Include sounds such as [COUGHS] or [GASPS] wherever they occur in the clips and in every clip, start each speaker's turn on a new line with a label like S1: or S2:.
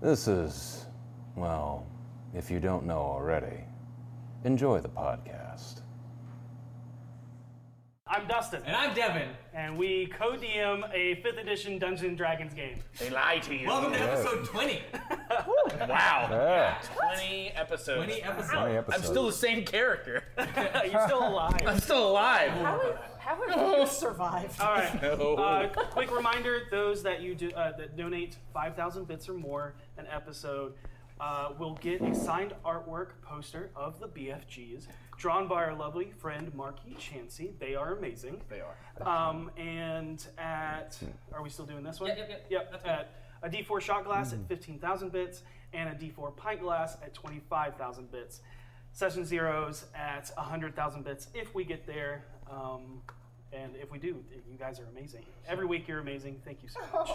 S1: This is, well, if you don't know already, enjoy the podcast.
S2: I'm Dustin,
S3: And I'm Devin.
S2: and we co-DM a 5th edition Dungeons and Dragons game.
S4: They lie to you.
S3: Welcome to episode
S2: [LAUGHS]
S3: 20.
S4: wow.
S1: Yeah.
S4: 20 episodes.
S3: 20 episodes.
S1: How many
S4: I'm
S1: episodes?
S4: still the same character.
S2: You're still alive.
S4: I'm [LAUGHS] still alive.
S5: How have, how
S4: [LAUGHS]
S5: have
S4: Oh,
S5: you
S6: [LAUGHS]
S5: survived?
S2: All right. Uh, quick reminder: those that you do uh, that donate 5,000 bits or more an episode uh, will get a signed artwork poster of the BFGs, drawn by our lovely friend Marky Chansey. They are amazing.
S4: They are.
S2: Um, and at, are we still doing this one?
S3: Yep, yep, yep. That's fine.
S2: at a D4 shot glass
S4: Mm.
S2: at 15,000 bits and a D4 pint glass at 25,000 bits. Session zeros at 100,000 bits if we get there. Um, and if we do, th- you guys are amazing. Every week you're amazing. Thank you so much.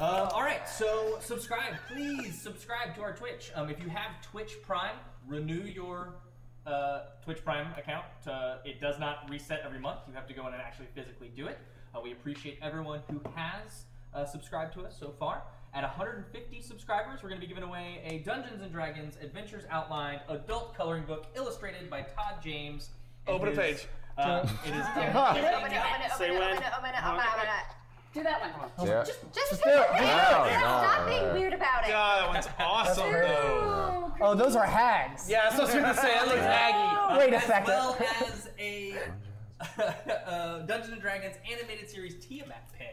S3: Uh, all right, so subscribe, please subscribe to our Twitch. Um, if you have Twitch Prime, renew your uh, Twitch Prime account. Uh, it does not reset every month. You have to go in and actually physically do it. Uh, we appreciate everyone who has uh, subscribed to us so far. At 150 subscribers, we're going to be giving away a Dungeons and Dragons Adventures Outlined adult coloring book illustrated by Todd James. and
S4: Open a
S3: his,
S4: page.
S3: Uh, it
S5: Open
S3: is
S5: it, open it, open it,
S2: Say
S5: open it, open it,
S2: when.
S5: open it, open it, open it. Do that one.
S1: Yeah.
S5: Just, just
S7: do
S5: do
S7: it.
S5: it.
S1: No,
S5: Stop
S1: no, no.
S5: being weird about it.
S4: God,
S5: [LAUGHS]
S4: that one's awesome, though.
S5: Ooh,
S7: Oh, those are hags.
S4: Yeah, that's what I was going to say. That looks aggy.
S7: Wait a
S3: as
S7: second.
S3: well as a [LAUGHS] uh, Dungeons and Dragons animated series Tiamat pin.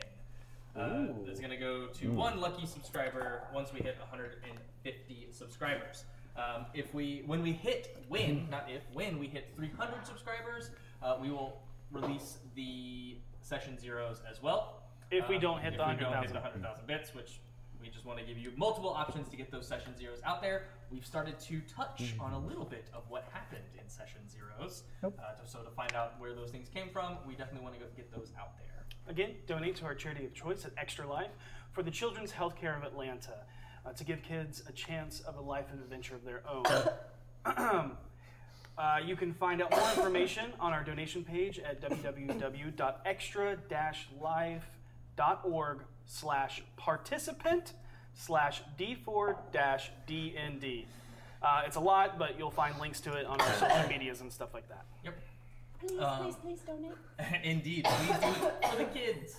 S3: Uh, that's going to go to one lucky subscriber once we hit 150 subscribers. Um, if we, when we hit, when not if, when we hit 300 subscribers, uh, we will release the session zeros as well.
S2: If we
S3: Um,
S2: don't hit
S3: if
S2: the
S3: we don't hit the
S2: 100,000.
S3: 100,000 bits, which we just want to give you multiple options to get those session zeros out there. We've started to touch
S7: Mm-hmm.
S3: on a little bit of what happened in session zeros. Uh, to- so to find out where those things came from, we definitely want to go get those out there.
S2: Again, donate to our charity of choice at Extra Life for the Children's Healthcare of Atlanta uh, to give kids a chance of a life and adventure of their own. [CLEARS THROAT] uh, you can find out more information on our donation page at www.extra-life.org slash participant slash d4 dash dnd. Uh, it's a lot, but you'll find links to it on our social medias and stuff like that.
S3: Yep.
S5: Please, please, please donate.
S3: Um, [LAUGHS] Indeed. Please do it for the kids.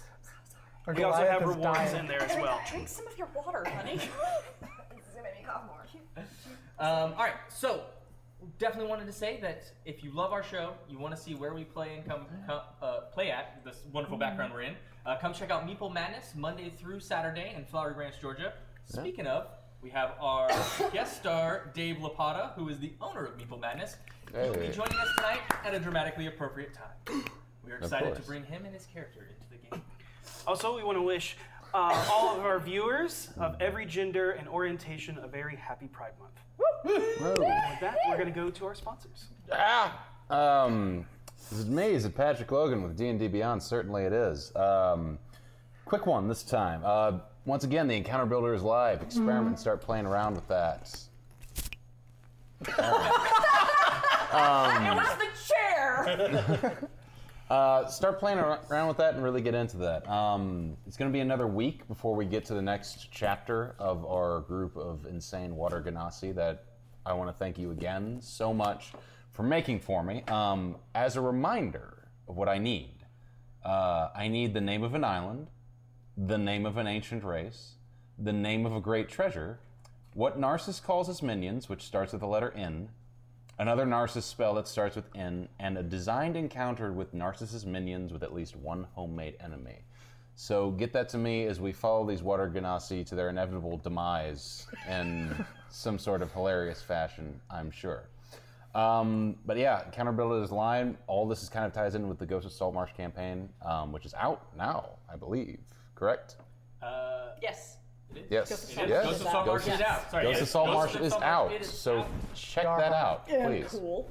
S7: Or
S2: We also have
S7: Goliath is
S2: rewards
S7: dying.
S2: in there as
S5: [LAUGHS] Drink,
S2: well.
S5: drink some of your water,
S6: [LAUGHS]
S5: honey. this is gonna make me cough more.
S3: Um, all right, so definitely wanted to say that if you love our show, you want to see where we play and come, come uh, play at this wonderful
S1: Mm-hmm.
S3: background we're in. Uh, come check out Meeple Madness Monday through Saturday in Flowery Branch, Georgia. Speaking of, we have our [COUGHS] guest star Dave Lapata, who is the owner of Meeple Madness. He'll be
S1: Hey.
S3: joining us tonight at a dramatically appropriate
S1: [COUGHS]
S3: time. We are excited to
S1: course.
S3: bring him and his character into the game.
S2: Also, we want to wish uh, all of our viewers of every gender and orientation a very happy Pride Month.
S1: Whoa.
S2: With that, we're going to go to our sponsors.
S1: Ah, Um, this is me. Is it Patrick Logan with D and D Beyond? Certainly it is. Um, quick one this time. Uh, once again, the Encounter Builder is live. Experiment and start playing around with that.
S6: Um,
S5: It was the chair.
S6: [LAUGHS]
S1: Uh, start playing ar- around with that and really get into that. Um, it's going to be another week before we get to the next chapter of our group of insane water ganassi that I want to thank you again so much for making for me. Um, as a reminder of what I need, uh, I need the name of an island, the name of an ancient race, the name of a great treasure, what Narcissus calls his minions, which starts with the letter N, another Narcissus spell that starts with N, and a designed encounter with Narcissus minions with at least one homemade enemy. So get that to me as we follow these water ganassi to their inevitable demise in some sort of hilarious fashion, I'm sure. Um, but yeah, Counterbuild is line. All this is kind of ties in with the Ghost of Saltmarsh campaign, um, which is out now, I believe. Correct?
S3: Uh,
S5: Yes.
S1: Yes.
S5: Ghost of
S3: it is-
S1: yes.
S3: Ghost of Salt Marsh is out. Sorry,
S1: Ghost
S3: it
S1: of Saltmarsh
S3: Ghost of
S1: is
S3: Saltmarsh,
S1: out.
S3: it is
S1: So
S3: out.
S1: check that out, please.
S5: Cool.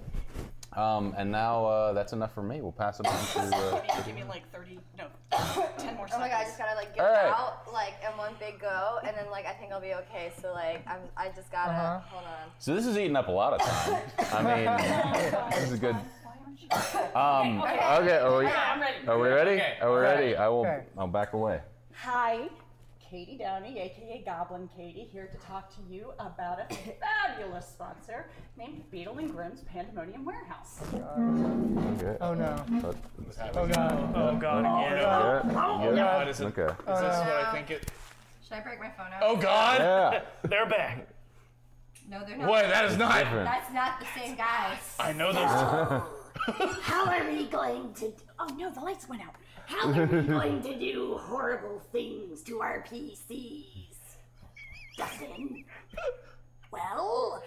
S1: Um, and now uh, that's enough for me. We'll pass it on to.
S6: [LAUGHS]
S1: Uh,
S6: Give me- give me like 30, no, [COUGHS] 10 more seconds.
S5: Oh my god, I just gotta like get
S1: All right.
S5: it out like in one big go, and then like I think I'll be okay. So like I'm, I just gotta
S7: Uh-huh.
S5: hold on.
S1: so this is eating up a lot of time. I mean, this is good. Um, okay, are we,
S5: I'm
S6: ready.
S1: are we ready?
S3: Okay.
S1: Are we ready? I will.
S7: Okay.
S1: I'll back away.
S5: Hi,
S6: Katie Downey, aka Goblin Katie, here to talk to you about a fabulous sponsor named Beetle and Grimm's Pandemonium Warehouse.
S1: Okay.
S7: Oh no.
S1: Oh,
S7: Oh god. Oh,
S4: Oh god, again. Oh,
S1: yeah. You good?
S4: God, is it-
S1: Okay.
S4: Is this what I think it?
S5: Should I break my phone out?
S4: Oh god. [LAUGHS]
S1: Yeah.
S2: They're back.
S5: No, they're not.
S4: What? That is not.
S1: Different.
S5: That's not the same guy.
S4: I
S8: Oh,
S4: know
S6: [LAUGHS]
S4: those.
S1: [LAUGHS]
S8: [LAUGHS] How are we going to? Oh no, the lights went out. How are we going to do horrible things to our PCs, Dustin? Well,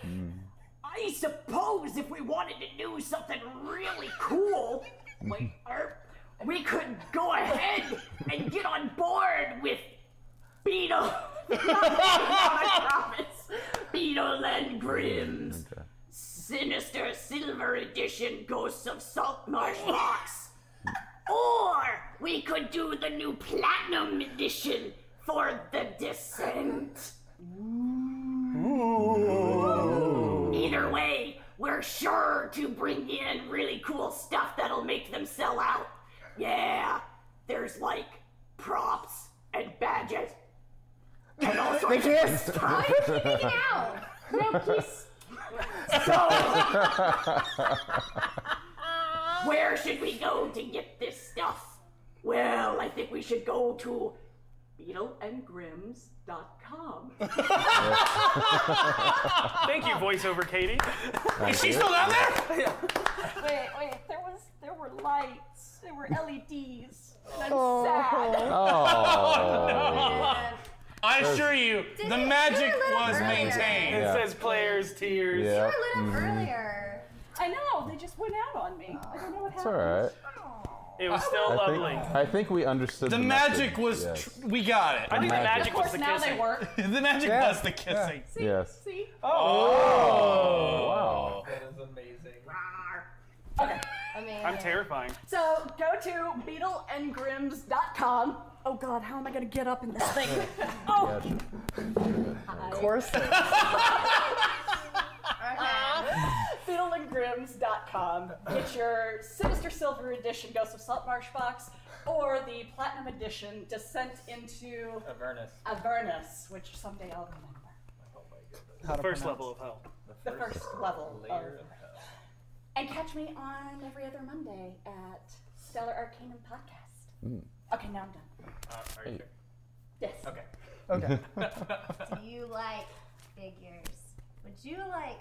S8: I suppose if we wanted to do something really cool, like, er, we could go ahead and get on board with Beetle. [LAUGHS] I promise. Beetle and Grimm's
S1: Okay.
S8: Sinister Silver Edition Ghosts of Saltmarsh Box. or we could do the new Platinum Edition for the Descent. Either way, we're sure to bring in really cool stuff that'll make them sell out. Yeah, there's like props and badges. And
S7: Oh,
S8: all sorts of
S5: How did you make it out?
S4: [LAUGHS]
S8: So, where should we go to get this stuff? Well, I think we should go to beetleandgrims.com.
S2: Thank you, voiceover Katie.
S1: Thank
S4: She's
S1: you.
S4: still down there.
S6: Wait, wait, there was there were lights, there were LEDs. And I'm sad.
S1: Oh.
S5: And
S4: I assure you,
S5: Did
S4: the
S5: it-
S4: magic
S5: did it
S4: was
S5: earlier?
S4: maintained.
S2: It
S1: Yeah.
S2: says players, tears.
S1: Yeah.
S5: you were lit up earlier.
S6: I know, they just went out on me. I don't know what
S1: It's
S6: happened.
S1: all right.
S2: It was still
S1: I think,
S2: lovely.
S1: I think we understood
S4: The
S1: the
S4: magic
S1: message.
S4: was.
S1: Yes.
S4: Tr- we got it.
S2: I think the
S1: Magic.
S6: Of
S2: magic was
S6: course,
S2: the
S6: now
S2: kissing.
S6: they work.
S4: [LAUGHS] the magic
S7: Yeah.
S4: was the kissing.
S1: yes.
S6: See?
S2: Oh.
S1: Oh. Wow.
S3: That is amazing.
S6: Okay.
S5: I mean,
S2: I'm terrifying.
S6: So go to beetleandgrims.com. Oh god, how am I gonna get up in this thing? oh,
S1: Gotcha.
S6: of [LAUGHS]
S7: course.
S6: beetleandgrims.com. Get your Sinister Silver Edition Ghost of Saltmarsh box or the Platinum Edition Descent into
S3: Avernus.
S6: Avernus, which someday I'll remember.
S2: First level of hell.
S6: The first level. Of.
S3: Layer of hell.
S6: And catch me on every other Monday at Stellar Arcanum Podcast. Okay, now I'm done.
S3: Uh, are you sure?
S6: Yes.
S3: Okay.
S7: [LAUGHS] Okay. [LAUGHS]
S3: [LAUGHS]
S5: Do you like figures? Would you like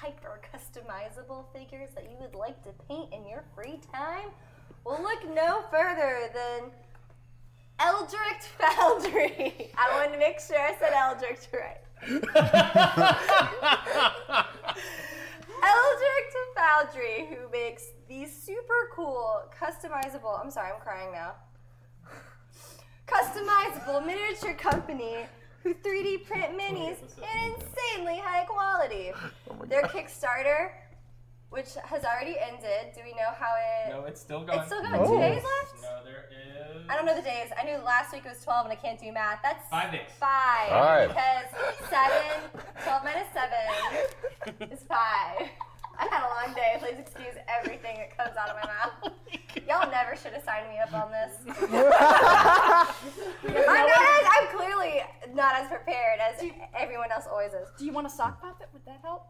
S5: hyper customizable figures that you would like to paint in your free time? Well, look no further than Eldrick Foundry. [LAUGHS] I wanted to make sure I said Eldrick right. Eldrick Foundry, who makes these super cool, customizable. I'm sorry, I'm crying now customizable miniature company who 3D print minis in insanely high quality. Their Kickstarter, which has already ended, do we know how it?
S3: No, it's still going.
S5: it's still going. Two days left.
S3: No, there is.
S5: I don't know the days. I knew last week it was 12 and I can't do math. That's
S3: Five days.
S5: Five.
S1: All right.
S5: Because seven, 12 minus seven is five. I had a long day. Please excuse everything that comes out of Oh my [LAUGHS] mouth. Y'all never should have signed me up on [LAUGHS] this. I'm, not as, I'm clearly not as prepared as everyone else always is.
S6: Do you want a sock puppet? Would that help?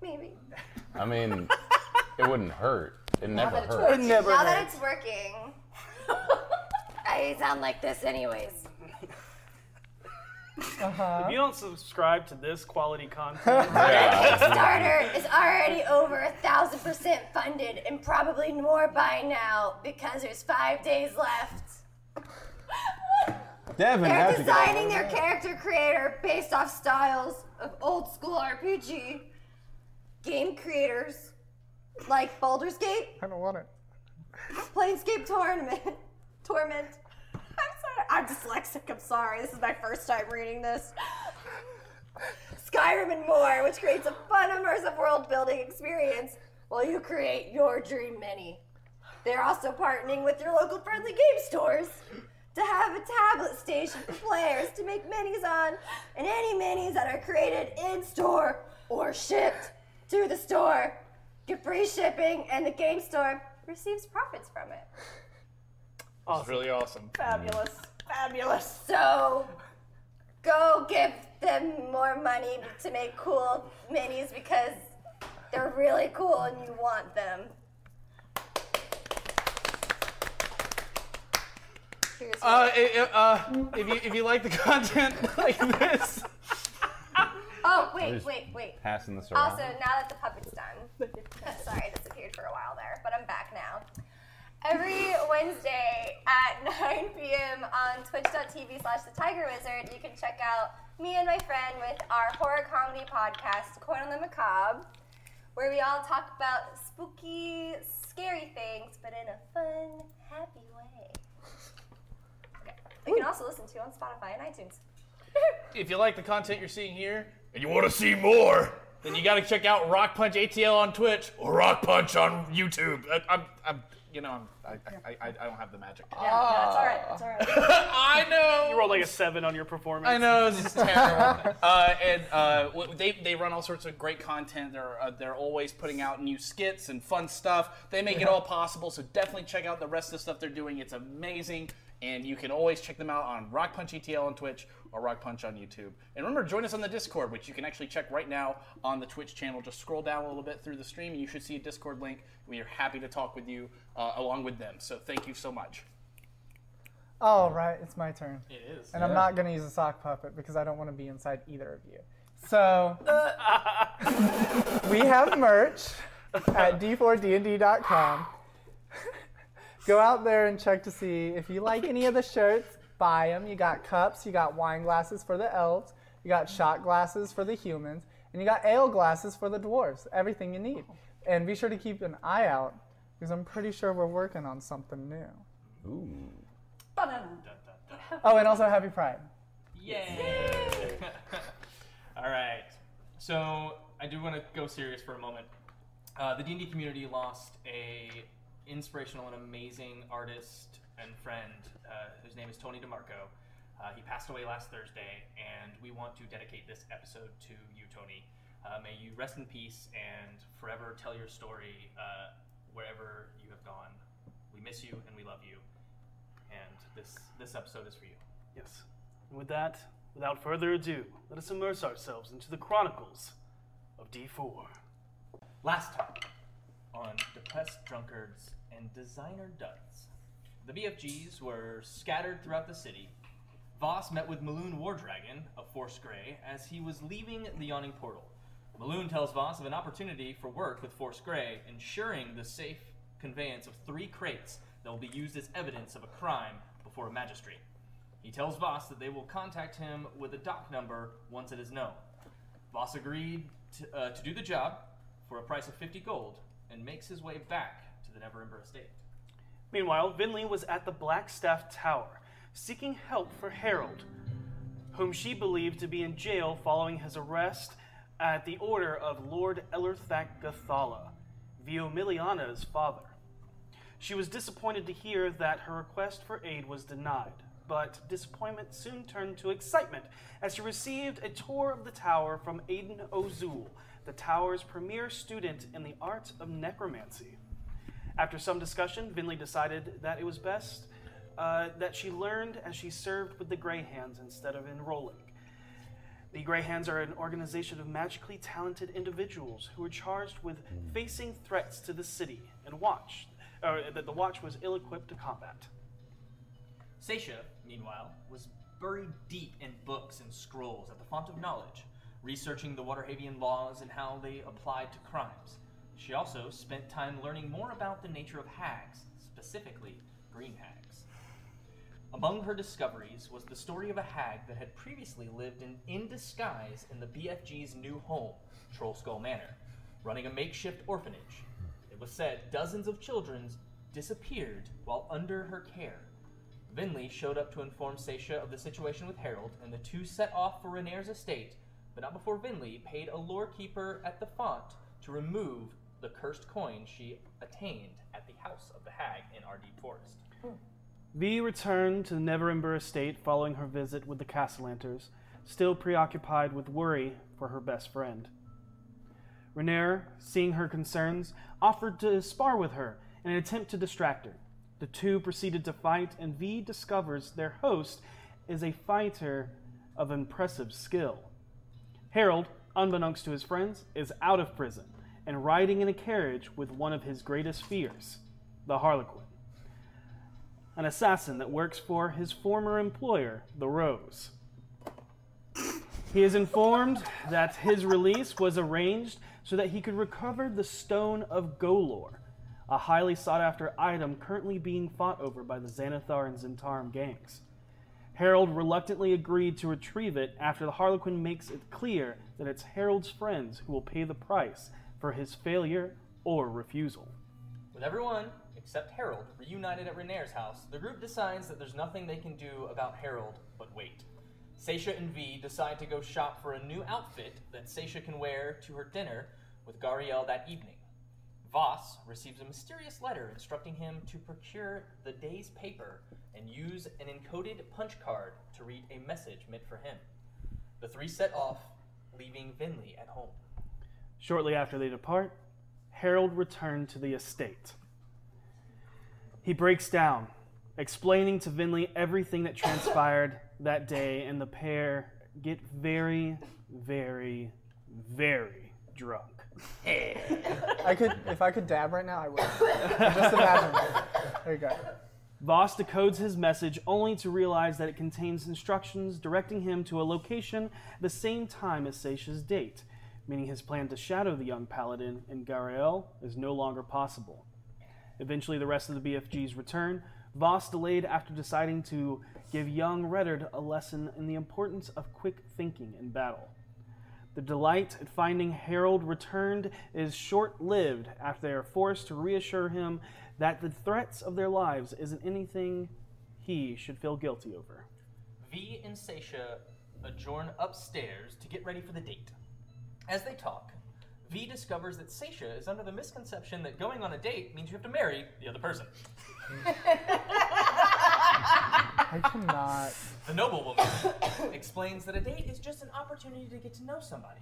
S5: Maybe.
S1: I mean, it wouldn't hurt. It never
S5: that it's
S1: hurt.
S7: never
S5: now that it's working, [LAUGHS] I sound like this anyways.
S2: If you don't subscribe to this quality content, [LAUGHS]
S5: Kickstarter is already over a thousand percent funded and probably more by now because there's five days left.
S1: Devin
S5: They're
S1: has to get
S5: designing their character creator based off styles of old school RPG game creators like Baldur's Gate,
S7: I don't want it.
S5: Planescape Torment, [LAUGHS] Torment. I'm sorry, I'm dyslexic. I'm sorry. This is my first time reading this. Skyrim and more, which creates a fun, immersive world building experience while you create your dream mini. They're also partnering with your local friendly game stores to have a tablet station for players to make minis on, and any minis that are created in store or shipped to the store get free shipping, and the game store receives profits from it.
S4: It's really awesome.
S6: Fabulous.
S9: Fabulous.
S5: So go give them more money to make cool minis because they're really cool and you want them. Here's your-
S4: Uh, i- i- uh, if you if you like the content [LAUGHS] like this,
S5: oh,
S1: I'm
S5: wait,
S1: just
S5: wait, wait.
S1: Passing this around.
S5: Also, now that the puppet's done, sorry, I disappeared for a while there, but I'm back now. Every Wednesday at [LAUGHS] 9 p.m. on twitch.tv slash the tiger wizard, you can check out me and my friend with our horror comedy podcast, Coin on the Macabre, where we all talk about spooky, scary things, but in a fun, happy way. Okay. You can also listen to on Spotify and iTunes.
S4: if you like the content you're seeing here, and you want to see more, then you got to check out Rock Punch ATL on Twitch or Rock Punch on YouTube. I, I'm, I'm, you know, I'm, I, I, I, I don't have the magic.
S9: Yeah, it's all right. It's all right.
S4: [LAUGHS] I know.
S2: You rolled like a seven on your performance.
S4: I know this is terrible. uh, and uh, w- they they run all sorts of great content. They're uh, they're always putting out new skits and fun stuff. They make it all possible. So definitely check out the rest of the stuff they're doing. It's amazing. And you can always check them out on Rock Punch ETL on Twitch or Rock Punch on YouTube. And remember, join us on the Discord, which you can actually check right now on the Twitch channel. Just scroll down a little bit through the stream, and you should see a Discord link. We are happy to talk with you uh, along with them. So thank you so much.
S7: All Oh, right, it's my turn.
S3: It is.
S7: And I'm not going to use a sock puppet because I don't want to be inside either of you.
S3: [LAUGHS]
S7: So we have merch at d4dnd.com. Go out there and check to see if you like any of the shirts, buy them. You got cups, you got wine glasses for the elves, you got shot glasses for the humans, and you got ale glasses for the dwarves. Everything you need. And be sure to keep an eye out because I'm pretty sure we're working on something new.
S1: Ooh.
S7: Oh, and also Happy Pride.
S3: Yay! [LAUGHS] All right. So I do want to go serious for a moment. Uh, the D&D community lost a inspirational and amazing artist and friend uh, whose name is Tony DeMarco. Uh, he passed away last Thursday, and we want to dedicate this episode to you, Tony. Uh, may you rest in peace and forever tell your story uh, wherever you have gone. We miss you and we love you. And this this episode is for you.
S2: Yes. And with that, without further ado, let us immerse ourselves into the chronicles of D4.
S3: Last time on Depressed Drunkards and Designer Duds, the BFGs were scattered throughout the city. Voss met with Maloon War Dragon of Force Grey as he was leaving the Yawning Portal. Maloon tells Voss of an opportunity for work with Force Grey, ensuring the safe conveyance of three crates that will be used as evidence of a crime before a magistrate. He tells Voss that they will contact him with a dock number once it is known. Voss agreed to, uh, to do the job for a price of 50 gold and makes his way back to the Never Ember Estate.
S2: Meanwhile, Vinley was at the Blackstaff Tower, seeking help for Harold, whom she believed to be in jail following his arrest at the order of Lord Ellerthak Gathala, Viomiliana's father. She was disappointed to hear that her request for aid was denied, but disappointment soon turned to excitement as she received a tour of the tower from Aidan O'Zool, the tower's premier student in the art of necromancy. After some discussion, Vinley decided that it was best uh, that she learned as she served with the Grey Hands instead of enrolling. The Grey Hands are an organization of magically talented individuals who are charged with facing threats to the city and watch, or that the watch was ill-equipped to combat.
S3: Seisha, meanwhile, was buried deep in books and scrolls at the font of knowledge, researching the Waterhavian laws and how they applied to crimes. She also spent time learning more about the nature of hags, specifically green hags. Among her discoveries was the story of a hag that had previously lived in, in disguise in the BFG's new home, Trollskull Manor, running a makeshift orphanage. It was said dozens of children disappeared while under her care. Vinley showed up to inform Seisha of the situation with Harold, and the two set off for Renair's estate, but not before Vinley paid a lorekeeper at the font to remove the cursed coin she attained at the house of the hag in R.D. Forest.
S2: V returned to the Neverember estate following her visit with the Castellanters, still preoccupied with worry for her best friend. Renair, seeing her concerns, offered to spar with her in an attempt to distract her. The two proceeded to fight, and V discovers their host is a fighter of impressive skill. Harold, unbeknownst to his friends, is out of prison and riding in a carriage with one of his greatest fears, the Harlequin, an assassin that works for his former employer, the Rose. He is informed that his release was arranged so that he could recover the Stone of Golor, a highly sought after item currently being fought over by the Xanathar and Zentarum gangs. Harold reluctantly agreed to retrieve it after the Harlequin makes it clear that it's Harold's friends who will pay the price for his failure or refusal.
S3: With everyone except Harold reunited at Renair's house, the group decides that there's nothing they can do about Harold but wait. Seisha and V decide to go shop for a new outfit that Seisha can wear to her dinner with Gariel that evening. Voss receives a mysterious letter instructing him to procure the day's paper and use an encoded punch card to read a message meant for him. The three set off, leaving Vinley at home.
S2: Shortly after they depart, Harold returned to the estate. He breaks down, explaining to Vinley everything that transpired that day, and the pair get very, very, very drunk.
S7: I could, if I could dab right now, I would. Just imagine. There you go.
S2: Voss decodes his message only to realize that it contains instructions directing him to a location at the same time as Seisha's date, meaning his plan to shadow the young paladin and Gariel is no longer possible. Eventually, the rest of the BFGs return. Voss delayed after deciding to give young Reddard a lesson in the importance of quick thinking in battle. The delight at finding Harold returned is short lived after they are forced to reassure him that the threats of their lives isn't anything he should feel guilty over.
S3: V and Seisha adjourn upstairs to get ready for the date. As they talk, V discovers that Seisha is under the misconception that going on a date means you have to marry the other person. [COUGHS]
S7: I cannot.
S3: The noblewoman explains that a date is just an opportunity to get to know somebody.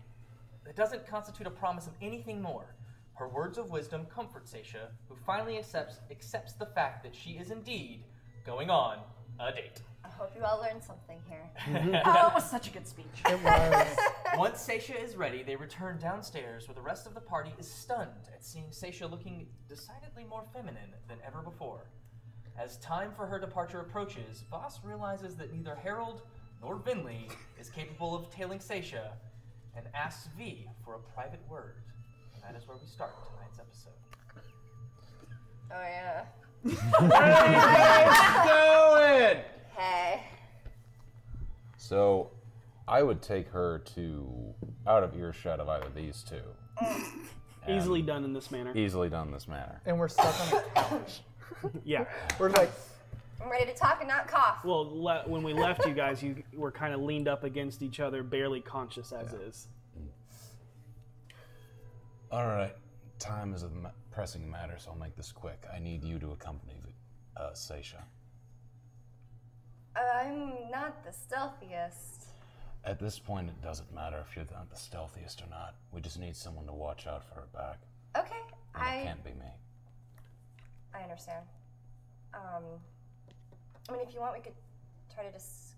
S3: It doesn't constitute a promise of anything more. Her words of wisdom comfort Seisha, who finally accepts accepts the fact that she is indeed going on a date.
S5: I hope you all learned something here. [LAUGHS]
S3: [LAUGHS]
S6: Oh, it was such a good speech.
S7: It was.
S3: Once Seisha is ready, they return downstairs where the rest of the party is stunned at seeing Seisha looking decidedly more feminine than ever before. As time for her departure approaches, Voss realizes that neither Harold nor Vinley is capable of tailing Seisha and asks V for a private word. And that is where we start tonight's episode.
S5: Oh yeah.
S10: Going!
S5: Hey.
S1: So, I would take her to out of earshot of either of these two. And
S2: [LAUGHS] Easily done in this manner.
S1: Easily done in this manner.
S7: And we're stuck on a couch.
S2: [LAUGHS] Yeah.
S7: We're like,
S5: I'm ready to talk and not cough.
S2: Well, le- when we left you guys, you were kind of leaned up against each other, barely conscious as is.
S7: Mm.
S1: All right, time is a ma- pressing matter, so I'll make this quick. I need you to accompany uh, Seisha.
S5: I'm not the stealthiest.
S1: At this point, it doesn't matter if you're not the stealthiest or not. We just need someone to watch out for her back.
S5: Okay,
S1: And
S5: I
S1: it can't be me.
S5: I understand. Um, I mean, if you want, we could try to just.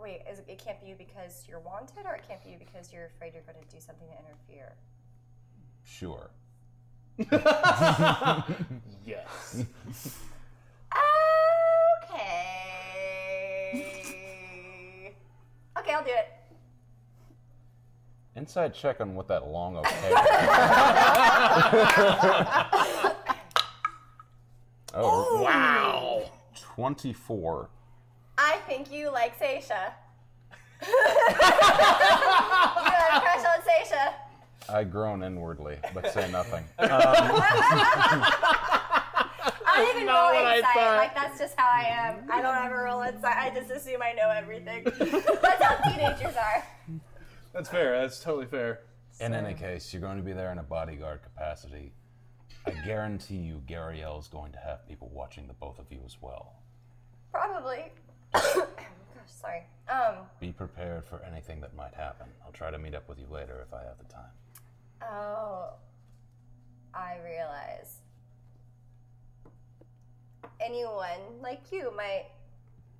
S5: Wait, is, it can't be you because you're wanted, or it can't be you because you're afraid you're going to do something to interfere.
S1: [LAUGHS] Sure. [LAUGHS]
S10: Yes.
S5: Okay. okay, I'll do it.
S1: Inside check on what that long okay. oh wow! Twenty-four.
S5: I think you like Seisha. [LAUGHS]
S1: [LAUGHS]
S5: you have a crush on Seisha.
S1: I groan inwardly, but say nothing.
S5: [LAUGHS] I don't even
S10: Um, not
S5: roll
S10: what I
S5: insight.
S10: thought.
S5: Like that's just how I am. I don't ever roll insight. I just assume I know everything. that's how teenagers are.
S10: That's [LAUGHS] fair. That's totally fair.
S1: In any case, you're going to be there in a bodyguard capacity. I guarantee you, Gariel is going to have people watching the both of you as well.
S5: Probably. [COUGHS] Gosh, sorry. Um.
S1: Be prepared for anything that might happen. I'll try to meet up with you later if I have the time.
S5: Oh. I realize. anyone like you might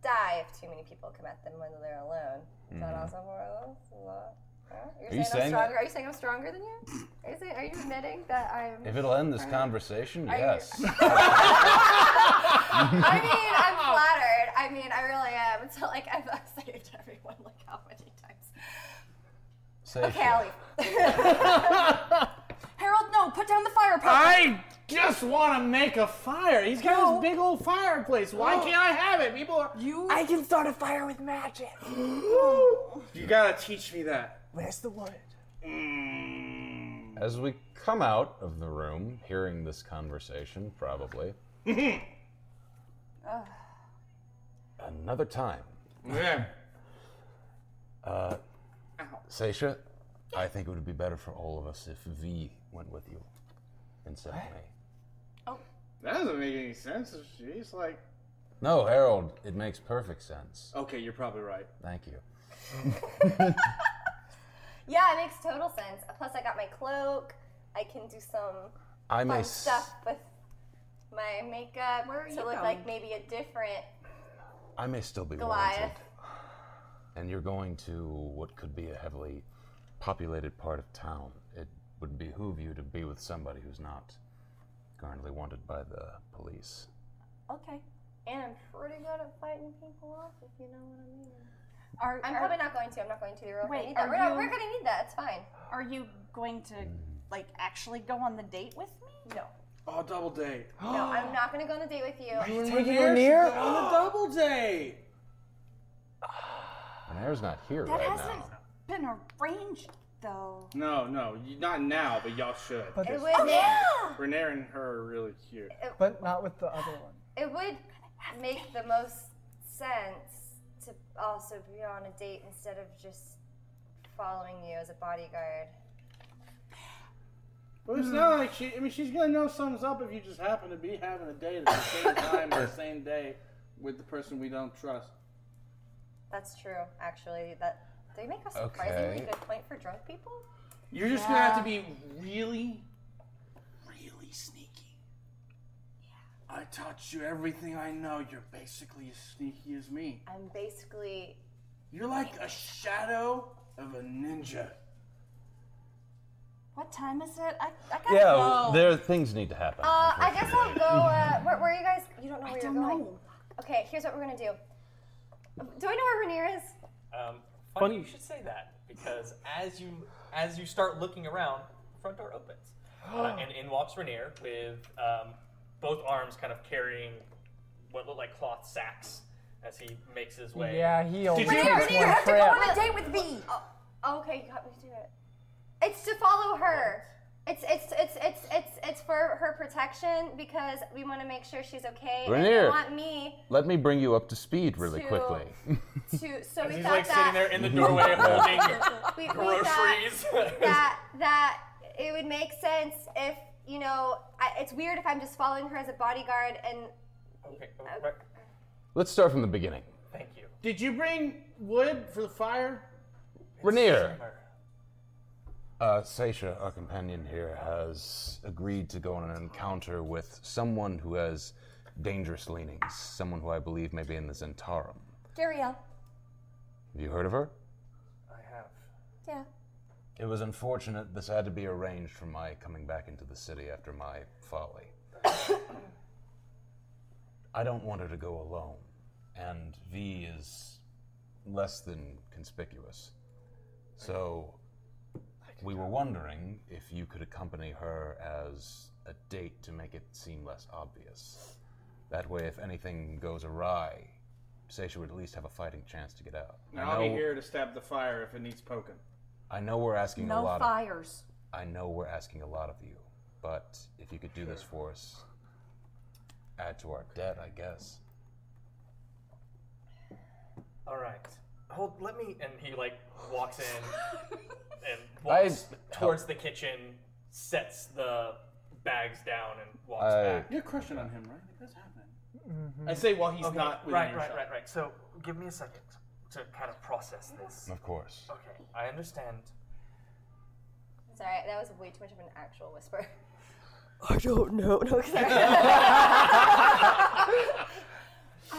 S5: die if too many people come at them when they're alone. Is that
S1: Mhm.
S5: also more or less? a lot? Huh? You're
S1: Are you
S5: saying I'm
S1: saying that-
S5: stronger? Are you saying I'm stronger than you? Are you, saying, are you admitting that I'm?
S1: If it'll
S5: [LAUGHS]
S1: end this conversation,
S5: Are you-
S1: yes.
S5: I mean, I'm flattered. I mean, I really am. It's not like I've saved everyone. Like how many times?
S1: Say
S5: Okay,
S1: shit.
S5: I'll leave. [LAUGHS]
S6: Harold, no, put down the fire pump.
S11: I just want to make a fire. He's got this big old fireplace. Why can't I have it? People are.
S6: you
S7: I can start a fire with [GASPS] magic.
S11: You gotta teach me that.
S7: Where's the wood?
S1: As we come out of the room, hearing this conversation, probably. Another time.
S11: [LAUGHS] Yeah.
S1: Uh, Seisha, I think it would be better for all of us if V went with you instead of me.
S5: Oh.
S11: That doesn't make any sense. She's like.
S1: No, Harold, it makes perfect sense.
S11: Okay, you're probably right.
S1: Thank you.
S5: Yeah, it makes total sense. Plus, I got my cloak. I can do some
S1: I may
S5: fun
S1: s-
S5: stuff with my makeup
S12: Where are
S5: to
S12: you
S5: look
S12: going?
S5: like maybe a different
S1: I may still be
S5: Goliath.
S1: wanted. And you're going to what could be a heavily populated part of town. It would behoove you to be with somebody who's not currently wanted by the police.
S6: Okay.
S5: And I'm pretty good at fighting people off, if you know what I mean.
S6: Are,
S5: I'm
S6: are,
S5: probably not going to. I'm not going to. We're not
S6: Wait,
S5: gonna need that.
S6: are
S5: We're, not,
S6: you-
S5: we're gonna need that. It's fine.
S6: are you going to, like, actually go on the date with me?
S5: No,
S11: Oh, double date. [GASPS]
S5: no, I'm not gonna go on a date with you.
S7: Taking her near?
S11: On a double date.
S1: And Air's not here
S6: That
S1: right
S6: hasn't
S1: now.
S6: been arranged, though.
S4: No, no, you- not now, but y'all should.
S7: But, Oh,
S5: It would. yeah.
S4: Renee and her are really cute.
S7: but not with the other one.
S5: It would make the most sense to also be on a date instead of just following you as a bodyguard.
S4: But
S3: Hmm.
S4: it's not like she. I mean, she's gonna know something's up if you just happen to be having a date at the
S3: [COUGHS]
S4: same time or the same day with the person we don't trust.
S5: That's true, actually. That they make a surprisingly
S1: Okay.
S5: good point for drunk people.
S11: You're just gonna have to be really, really sneaky.
S4: I taught you everything I know. You're basically as sneaky as me.
S5: I'm basically
S4: You're like a shadow of a ninja.
S6: What time is it? I, I gotta
S1: Yeah,
S6: go.
S1: there things need to happen.
S5: Uh, I guess I'll go. Uh, where, where are you guys? You don't know where
S6: don't
S5: you're going.
S6: know.
S5: Okay, here's what we're gonna do. Do I know where Rainier is?
S3: Um, funny you should say that because as you as you start looking around, the front door
S7: [GASPS]
S3: opens uh, and in walks Rainier with um, both arms kind of carrying what look like cloth sacks as he makes his way.
S7: Yeah, he only
S5: Rainier,
S7: takes
S5: Rainier,
S7: one
S5: have to
S7: trip.
S5: go on a date.
S12: Stay with me.
S5: Oh, okay, you got me to do it. It's to follow her. It's it's it's it's it's it's for her protection because we want to make sure she's okay. and they
S1: Rainier.
S5: want me
S1: Let me bring you up to speed really
S5: To-
S1: quickly.
S5: to. So we
S3: He's
S5: thought
S3: like sitting
S5: that
S3: there
S1: [LAUGHS]
S3: in the doorway
S4: [LAUGHS]
S3: holding
S5: we, we thought
S3: groceries.
S5: that that it would make sense if you know. I, it's weird if I'm just following her as a bodyguard and
S3: okay, right,
S1: Let's start from the beginning.
S3: thank you.
S11: Did you bring wood for the fire?
S1: Rainier. Uh, Seisha, our companion here, has agreed to go on an encounter with someone who has dangerous leanings, someone who I believe may be in the Zentarum.
S12: Gariel.
S1: Have you heard of her?
S3: I have.
S12: Yeah.
S1: It was unfortunate this had to be arranged for my coming back into the city after my folly. [COUGHS] I don't want her to go alone, and V is less than conspicuous. So we were wondering if you could accompany her as a date to make it seem less obvious. That way, if anything goes awry, Seisha would at least have a fighting chance to get out. I
S4: I'll be
S1: know-
S4: here to stab the fire if it needs poking.
S1: I know we're asking a
S6: no
S1: lot of
S6: fires.
S1: I know we're asking a lot of you, but if you could do this for us, add to our debt, I guess.
S3: All right. Hold. Let me. And he like walks [LAUGHS] in and walks towards the kitchen, sets the bags down, and walks
S1: I-
S3: back.
S4: You're crushing on him, right? That's happening.
S1: Mm-hmm.
S11: I say while he's
S3: Mm-hmm. Okay,
S11: not.
S3: right, right, right, right. So give me a second to kind of process this.
S1: Of course.
S3: Okay, I understand. [LAUGHS]
S5: Sorry, that was way too much of an actual whisper. [LAUGHS] I don't know. No, sorry. I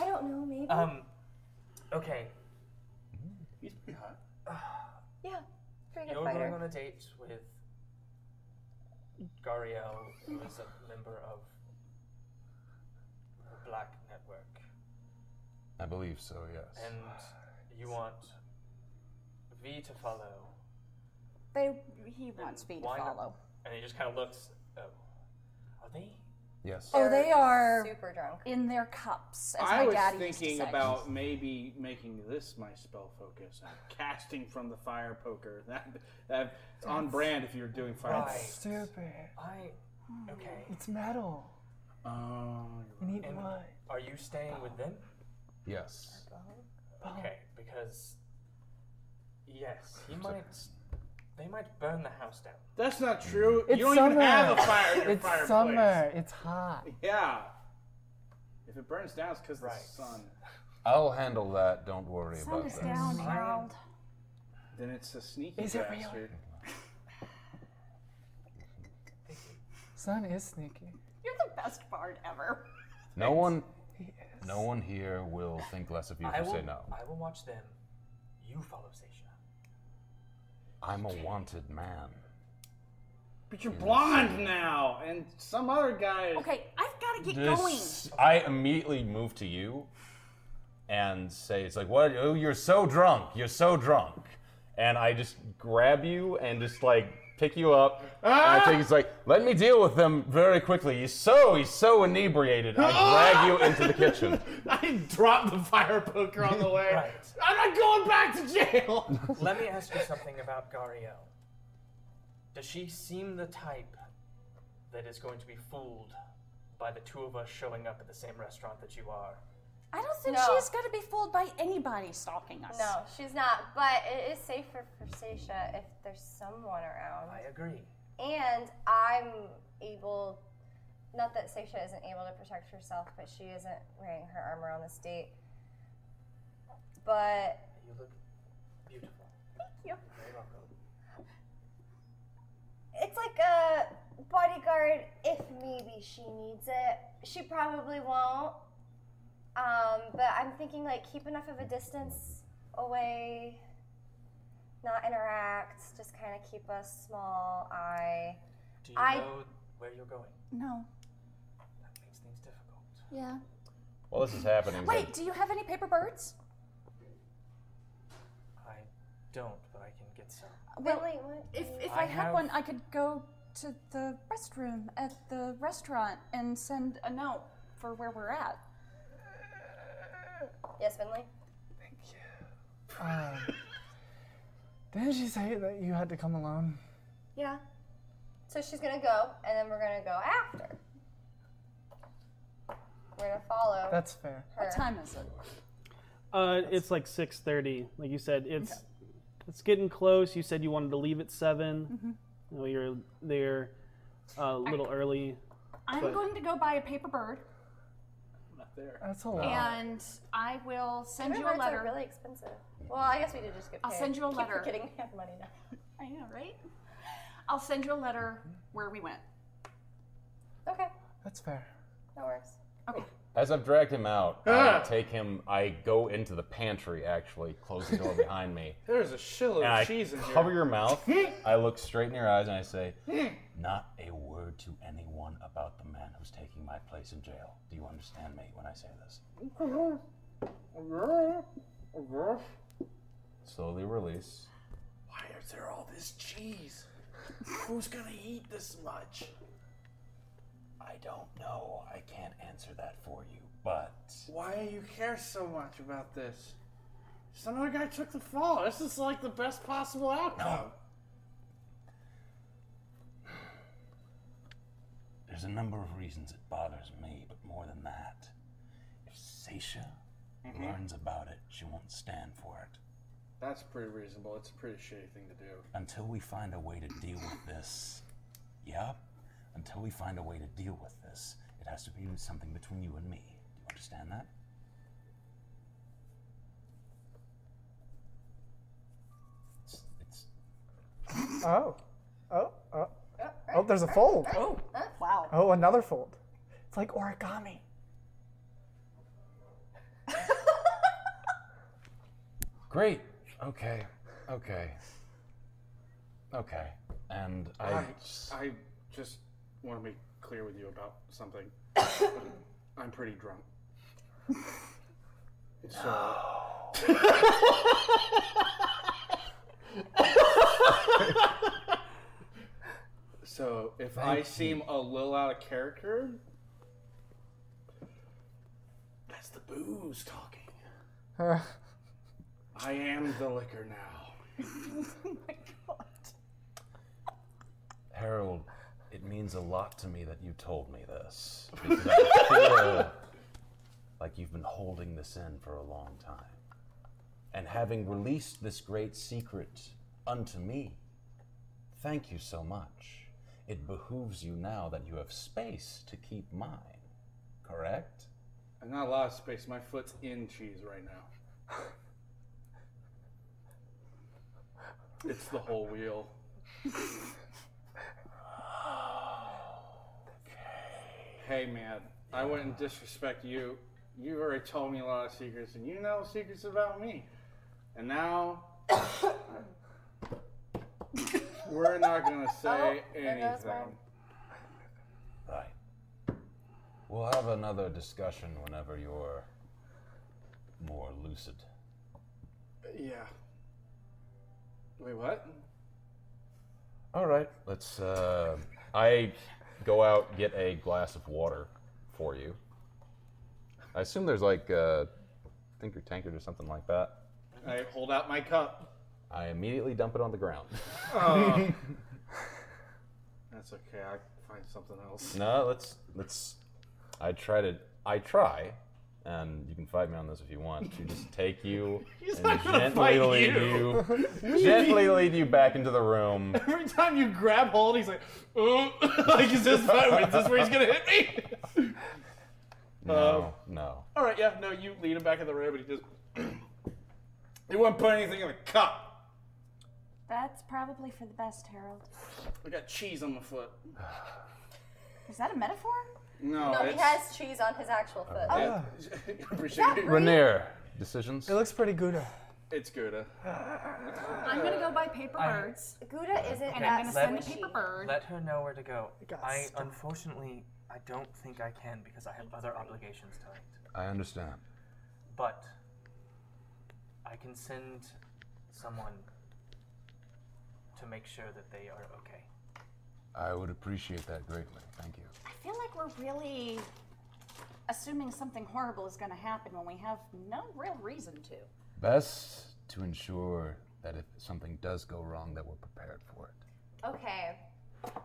S5: don't know. Maybe.
S3: [LAUGHS]
S1: Uh,
S3: Um, okay.
S1: Mm-hmm.
S4: He's pretty hot.
S5: yeah. Pretty
S3: You're
S5: good
S3: going on
S5: fighter.
S3: a date with Gariel, who is a member of the Black Network,
S1: I believe so, yes.
S3: and you want V to follow.
S6: They, he wants me to
S3: Why not?
S6: follow.
S3: And he just kind of looks. Oh, are they?
S1: Yes.
S6: Oh, they are
S5: super drunk
S6: in their cups. As
S4: I
S6: my
S4: was
S6: daddy used to
S4: thinking
S6: say.
S4: about maybe making this my spell focus, and casting from the fire poker. [LAUGHS] That that's on
S7: That's-
S4: brand if you're doing fire.
S7: That's stupid.
S3: I. Okay.
S7: It's metal.
S4: Um,
S7: You need
S3: And
S7: wood.
S3: are you staying with them?
S1: Yes.
S3: Okay, because yes, he might. They might burn the house down.
S4: That's not true.
S7: It's
S4: you don't
S7: summer.
S4: even have a fire in your
S7: it's
S4: fireplace.
S7: summer. It's hot.
S4: Yeah. If it burns down, it's because the sun.
S1: I'll handle that. Don't worry about
S6: Sun is
S1: that.
S6: down, Harold.
S4: Then it's a sneaky
S7: Is it real?
S4: bastard.
S7: Sun is sneaky.
S6: You're the best bard ever.
S1: No one, no one here will think less of you
S3: I
S1: if you
S3: will.
S1: say no.
S3: I will watch them. You follow Seisha.
S1: I'm a wanted man.
S4: But you're blonde now, and some other guy. is-
S6: Okay, I've got to get going.
S1: This, I immediately move to you and say, "It's like what? Oh, you're so drunk. You're so drunk." And I just grab you and just like pick you up. And I
S4: Ah!
S1: think he's like, "Let me deal with them very quickly." He's so he's so inebriated. I
S4: Ah!
S1: drag you into the kitchen.
S4: [LAUGHS] I dropped the fire poker on
S1: [LAUGHS]
S4: the way.
S3: Right.
S4: I'm not going back to jail.
S3: Let me ask you something about Gariel. Does she seem the type that is going to be fooled by the two of us showing up at the same restaurant that you are?
S6: I don't think
S5: No.
S6: she's going to be fooled by anybody stalking us.
S5: No, she's not. But it is safer for Sasha if there's someone around.
S3: I agree.
S5: And I'm able, not that Seisha isn't able to protect herself, but she isn't wearing her armor on this date. But
S3: You look beautiful.
S5: you know,
S3: You're welcome.
S5: it's like a bodyguard if maybe she needs it. She probably won't. Um, but I'm thinking like keep enough of a distance away, not interact, just kind of keep a small eye.
S3: Do you
S5: I-
S3: know where you're going?
S6: No.
S3: That makes things difficult.
S6: Yeah.
S1: While this is happening,
S6: Wait, do you have any paper birds?
S3: I don't, but I can get some.
S6: Well,
S5: wait, what?
S6: if if
S3: I
S6: I, had
S3: have-
S6: one, I could go to the restroom at the restaurant and send a note for where we're at.
S5: Yes, Finley?
S7: Um, didn't she say that you had to come alone?
S5: Yeah. So she's gonna go, and then we're gonna go after. We're gonna follow.
S7: That's fair.
S6: What time is it?
S2: Uh, it's like six thirty. Like you said, it's it's getting close. You said you wanted to leave at 7
S6: Mm-hmm.
S2: You know, you're there uh, a little early.
S6: I'm
S2: But-
S6: going to go buy a paper bird,
S4: Not there.
S7: That's a lot.
S6: and I will send you a
S5: Remember,
S6: letter.
S5: Are really expensive. Well, I guess we did just get.
S6: I'll
S5: paid.
S6: send you a
S5: Keep
S6: letter.
S5: Forgetting we have money now.
S6: I know, right? I'll send you a letter
S7: Mm-hmm.
S6: where we went.
S5: Okay,
S7: That's fair.
S5: that works.
S6: Okay.
S1: As I've dragged him out,
S4: Ah!
S1: I take him. I go into the pantry. Actually, close the door behind me.
S4: There's a shitload
S1: And I
S4: of cheese in here.
S1: cover your mouth.
S4: [LAUGHS]
S1: I look straight in your eyes and I say,
S4: Hmm.
S1: "Not a word to anyone about the man who's taking my place in jail. Do you understand me when I say this?" Slowly release.
S4: Why is there all this cheese? Who's gonna eat this much?
S1: I don't know. I can't answer that for you, but
S4: Why do you care so much about this? Some other guy took the fall. This is like the best possible outcome.
S1: there's a number of reasons it bothers me. But more than that, if Sasha learns about it, she won't stand for it.
S4: That's pretty reasonable. It's a pretty shitty thing to do.
S1: until we find a way to deal with this. Yep. Until we find a way to deal with this, it has to be something between you and me. Do you understand that? It's, it's
S7: Oh. Oh. Oh. Oh, there's a fold.
S6: Oh, wow.
S13: God.
S7: Oh, another fold. It's like origami.
S1: Great. Okay. Okay. Okay. And I.
S4: I, I just want to be clear with you about [COUGHS] something. I'm pretty [LAUGHS] drunk. So, [LAUGHS] so if I
S1: Thank
S4: seem a little out of character, that's the booze talking.
S7: [LAUGHS]
S4: I am the liquor now.
S1: Harold, it means a lot to me that you told me this. Because I feel like you've been holding this in for a long time. And having released this great secret unto me, thank you so much. It behooves you now that you have space to keep mine, correct?
S4: And not a lot of space. My foot's in cheese right now. it's the whole wheel. Hey, man, I wouldn't disrespect you. You already told me a lot of secrets, and you know secrets about me. And now. We're not gonna say anything.
S1: Right. We'll have another discussion whenever you're more lucid.
S4: Yeah. Wait, what?
S1: All right. Let's. Uh, I go out get a glass of water for you. I assume there's like a thinker tankard or something like that.
S4: I hold out my cup.
S1: I immediately dump it on the ground.
S4: [LAUGHS] Oh. [LAUGHS] That's okay. I can find something else.
S1: [LAUGHS] no, let's let's. I try to. I try, and you can fight me on this if you want. To just take you
S4: [LAUGHS] He's
S1: and
S4: not gonna
S1: gently
S4: fight
S1: lead
S4: you. [LAUGHS] Uh.
S1: you gently lead you back into the room.
S4: [LAUGHS] Every time you grab hold, he's like, "Ooh," [LAUGHS] like is this, is this where he's gonna hit me?
S1: No, no.
S4: All right, yeah, no, you lead him back in the room, but he just [CLEARS THROAT] he won't put anything in the cup.
S6: That's probably for the best, Harold.
S4: I got cheese on my
S1: [SIGHS]
S4: foot.
S6: Is that a metaphor?
S4: No,
S14: no, he
S4: it's,
S14: has cheese on his actual
S5: Oh.
S14: foot.
S7: Oh.
S4: Yeah. [LAUGHS] appreciate it.
S1: Renier, decisions. It
S7: looks pretty good.
S4: It's uh. Gouda.
S5: I'm gonna go buy paper
S3: I-
S5: birds.
S14: Gouda isn't
S5: And I'm gonna send
S3: Let-
S5: the paper bird.
S3: Let her know where to go.
S5: got
S3: I
S5: stuck.
S3: unfortunately I don't think I can because I have other obligations tonight.
S1: I understand.
S3: But I can send someone to make sure that they are okay.
S1: I would appreciate that greatly. Thank you.
S6: I feel like we're really assuming something horrible is going to happen when we have no real reason to.
S1: Best to ensure that if something does go wrong, that we're prepared for it.
S14: Okay.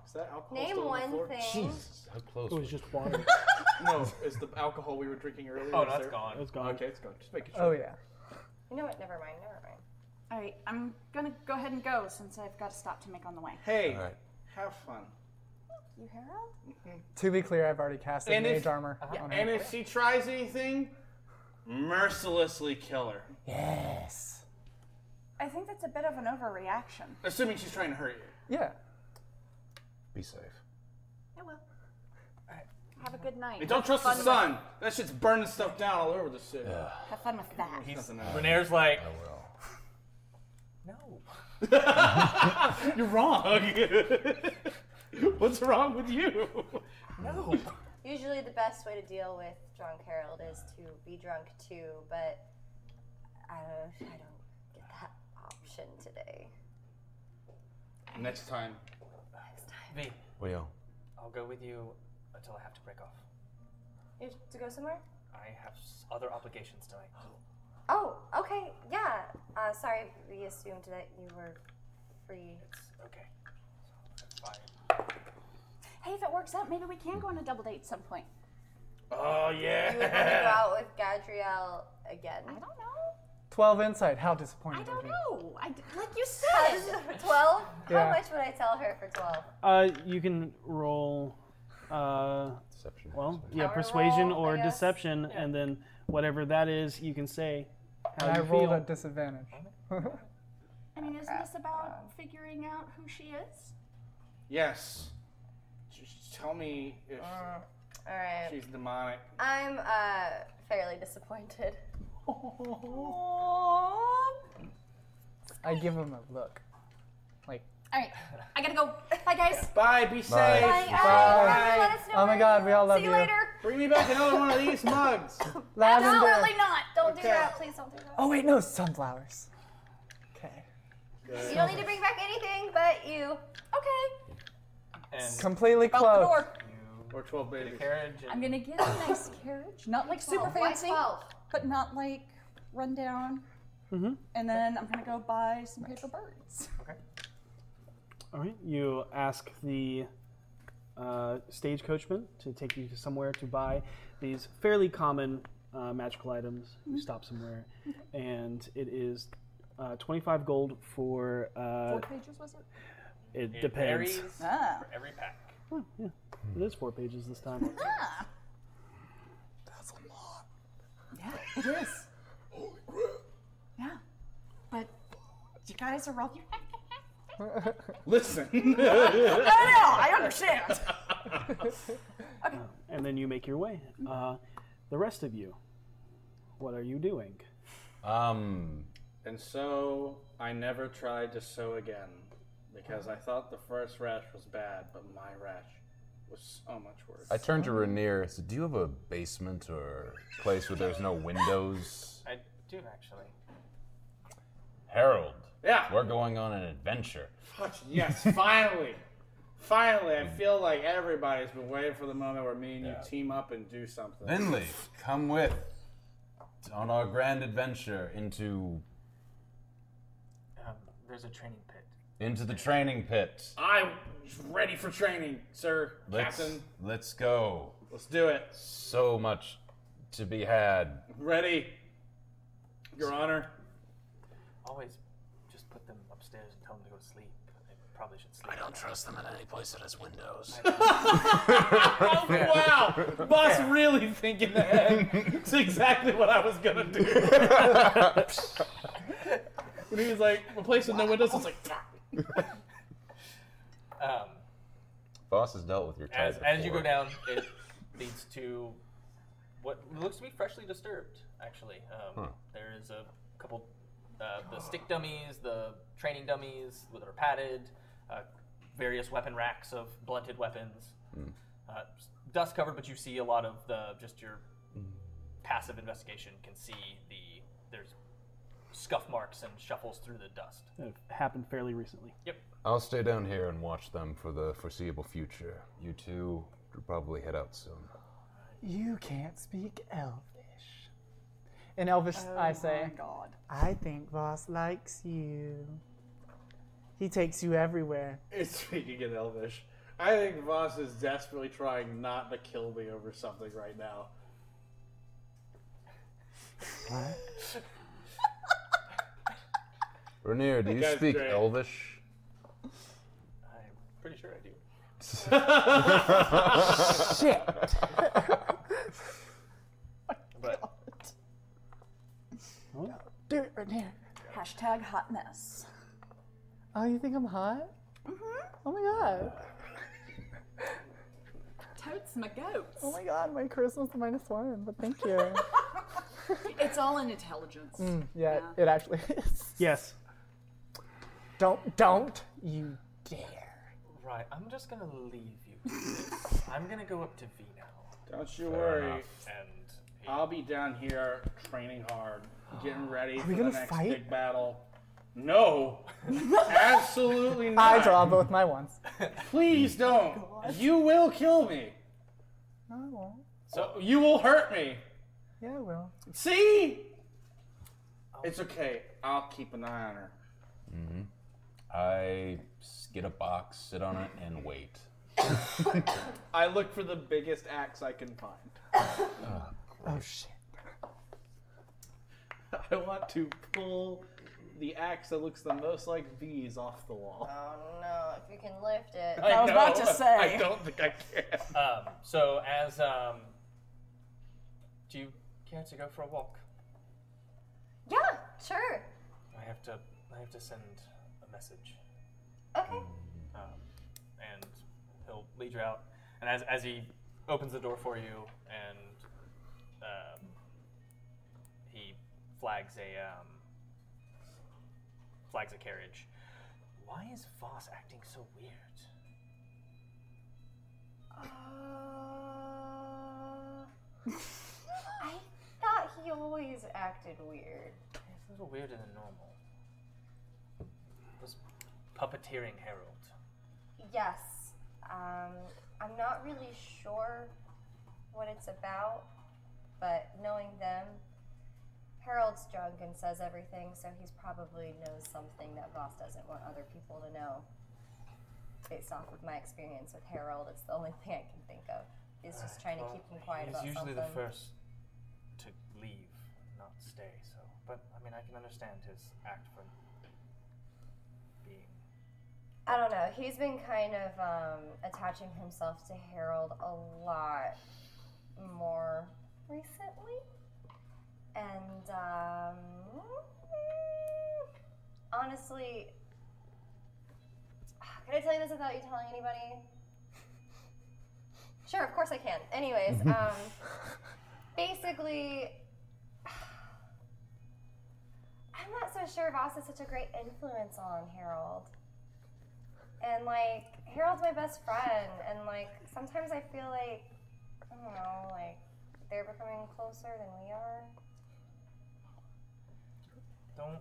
S4: Is that alcohol
S14: Name
S4: still on the
S14: one
S4: floor?
S14: thing.
S1: how close?
S4: It was
S1: just
S4: water. [LAUGHS] no, it's the alcohol we were drinking earlier.
S3: Oh,
S4: Is
S3: that's
S4: there-
S3: gone.
S4: It's gone. Okay, it's gone. Just making sure.
S7: Oh yeah.
S14: You know what? Never mind. Never mind.
S6: All right, I'm going to go ahead and go since I've got a stop to make on the way.
S4: Hey,
S7: All right.
S4: have fun.
S6: You Harold?
S7: To be clear, I've already cast
S4: And
S7: mage
S4: if- Uh-huh.
S7: armor.
S4: Yeah,
S7: on
S4: and
S7: her.
S4: if she tries anything, mercilessly kill her.
S7: Yes.
S6: I think that's a bit of an overreaction.
S4: Assuming she's trying to hurt you.
S7: Yeah.
S1: Be safe.
S6: I will. Have a good night.
S4: And don't trust the
S6: Have fun
S4: sun. That shit's burning stuff down all over the city.
S6: with- Have fun with that.
S4: He's
S15: Renier's like,
S4: [LAUGHS] You're wrong. [LAUGHS] What's wrong with you?
S3: No.
S14: [LAUGHS] Usually, the best way to deal with drunk Harold is to be drunk too, but I don't. I don't get that option today.
S4: Next time.
S3: V,
S1: Leo.
S3: I'll go with you until I have to break off.
S14: You have to go somewhere?
S3: I have s- other obligations tonight.
S14: Oh, okay. Yeah. Uh, sorry, we assumed that you were free.
S3: Okay.
S6: Hey, if it works out, maybe we can go on a double date at some point. [LAUGHS]
S4: Oh
S14: You would want to go out with Gadriel again. I don't
S6: know.
S7: Twelve insight. How disappointing. I don't
S6: No, I, d- like you
S14: How does
S6: said.
S14: [LAUGHS] it- for 12?
S7: Yeah.
S14: How much would I tell her for 12?
S2: Uh, you can roll. Uh,
S1: deception.
S2: Well, yeah,
S14: Power
S2: persuasion
S14: roll,
S2: or
S14: I guess.
S2: deception, and then whatever that is, you can say how
S7: I
S2: you
S7: rolled
S2: feel.
S7: at disadvantage. [LAUGHS]
S6: I mean, isn't this about figuring out who she is?
S4: Yes. Just tell me if
S7: Uh,
S14: Mm, all right.
S4: she's demonic.
S14: I'm uh, fairly disappointed.
S7: I give him a look. Like,
S5: All right, I gotta go. Bye, guys.
S7: bye, be
S5: safe. Bye. Bye. Let us know
S7: Oh my
S5: where
S7: god, we all love
S5: See
S7: you.
S5: you later.
S4: Bring me back another one of these
S5: [LAUGHS]
S4: mugs.
S7: Lavender.
S5: Absolutely not. Don't do
S7: Okay.
S5: that. Please don't do that.
S7: Oh wait, no, sunflowers. Okay.
S14: You don't need to bring back anything but you. Okay.
S7: Completely
S5: Out the
S7: closed.
S5: door.
S4: Or 12 babies.
S6: I'm gonna get a nice carriage, not like super
S14: Twelve. Why
S6: fancy, but not like rundown.
S2: Mhm.
S6: And then I'm gonna go buy some paper birds. Okay.
S2: All right, you ask the uh, stage coachman to take you to somewhere to buy these fairly common uh, magical items. You
S14: Mm-hmm.
S6: Mhm.
S2: stop somewhere, and it is uh, 25 gold for. Uh,
S6: Four pages was it?
S2: it depends.
S15: varies
S6: Ah.
S15: for every pack.
S2: It is four pages this time.
S6: Ah. That's a lot. Yeah, it is. Yeah, but you guys are all.
S4: Listen.
S6: no, no, I understand.
S7: [LAUGHS]
S4: [LAUGHS]
S2: and then you make your way. Uh, the rest of you, what are you doing?
S1: Um.
S4: And so I never tried to sew again because I thought the first rash was bad, but my rash was so much worse.
S1: I turned to Rainier. I said, "Do you have a basement or place where there's no windows?"
S3: I do actually.
S1: Harold.
S4: Yeah.
S1: We're going on an adventure.
S4: Fuck yes, finally. Finally, I feel like everybody's been waiting for the moment where me and you team up and do something.
S1: Lindley, come with on our grand adventure into
S3: Um, there's a training pit.
S1: into the training pit.
S4: I'm ready for training, sir,
S1: Let's
S4: Captain.
S1: let's go.
S4: Let's do it.
S1: So much to be had.
S4: Ready, Your Honor.
S3: Always just put them upstairs and tell them to go to sleep. They probably should sleep. I don't trust them in any place that has windows.
S4: wow, boss really thinking ahead. It's exactly what I was gonna [LAUGHS] do. when he was like, replace with no windows, I was like,
S3: [LAUGHS] um,
S1: Boss has dealt with your type
S3: as, as you go
S1: before.
S3: down,
S1: [LAUGHS]
S3: it leads to what looks to be freshly disturbed. Actually, um,
S1: Huh.
S3: there is a couple uh, the stick dummies, the training dummies that are padded, uh, various weapon racks of blunted weapons,
S1: Hmm.
S3: uh, dust covered. But you see a lot of the just your passive investigation can see the there's scuff marks and shuffles through the dust.
S2: It happened fairly recently.
S3: Yep.
S1: I'll stay down here and watch them for the foreseeable future. You two will probably head out
S4: [LAUGHS]
S1: soon.
S7: You can't speak Elvish. In Elvish,
S6: Oh
S7: I say,
S6: my God.
S7: I think Voss likes you. He takes you everywhere.
S4: [LAUGHS] It's speaking in Elvish. I think Voss is desperately trying not to kill me over something right now.
S1: Rainier, do
S4: That
S1: you
S4: guy's
S1: speak
S4: great.
S1: Elvish?
S3: I'm pretty sure
S4: [LAUGHS]
S3: I do.
S7: Shit.
S3: But
S7: Do it right here.
S6: Hashtag hot mess. Mm-hmm.
S7: Oh, you think I'm hot? Oh my god.
S6: Totes my goats.
S7: Oh [LAUGHS] my god, my charisma's minus one, but thank you.
S6: It's all in intelligence.
S7: [LAUGHS] Mm, yeah, it actually [LAUGHS] is.
S2: Yes.
S7: Don't, don't you dare.
S3: Right, I'm just gonna leave you. to this. I'm gonna go up to V now.
S4: Don't you worry.
S3: And
S4: I'll be down here training hard, getting ready
S7: Are
S4: for
S7: we
S4: the
S7: gonna
S4: next
S7: fight?
S4: big battle. No, absolutely not.
S7: I draw both my ones.
S4: Please don't. You will kill me.
S7: No, I won't.
S4: So you will hurt me.
S7: Yeah, I will.
S4: See? It's okay. I'll keep an eye on her.
S1: Mm-hmm. I s- get a box, sit on it, and wait.
S4: I look for the biggest axe I can find. [LAUGHS]
S7: Oh shit.
S4: I want to pull the axe that looks the most like V's off the wall.
S14: Oh
S5: Um,
S14: no, if you can lift it.
S4: think I can.
S3: Um, so as um, do you care to go for a walk?
S14: Yeah, sure.
S3: I have to. I have to send a message.
S14: Okay.
S3: Um, and He'll lead you out, and as as he opens the door for you, and um, he flags a um, flags a carriage. Why is Voss acting so weird?
S14: Uh, [LAUGHS]
S5: I thought he always acted weird.
S3: It's a little weirder than normal. This puppeteering herald.
S5: Yes. Um, I'm not really sure what it's about, but knowing them, Harold's drunk and says everything, so he's probably knows something that Voss doesn't want other people to know. Based off of my experience with Harold, it's the only [LAUGHS] thing I can think of. Is just trying to
S3: Well,
S5: keep him quiet
S3: He's
S5: about
S3: usually
S5: something.
S3: the first to leave, not stay. So, but I mean, I can understand his act for being.
S5: I don't know. He's been kind of um, attaching himself to Harold a lot more recently. And um, honestly, can I tell you this without you telling anybody? Sure, of course I can. Anyways, um, basically, I'm not so sure Voss is such a great influence on Harold. And like Harold's my best friend, and like sometimes I feel like I don't know, like they're becoming closer than we are.
S3: Don't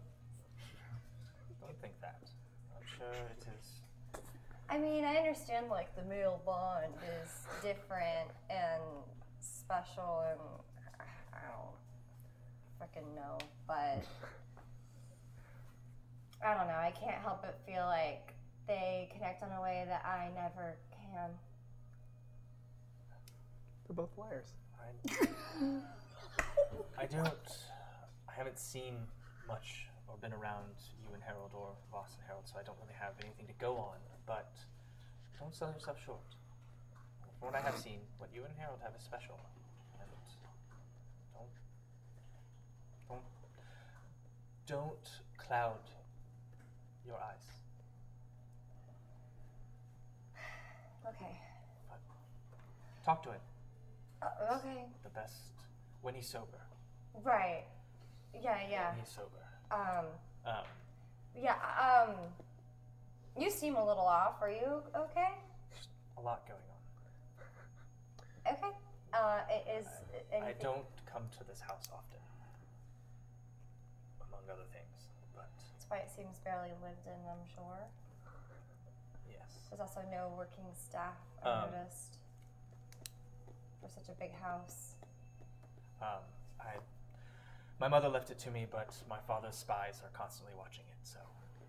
S3: don't think that. I'm sure it is.
S5: I mean, I understand like the male bond is different and special, and I don't freaking know, but I don't know. I can't help but feel like they connect on a way that I never can.
S7: They're both liars.
S3: I don't. I haven't seen much or been around you and Harold or Voss and Harold, so I don't really have anything to go on. But don't sell yourself short. From what I have seen, what you and Harold have is special. And don't, don't, don't cloud your eyes.
S5: Okay.
S3: Talk to him.
S5: Uh, okay.
S3: The best when he's sober.
S5: Right. Yeah. Yeah.
S3: When he's sober.
S5: Um.
S3: Um,
S5: Yeah. Um. You seem a little off. Are you okay?
S3: a lot going on.
S5: Okay. Uh. i- Is
S3: I
S5: anything?
S3: don't come to this house often, among other things. But
S5: That's why it seems barely lived in. I'm sure.
S3: yes,
S5: There's also no working staff. I
S3: Um.
S5: noticed. For such a big house.
S3: um, I my mother left it to me, but my father's spies are constantly watching it. So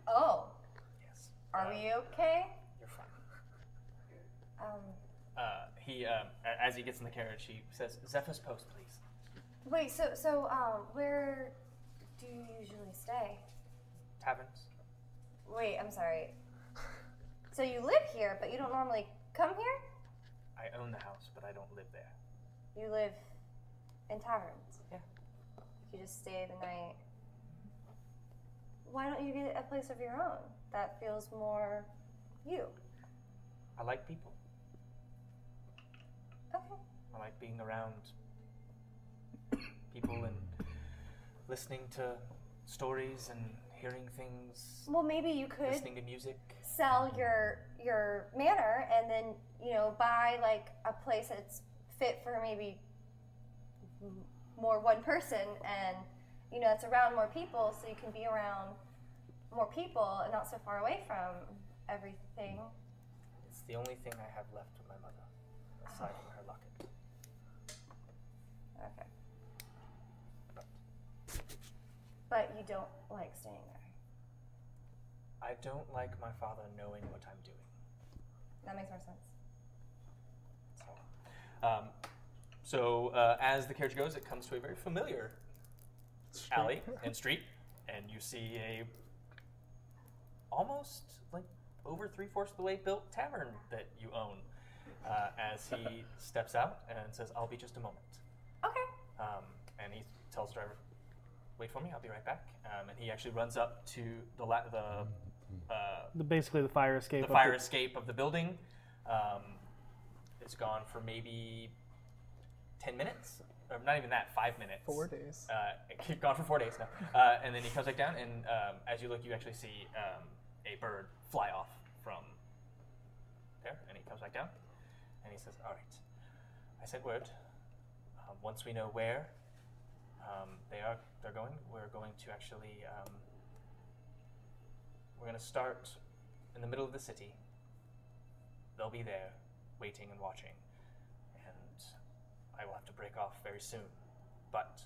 S5: Oh.
S3: Yes. Um,
S5: Are we okay?
S3: you're fine.
S5: Um.
S3: Uh, he um, a- as he gets in the carriage, he says, "Zephyr's post, please."
S5: Wait. So. So. Um. Where do you usually stay?
S3: Taverns.
S5: Wait. I'm sorry.
S3: [LAUGHS]
S5: So you live here, but you don't normally come here.
S3: I own the house, but I don't live there.
S5: You live in taverns.
S3: Yeah.
S5: You just stay the night. Why don't you get a place of your own that feels more you?
S3: I like people.
S5: Okay.
S3: I like being around people and listening to stories and hearing things.
S5: Well, maybe you could
S3: listening to music.
S5: sell your your manor and then you know buy like a place that's fit for maybe m- more one person and you know it's around more people so you can be around more people and not so far away from everything
S3: It's the only thing I have left with my mother, aside from her locket.
S5: okay but you don't like staying there
S3: I don't like my father knowing what I'm doing.
S5: that makes more sense
S3: Um, so uh, as the carriage goes, it comes to a very familiar alley and street, and you see a almost like over three fourths of the way built tavern that you own. Uh, as he steps out and says, "I'll be just a moment." Okay. Um, and he tells the driver, "Wait for me. I'll be right back." Um, and he actually runs up to the uh, la- the uh,
S2: The, basically, the fire escape.
S3: the fire escape of the building, um, is gone for maybe 10 minutes, or not even that, five minutes.
S7: Four days.
S3: Uh, [LAUGHS] it- gone for four days now. Uh, and then he comes back down, and um, as you look, you actually see um, a bird fly off from there, and he comes back down, and he says, All right, I sent word. Um, once we know where um, they are, they're going, we're going to actually. Um, we're going to start in the middle of the city. They'll be there, waiting and watching. And I will have to break off very soon. But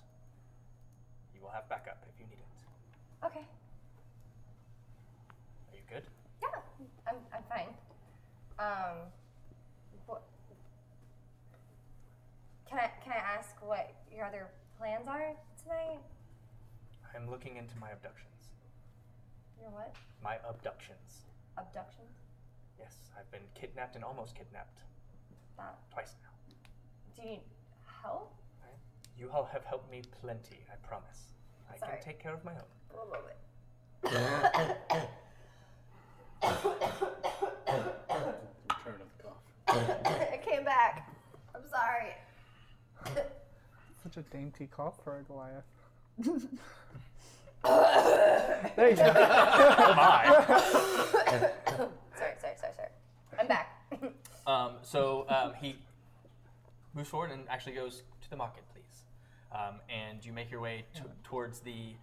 S3: you will have backup if you need it.
S5: Okay.
S3: Are you good?
S5: Yeah, I'm, I'm fine. Um, what, can I can I ask what your other plans are tonight?
S3: I'm looking into my abductions.
S5: Your what?
S3: My abductions.
S5: Abductions?
S3: Yes, I've been kidnapped and almost kidnapped.
S5: That.
S3: Twice now.
S5: Do you need help? [COUGHS]
S3: You all have helped me plenty, I promise. I
S5: Sorry.
S3: can take care of my own.
S5: One moment.
S4: Turn up cough.
S14: it came back. I'm sorry.
S7: [LAUGHS] Such a dainty cough for a Goliath. there you go.
S14: Oh
S3: my.
S5: sorry, sorry, sorry, sorry. I'm back.
S3: Um, so um, he moves forward and actually goes to the market, please. Um, and you make your way t- towards the e-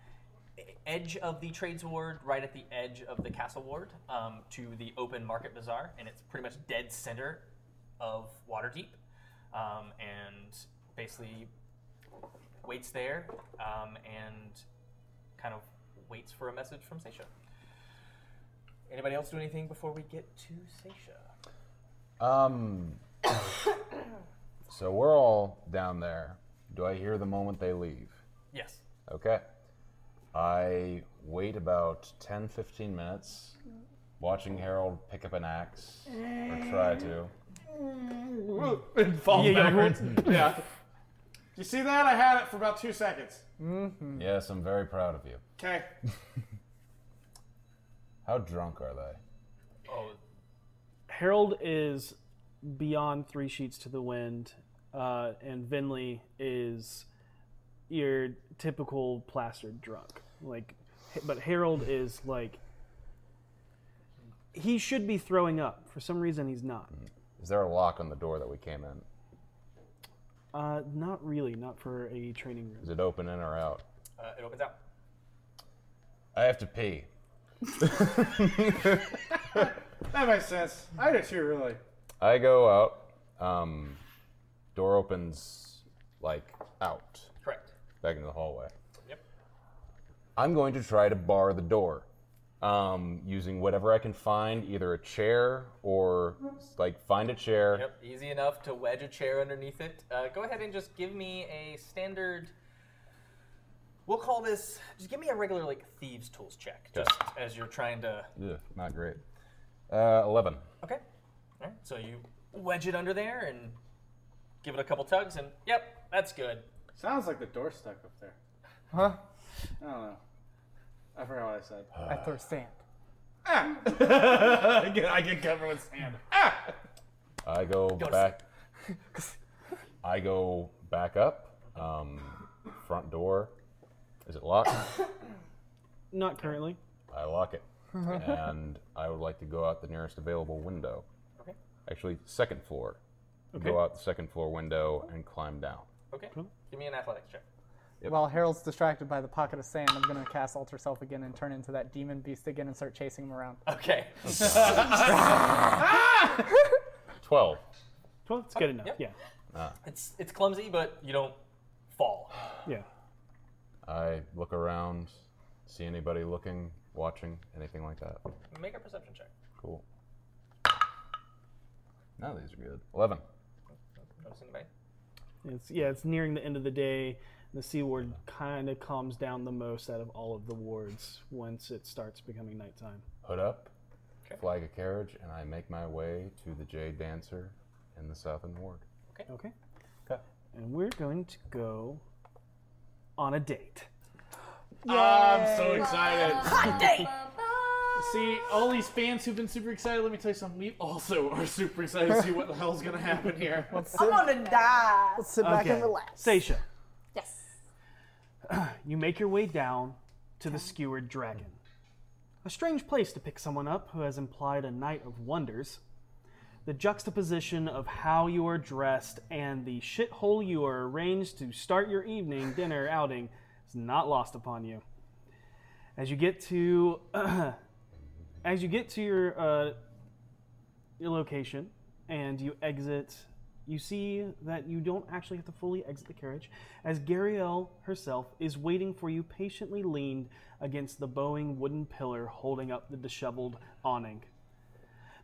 S3: edge of the trades ward, right at the edge of the castle ward, um, to the open market bazaar, and it's pretty much dead center of Waterdeep. Um, and basically waits there um, and kind of waits for a message from Seisha. Anybody else do anything before we get to Seisha?
S1: Um. [COUGHS] so we're all down there. Do I hear the moment they leave?
S3: Yes.
S1: Okay. I wait about 10, 15 minutes, watching Harold pick up an axe or try to.
S4: [LAUGHS] And
S1: fall backwards.
S4: yeah. You see that? I had it for about two seconds.
S7: Mm-hmm.
S1: Yes, I'm very proud of you.
S4: Okay.
S1: How drunk are they?
S3: Oh,
S2: Harold is beyond three sheets to the wind, uh, and Vinley is your typical plastered drunk. Like, but Harold is like he should be throwing up. For some reason, he's not.
S1: Is there a lock on the door that we came in?
S2: Uh, not really. Not for a training room.
S1: Is it open in or out?
S3: Uh, it opens out.
S1: I have to pee.
S4: That makes sense. I do too, really.
S1: I go out. Um, door opens like out.
S3: Correct.
S1: Back into the hallway.
S3: Yep.
S1: I'm going to try to bar the door um, using whatever I can find, either a chair or like find a chair.
S3: Yep, easy enough to wedge a chair underneath it. Uh, go ahead and just give me a standard. We'll call this. Just give me a regular like thieves' tools check,
S1: Okay.
S3: just as you're trying to.
S1: Ugh, not great. Uh, Eleven.
S3: Okay. All right. So you wedge it under there and give it a couple tugs, and yep, that's good.
S4: Sounds like the door's stuck up there.
S7: Huh?
S4: I don't know. I forgot what I said. Ah.
S7: I throw sand.
S4: Uh. [LAUGHS] I get, I get covered with sand.
S1: I go
S4: Go to
S1: back. [LAUGHS] I go back up. Um, front door. Is it locked?
S2: Not currently.
S1: I lock it.
S2: Mm-hmm.
S1: and I would like to go out the nearest available window.
S3: Okay.
S1: Actually, second floor.
S2: Okay.
S1: Go out the second floor window and climb down.
S3: Okay. Give me an athletics check.
S7: While Harold's distracted by the pocket of sand, I'm gonna cast Alter Self again and turn into that demon beast again and start chasing him around. [LAUGHS]
S3: Okay.
S1: 12.
S2: Twelve. It's good enough.
S3: Yep.
S2: Yeah.
S1: Ah.
S3: It's it's clumsy, but you don't fall.
S2: Yeah.
S1: I look around, see anybody looking, watching, anything like that.
S3: Make a perception check.
S1: Cool. No, these are good. 11.
S3: Notice anybody?
S2: It's yeah. It's nearing the end of the day. The C ward kind of calms down the most out of all of the wards once it starts becoming nighttime.
S1: Hood up, flag a carriage, and I make my way to the Jade Dancer in the Southern Ward.
S3: Okay.
S2: Okay. And we're going to go on a date.
S4: Ah, I'm so excited.
S14: Hot date.
S16: See, all these fans who've been super excited, let me tell you something. We also are super excited to see what the hell's going to happen
S4: [LAUGHS]
S16: here.
S7: I'm gonna die. Let's sit back
S2: Okay.
S7: and relax.
S2: Seisha,
S6: Yes.
S2: [CLEARS THROAT] you make your way down to the skewered dragon. A strange place to pick someone up who has implied a night of wonders. The juxtaposition of how you are dressed and the shithole you are arranged to start your evening dinner [LAUGHS] outing is not lost upon you. As you get to, [CLEARS THROAT] as you get to your uh, your location and you exit, you see that you don't actually have to fully exit the carriage, as Gariel herself is waiting for you, patiently leaned against the bowing wooden pillar holding up the disheveled awning.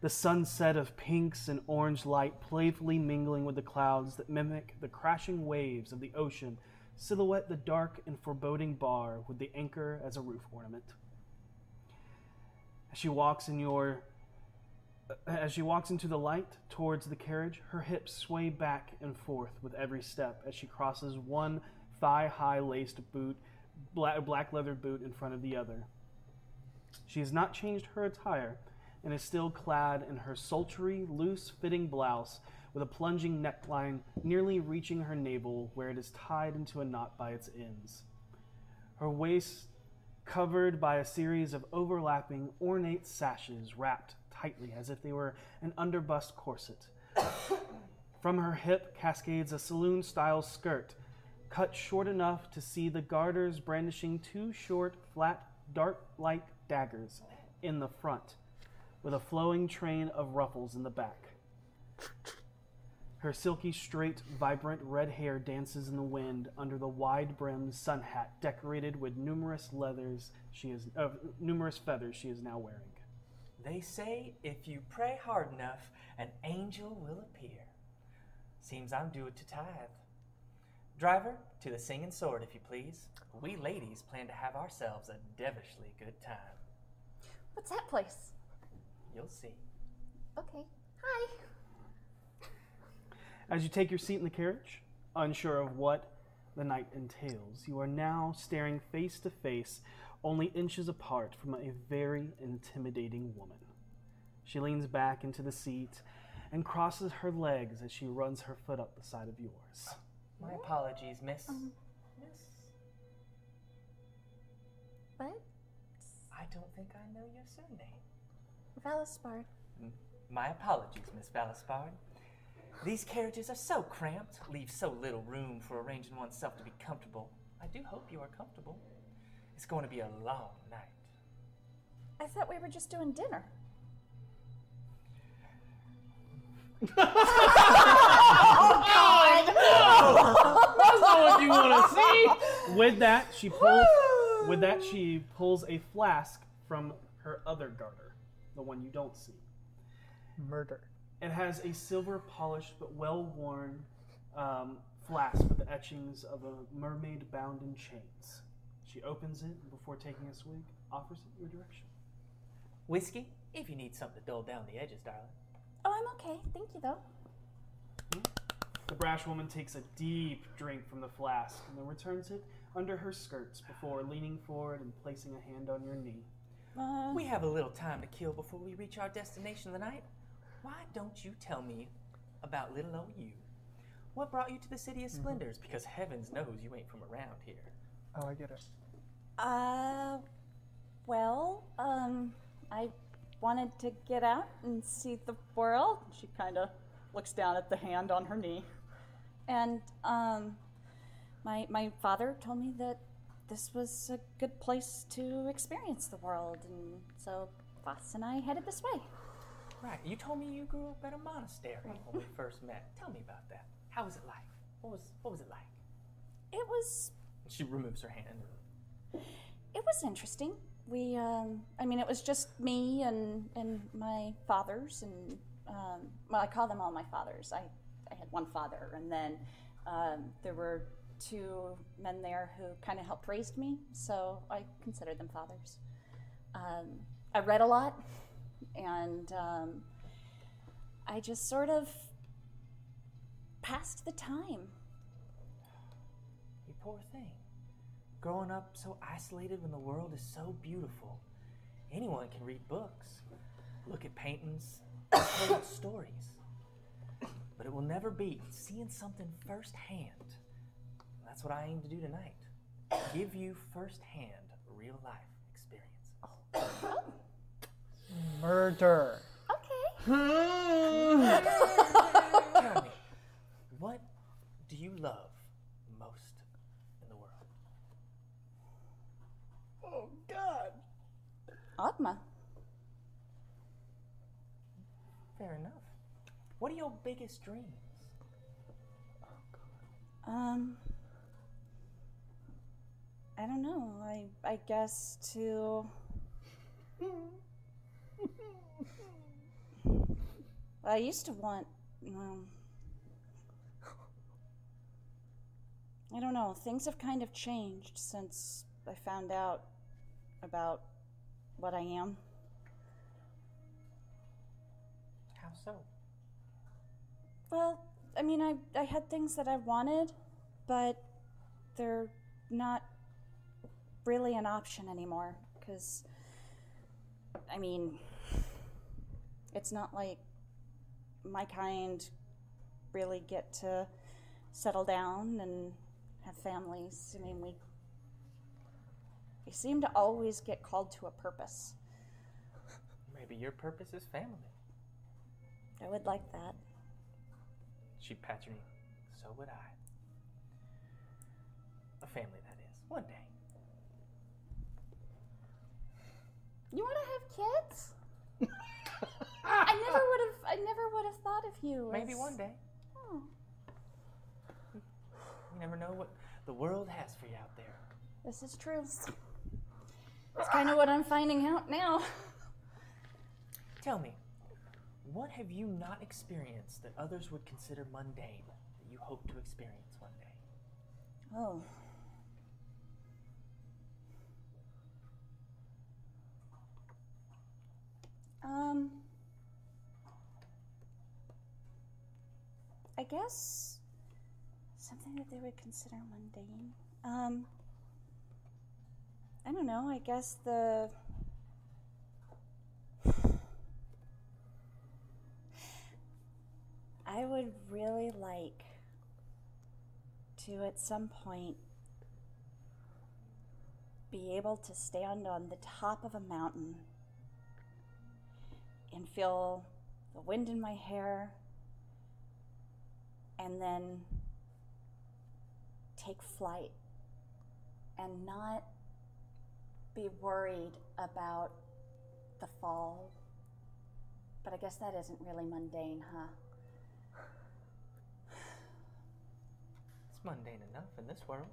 S2: The sunset of pinks and orange light playfully mingling with the clouds that mimic the crashing waves of the ocean silhouette the dark and foreboding bar with the anchor as a roof ornament. As she walks in your as she walks into the light towards the carriage, her hips sway back and forth with every step as she crosses one thigh-high laced boot, black, black leather boot in front of the other. She has not changed her attire and is still clad in her sultry, loose fitting blouse with a plunging neckline nearly reaching her navel where it is tied into a knot by its ends. Her waist covered by a series of overlapping, ornate sashes wrapped tightly as if they were an underbust corset. [COUGHS] From her hip cascades a saloon style skirt, cut short enough to see the garters brandishing two short, flat, dart like daggers in the front, with a flowing train of ruffles in the back. Her silky, straight, vibrant red hair dances in the wind under the wide-brimmed sun hat decorated with numerous leathers she is uh, numerous feathers she is now wearing.
S3: They say if you pray hard enough, an angel will appear. Seems I'm due to tithe. Driver, to the singing sword, if you please. We ladies plan to have ourselves a devilishly good time.
S6: What's that place?
S3: You'll see.
S6: Okay. Hi.
S2: As you take your seat in the carriage, unsure of what the night entails, you are now staring face to face, only inches apart from a very intimidating woman. She leans back into the seat and crosses her legs as she runs her foot up the side of yours.
S3: My apologies, miss. miss?
S6: What?
S3: I don't think I know your surname.
S6: Valispar.
S3: My apologies, Miss Valispard. These carriages are so cramped, leave so little room for arranging oneself to be comfortable. I do hope you are comfortable. It's going to be a long night.
S6: I thought we were just doing dinner.
S16: That's not
S3: Oh,
S16: what you
S7: [LAUGHS]
S16: want to see.
S2: With that, she pulls. with that, she pulls a flask from her other garter, the one you don't see.
S7: Murder.
S2: It has a silver polished but well worn um, flask with the etchings of a mermaid bound in chains. She opens it and before taking a swig, offers it your direction.
S3: Whiskey, if you need something to dull down the edges, darling.
S6: Oh, I'm okay. Thank you, though.
S2: The brash woman takes a deep drink from the flask and then returns it under her skirts before leaning forward and placing a hand on your knee.
S3: we have a little time to kill before we reach our destination tonight. Why don't you tell me about little old you? What brought you to the City of Splendors? Because heavens knows you ain't from around here.
S7: Oh, I get it.
S6: Uh, well, um, I wanted to get out and see the world. She kind of looks down at the hand on her knee. And, um, my, my father told me that this was a good place to experience the world, and so Voss and I headed this way.
S3: Right. You told me you grew up at a monastery when
S6: Mm-hmm.
S3: we first met. Tell me about that. How was it like? What was what was it like?
S6: It was
S3: She removes her hand.
S6: it was interesting. We, um, I mean, it was just me and and my fathers, and um, well, I call them all my fathers. I, I had one father, and then um, there were two men there who kind of helped raise me, so I consider them fathers. Um, I read a lot, and um, I just sort of passed the time.
S3: You poor thing. Growing up so isolated when the world is so beautiful. anyone can read books, look at paintings, [COUGHS] and tell stories. But it will never beat seeing something firsthand. And that's what I aim to do tonight. Give you firsthand real life experience.
S7: Murder.
S3: Hmm.
S7: [LAUGHS]
S3: Tell me, what do you love most in the world?
S6: Oh God. Atma.
S3: Fair enough. What are your biggest dreams?
S6: Oh, Um. I don't know. I I guess [LAUGHS] to. I used to want. Um, I don't know. Things have kind of changed since I found out about what I am.
S3: How so?
S6: Well, I mean, I, I had things that I wanted, but they're not really an option anymore. Because, I mean, it's not like my kind really get to settle down and have families. I mean, we, we seem to always get called to a purpose.
S3: Maybe your purpose is family.
S6: I would like that.
S3: She pats her knee. So would I. A family, that is. One day.
S6: You want to have kids? [LAUGHS] I never would have. I never would have thought of you.
S3: Maybe
S6: as-
S3: one day.
S6: Oh,
S3: You never know what the world has for you out there.
S6: this is true. It's kind of what I'm finding out now. [LAUGHS]
S3: Tell me, what have you not experienced that others would consider mundane that you hope to experience one day?
S6: Oh. Um. I guess something that they would consider mundane. Um. I don't know. I guess the. [SIGHS] I would really like to at some point be able to stand on the top of a mountain and feel the wind in my hair and then take flight and not be worried about the fall. But I guess that isn't really mundane, huh?
S3: It's mundane enough in this world.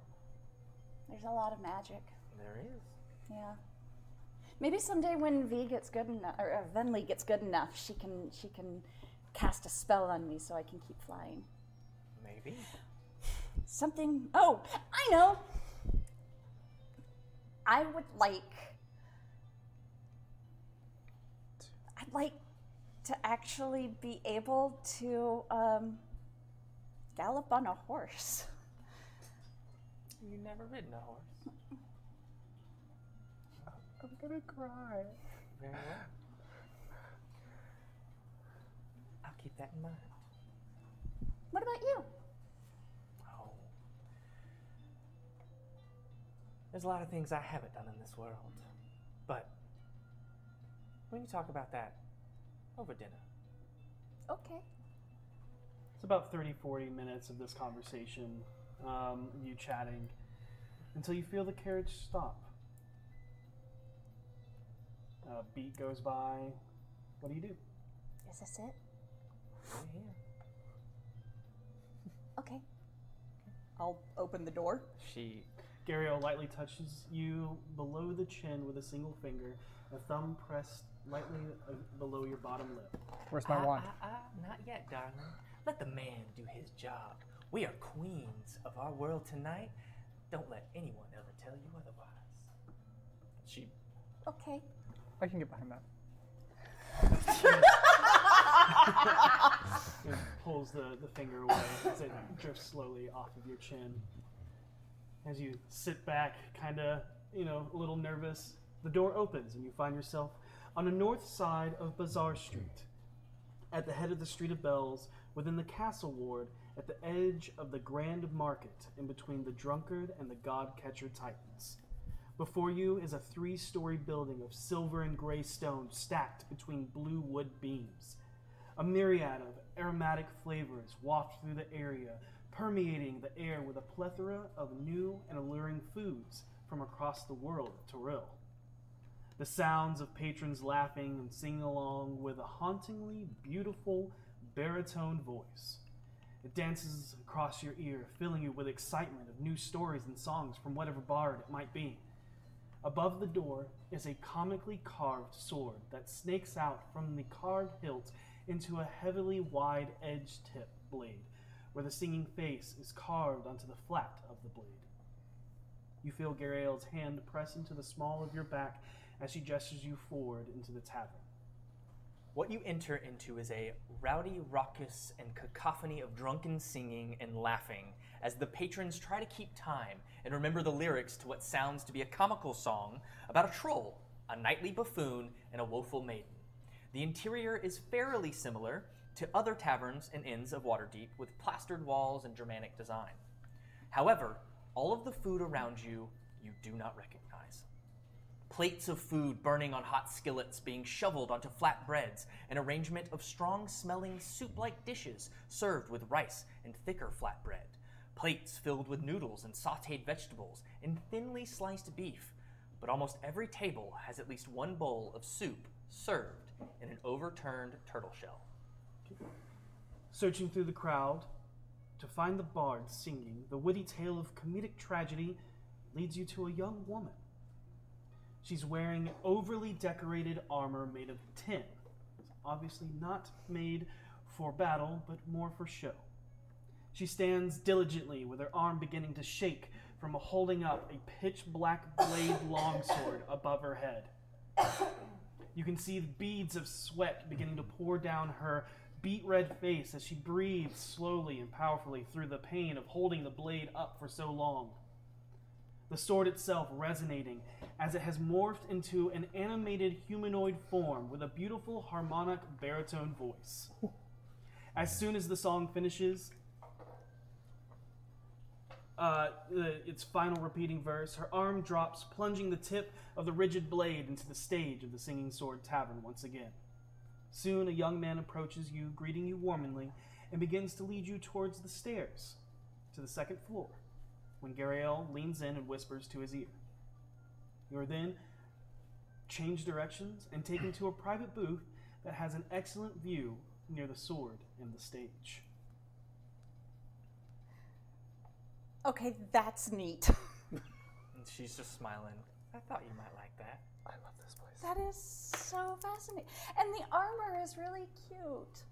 S6: There's a lot of magic.
S3: There is.
S6: Yeah. Maybe someday when V gets good enough, or uh, Venli gets good enough, she can she can cast a spell on me so I can keep flying.
S3: Maybe.
S6: Something. Oh, I know. I would like. I'd like to actually be able to um, gallop on a horse. [LAUGHS]
S3: You've never ridden a horse.
S7: I'm gonna cry.
S3: Very well. I'll keep that in mind.
S6: What about you?
S3: Oh. There's a lot of things I haven't done in this world. But we can talk about that over dinner.
S6: Okay.
S2: It's about 30, 40 minutes of this conversation, um, you chatting, until you feel the carriage stop. A beat goes by. What do you do?
S6: Is this it? [LAUGHS] Okay. I'll open the door.
S3: She.
S2: Gario lightly touches you below the chin with a single finger, a thumb pressed lightly uh, below your bottom lip.
S7: Where's my
S3: Ah,
S7: wand?
S3: ah, ah, not yet, darling. Let the man do his job. We are queens of our world tonight. Don't let anyone ever tell you otherwise. She.
S6: Okay.
S7: I can get behind that.
S2: It pulls the, the finger away as it drifts slowly off of your chin. As you sit back, kind of, you know, a little nervous, The door opens, and you find yourself on the north side of Bazaar Street, at the head of the Street of Bells, within the Castle Ward, at the edge of the Grand Market, in between the Drunkard and the God Catcher Titans. Before you is a three story building of silver and gray stone stacked between blue wood beams. A myriad of aromatic flavors waft through the area, permeating the air with a plethora of new and alluring foods from across the world at Terrell. The sounds of patrons laughing and singing along with a hauntingly beautiful baritone voice. It dances across your ear, filling you with excitement of new stories and songs from whatever bard it might be. Above the door is a comically carved sword that snakes out from the carved hilt into a heavily wide edged tip blade, where the singing face is carved onto the flat of the blade. You feel Garael's hand press into the small of your back as she gestures you forward into the tavern.
S3: What you enter into is a rowdy, raucous, and cacophony of drunken singing and laughing as the patrons try to keep time and remember the lyrics to what sounds to be a comical song about a troll, a knightly buffoon, and a woeful maiden. The interior is fairly similar to other taverns and inns of Waterdeep with plastered walls and Germanic design. However, all of the food around you you do not recognize plates of food burning on hot skillets being shoveled onto flat breads, an arrangement of strong smelling soup like dishes served with rice and thicker flatbread, plates filled with noodles and sauteed vegetables and thinly sliced beef. But almost every table has at least one bowl of soup served in an overturned turtle shell.
S2: searching through the crowd to find the bard singing the witty tale of comedic tragedy leads you to a young woman she's wearing overly decorated armor made of tin It's obviously not made for battle but more for show she stands diligently with her arm beginning to shake from holding up a pitch black blade longsword above her head you can see the beads of sweat beginning to pour down her beet red face as she breathes slowly and powerfully through the pain of holding the blade up for so long. The sword itself resonating as it has morphed into an animated humanoid form with a beautiful harmonic baritone voice. As soon as the song finishes, uh, the- its final repeating verse, her arm drops, plunging the tip of the rigid blade into the stage of the Singing Sword Tavern once again. Soon a young man approaches you, greeting you warmly, and begins to lead you towards the stairs to the second floor, when Gariel leans in and whispers to his ear. You are then changed directions and taken to a private booth that has an excellent view near the sword and the stage.
S6: Okay, that's neat.
S3: And she's just smiling. I thought you might like that. I love this place.
S6: That is so fascinating. And the armor is really cute.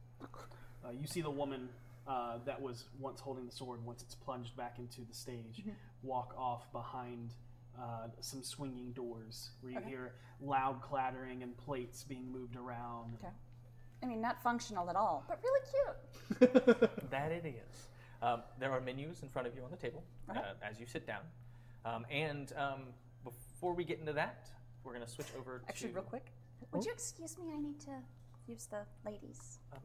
S2: Uh, you see the woman uh, that was once holding the sword, once it's plunged back into the stage,
S6: Mhm.
S2: walk off behind uh, some swinging doors where you
S6: Okay.
S2: hear loud clattering and plates being moved around.
S6: Okay. I mean, not functional at all, but really cute.
S3: that it is. Um, there are menus in front of you on the table uh,
S6: Uh-huh.
S3: as you sit down. Um, and um, before we get into that, we're going to switch over to.
S6: Actually, real quick, would you excuse me? I need to use the ladies.
S3: Um,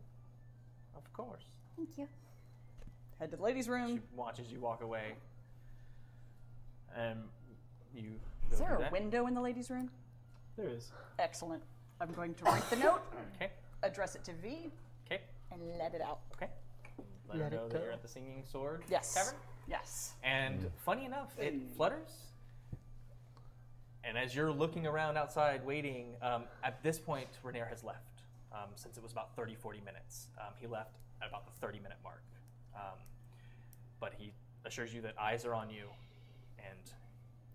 S3: Of course.
S6: Thank you.
S3: Head to the ladies' room. She watches you walk away. Um, you. go
S6: Is
S3: do
S6: there a
S3: that.
S6: window in the ladies' room?
S2: There is.
S6: Excellent. I'm going to write the note,
S3: [LAUGHS] Okay.
S6: address it to V,
S3: Okay.
S6: and let it out.
S3: Okay. Let, her know that you're at the Singing Sword
S6: Yes.
S3: Tavern.
S6: Yes.
S3: And funny enough, it flutters. And as you're looking around outside waiting, um, at this point, Renier has left. Um, since it was about 30, 40 minutes, um, he left at about the 30 minute mark. Um, but he assures you that eyes are on you and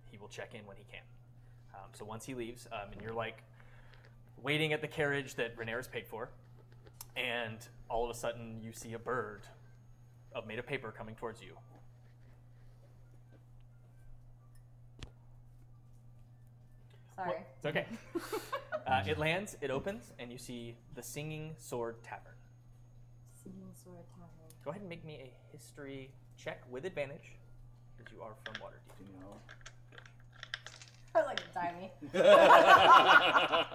S3: he will check in when he can. Um, so once he leaves, um, and you're like waiting at the carriage that Renier has paid for, and all of a sudden you see a bird of made of paper coming towards you.
S14: Sorry.
S3: It's okay. [LAUGHS] uh, it lands, it opens, and you see the Singing Sword Tavern.
S14: Singing Sword Tavern.
S3: Go ahead and make me a history check with advantage, because you are from Waterdeep.
S5: [LAUGHS] I was like, dimey.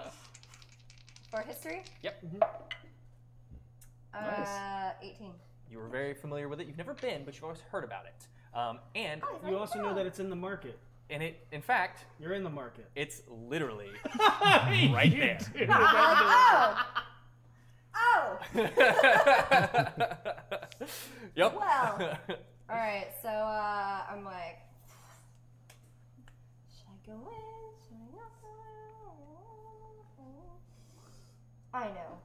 S5: For history?
S15: Yep.
S3: Nice.
S5: Uh, 18.
S3: You were very familiar with it. You've never been, but you've always heard about it. Um, and
S2: You also know that it's in the market.
S3: And it, in fact,
S2: you're in the market.
S3: It's
S2: [LAUGHS]
S3: literally right there.
S5: oh! Oh!
S3: [LAUGHS]
S2: [LAUGHS]
S3: Yep. [LAUGHS]
S5: Well, alright, so uh, I'm like, should I go in? Should I not go in? I know.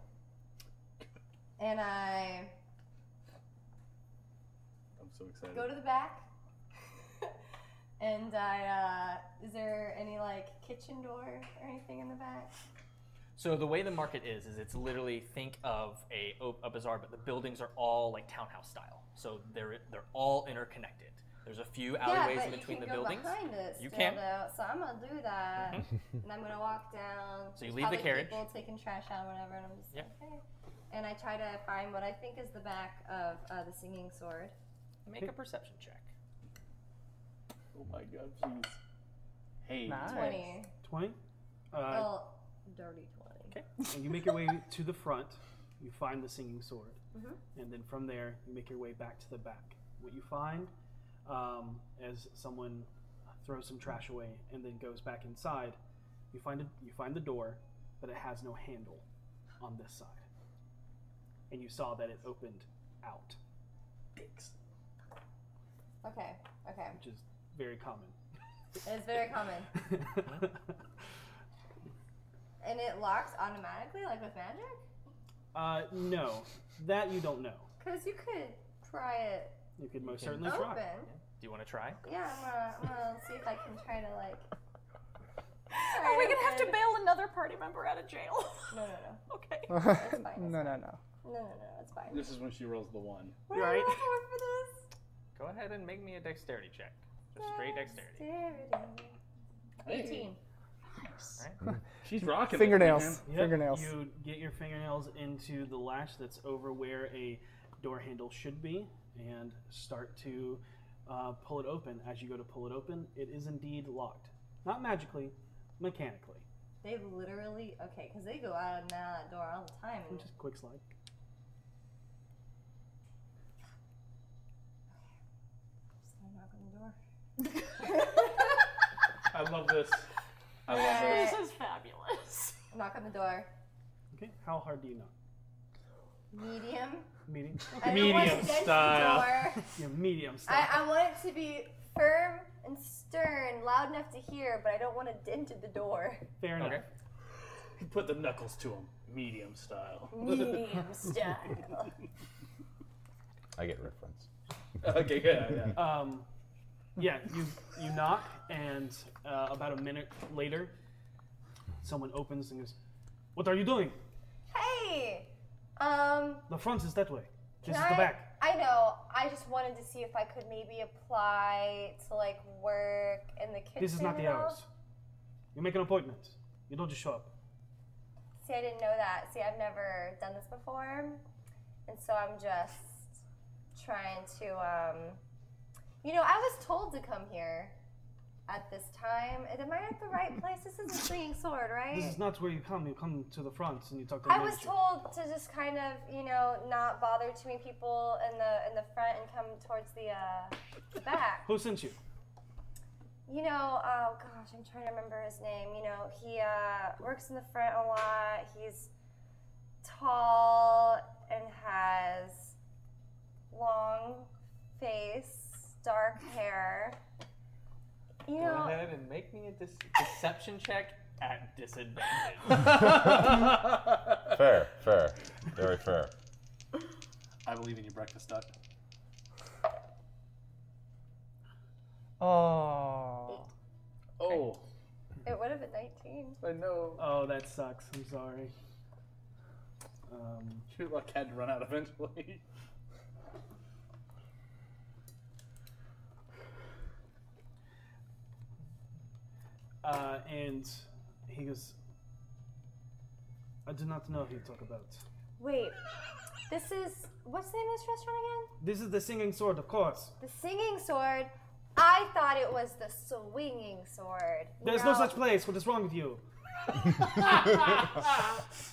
S5: And I
S4: I'm so excited.
S5: go to the back. [LAUGHS] and I, uh, is there any like kitchen door or anything in the back?
S3: So the way the market is, is it's literally think of a, op- a bazaar, but the buildings are all like townhouse style. So they're they're all interconnected. There's a few alleyways
S5: yeah, but
S3: in between
S5: you
S3: the
S5: can go
S3: buildings.
S5: Behind it
S3: you
S5: still,
S3: can. Mm-hmm.
S5: Though, so I'm gonna do that, and I'm gonna walk down.
S3: So you
S5: There's
S3: leave the
S5: probably
S3: carriage.
S5: People taking trash out, or whatever, and I'm just
S3: Yeah.
S5: okay. And I try to find what I think is the back of uh, the singing sword.
S3: Make a perception check.
S4: Oh my god, please.
S2: Hey.
S5: Nice. 20.
S2: 20? Uh,
S5: well, dirty twenty. Okay.
S2: and you make your way to the front. You find the singing sword,
S6: Mm-hmm.
S5: Mhm.
S2: and then from there you make your way back to the back. What you find um, as someone throws some trash away and then goes back inside, you find a, you find the door, but it has no handle on this side, and you saw that it opened out,
S5: Okay. Okay.
S2: which is very common.
S5: It's very
S2: [LAUGHS]
S5: common, and it locks automatically, like with magic.
S2: uh, no, that you don't know.
S5: Cause you could pry it
S2: You could most
S3: can-
S2: certainly
S5: open.
S2: try.
S3: Do you want to try?
S5: Yeah, I'm gonna, I'm gonna see if I can try to like.
S13: Are we gonna have to bail another party member out of jail?
S5: No, no, no.
S13: [LAUGHS]
S5: [LAUGHS]
S13: Okay.
S7: no, no, no.
S5: No, no, no. It's fine.
S4: This is when she rolls the [LAUGHS] one.
S5: What are we looking for this?
S3: Go ahead and make me a dexterity check. Just straight dexterity.
S5: Eighteen.
S3: Right?
S16: She's rocking.
S7: Fingernails.
S2: Yep,
S7: Fingernails.
S2: You get your fingernails into the lash that's over where a door handle should be, and start to uh, pull it open. As you go to pull it open, it is indeed locked. Not magically, mechanically.
S5: They literally okay, because they go out and out that door all the time. And
S2: Just quick slide.
S5: just gonna knock on the door.
S16: I love this.
S5: I love this.
S13: This is fabulous.
S5: [LAUGHS] Knock on the door.
S2: Okay, how hard do you knock?
S5: Medium.
S2: Medium.
S5: I don't want to dent the door.
S2: yeah, medium style.
S5: I, I want it to be firm and stern, loud enough to hear, but I don't want to dent the door.
S2: Fair enough.
S4: [LAUGHS]
S16: Put the knuckles to him, medium style.
S4: [LAUGHS]
S5: Medium style.
S1: I get reference.
S16: [LAUGHS]
S2: [LAUGHS]
S16: okay, good. Yeah.
S2: Um, yeah, you you knock, and uh, about a minute later, someone opens and goes, "What are you doing?
S5: Hey, um,
S2: The front is that way.
S5: Can
S2: This is the
S5: I-
S2: back."
S5: I know. I just wanted to see if I could maybe apply to like work in the kitchen.
S2: This is not the
S5: and all.
S2: hours. You make an appointment. You don't just show up.
S5: See, I didn't know that. See, I've never done this before, and so I'm just trying to. Um, you know, I was told to come here at this time. Am I at the right place? This is the Swinging Sword, right?
S2: This is not where you come. You come to the front and you talk to the
S5: I was
S2: manager.
S5: told to just kind of, you know, not bother too many people in the in the front and come towards the uh, the back.
S2: Who sent you?
S5: You know, oh gosh, I'm trying to remember his name. You know, he uh, works in the front a lot. He's tall and has long face, dark hair. You
S3: Go
S5: know,
S3: ahead and make me a dis- deception check at disadvantage. [LAUGHS]
S1: Fair, fair, very fair.
S4: I believe in you, breakfast duck.
S7: Oh.
S4: Oh.
S5: it would have been 19.
S4: I know.
S2: Oh, that sucks. I'm sorry. Um,
S4: Your luck had to run out
S2: [LAUGHS]
S4: eventually.
S2: uh, and he goes. I do not know who you talk about.
S5: Wait, this is what's the name of this restaurant again?
S2: This is the singing sword, of course.
S5: The Singing Sword. I thought it was the swinging sword. You
S2: There's no
S5: know-
S2: such place. What is wrong with you?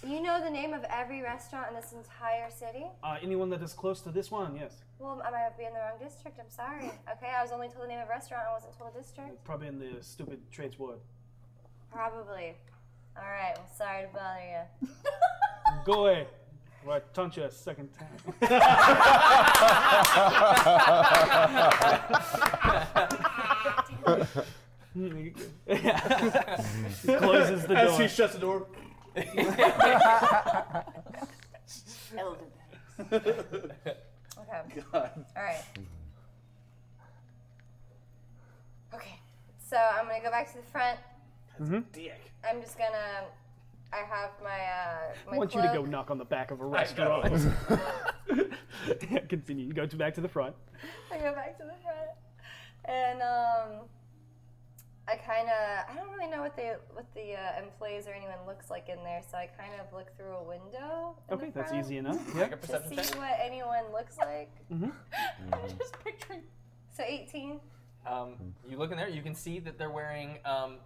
S5: You know the name of every restaurant in this entire city?
S2: Uh, anyone that is close to this one, yes.
S5: Well, I might be in the wrong district. I'm sorry. Okay, I was only told the name of restaurant. I wasn't told district.
S2: Probably in the stupid trades ward.
S5: Probably. All right. Well, sorry to bother you.
S2: Go away. Or I taunt you a second time. [LAUGHS] He closes the
S17: As
S2: door.
S17: he shuts the
S5: [LAUGHS]
S17: door.
S4: [LAUGHS]
S5: Okay.
S17: God.
S5: All right. Okay. So I'm gonna go back to the front.
S2: Mm-hmm.
S17: Dick.
S5: I'm just gonna. I have my uh,
S2: I
S5: my
S2: want you to
S5: cloak.
S2: go knock on the back of a
S17: I
S2: restaurant. [LAUGHS]
S17: know.
S2: Yeah, Continue. You go to back to the front.
S5: [LAUGHS] I go back to the front, and um, I kind of I don't really know what the what the uh, employees or anyone looks like in there, so I kind of look through a window
S2: Okay, that's easy enough.
S3: Make
S2: Yeah.
S3: a perception
S5: to
S3: check.
S5: see what anyone looks like.
S2: Mm-hmm.
S5: I'm [LAUGHS] just picturing. So 18.
S3: Um, you look in there, you can see that they're wearing um,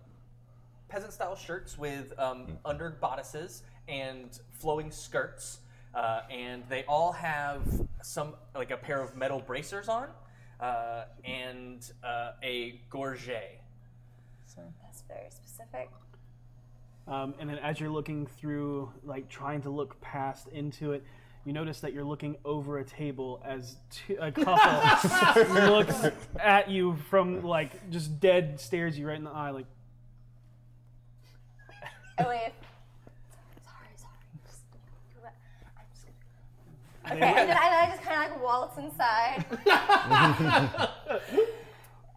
S3: peasant style shirts with um, under bodices and flowing skirts. Uh, and they all have some, like a pair of metal bracers on uh, and uh, a gorget.
S5: That's very specific.
S2: Um, and then as you're looking through, like trying to look past into it, you notice that you're looking over a table as two, a couple looks at you from like just dead stares you right in the eye, like
S5: Oh wait. Sorry, sorry. Just go back. I'm just gonna- Okay, and then, and I just kind of like waltz inside,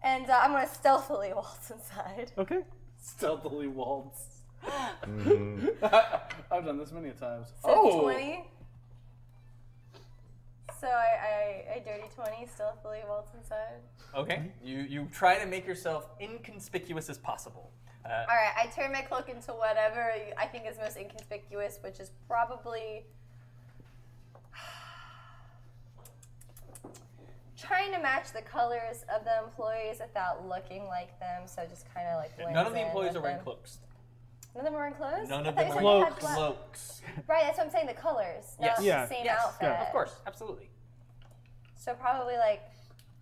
S5: and uh, I'm gonna stealthily waltz inside.
S2: Okay.
S4: Stealthily waltz.
S2: Mm-hmm.
S17: [LAUGHS]
S4: I've done this many times.
S5: So
S17: Oh.
S5: 20. So I, I, I dirty 20 stealthily waltz inside.
S3: Okay, you, you try to make yourself inconspicuous as possible. Uh,
S5: All right, I turn my cloak into whatever I think is most inconspicuous, which is probably [SIGHS] trying to match the colors of the employees without looking like them. So just kind of like blends
S3: None of the
S5: in
S3: employees
S5: with
S3: are wearing
S5: them.
S3: cloaks.
S5: None of them are wearing clothes.
S3: None
S5: I
S3: of
S5: thought
S3: them
S5: you
S3: are
S5: said
S3: wearing
S5: they had black-
S3: cloaks.
S5: Right, that's what I'm saying. The colors. Not
S3: Yes.
S5: the
S3: Yeah.
S5: same
S3: Yes.
S5: outfit.
S3: Of course, absolutely.
S5: So probably like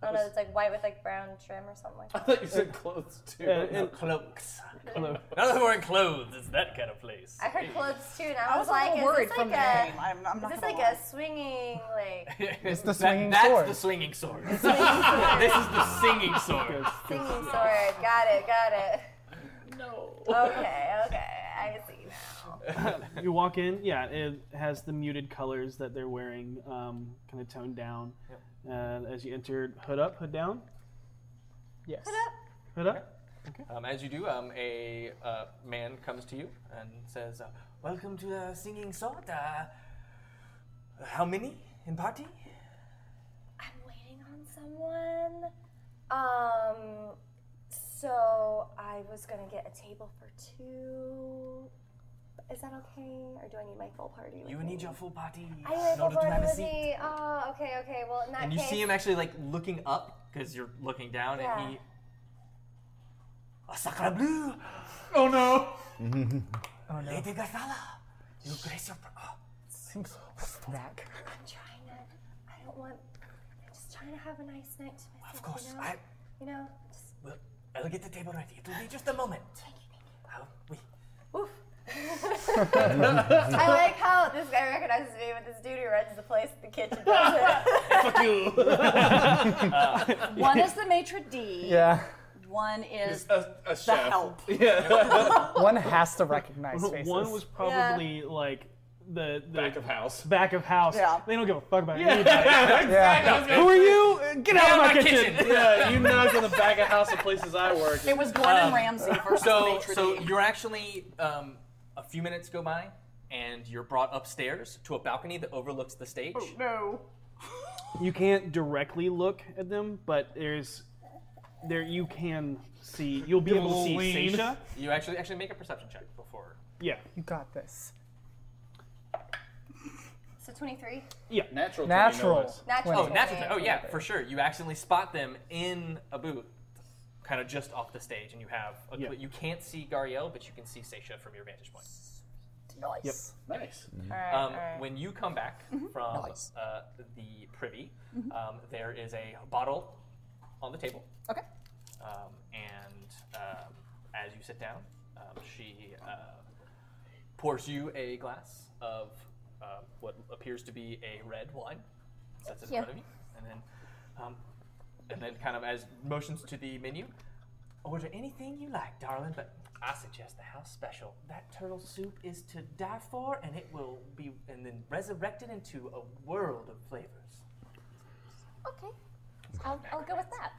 S5: I don't
S3: That
S5: know. It's
S3: was-
S5: like white with like brown trim or something like that.
S3: [LAUGHS]
S17: thought you said clothes too.
S3: Uh, and- cloaks.
S17: Clo-
S3: None of them are wearing clothes. It's that kind of place.
S5: I heard clothes too, and I,
S6: I
S5: was,
S6: was a
S5: like,
S6: little
S5: is
S6: worried
S5: this
S6: from
S5: like
S6: the
S5: a,
S6: name. I'm- I'm not
S5: is this
S6: gonna
S5: like a swinging
S3: [LAUGHS]
S5: like
S3: It's
S7: the swinging
S3: that's
S7: sword.
S3: the swinging sword. this is the singing sword.
S5: singing sword? Got it, got it.
S3: No.
S5: Okay, okay, I see now.
S2: [LAUGHS]
S3: [LAUGHS]
S2: you walk in, yeah, it has the muted colors that they're wearing, um, kind of toned down. And as you enter, hood up, hood down. Yes. Hood up. Hood up.
S3: Um, as you do, um, a uh, man comes to you and says, uh, "Welcome to the singing sword. Uh, how many in party?
S5: I'm waiting on someone. Um, so I was gonna get a table for two. Is that okay, or do I need my full party? With
S3: You
S5: me?
S3: need your full party
S5: I need my
S3: in
S5: full
S3: order to
S5: party
S3: have a
S5: with
S3: seat."
S5: me. Oh, okay, okay. Well, in that
S3: And you
S5: case,
S3: see him actually like looking up because you're looking down, and he. Oh, sacre bleu!
S17: Oh no!
S3: Mm-hmm.
S7: Oh no.
S3: Lady Gazala, you grace your. pr- oh,
S7: Seems snack.
S5: I'm trying to. I don't want. I'm just trying to have a nice night to myself.
S3: Of course,
S5: you know.
S3: I
S5: You know, [LAUGHS] just
S3: will. I'll get the table ready. It will be just a moment. Oh, we.
S5: oof. I like how this guy recognizes me, but this dude who runs the place, the
S3: [LAUGHS]
S5: kitchen, doesn't.
S17: Fuck
S2: [LAUGHS]
S17: you!
S3: Uh,
S5: [LAUGHS]
S6: One is the maitre d.
S7: Yeah.
S6: One is
S17: a, a
S6: the
S17: chef.
S6: help.
S7: One [LAUGHS] has to recognize faces.
S2: [LAUGHS] One was probably like the, the
S17: Back of house.
S2: back of house.
S6: Yeah.
S2: They don't give a fuck [LAUGHS] about
S17: Yeah,
S4: [LAUGHS]
S2: anybody.
S17: exactly.
S7: Yeah.
S17: I was gonna
S2: Who are
S17: say-
S2: you? Uh, Get out of my, kitchen.
S17: yeah, you knocked on the back of house of places I work.
S6: It was Gordon
S3: Um,
S6: Ramsay versus the
S3: So,
S6: maitre
S3: so
S6: d.
S3: you're actually um, a few minutes go by, and you're brought upstairs to a balcony that overlooks the stage.
S13: Oh,
S6: no.
S2: You can't directly look at them, but there's there you can see. You'll be
S17: Give a
S2: able to see
S17: little lean.
S2: Seisha.
S3: You actually actually make a perception check before.
S2: Yeah.
S7: You got this.
S5: So 23.
S2: Yeah.
S4: Natural.
S7: Natural.
S5: Natural.
S3: Oh,
S5: Okay.
S3: natural. check. Oh, yeah, for sure. You accidentally spot them in a booth kind of just off the stage, and you have a,
S18: Yeah.
S3: cl- you can't see Gariel, but you can see Seisha from your vantage point.
S18: Nice.
S3: Yep.
S18: Nice.
S3: Um,
S5: Mm-hmm.
S18: All right, all right. Mm-hmm.
S3: When you come back from uh, the privy,
S18: Mhm.
S3: um, there is a bottle on the table.
S6: Okay.
S3: Um, and um, as you sit down, um, she uh, pours you a glass of uh, what appears to be a red wine. Sets it in
S6: Yeah.
S3: front of you, and then, um, [LAUGHS] and then kind of as motions to the menu. Order anything you like, darling, but I suggest the house special. That turtle soup is to die for, and it will be and then resurrected into a world of flavors.
S6: Okay. I'll, I'll go with that.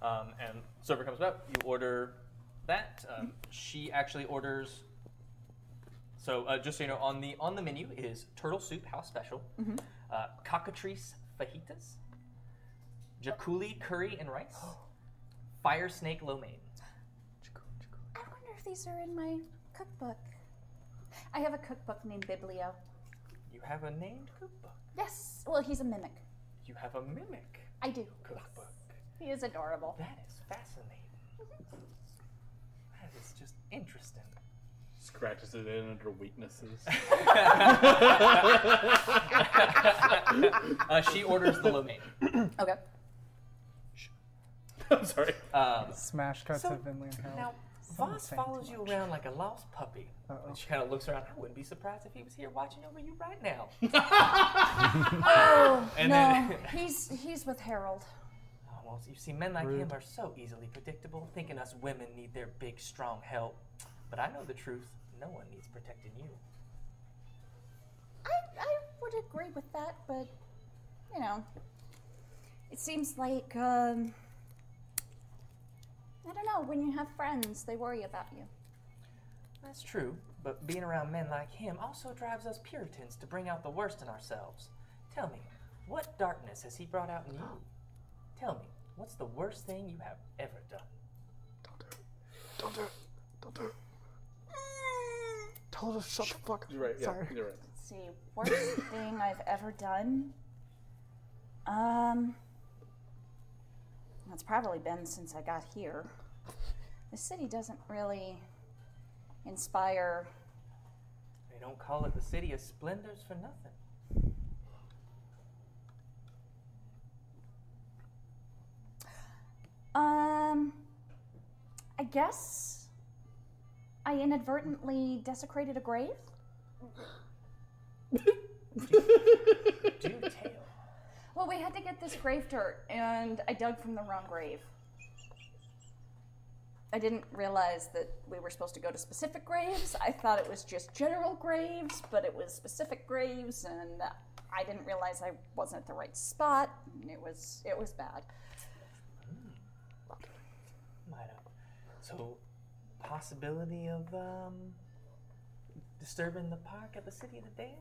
S3: Um, and server comes up. You order that. Um, she actually orders. So uh, just so you know, on the on the menu is turtle soup, house special,
S13: Mm-hmm.
S6: Mhm.
S3: uh, cockatrice fajitas, jaculi curry and rice, [GASPS] fire snake lo mein.
S6: I wonder if these are in my cookbook. I have a cookbook named Biblio.
S3: You have a named cookbook.
S6: Yes. Well, he's a mimic.
S3: You have a mimic
S6: I do.
S3: cookbook.
S6: He is adorable.
S3: That is fascinating. That is just interesting.
S4: Scratches it in
S17: [LAUGHS]
S4: under
S3: [LAUGHS]
S4: weaknesses.
S3: uh, she orders the lo mein.
S6: okay.
S3: I'm sorry. Um,
S7: Smash [LAUGHS] cuts
S3: so-
S7: have been learned how.
S3: Now, Voss follows you around like a lost puppy. And she kind of looks around. I wouldn't be surprised if he was here watching over you right now.
S6: Oh
S3: And
S6: no,
S3: then-
S6: he's he's with Harold.
S3: Oh, well, you see, men like him
S18: Rude.
S3: are so easily predictable, thinking us women need their big, strong help. But I know the truth. No one needs protecting you.
S6: I, I would agree with that, but you know, it seems like um, I don't know. When you have friends, they worry about you.
S3: That's true, but being around men like him also drives us Puritans to bring out the worst in ourselves. Tell me, what darkness has he brought out in you? Tell me, what's the worst thing you have ever done?
S4: Don't do it. Don't do it. Told us shut the fuck up. You're right. Yeah,
S6: Sorry.
S4: You're right.
S6: Let's [LAUGHS] see. Worst thing I've ever done. Um, that's probably been since I got here. The city doesn't really inspire.
S3: They don't call it the City of Splendors for nothing.
S6: Um, I guess I inadvertently desecrated a grave. Well, we had to get this grave dirt, and I dug from the wrong grave. I didn't realize that we were supposed to go to specific graves. I thought it was just general graves, but it was specific graves, and I didn't realize I wasn't at the right spot. And it was it was bad.
S3: Might have. So, possibility of um, disturbing the park at the City of the Dead?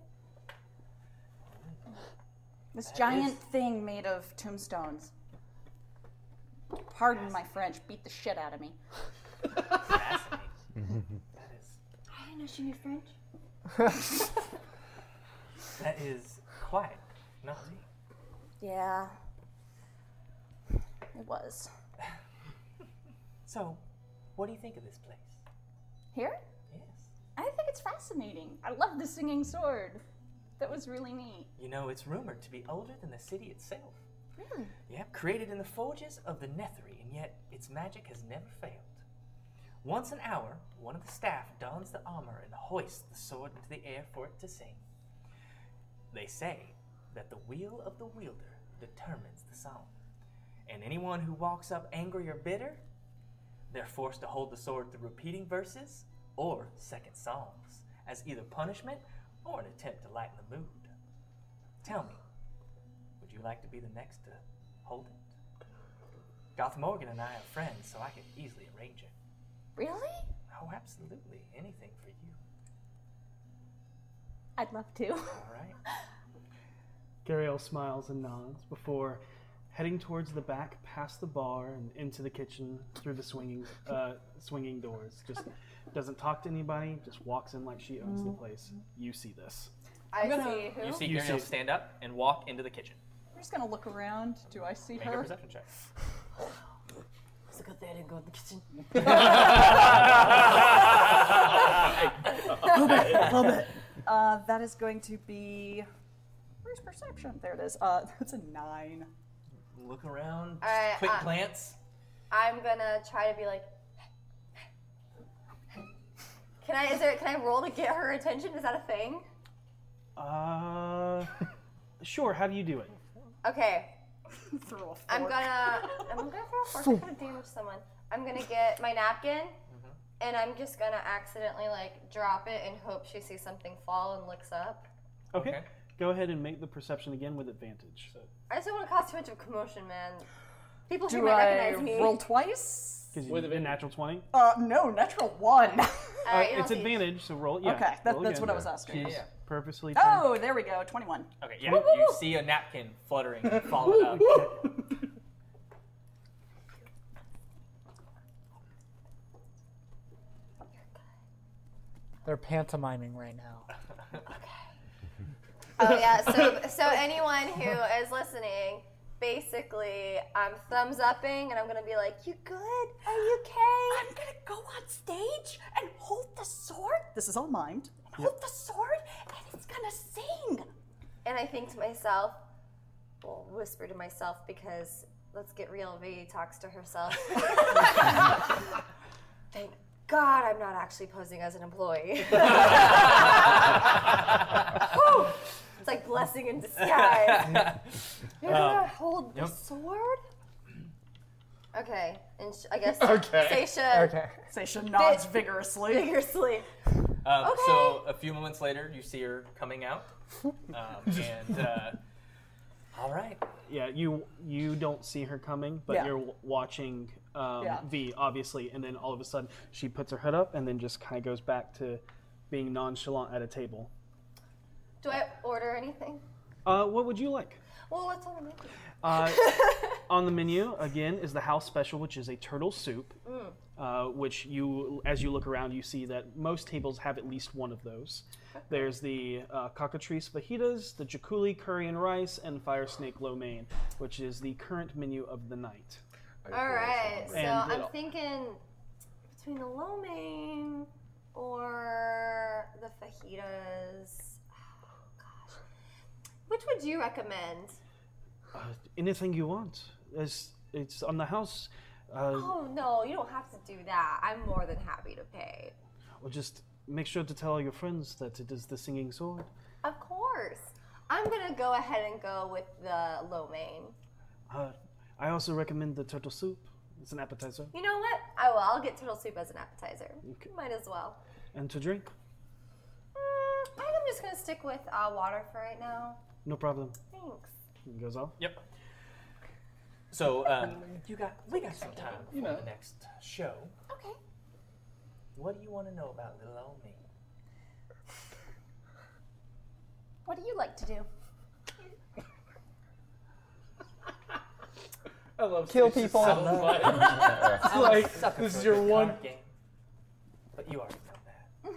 S6: This
S3: That
S6: giant
S3: is-
S6: thing made of tombstones. Pardon my French. Beat the shit out of me.
S3: [LAUGHS]
S19: I didn't know she knew French.
S3: That is quite naughty.
S6: Yeah. It was.
S3: So, what do you think of this place?
S6: Here?
S3: Yes.
S6: I think it's fascinating. I love the singing sword. That was really neat.
S3: You know, it's rumored to be older than the city itself.
S6: Really?
S3: Yep, created in the forges of the Nethery, and yet its magic has never failed. Once an hour, one of the staff dons the armor and hoists the sword into the air for it to sing. They say that the will of the wielder determines the song, and anyone who walks up angry or bitter, they're forced to hold the sword through repeating verses or second songs as either punishment or an attempt to lighten the mood. Tell me, would you like to be the next to hold it? Goth Morgan and I are friends, so I can easily arrange it.
S6: Really?
S3: Oh, absolutely. Anything for you.
S6: I'd love to.
S3: All right.
S2: Gariel smiles and nods before heading towards the back, past the bar, and into the kitchen through the swinging, uh, swinging doors. Just doesn't talk to anybody. Just walks in like she owns the place. You see this?
S6: [LAUGHS] I
S3: You see
S2: You
S3: Gabriel
S2: see-
S3: stand up and walk into the kitchen.
S6: I'm just gonna look around. Do I see
S3: Make a
S6: her?
S3: perception check.
S17: look at that and go in the
S6: [LAUGHS]
S17: kitchen.
S6: Love it, love it. Uh, that is going to be. Where's perception? There it is. Uh, [LAUGHS] that's a nine.
S15: Look around.
S5: All right,
S15: quick
S5: uh,
S15: glance.
S5: I'm gonna try to be like. Can I? Is there? Can I roll to get her attention? Is that a thing?
S2: Uh, sure. How do you do it?
S5: Okay.
S6: Throw a
S5: I'm
S2: fork.
S5: gonna. I'm gonna throw a fork. I'm gonna damage someone. I'm gonna get my napkin, and I'm just gonna accidentally like drop it and hope she sees something fall and looks up.
S2: Okay. Go ahead and make the perception again with advantage.
S5: I just don't want to cause too much of a commotion, man. People who
S6: Do
S5: might
S6: I
S5: recognize me.
S6: roll twice?
S2: Because you a natural twenty.
S6: Uh, no, natural one. [LAUGHS]
S2: Uh, it's advantage, so roll. Yeah.
S6: Okay, that-
S2: roll
S6: that's
S2: again.
S6: what I was asking. Yeah.
S2: Purposely. turned-
S6: Oh, there we go. Twenty-one.
S3: Okay, yeah.
S6: Woo, woo,
S3: You
S6: woo.
S3: see a napkin [LAUGHS] fluttering and follow it up.
S7: They're pantomiming right now.
S5: Oh [LAUGHS] yeah. So so anyone who is listening, basically, I'm thumbs upping, and I'm gonna be like, "You good? Are you okay?" I'm gonna go on stage and hold the sword.
S6: This is all mimed.
S5: Hold the sword, and it's gonna sing. And I think to myself, well, whisper to myself because let's get real. V talks to herself. [LAUGHS] Thank God I'm not actually posing as an [LAUGHS] employee. Whew. It's like blessing in disguise. You're gonna
S3: Um,
S5: hold the
S3: yep.
S5: sword? Okay, and sh- I guess
S3: Okay.
S5: Seisha.
S3: Okay.
S6: Seisha nods vigorously.
S5: Vigorously.
S3: Um,
S5: Okay.
S3: So a few moments later, you see her coming [LAUGHS] out, um, and uh, [LAUGHS] all right.
S2: Yeah, you you don't see her coming, but
S3: Yeah.
S2: you're w- watching um,
S3: Yeah.
S2: V obviously, and then all of a sudden she puts her hood up and then just kind of goes back to being nonchalant at a table.
S5: Do I order anything?
S2: Uh, what would you like?
S5: Well, let's order anything.
S6: [LAUGHS]
S2: Uh, on the menu again is the house special, which is a turtle soup.
S5: Mm.
S2: uh, which you, as you look around, you see that most tables have at least one of those. There's the uh, cockatrice fajitas, the jaculi curry and rice, and fire snake lo mein, which is the current menu of the night.
S5: All right, so
S2: And-
S5: I'm thinking between the lo mein or the fajitas. [SIGHS] Oh, gosh. Which would you recommend?
S2: uh, anything you want. It's, it's on the house. Uh,
S5: Oh no, you don't have to do that. I'm more than happy to pay.
S2: Or just make sure to tell all your friends that it is the singing sword.
S5: Of course. I'm gonna go ahead and go with the lo mein.
S2: Uh, I also recommend the turtle soup. It's an appetizer.
S5: You know what? I will. I'll get turtle soup as an appetizer. Might as well.
S2: And to drink,
S5: I think I'm just gonna stick with uh, water for right now.
S2: no problem.
S5: Thanks.
S2: It goes off.
S3: Yep. So um, you got we got some time for the next show.
S5: Okay.
S3: What do you want to know about little old me?
S6: What do you like to do?
S16: I love
S7: Kill
S16: Stitch
S7: people.
S3: [LAUGHS]
S16: so much. It's
S3: I'm a
S16: like
S3: sucker
S16: this
S3: for
S16: is
S3: a
S16: your
S3: good
S16: one.
S3: card game. But you already know that.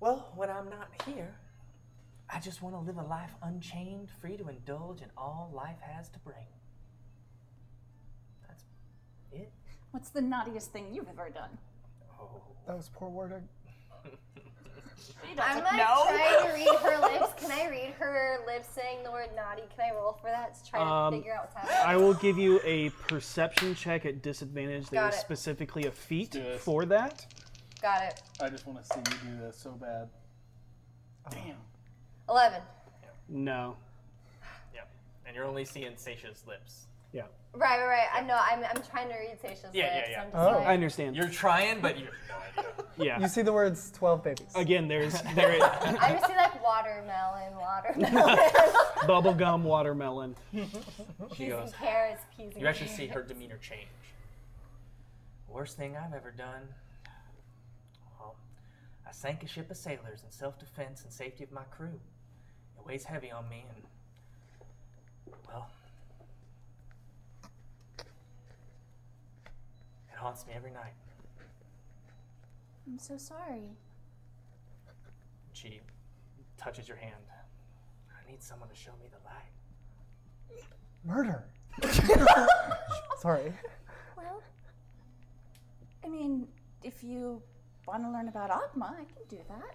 S3: Well, when I'm not here, I just want to live a life unchained, free to indulge in all life has to bring. That's it.
S6: What's the naughtiest thing you've ever done?
S7: That was poor wording.
S5: I'm
S6: doesn't
S5: like
S6: know.
S5: trying to read her
S6: [LAUGHS]
S5: lips. Can I read her lips saying the word naughty? Can I roll for that to try
S2: Um,
S5: to figure out what's
S2: I
S5: happening?
S2: will give you a perception check at disadvantage. There
S5: Got
S2: is
S5: it.
S2: specifically a feat
S4: do this.
S2: for that.
S5: Got it.
S4: I just want to see you do this so bad. [LAUGHS]
S3: Damn.
S5: Eleven.
S2: No.
S3: Yep. And you're only seeing Seisha's lips.
S2: Yeah.
S5: Right, right, right. I know. I'm, I'm trying to read Seisha's
S3: Yeah, yeah,
S5: lips.
S3: yeah.
S5: I'm just
S7: Oh.
S5: like-
S2: I understand.
S3: You're trying, but you.
S2: Yeah.
S7: You see the words 12 babies.
S2: Again, there's there
S5: [LAUGHS]
S2: is
S5: I just see like watermelon,
S6: [LAUGHS]
S5: watermelon.
S2: [LAUGHS] bubblegum watermelon.
S3: She
S5: peas
S3: goes.
S5: and carrots, peas and
S3: You actually see her
S5: carrots.
S3: demeanor change. Worst thing I've ever done. Well, I sank a ship of sailors in self defense and safety of my crew. It weighs heavy on me, and. Well. It haunts me every night.
S6: I'm so sorry.
S3: She touches your hand. I need someone to show me the light.
S16: [LAUGHS]
S7: Murder. Sorry.
S6: Well, I mean, if you want to learn about Agma, I can do that.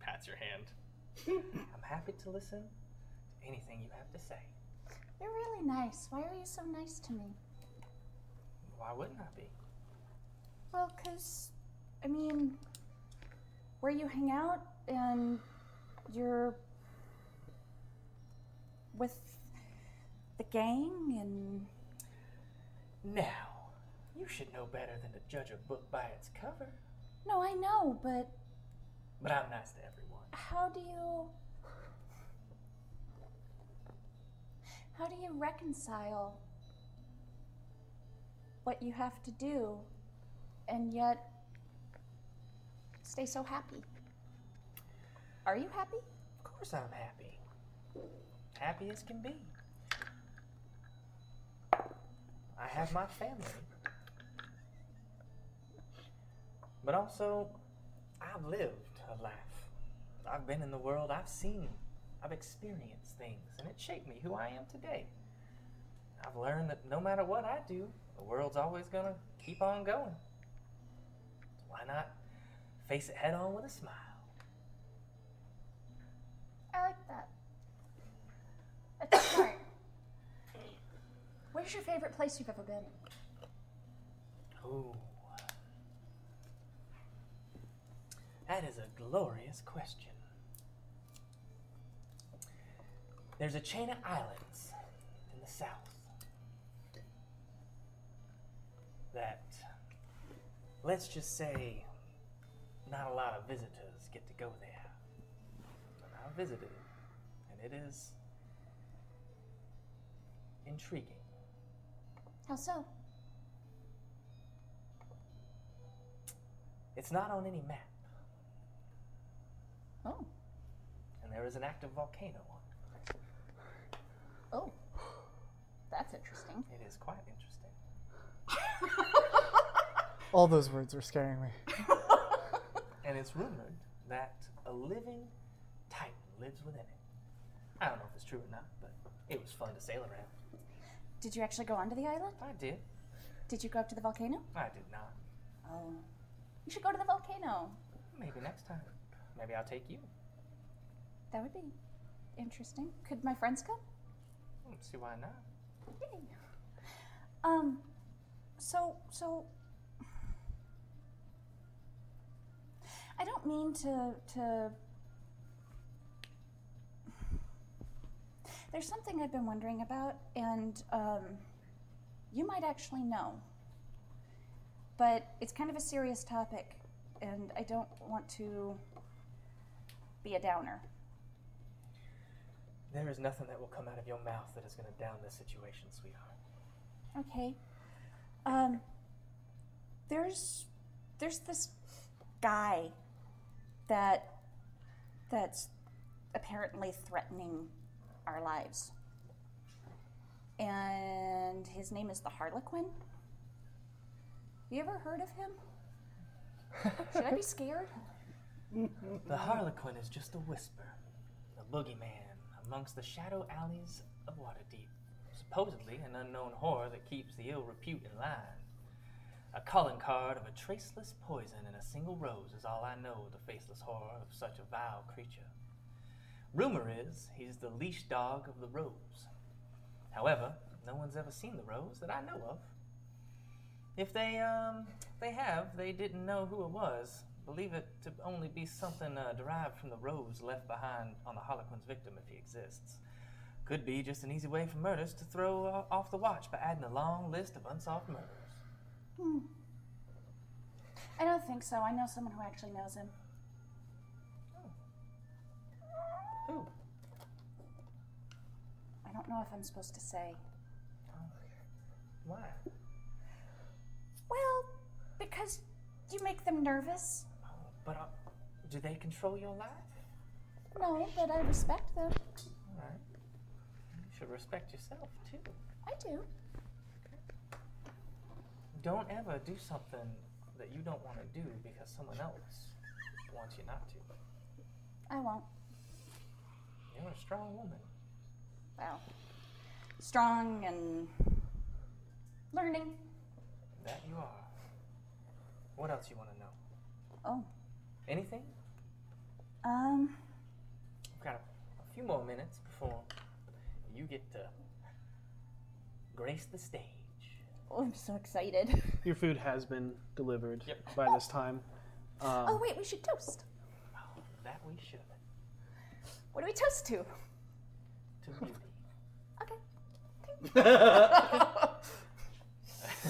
S15: Pats your hand.
S3: [LAUGHS] I'm happy to listen to anything you have to say.
S6: You're really nice. Why are you so nice to me?
S3: Why wouldn't I be?
S6: Well, because, I mean, where you hang out and you're with the gang and.
S3: Now, you should know better than to judge a book by its cover.
S6: No, I know, but
S3: But I'm nice to everyone.
S6: how do you. How do you reconcile what you have to do and yet stay so happy? Are you happy?
S3: Of course I'm happy. Happy as can be. I have my family. But also, I've lived a life. I've been in the world, I've seen, I've experienced things, and it shaped me who I am today. I've learned that no matter what I do, the world's always gonna keep on going. So why not face it head on with a smile?
S6: I like that. That's smart. Where's your favorite place you've ever been?
S3: Ooh. That is a glorious question. There's a chain of islands in the south that, let's just say, not a lot of visitors get to go there. But I visited it, and it is intriguing.
S6: How so?
S3: It's not on any map.
S6: Oh.
S3: And there is an active volcano on it.
S6: Oh. That's interesting.
S3: It is quite interesting.
S7: All those words were scaring me.
S3: And it's rumored that a living titan lives within it. I don't know if it's true or not, but it was fun to sail around.
S6: Did you actually go onto the island?
S3: I did.
S6: Did you go up to the volcano?
S3: I did not.
S6: Oh. You should go to the volcano.
S3: Maybe next time. Maybe I'll take you.
S6: That would be interesting. Could my friends come?
S3: Hmm, See why not?
S6: Yay. Um so so I don't mean to to There's something I've been wondering about and um you might actually know. But it's kind of a serious topic and I don't want to be a downer.
S3: There is nothing that will come out of your mouth that is going to down this situation, sweetheart.
S6: Okay. Um, there's there's this guy that that's apparently threatening our lives. And his name is the Harlequin. You ever heard of him? Should I
S3: [LAUGHS]
S6: be scared?
S3: The Harlequin is just a whisper, a boogeyman amongst the shadow alleys of Waterdeep. Supposedly an unknown horror that keeps the ill repute in line. A calling card of a traceless poison in a single rose is all I know of the faceless horror of such a vile creature. Rumor is he's the leash dog of the rose. However, no one's ever seen the rose that I know of. If they um they have, they didn't know who it was. Believe it to only be something uh, derived from the rose left behind on the Harlequin's victim if he exists. Could be just an easy way for murders to throw uh, off the watch by adding a long list of unsolved murders.
S6: Hmm. I don't think so. I know someone who actually knows him.
S3: Who?
S6: I don't know if I'm supposed to say.
S3: Why?
S6: Well, because you make them nervous.
S3: But uh, do they control your life?
S6: No, but I respect them.
S3: All right. You should respect yourself too.
S6: I do.
S3: Don't ever do something that you don't want to do because someone else wants you not to.
S6: I won't.
S3: You're a strong woman.
S6: Wow. Strong and learning.
S3: That you are. What else you want to know?
S6: Oh,
S3: Anything?
S6: um,
S3: We've got a, a few more minutes before you get to grace the stage.
S6: oh, I'm so excited.
S2: Your food has been delivered by this time. Um,
S6: oh wait, we should toast.
S3: That we should.
S6: What do we toast to?
S3: To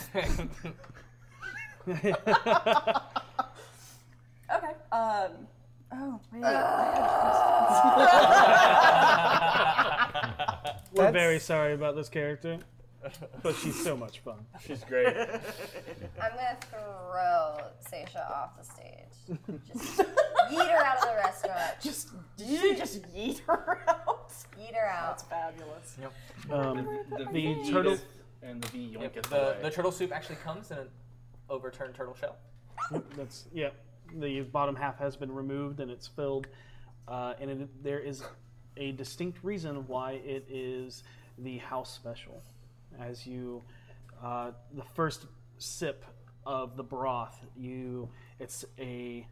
S3: beauty. [LAUGHS]
S6: Okay. Um. Oh wait.
S2: [LAUGHS]
S3: Ah.
S6: [LAUGHS]
S2: We're very sorry about this character, but she's so much fun.
S4: She's great.
S5: I'm gonna throw Seisha off the stage. Just yeet her out of the restaurant.
S6: Just did you just yeet her out?
S5: Yeet her out. That's
S6: fabulous.
S3: Yep.
S2: Um, the turtle.
S4: and the V
S3: Yep,
S4: yoinketh
S3: the,
S4: away.
S3: the turtle soup actually comes in an overturned turtle shell.
S2: That's yeah. The bottom half has been removed and it's filled, uh, and it, there is a distinct reason why it is the house special. As you, uh, the first sip of the broth, you it's a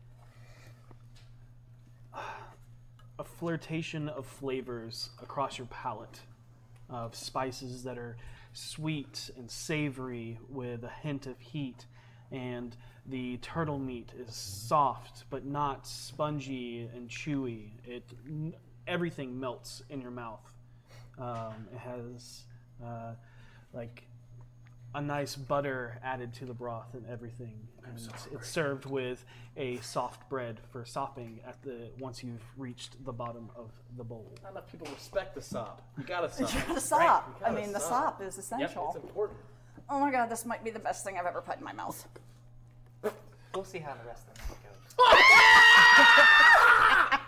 S2: a flirtation of flavors across your palate of spices that are sweet and savory with a hint of heat and the turtle meat is soft but not spongy and chewy it n- everything melts in your mouth um, it has uh, like a nice butter added to the broth and everything and it's, it's served with a soft bread for sopping at the once you've reached the bottom of the bowl
S16: Not enough people respect the sop. You gotta sop.
S6: You gotta
S16: Right,
S6: sop.
S16: you
S6: I
S16: gotta
S6: mean, the
S16: sop.
S6: sop is
S16: Yep,
S6: essential.
S16: it's important.
S6: Oh my god, this might be the best thing I've ever put in my mouth.
S3: We'll see how the rest of the night goes.
S5: Ah!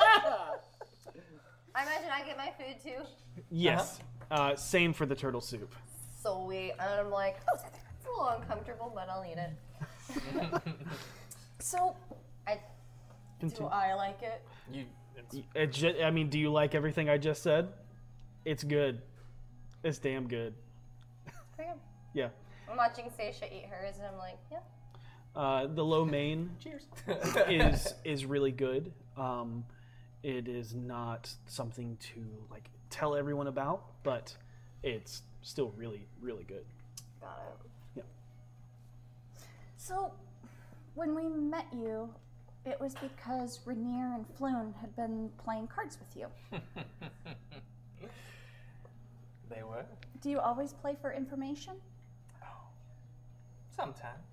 S6: Ah!
S5: I imagine I get my food too.
S2: yes uh same for the turtle soup
S5: Sweet. And I'm like, oh, it's a little uncomfortable, but I'll eat it.
S6: so,
S5: I do
S2: Continue.
S5: I like it?
S3: You.
S2: It ju- I mean, do you like everything I just said? It's good. It's damn good.
S5: Pretty good.
S2: Yeah.
S5: I'm watching Seisha eat hers, and I'm like, yeah.
S2: Uh, the low main
S5: Cheers.
S6: [LAUGHS]
S2: is is really good. Um, it is not something to like tell everyone about, but it's still really really good.
S5: Got it.
S6: So, when we met you, it was because Rainier and Floon had been playing cards with you.
S3: They were.
S6: Do you always play for information?
S3: Sometimes.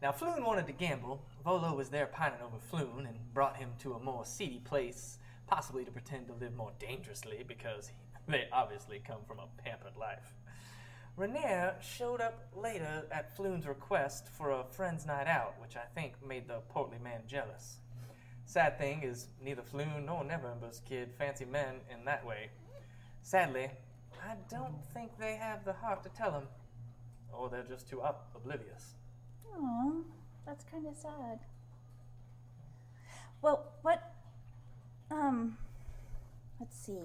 S3: Now, Floon wanted to gamble. Volo was there pining over Floon and brought him to a more seedy place, possibly to pretend to live more dangerously because [LAUGHS] he, they obviously come from a pampered life. Rainier showed up later at Floon's request for a friend's night out, which I think made the portly man jealous. Sad thing is, neither Floon nor Neverember's kid fancy men in that way. Sadly, I don't think they have the heart to tell him, or they're just too up- oblivious.
S6: Oh, that's kind of sad. Well, what? Um, let's see.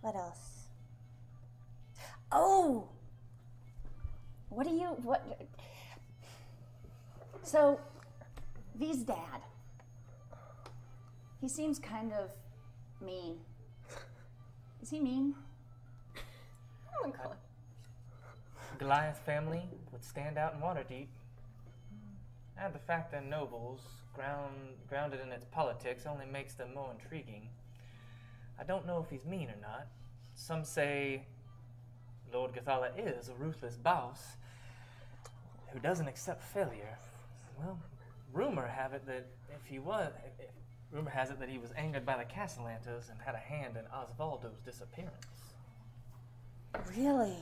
S6: What else? Oh, what do you what? So, V's dad. He seems kind of mean. Is he mean?
S5: Oh my god.
S3: Goliath's family would stand out in Waterdeep. And the fact that nobles, ground, grounded in its politics, only makes them more intriguing. I don't know if he's mean or not. Some say Lord Gathala is a ruthless boss who doesn't accept failure. Well, rumor have it that if he was, if, if- rumor has it that he was angered by the Castellantas and had a hand in Osvaldo's disappearance.
S6: Really?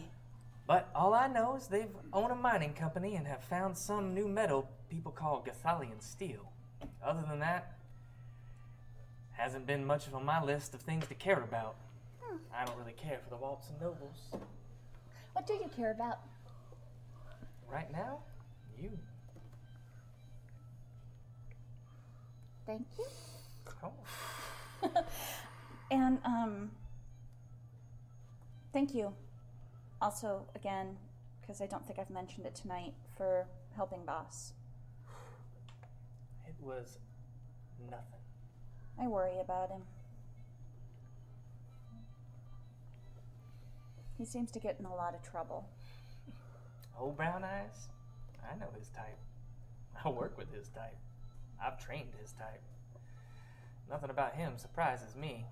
S3: But all I know is they've own a mining company and have found some new metal people call Gathalian steel. Other than that, hasn't been much on my list of things to care about. I don't really care for the Waltz and Nobles.
S6: What do you care about?
S3: Right now, you.
S6: Thank you.
S3: Oh.
S6: [LAUGHS] And um, thank you. Also, again, because I don't think I've mentioned it tonight, for helping Boss.
S3: It was nothing.
S6: I worry about him. He seems to get in a lot of trouble.
S3: Old brown eyes? I know his type. [LAUGHS] I work with his type. I've trained his type. Nothing about him surprises me.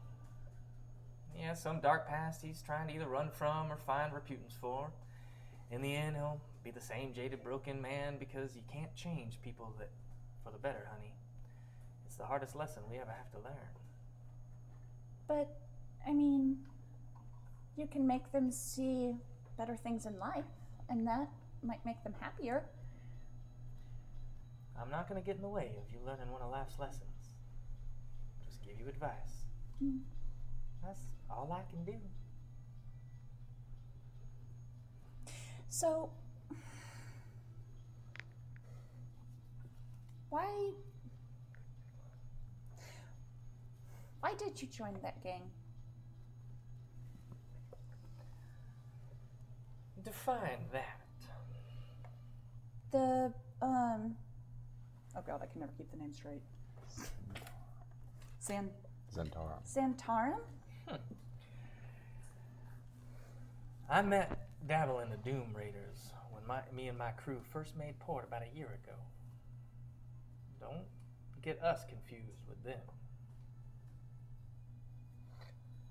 S3: He has some dark past he's trying to either run from or find repentance for. In the end, he'll be the same jaded, broken man because you can't change people that for the better, honey. It's the hardest lesson we ever have to learn.
S6: But, I mean, you can make them see better things in life, and that might make them happier.
S3: I'm not going to get in the way of you learning one of life's lessons. Just give you advice.
S6: Mm.
S3: That's all I can do.
S6: So, why, why did you join that gang?
S3: Define that.
S6: The um, oh god, I can never keep the name straight. San
S1: Zentara.
S6: Santarum.
S3: I met Dabble and the Doom Raiders when my, me and my crew first made port about a year ago. Don't get us confused with them.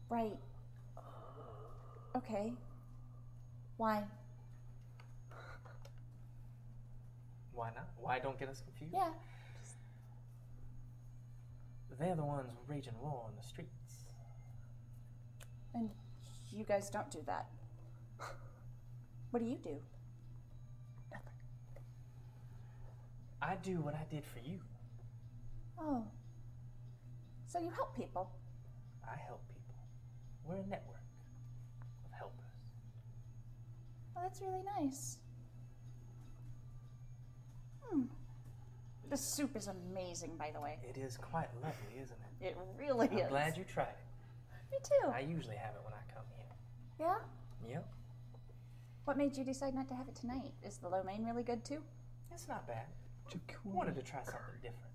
S6: Right. Okay. Why?
S3: Why not? Why don't get us confused?
S6: Yeah.
S3: They're the ones raging war on the streets.
S6: And you guys don't do that. What do you do?
S3: I do what I did for you.
S6: Oh. So you help people.
S3: I help people. We're a network of helpers.
S6: Oh, that's really nice. Hmm. The soup is amazing, by the way.
S3: It is quite lovely, isn't it?
S6: It really
S3: I'm
S6: is.
S3: glad you tried it.
S6: Me too.
S3: I usually have it when I come here.
S6: Yeah?
S3: Yep.
S6: What made you decide not to have it tonight? Is the lo mein really good too?
S3: It's not bad. I wanted to try something different.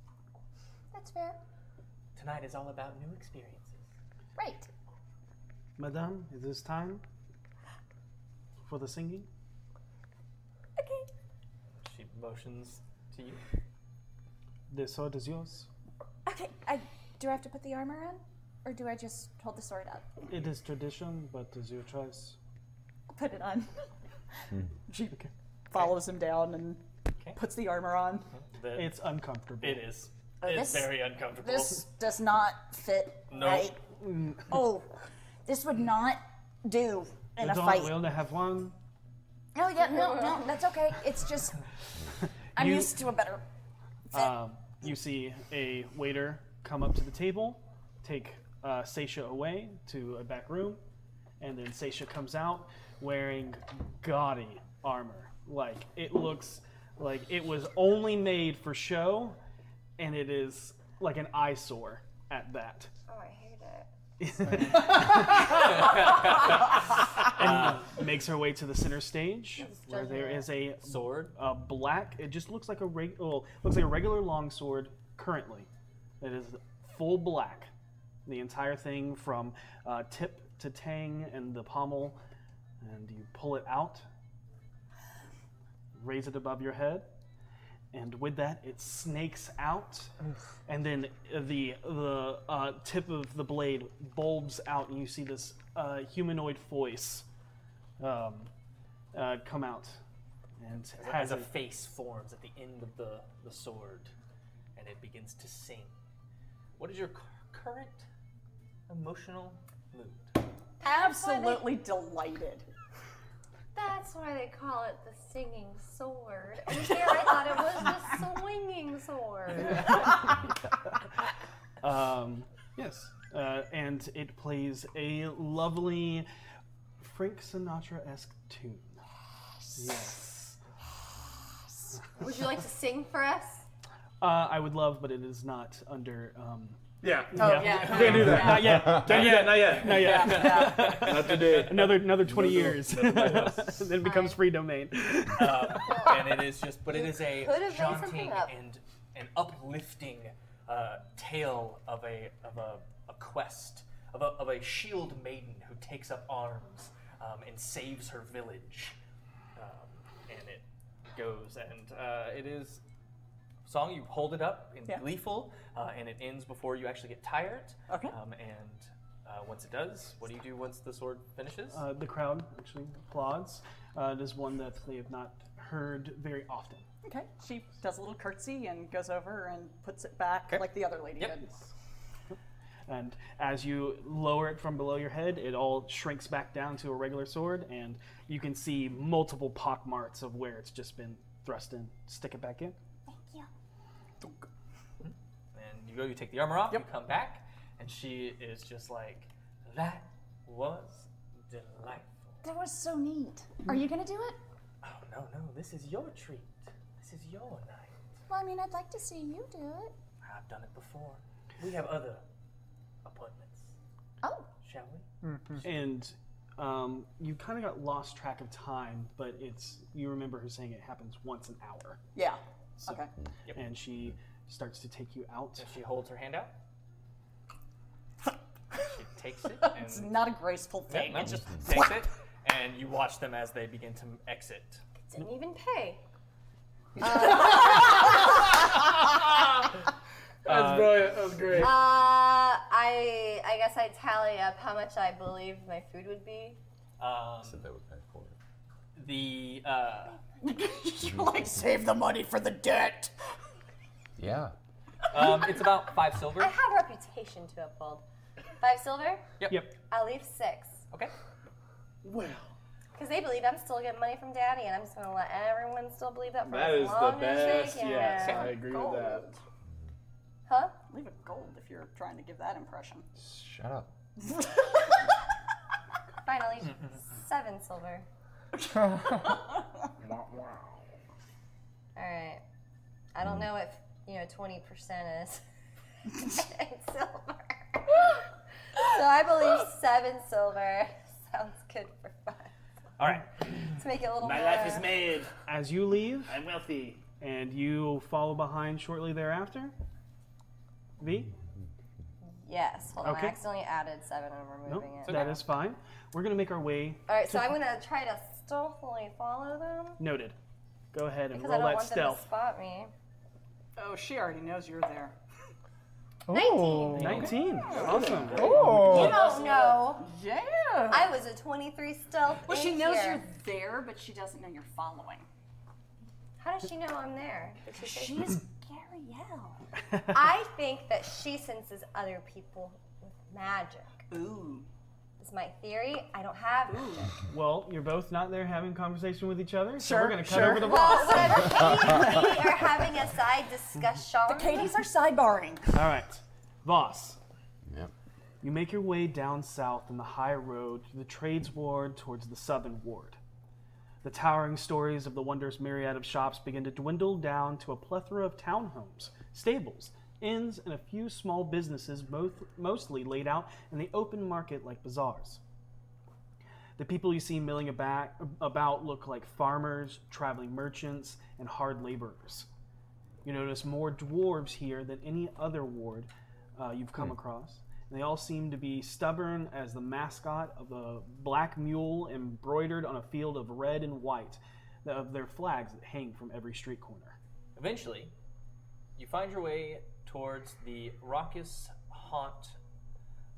S6: That's fair.
S3: Tonight is all about new experiences.
S6: Right.
S2: Madame, it is time for the singing.
S3: She motions to you.
S2: The sword is yours.
S6: Okay, I do I have to put the armor on? Or do I just hold the sword up? [LAUGHS]
S2: It is tradition, but it's your choice.
S6: Put it on. [LAUGHS]
S7: She follows him down and puts the armor on.
S2: it's uncomfortable.
S3: It is.
S6: Oh,
S3: it's
S6: this-
S3: very uncomfortable.
S6: This does not fit
S3: Nope.
S6: right.
S2: Mm,
S6: Oh, this would not do in a
S2: Madame,
S6: fight.
S2: We only have one.
S6: No, yeah, no, no, that's okay. It's just I'm
S2: You-
S6: used to a better.
S2: Um, you see a waiter come up to the table, take uh, Seisha away to a back room, and then Seisha comes out wearing gaudy armor. Like, it looks like it was only made for show, and it is like an eyesore at that.
S5: Oh, I hate it.
S6: [LAUGHS]
S2: and Uh, makes her way to the center stage where there is a
S3: sword,
S2: a black. It just looks like a regular, well, looks like a regular longsword currently. It is full black, the entire thing from uh, tip to tang and the pommel, and you pull it out, raise it above your head. And with that, it snakes out, and then the the uh, tip of the blade bulbs out, and you see this uh, humanoid voice um, uh, come out, and
S3: As a-
S2: has
S3: as a face forms at the end of the, the sword, and it begins to sing. What is your cur- current emotional mood?
S6: Absolutely delighted.
S5: That's why they call it the singing sword. And here I thought it was the swinging
S2: [LAUGHS]
S5: sword.
S2: Um, yes, uh, and it plays a lovely Frank Sinatra esque tune. Yes. [LAUGHS]
S5: Would you like to sing for us?
S2: Uh, I would love, but it is not under um,
S4: Yeah.
S5: Oh,
S2: Yeah.
S4: You can't do that.
S2: Not yet.
S4: [LAUGHS]
S2: Not
S4: Not yet. Not yet.
S2: Not
S4: [LAUGHS]
S2: yet.
S4: Not today.
S2: Another another twenty
S4: Another-
S2: years. [LAUGHS] then it becomes free domain.
S4: Uh,
S2: [LAUGHS]
S3: and it is just, but it is a
S2: Could have made something
S3: jaunting
S2: up.
S3: and an uplifting uh, tale of a of a, a quest of a, of a shield maiden who takes up arms um, and saves her village, um, and it goes and uh, it is song. You hold it up in
S20: Yeah.
S3: gleeful, uh, and it ends before you actually get tired.
S20: Okay.
S3: Um, and uh, once it does, what do you do once the sword finishes?
S2: Uh, the crowd actually applauds. Uh, it is one that they have not heard very often.
S6: Okay. She does a little curtsy and goes over and puts it back like the other lady did.
S2: And as you lower it from below your head, it all shrinks back down to a regular sword, and you can see multiple pock marks of where it's just been thrust in. Stick it back in.
S4: Uh,
S3: and you go, you take the armor off, you come back, and she is just like, that was delightful.
S6: That was so neat. Are you gonna do it?
S3: Oh, no, no, this is your treat. This is your night.
S6: Well, I mean, I'd like to see you do it.
S3: I've done it before. We have other appointments.
S6: Oh.
S3: Shall we?
S2: And um, you kind of got lost track of time, but it's you remember her saying it happens once an hour.
S6: Yeah.
S2: So-
S6: okay.
S2: And she starts to take you out.
S3: And she holds her hand out. She takes it. [LAUGHS] And
S6: [LAUGHS] It's not a graceful
S3: Yeah,
S6: thing.
S3: no,
S6: It [LAUGHS] just
S3: takes it, and you watch them as they begin to exit.
S5: Didn't even pay. [LAUGHS]
S4: That's
S3: Uh,
S4: brilliant. That was
S5: Uh,
S4: great.
S5: I I guess I tally up how much I believe my food would be.
S3: Um,
S1: said they would pay for it.
S3: The uh,
S6: [LAUGHS] [LAUGHS] you like save the money for the debt.
S1: Yeah.
S3: Um, it's about five silver.
S5: I have a reputation to uphold. Five silver.
S3: Yep.
S2: Yep.
S5: I'll leave six.
S3: Okay.
S2: Well.
S5: Because they believe I'm still getting money from Daddy, and I'm just gonna let everyone still believe that for
S4: That
S5: as
S4: is the
S5: long as
S4: best.
S5: they can.
S4: Yes, I agree with that.
S5: Huh?
S6: Leave it gold if you're trying to give that impression.
S1: Shut up.
S5: Finally, seven
S6: [LAUGHS]
S5: silver. All right. I
S2: Mm.
S5: don't know if you know twenty percent is
S2: [LAUGHS]
S5: [LAUGHS] silver. so I believe seven silver [LAUGHS] sounds good for fun.
S2: All right.
S5: Let's make it a little. more.
S2: made. As you leave, I'm wealthy. And you follow behind shortly thereafter. V.
S5: Yes. Hold on.
S2: Okay.
S5: I accidentally added seven and I'm
S2: Nope,
S5: removing it.
S2: that is fine. We're gonna make our way.
S5: All right. So
S2: to-
S5: I'm gonna try to stealthily follow them
S2: Noted. Go ahead and
S5: because I
S2: roll
S5: don't
S2: that
S5: want them to
S2: stealth.
S5: spot me.
S6: Oh, she already knows you're there.
S2: Nineteen. Nineteen. Awesome.
S6: Oh.
S5: You don't know.
S6: Yeah.
S5: I was a 23 stealth.
S6: Well, she
S5: in
S6: knows
S5: here.
S6: you're there, but she doesn't know you're following.
S5: How does she know I'm there? Did she say-
S6: She's Gabrielle.
S5: I think that she senses other people with magic.
S6: Ooh.
S5: Is my theory. I don't have magic.
S2: Well, you're both not there having conversation with each other, so
S5: Sure,
S2: we're gonna cut
S5: sure.
S2: over the boss.
S5: [LAUGHS] Well,
S2: [LAUGHS]
S5: We are having a side discussion. The
S6: Katie's are sidebarring.
S2: All right, Voss.
S1: Yep.
S2: You make your way down south in the high road through the trades ward towards the southern ward. The towering stories of the wondrous myriad of shops begin to dwindle down to a plethora of townhomes, stables, inns, and a few small businesses, both mostly laid out in the open market like bazaars. The people you see milling aba- about look like farmers, traveling merchants, and hard laborers. You notice more dwarves here than any other ward uh, you've come
S16: Hmm.
S2: across. And they all seem to be stubborn as the mascot of a black mule embroidered on a field of red and white the- of their flags that hang from every street corner.
S3: Eventually, you find your way towards the raucous haunt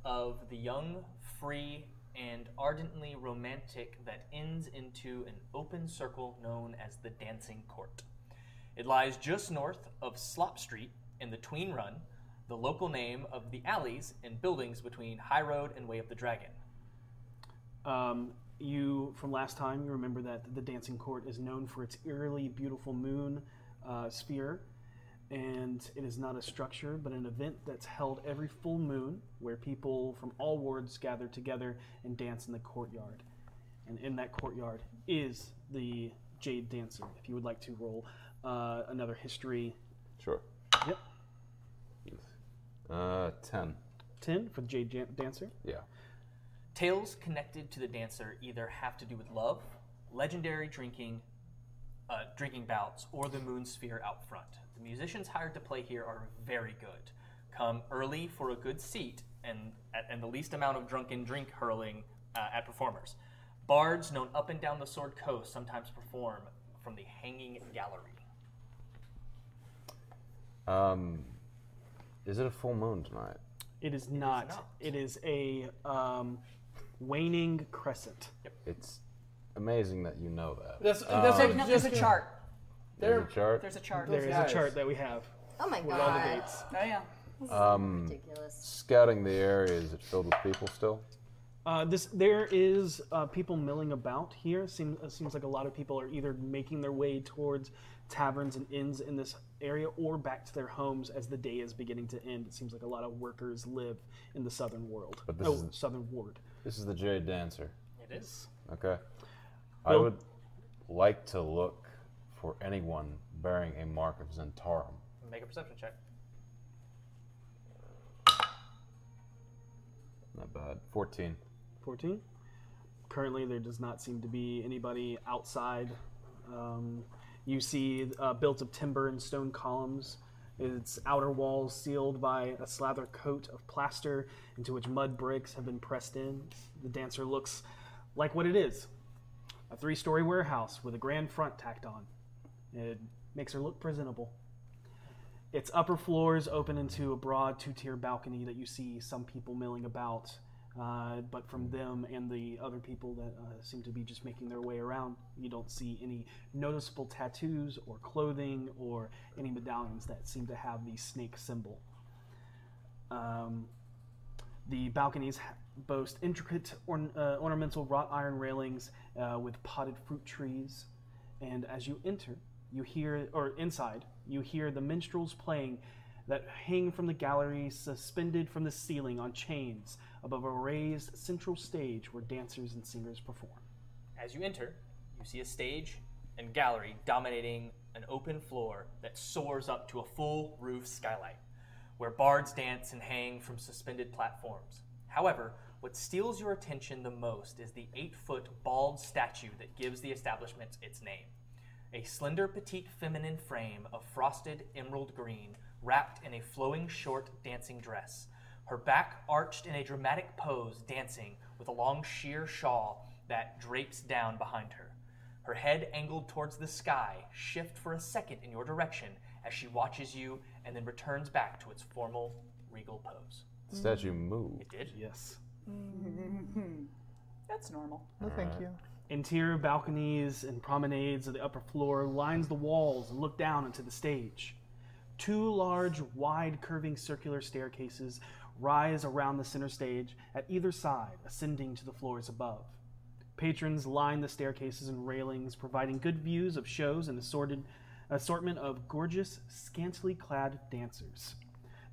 S3: of the young, free, and ardently romantic that ends into an open circle known as the Dancing Court. It lies just north of Slop Street in the Tween Run, the local name of the alleys and buildings between High Road and Way of the Dragon.
S2: Um, you, from last time, you remember that the Dancing Court is known for its eerily beautiful moon uh, sphere. And it is not a structure, but an event that's held every full moon where people from all wards gather together and dance in the courtyard. And in that courtyard is the Jade Dancer. If you would like to roll uh, another history.
S1: Sure.
S2: Yep.
S1: Uh, ten.
S2: Ten for the Jade Jan- Dancer.
S1: Yeah.
S3: Tales connected to the dancer either have to do with love, legendary drinking, uh, drinking bouts, or the moon sphere out front. The musicians hired to play here are very good. Come early for a good seat and and the least amount of drunken drink hurling uh, at performers. Bards known up and down the Sword Coast sometimes perform from the Hanging Gallery.
S1: Um, is it a full moon tonight?
S2: It is not. It is a um, waning crescent.
S1: It's amazing that you know that.
S2: That's-
S6: that's
S1: Um,
S6: what- There's a chart.
S1: There's
S6: There-
S1: a chart.
S6: there's a chart.
S2: There is
S6: Guys.
S2: a chart that we have.
S21: Oh my
S2: With all the
S21: God.
S2: dates.
S8: Oh yeah.
S1: Um, Scouting the area is it filled with people still?
S2: Uh, this there is uh, people milling about here. Seems uh, seems like a lot of people are either making their way towards taverns and inns in this area, or back to their homes as the day is beginning to end. It seems like a lot of workers live in the southern world.
S1: But this
S2: oh,
S1: isn't-
S2: southern ward.
S1: This is the Jade Dancer.
S2: It is.
S1: Okay. I
S2: Well-
S1: would like to look for anyone bearing a mark of Zentarum.
S3: Make a perception check.
S1: Not bad. Fourteen.
S2: 14. Currently, there does not seem to be anybody outside. Um, you see uh, built of timber and stone columns, its outer walls sealed by a slather coat of plaster into which mud bricks have been pressed in. The dancer looks like what it is a three story warehouse with a grand front tacked on. It makes her look presentable. Its upper floors open into a broad two tier balcony that you see some people milling about, uh, but from them and the other people that uh, seem to be just making their way around, you don't see any noticeable tattoos or clothing or any medallions that seem to have the snake symbol. Um, the balconies ha- boast intricate orn- uh, ornamental wrought iron railings uh, with potted fruit trees. And as you enter, you hear, or inside, you hear the minstrels playing that hang from the gallery, suspended from the ceiling on chains above a raised central stage where dancers and singers perform.
S3: As you enter, you see a stage and gallery dominating an open floor that soars up to a full roof skylight, where bards dance and hang from suspended platforms. However, what steals your attention the most is the eight foot bald statue that gives the establishment its name. A slender, petite feminine frame of frosted emerald green, wrapped in a flowing, short dancing dress. Her back arched in a dramatic pose, dancing with a long, sheer shawl that drapes down behind her. Her head angled towards the sky, shift for a second in your direction as she watches you and then returns back to its formal, regal pose.
S1: The statue moved.
S3: It did?
S2: Yes.
S8: That's normal.
S6: No, thank you.
S2: Interior balconies and promenades of the upper floor lines the walls and look down into the stage. Two large, wide, curving circular staircases rise around the center stage at either side, ascending to the floors above. Patrons line the staircases and railings, providing good views of shows and assorted assortment of gorgeous, scantily clad dancers.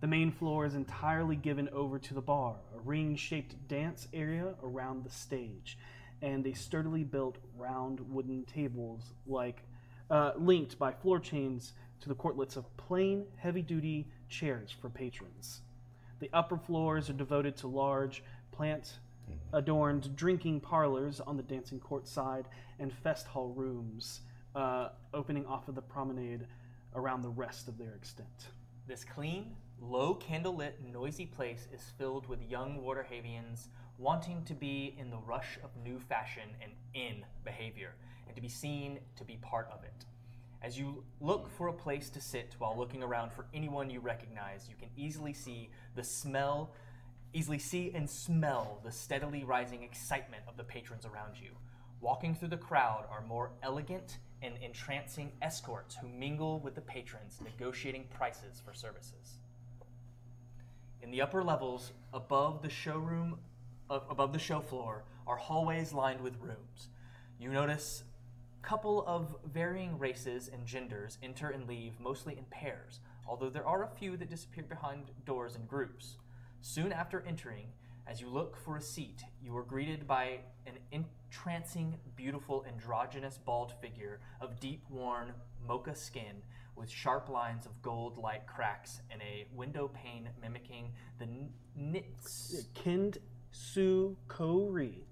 S2: The main floor is entirely given over to the bar, a ring shaped dance area around the stage, and a sturdily built round wooden tables like uh, linked by floor chains to the courtlets of plain, heavy duty chairs for patrons. The upper floors are devoted to large, plant adorned drinking parlors on the dancing court side and fest hall rooms, uh, opening off of the promenade around the rest of their extent.
S3: This clean, low candlelit, noisy place is filled with young Waterhavians wanting to be in the rush of new fashion and in behavior, and to be seen to be part of it. As you look for a place to sit while looking around for anyone you recognize, you can easily see the smell, easily see and smell the steadily rising excitement of the patrons around you. Walking through the crowd are more elegant and entrancing escorts who mingle with the patrons, negotiating prices for services. In the upper levels, above the showroom, ab- above the show floor, are hallways lined with rooms. You notice a couple of varying races and genders enter and leave mostly in pairs, although there are a few that disappear behind doors in groups. Soon after entering, as you look for a seat, you are greeted by an entrancing, beautiful, androgynous bald figure of deep worn mocha skin with sharp lines of gold like cracks and a window pane mimicking the n- nits
S2: Kintsu Kori.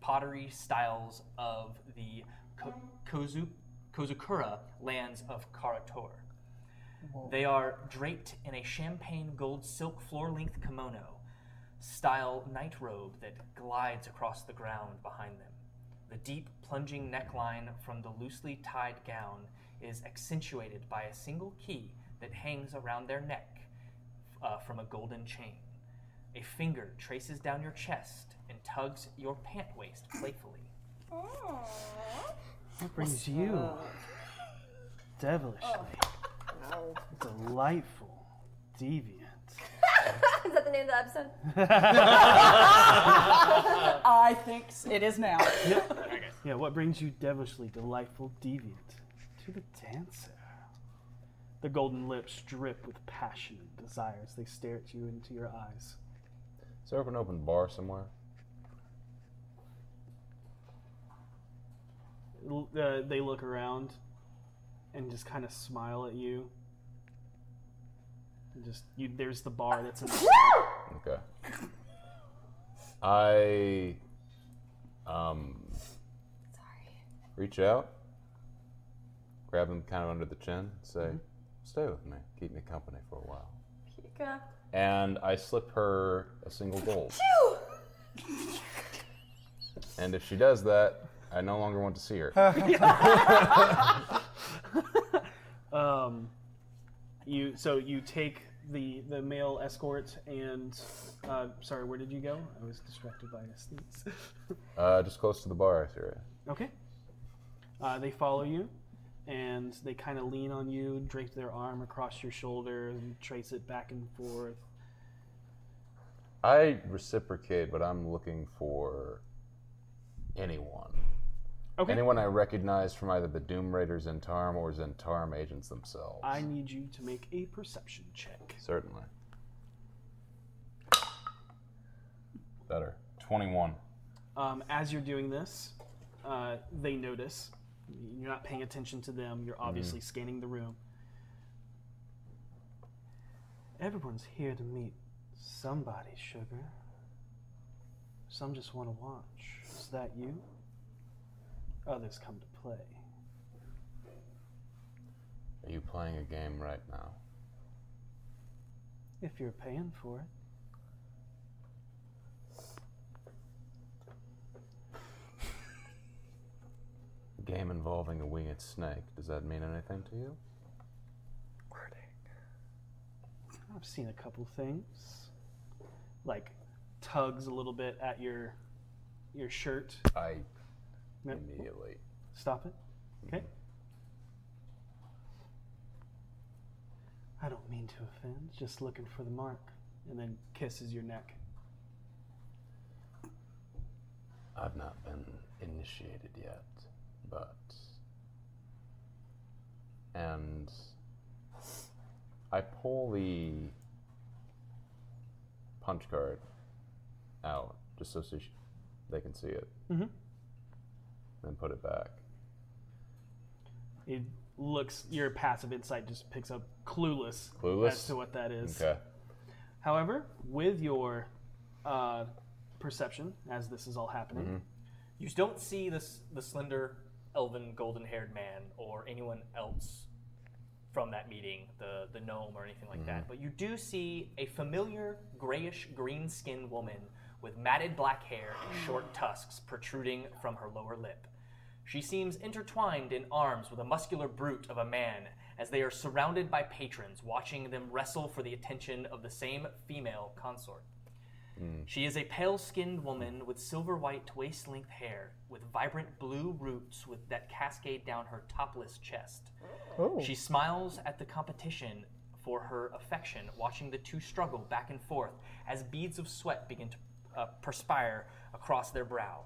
S3: pottery styles of the Ko- Kozu- Kozukura lands of Karator. They are draped in a champagne gold silk floor length kimono style night robe that glides across the ground behind them. The deep plunging neckline from the loosely tied gown is accentuated by a single key that hangs around their neck uh, from a golden chain. A finger traces down your chest and tugs your pant waist playfully.
S2: What brings you? Devilishly. Delightful. Deviant.
S5: [LAUGHS] Is that the name of the
S2: [LAUGHS]
S5: episode? [LAUGHS]
S13: I think s- it is now.
S2: Yeah, what brings you devilishly delightful deviant to the dancer? The golden lips drip with passion and desire as they stare at you into your eyes.
S1: Is there an open bar somewhere?
S2: L- Uh, they look around and just kind of smile at you. And just you, there's the bar that's in the
S1: Okay. I um reach out, grab him kind of under the chin, say, "Stay with me, keep me company for a while."
S5: Pika.
S1: And I slip her a single gold. and if she does that, I no longer want to see her.
S2: [LAUGHS] um, you so you take the the male escort and uh, sorry, where did you go? I was distracted by a sneeze. [LAUGHS]
S1: uh, just close to the bar, I see her.
S2: Okay. Uh, they follow you, and they kind of lean on you, drape their arm across your shoulder, and trace it back and forth.
S1: I reciprocate, but I'm looking for anyone.
S2: Okay.
S1: Anyone I recognize from either the Doom Raiders in Tarm or Zentarm agents themselves.
S2: I need you to make a perception check.
S1: Certainly. Better. 21.
S2: Um, as you're doing this, uh, they notice. You're not paying attention to them. You're obviously scanning the room. Everyone's here to meet somebody, sugar. Some just want to watch. Is that you? Others come to play.
S1: Are you playing a game right now?
S2: If you're paying for it.
S1: A game involving a winged snake. Does that mean anything to you?
S2: I've seen a couple things. Like tugs a little bit at your your shirt.
S1: I
S2: immediately stop it. Okay. I don't mean to offend. Just looking for the mark, and then kisses your neck.
S1: I've not been initiated yet, but. And I pull the punch card out just so she, they can see it.
S2: Mhm.
S1: Then put it back.
S2: It looks your passive insight just picks up clueless,
S1: Clueless?
S2: as to what that is.
S1: Okay.
S2: However, with your uh, perception, as this is all
S15: Mhm.
S2: happening,
S15: You don't see this the slender, elven, golden-haired man or anyone else from that meeting, the the gnome or anything like that. But you do see a familiar grayish green-skinned woman with matted black hair and short tusks protruding from her lower lip. She seems intertwined in arms with a muscular brute of a man as they are surrounded by patrons watching them wrestle for the attention of the same female consort.
S4: Mm.
S15: She is a pale skinned woman with silver white waist length hair, with vibrant blue roots with that cascade down her topless chest.
S17: Oh.
S15: She smiles at the competition for her affection, watching the two struggle back and forth as beads of sweat begin to uh, perspire across their brow.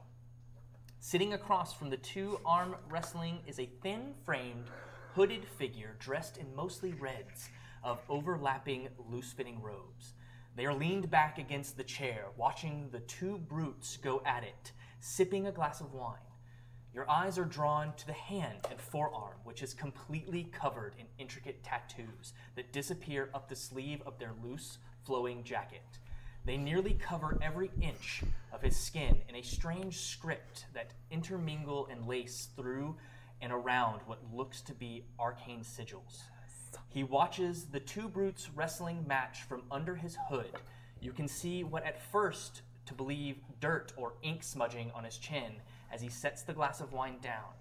S15: Sitting across from the two arm wrestling is a thin framed, hooded figure dressed in mostly reds of overlapping, loose fitting robes. They are leaned back against the chair, watching the two brutes go at it, sipping a glass of wine.
S3: Your eyes are drawn to the hand and forearm, which is completely covered in intricate tattoos that disappear up the sleeve of their loose, flowing jacket. They nearly cover every inch of his skin in a strange script that intermingle and lace through and around what looks to be arcane sigils. He watches the two brutes wrestling match from under his hood. You can see what at first to believe dirt or ink smudging on his chin as he sets the glass of wine down.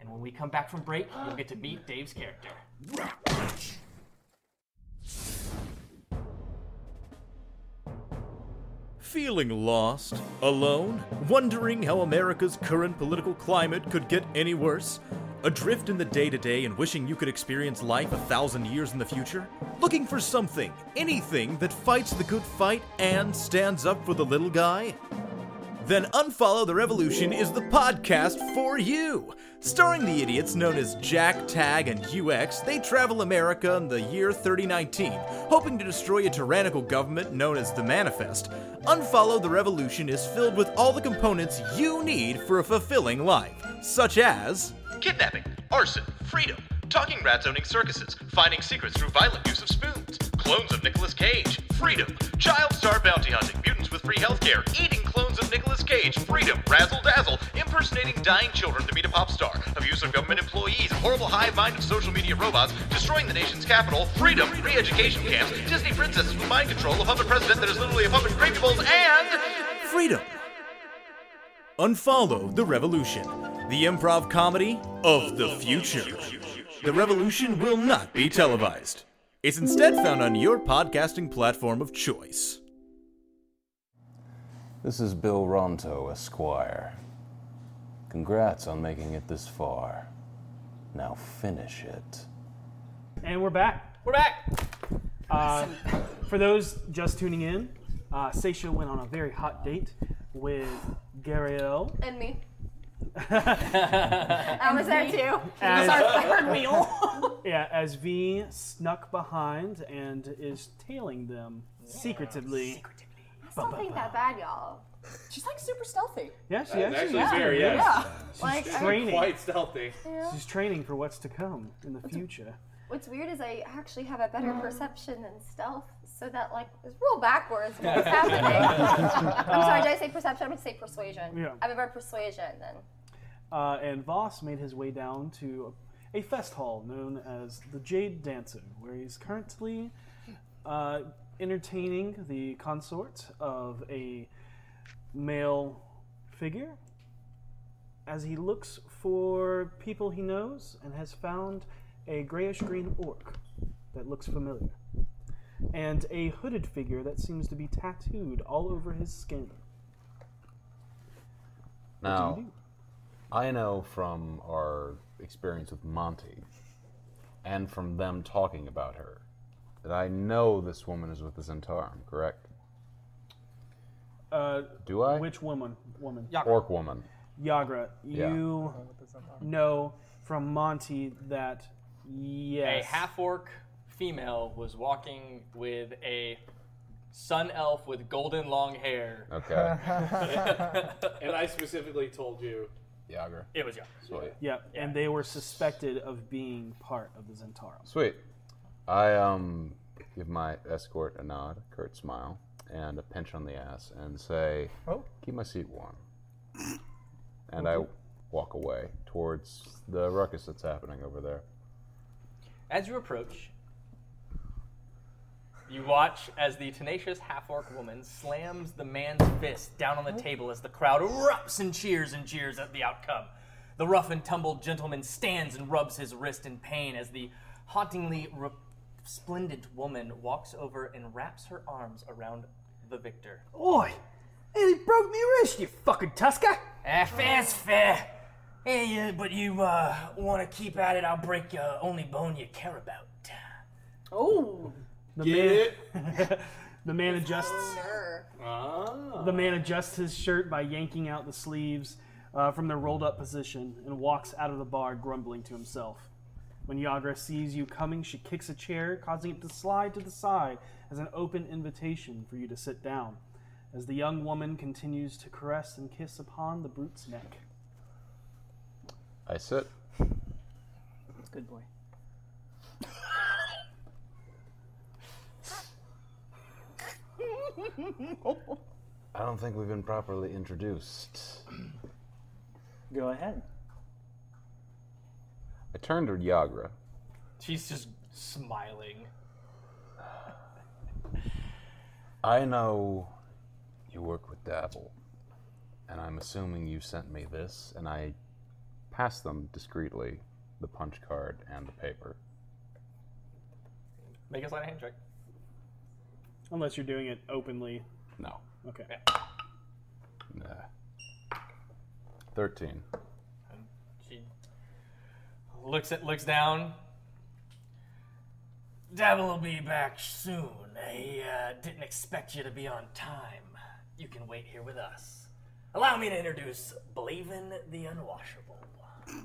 S3: And when we come back from break, you'll get to meet Dave's character.
S17: Feeling lost? Alone? Wondering how America's current political climate could get any worse? Adrift in the day to day and wishing you could experience life a thousand years in the future? Looking for something, anything that fights the good fight and stands up for the little guy? Then Unfollow the Revolution is the podcast for you! Starring the idiots known as Jack, Tag, and UX, they travel America in the year 3019, hoping to destroy a tyrannical government known as the Manifest. Unfollow the Revolution is filled with all the components you need for a fulfilling life, such as.
S22: Kidnapping, arson, freedom, talking rats owning circuses, finding secrets through violent use of spoons, clones of Nicolas Cage, freedom, child star bounty hunting, mutants with free healthcare, eating clones of Nicolas Cage, freedom, razzle dazzle, impersonating dying children to meet a pop star, abuse of government employees, a horrible hive mind of social media robots, destroying the nation's capital, freedom, re education camps, Disney princesses with mind control, a puppet president that is literally a puppet in gravy bowls, and.
S17: Freedom! Unfollow the Revolution, the improv comedy of the future. The revolution will not be televised. It's instead found on your podcasting platform of choice.
S1: This is Bill Ronto, Esquire. Congrats on making it this far. Now finish it.
S2: And we're back.
S20: We're back.
S2: Uh, for those just tuning in, uh, Seisha went on a very hot date with Gariel.
S5: And
S2: [LAUGHS]
S5: me. I was there too.
S2: As-
S5: wheel.
S2: [LAUGHS] yeah, as V snuck behind and is tailing them secretively.
S5: I don't think that bad, y'all.
S13: She's like super stealthy.
S2: Yeah, she
S13: That is
S2: actually
S13: actually
S2: is.
S13: very,
S2: yeah.
S13: yes.
S2: She's
S5: Yeah. Like, I-
S2: training.
S4: Quite stealthy.
S5: Yeah.
S2: She's training for what's to come in the future.
S5: What's weird is I actually have a better perception than stealth, so that like it's roll backwards. What
S2: [LAUGHS]
S5: was happening? I'm sorry, did I say perception? I'm gonna say persuasion.
S2: Yeah.
S5: I have a better persuasion than
S2: Uh, and Voss made his way down to a fest hall known as the Jade Dancer, where he's currently uh, entertaining the consort of a male figure as he looks for people he knows and has found a grayish green orc that looks familiar and a hooded figure that seems to be tattooed all over his skin.
S1: [LAUGHS] Now, I know from our experience with Monty and from them talking about her that I know this woman is with the Centauran, correct?
S2: Uh,
S1: Do I?
S2: Which woman? Woman.
S1: Orc woman.
S2: Yagra,
S1: Yeah.
S2: you know from Monty that yes,
S15: A half orc female was walking with a sun elf with golden long hair.
S1: Okay.
S4: [LAUGHS] and I specifically told you.
S1: Yager.
S15: It was Yager.
S1: Sweet.
S4: [LAUGHS]
S2: Yep, and they were suspected of being part of the Zentaro.
S1: Sweet. I um give my escort a nod, a curt smile, and a pinch on the ass, and say,
S7: Oh.
S1: "Keep my seat warm." And I walk away towards the ruckus that's happening over there.
S15: As you approach, you watch as the tenacious half orc woman slams the man's fist down on the table as the crowd erupts and cheers and jeers at the outcome. The rough and tumble gentleman stands and rubs his wrist in pain as the hauntingly resplendent woman walks over and wraps her arms around the victor.
S8: Oi! And he broke me wrist, you fucking tusker!
S15: Ah, fair's fair. Hey, uh, but you uh, want to keep at it, I'll break uh, only bone you care about.
S2: Oh, the
S15: Get
S2: man. [LAUGHS] the man adjusts. The man adjusts his shirt by yanking out the sleeves uh, from their rolled up position and walks out of the bar grumbling to himself. When Yagra sees you coming, she kicks a chair, causing it to slide to the side as an open invitation for you to sit down, as the young woman continues to caress and kiss upon the brute's neck.
S1: I sit.
S8: Good boy.
S1: I don't think we've been properly introduced.
S8: Go ahead.
S1: I turned to Yagra.
S3: She's just
S7: [LAUGHS]
S3: smiling.
S1: I know you work with Dabble, and I'm assuming you sent me this, and I passed them discreetly the punch card and the paper.
S3: Make us light a hand check.
S2: Unless you're doing it openly.
S1: No.
S2: Okay.
S1: 13.
S3: She looks at looks down. Devil will be back soon. I uh, didn't expect you to be on time. You can wait here with us. Allow me to introduce Blaven the Unwashable.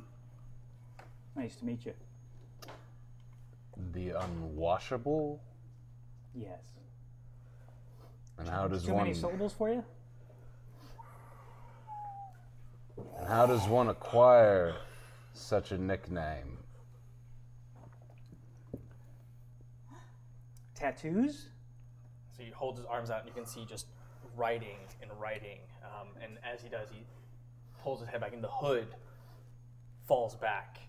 S8: Nice to meet you.
S1: The uh, unwashable?
S8: Yes.
S1: And how does
S8: Too
S1: one
S8: many syllables for you?
S1: and how does one acquire such a nickname?
S8: Tattoos?
S3: So he holds his arms out, and you can see just writing and writing. Um, and as he does, he pulls his head back, and the hood falls back.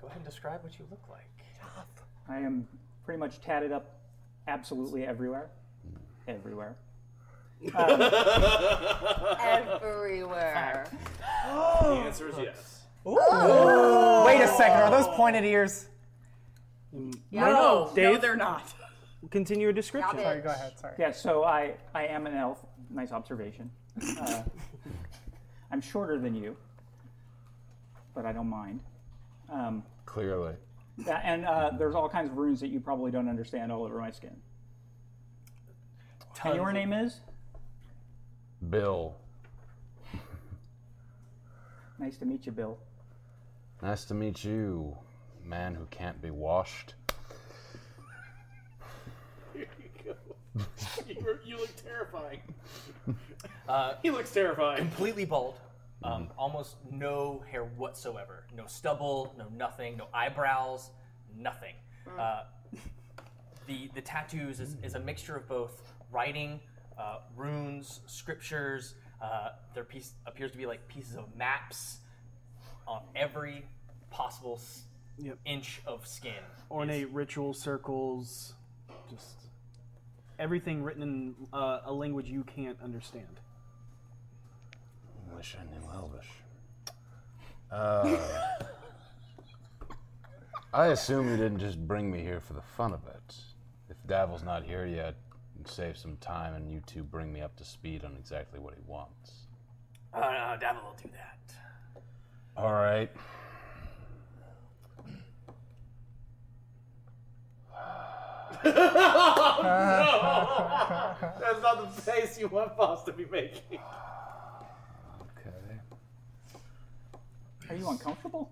S3: Go ahead and describe what you look like.
S8: I am pretty much tatted up absolutely everywhere. Everywhere.
S7: Um,
S5: Everywhere.
S4: The answer is yes.
S3: Oh.
S7: Ooh. Wait a second. Are those pointed ears?
S2: No, no, Dave? they're
S7: not.
S2: [LAUGHS] Continue your description.
S7: Sorry, go ahead. Sorry.
S8: Yeah, so I, I am an elf. Nice observation. Uh, I'm shorter than you, but I don't mind. Um,
S1: Clearly.
S8: yeah, and uh, there's all kinds of runes that you probably don't understand all over my skin. And your name is?
S1: Bill.
S8: Nice to meet you, Bill.
S1: Nice to meet you, man who can't be washed.
S4: Here you go. [LAUGHS] you, were- you look terrifying. [LAUGHS]
S3: Uh,
S4: he looks terrified.
S3: Completely bald. Um, Almost no hair whatsoever. No stubble, no nothing, no eyebrows, nothing. Uh, the, the tattoos is, is a mixture of both writing, uh, runes, scriptures. Uh, there piece, appears to be like pieces of maps on every possible s-
S2: Yep.
S3: inch of skin.
S2: Ornate ritual circles, just everything written in uh, a language you can't understand.
S1: Wish I knew Elvish. Uh, [LAUGHS] I assume you didn't just bring me here for the fun of it. If Davil's not here yet, save some time and you two bring me up to speed on exactly what he wants.
S3: Oh, no, Davil will do that.
S1: All right.
S4: Oh,
S7: [LAUGHS]
S4: no! That's not the face you want boss to be making.
S1: Okay.
S8: Are you uncomfortable?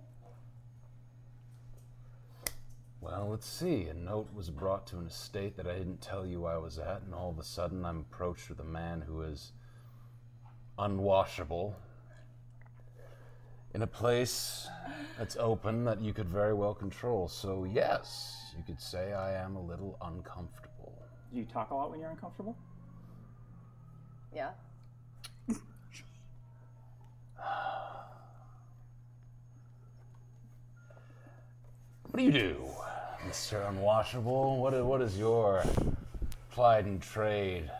S1: Well, let's see. A note was brought to an estate that I didn't tell you I was at, and all of a sudden I'm approached with a man who is unwashable in a place that's open that you could very well control. So, yes, you could say I am a little uncomfortable.
S8: Do you talk a lot when you're uncomfortable?
S5: Yeah.
S1: What do you do, Mr. Unwashable? What is, what is your plied and trade?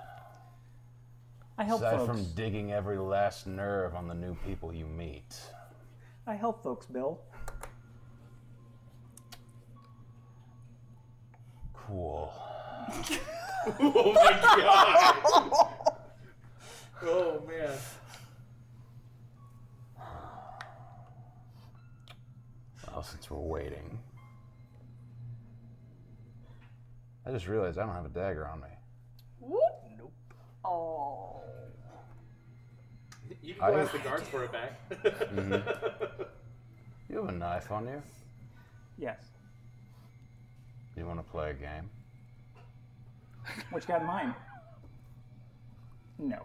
S8: I help
S1: Aside
S8: folks.
S1: from digging every last nerve on the new people you meet.
S8: I help folks, Bill.
S1: Cool.
S4: oh my god! oh man.
S1: Well, Oh, since we're waiting. I just realized I don't have a dagger on me.
S3: Nope.
S23: Oh.
S4: You can
S1: I-
S4: go ask the guards for it back.
S2: Mm-hmm.
S16: [LAUGHS]
S1: You have a knife on you?
S8: Yes.
S1: You want to play a game?
S8: What you got in mind? No.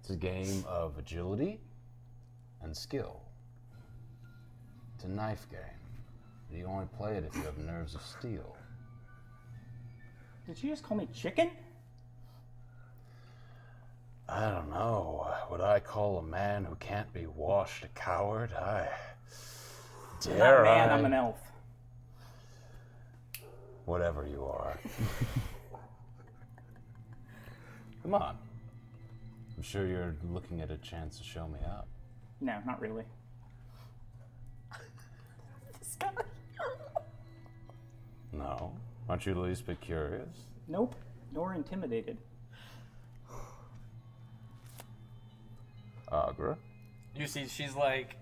S1: It's a game of agility and skill. It's a knife game. You only play it if you have nerves of steel.
S8: Did you just call me chicken?
S1: I don't know. Would I call a man who can't be washed a coward? I
S8: I'm
S1: dare
S8: not a man,
S1: I?
S8: I'm an elf.
S1: Whatever you are. [LAUGHS] Come on. I'm sure you're looking at a chance to show me up.
S8: No, not really.
S1: No. Aren't you the least bit curious?
S8: Nope. Nor intimidated.
S1: Agra?
S3: You see, she's like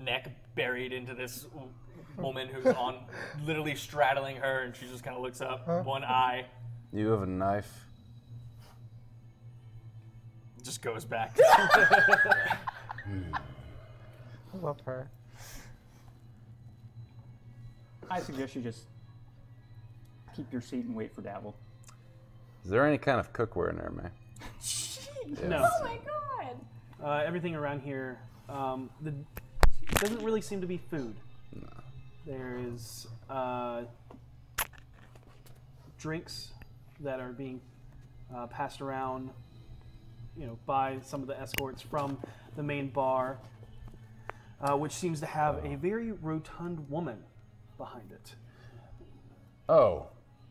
S3: neck buried into this w- woman who's on, literally straddling her, and she just kind of looks up,
S1: Huh?
S3: one eye,
S1: You have a knife.
S3: just goes back.
S1: Hmm.
S7: I love her.
S8: I suggest you just keep your seat and wait for Dabble.
S1: Is there any kind of cookware near me?
S2: No.
S13: Oh my god.
S2: Uh, everything around here, um, the, it doesn't really seem to be food. There is uh, drinks that are being uh, passed around, you know, by some of the escorts from the main bar, uh, which seems to have a very rotund woman behind it.
S1: Oh,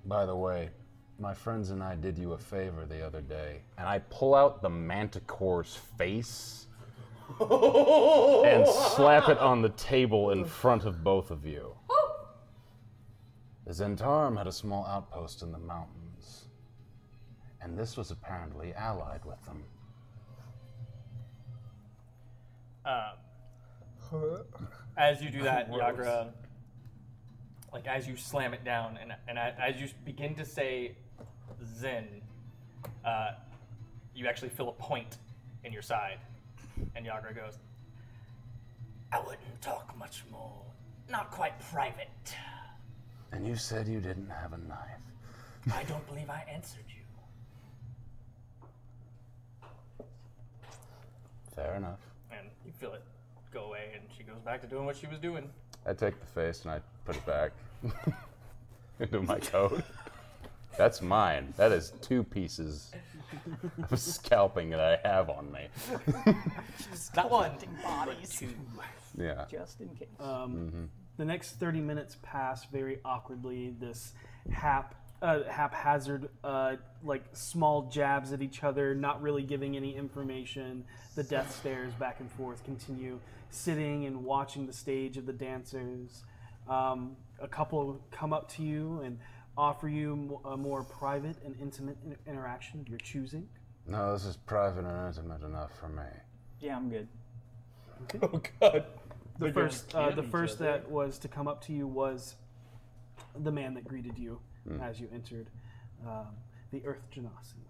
S1: by the way, my friends and I did you a favor the other day, and I pull out the manticore's face and slap it on the table in front of both of you. The Zentarm had a small outpost in the mountains, and this was apparently allied with them.
S3: Um, as you do that,
S16: Gross.
S3: Yagra, like as you slam it down, and and a- as you begin to say Zen, uh, you actually feel a point in your side, and Yagra goes, "I wouldn't talk much more. Not quite private.
S1: And you said you didn't have a knife.
S3: I don't believe I answered you."
S1: Fair enough.
S3: And you feel it go away, and she goes back to doing what she was doing.
S1: I take the face and I put it back [LAUGHS] into my coat. That's mine. That is two pieces of scalping that I have on me.
S3: Not one,
S8: bodies.
S3: two.
S1: Yeah.
S8: Just in case.
S2: Um,
S1: Mhm.
S2: The next 30 minutes pass very awkwardly. This hap, uh, haphazard, uh, like small jabs at each other, not really giving any information. The death stares back and forth continue, sitting and watching the stage of the dancers. Um, a couple come up to you and offer you mo- a more private and intimate in- interaction of your choosing.
S1: No, this is private and intimate enough for me.
S8: Yeah, I'm good.
S2: Oh
S8: God.
S2: The first, uh, the first that was to come up to you was the man that greeted you
S1: Hmm.
S2: as you entered, um, the Earth Genasi.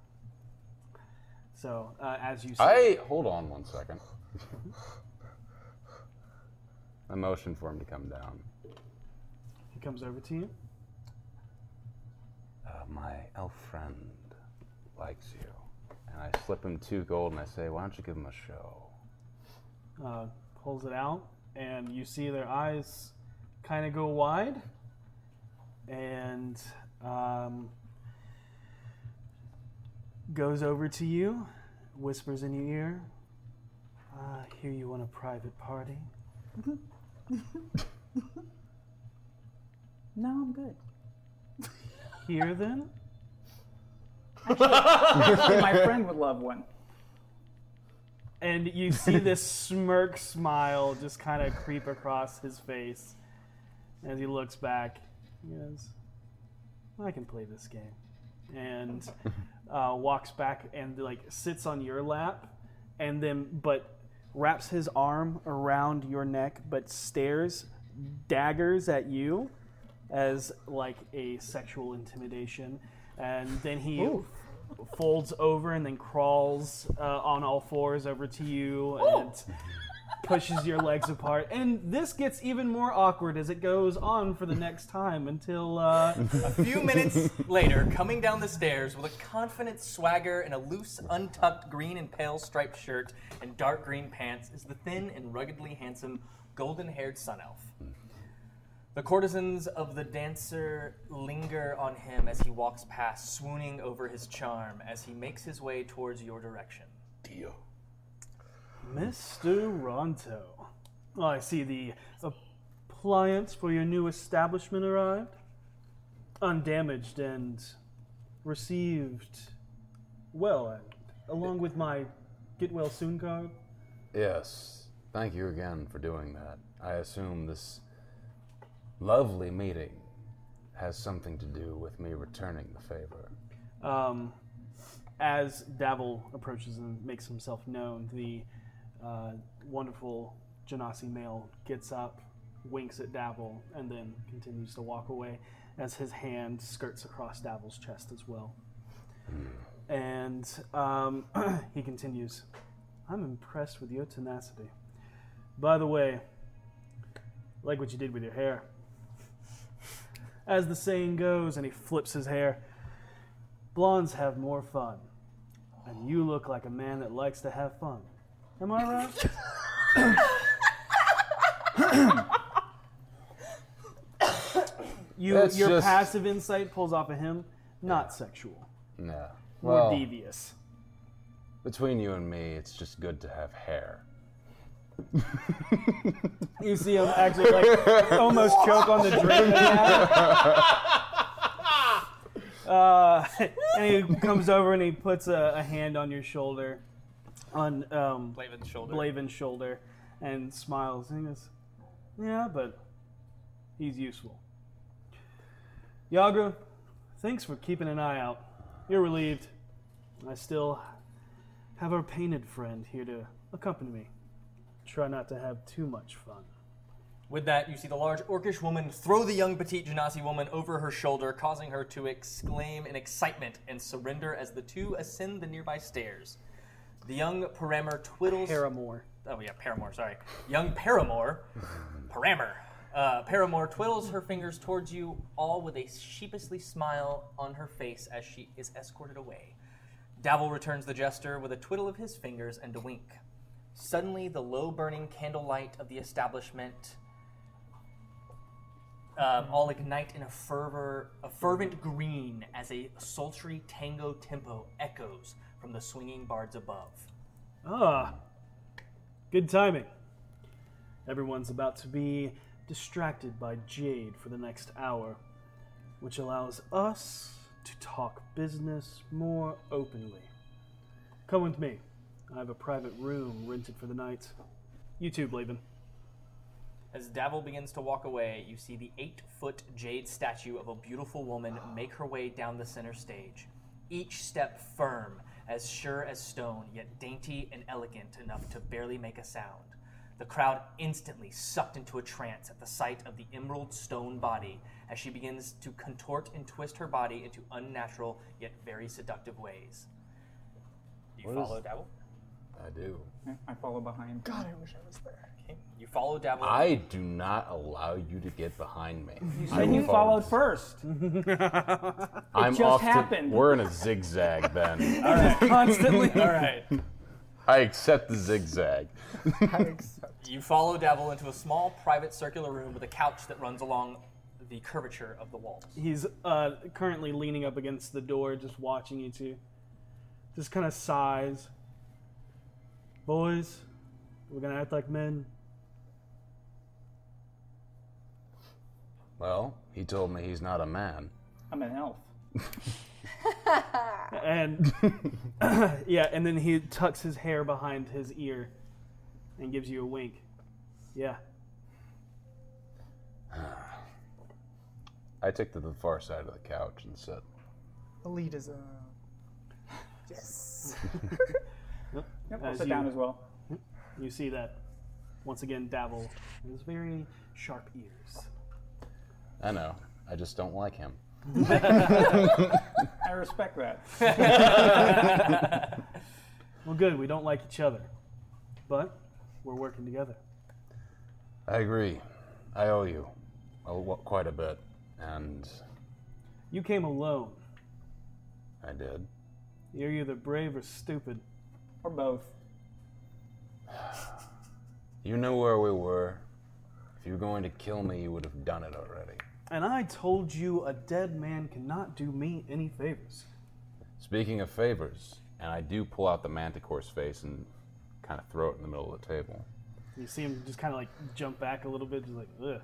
S2: So uh, as you,
S1: I hold on one second. I motion for him to come down.
S2: he comes over to you.
S1: Uh, my elf friend likes you. And I slip him two gold and I say, why don't you give him a show?
S2: uh, pulls it out, and you see their eyes kind of go wide. And um, goes over to you, whispers in your ear, I hear you want a private party.
S8: No, I'm good.
S2: Here then?
S8: [LAUGHS] Actually, my friend would love one.
S2: And you see this smirk smile just kind of creep across his face as he looks back. He goes, [LAUGHS] I can play this game. And uh, walks back and like sits on your lap and then but wraps his arm around your neck but stares daggers at you as like a sexual intimidation and then he
S16: Oof.
S2: folds over and then crawls uh, on all fours over to you and pushes your legs apart. And this gets even more awkward as it goes on for the next time until uh,
S3: a few minutes later, coming down the stairs with a confident swagger and a loose, untucked green and pale striped shirt and dark green pants is the thin and ruggedly handsome golden haired sun elf. The courtesans of the dancer linger on him as he walks past, swooning over his charm as he makes his way towards your direction.
S2: Dio. Mr. Ronto. Oh, I see the appliance for your new establishment arrived. Undamaged and received well, and along with my get well soon card.
S1: Yes. Thank you again for doing that. I assume this lovely meeting has something to do with me returning the favor.
S2: Um, as Davil approaches and makes himself known, the uh, wonderful Genasi male gets up, winks at Davil, and then continues to walk away as his hand skirts across Davil's chest as well. And um, [CLEARS THROAT] he continues, I'm impressed with your tenacity. By the way, like what you did with your hair. As the saying goes, and he flips his hair, blondes have more fun. And you look like a man that likes to have fun. Am I right? you,
S1: That's
S2: your
S1: just-
S2: passive insight pulls off of him, not sexual,
S1: No.
S2: more
S1: Well,
S2: devious.
S1: between you and me, it's just good to have hair. [LAUGHS]
S2: You see him actually like almost choke on the
S1: [LAUGHS]
S2: drink. [LAUGHS] that he had. uh, [LAUGHS] and he comes over and he puts a, a hand on your shoulder, on um,
S3: Blaven's shoulder.
S2: Blaven's shoulder, and smiles. And he goes, "Yeah, but he's useful." Yagra, thanks for keeping an eye out. You're relieved. I still have our painted friend here to accompany me. Try not to have too much fun. [LAUGHS]
S3: With that, you see the large orcish woman throw the young petite Genasi woman over her shoulder, causing her to exclaim in excitement and surrender as the two ascend the nearby stairs. The young paramour twiddles.
S2: Paramour.
S3: Oh, yeah, paramour, sorry. Young paramour. paramour. Uh, paramour twiddles her fingers towards you, all with a sheepishly smile on her face as she is escorted away. Davil returns the gesture with a twiddle of his fingers and a wink. Suddenly, the low burning candlelight of the establishment um, all ignite in a fervor, a fervent green as a sultry tango tempo echoes from the swinging bards above.
S2: Ah, good timing. Everyone's about to be distracted by Jade for the next hour, which allows us to talk business more openly. Come with me. I have a private room rented for the night. You too, Blaven.
S3: As Davil begins to walk away, you see the eight foot jade statue of a beautiful woman make her way down the center stage, each step firm, as sure as stone, yet dainty and elegant enough to barely make a sound. The crowd instantly sucked into a trance at the sight of the emerald stone body as she begins to contort and twist her body into unnatural yet very seductive ways. Do you
S8: What is-
S3: follow Davil?
S1: I do.
S8: I follow behind. God, I wish I was there.
S3: You follow Davil.
S1: I do not allow you to get behind me.
S8: You
S1: I
S8: said you
S1: will
S8: followed
S1: [LAUGHS]
S8: first.
S1: I'm
S8: it just
S1: off to-
S8: happened.
S1: we're in a zigzag then.
S8: [LAUGHS] All right.
S3: Constantly. All right.
S1: I accept the zigzag.
S3: You follow Devil into a small private circular room with a couch that runs along the curvature of the walls.
S2: He's uh, currently leaning up against the door, just watching you two. Just kind of sighs. Boys, we're gonna act like men.
S1: Well, he told me he's not a man. [SIGHS]
S8: I'm an elf.
S2: and [COUGHS] yeah, and then he tucks his hair behind his ear and gives you a wink. Yeah.
S1: I took to the far side of the couch and said,
S7: Elitism.
S3: [LAUGHS]
S7: Yes.
S8: Yep, I'll sit down as well.
S2: You see that once again, Davil has very sharp ears.
S1: I know. I just don't like him.
S8: I respect
S2: [LAUGHS]
S8: that. [LAUGHS]
S2: well, good. We don't like each other, but We're working together.
S1: [LAUGHS] I agree. I owe you a, lo- quite a bit, and
S2: You came alone.
S1: I did.
S2: You're either brave or stupid.
S8: Or both.
S1: You knew where we were. If you were going to kill me, you would have done it already.
S2: And I told you a dead man cannot do me any favors.
S1: Speaking of favors, and I do pull out the manticore's face and kind of throw it in the middle of the table.
S2: You see him just kind of like jump back a little bit, just like, ugh.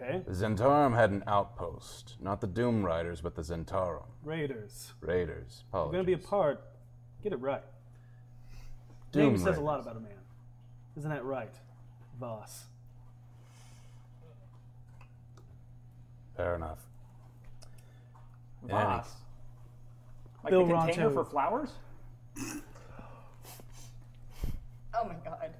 S2: Okay.
S1: The Zentarum had an outpost, not the Doom Riders, but the Zentarum
S2: Raiders.
S1: Raiders.
S2: If You're
S1: Apologies.
S2: gonna be a part. Get it right.
S1: Doom
S2: Name says
S1: Raiders.
S2: a lot about a man. Isn't that right, boss?
S1: Fair enough. In any-
S8: Voss. Like
S2: Bill
S8: the container
S2: Ronto.
S8: for flowers?
S5: Oh my god.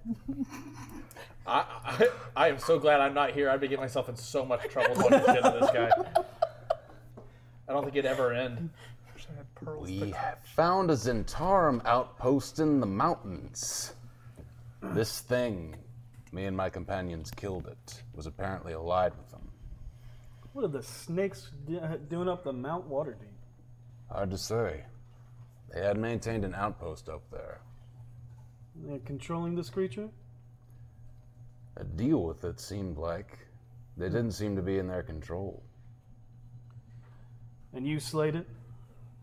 S16: I, I, I am so glad I'm not here. I'd be getting myself in so much trouble talking shit to this guy. I don't think it'd ever end.
S1: We have found a Zentarum outpost in the mountains. This thing, me and my companions killed it, was apparently allied with them.
S2: What are the snakes d- uh, doing up the Mount Waterdeep?
S1: Hard to say. They had maintained an outpost up there.
S2: They're controlling this creature.
S1: A deal with it seemed like. They didn't seem to be in their control.
S2: And you slayed it?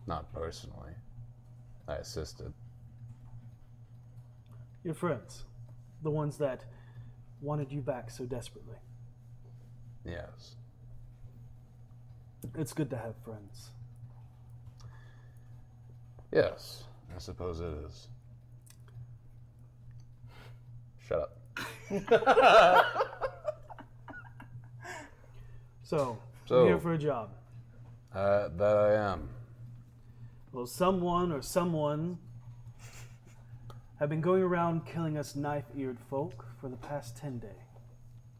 S1: Not personally. I assisted.
S2: Your friends. The ones that wanted you back so desperately.
S1: Yes.
S2: It's good to have friends.
S1: Yes, I suppose it is. Shut up.
S2: So,
S1: So-
S2: you're here for a job.
S1: Uh, that I am.
S2: Well, someone or someone have been going around killing us knife eared folk for the past 10 days.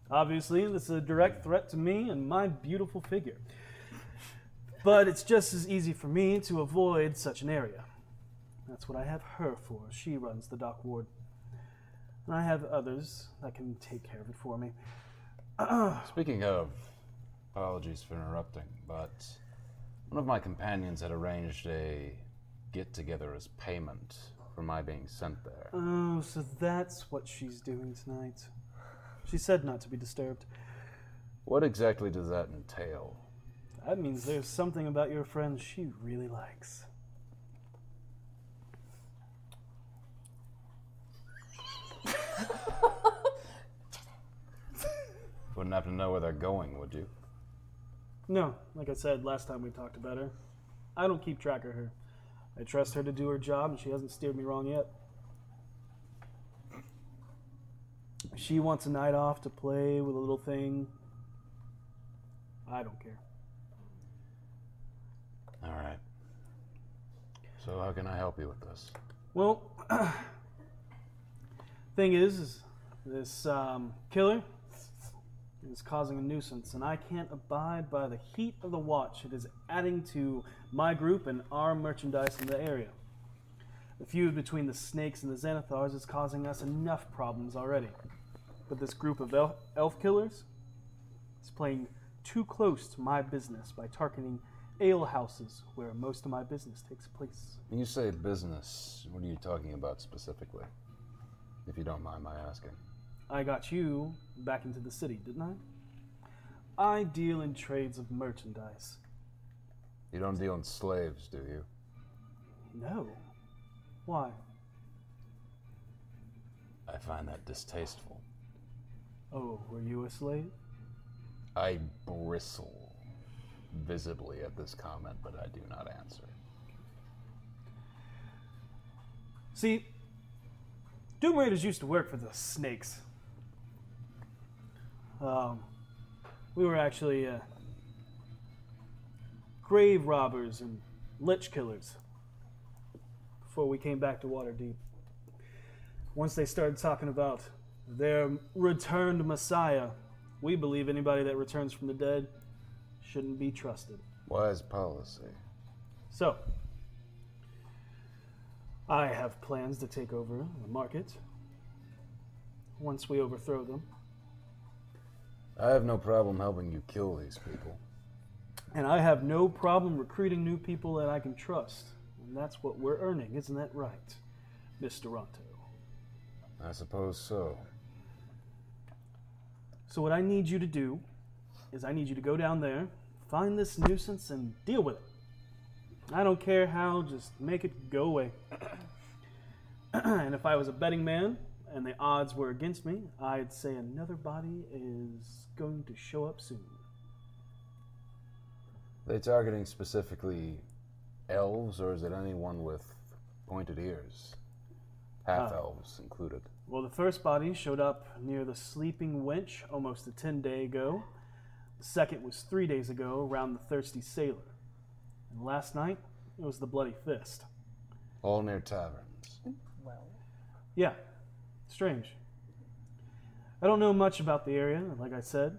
S2: Obviously, this is a direct threat to me and my beautiful figure. But it's just as easy for me to avoid such an area. That's what I have her for. She runs the dock ward. And I have others that can take care of it for me.
S1: Speaking of, apologies for interrupting, but one of my companions had arranged a get together as payment for my being sent there.
S2: Oh, so that's what she's doing tonight. She said not to be disturbed.
S1: What exactly does that entail?
S2: That means there's something about your friend she really likes.
S1: Wouldn't happen to know where they're going, would you?
S2: No, like I said last time we talked about her, I don't keep track of her. I trust her to do her job, and she hasn't steered me wrong yet. She wants a night off to play with a little thing. I don't care.
S1: All right. So how can I help you with this?
S2: Well, [CLEARS THROAT] thing is, is this um, killer is causing a nuisance, and I can't abide by the heat of the watch. It is adding to my group and our merchandise in the area. The feud between the snakes and the Xanathars is causing us enough problems already. But this group of elf, elf killers is playing too close to my business by targeting ale houses where most of my business takes place.
S1: When you say business, what are you talking about specifically? If you don't mind my asking.
S2: I got you back into the city, didn't I? I deal in trades of merchandise.
S1: You don't deal in slaves, do you?
S2: No. Why?
S1: I find that distasteful.
S2: Oh, were you a slave?
S1: I bristle visibly at this comment, but I do not answer.
S2: See, Doom Raiders used to work for the snakes. Um, we were actually uh, grave robbers and lich killers before we came back to Waterdeep. Once they started talking about their returned Messiah, we believe anybody that returns from the dead shouldn't be trusted.
S1: Wise policy.
S2: So, I have plans to take over the market. once we overthrow them.
S1: I have no problem helping you kill these people.
S2: And I have no problem recruiting new people that I can trust. And that's what we're earning, isn't that right, Miss Duranto?
S1: I suppose so.
S2: So, what I need you to do is I need you to go down there, find this nuisance, and deal with it. I don't care how, just make it go away. [CLEARS THROAT] and if I was a betting man and the odds were against me, I'd say another body is going to show up soon.
S1: they targeting specifically elves, or is it anyone with pointed ears? Half elves included.
S2: Well, the first body showed up near the Sleeping Wench almost a 10 day ago. The second was three days ago around the Thirsty Sailor. And last night, it was the Bloody Fist.
S1: All near tavern.
S7: Well,
S2: Yeah, strange. I don't know much about the area, like I said.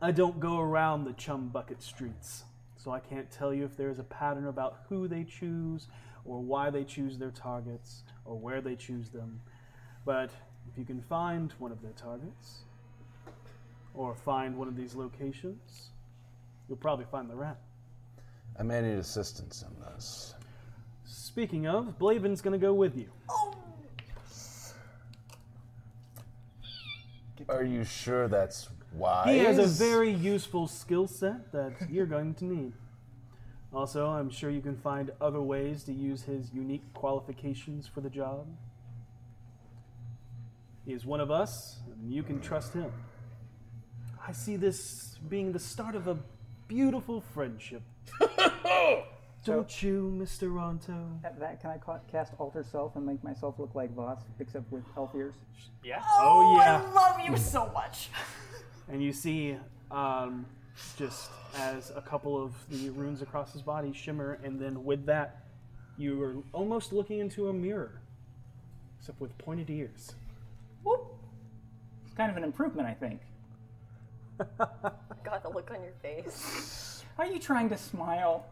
S2: I don't go around the Chum Bucket streets, so I can't tell you if there is a pattern about who they choose, or why they choose their targets, or where they choose them. But if you can find one of their targets, or find one of these locations, you'll probably find the rat.
S1: I may need assistance in this.
S2: Speaking of, Blavin's gonna go with you.
S1: Are you sure that's wise?
S2: He has a very useful skill set that you're going to need. Also, I'm sure you can find other ways to use his unique qualifications for the job. He is one of us, and you can trust him. I see this being the start of a beautiful friendship. Don't you, Mr. Ronto?
S8: At that, can I ca- cast Alter Self and make myself look like Voss, except with elf ears?
S2: Yeah.
S13: Oh,
S2: Oh,
S13: I
S2: yeah.
S13: love you so
S6: [LAUGHS]
S13: much.
S2: And you see, um, just as a couple of the runes across his body shimmer, and then with that, you are almost looking into a mirror, except with pointed ears.
S8: It's kind of an improvement, I think.
S14: God, the look on your face.
S8: Are you trying to smile?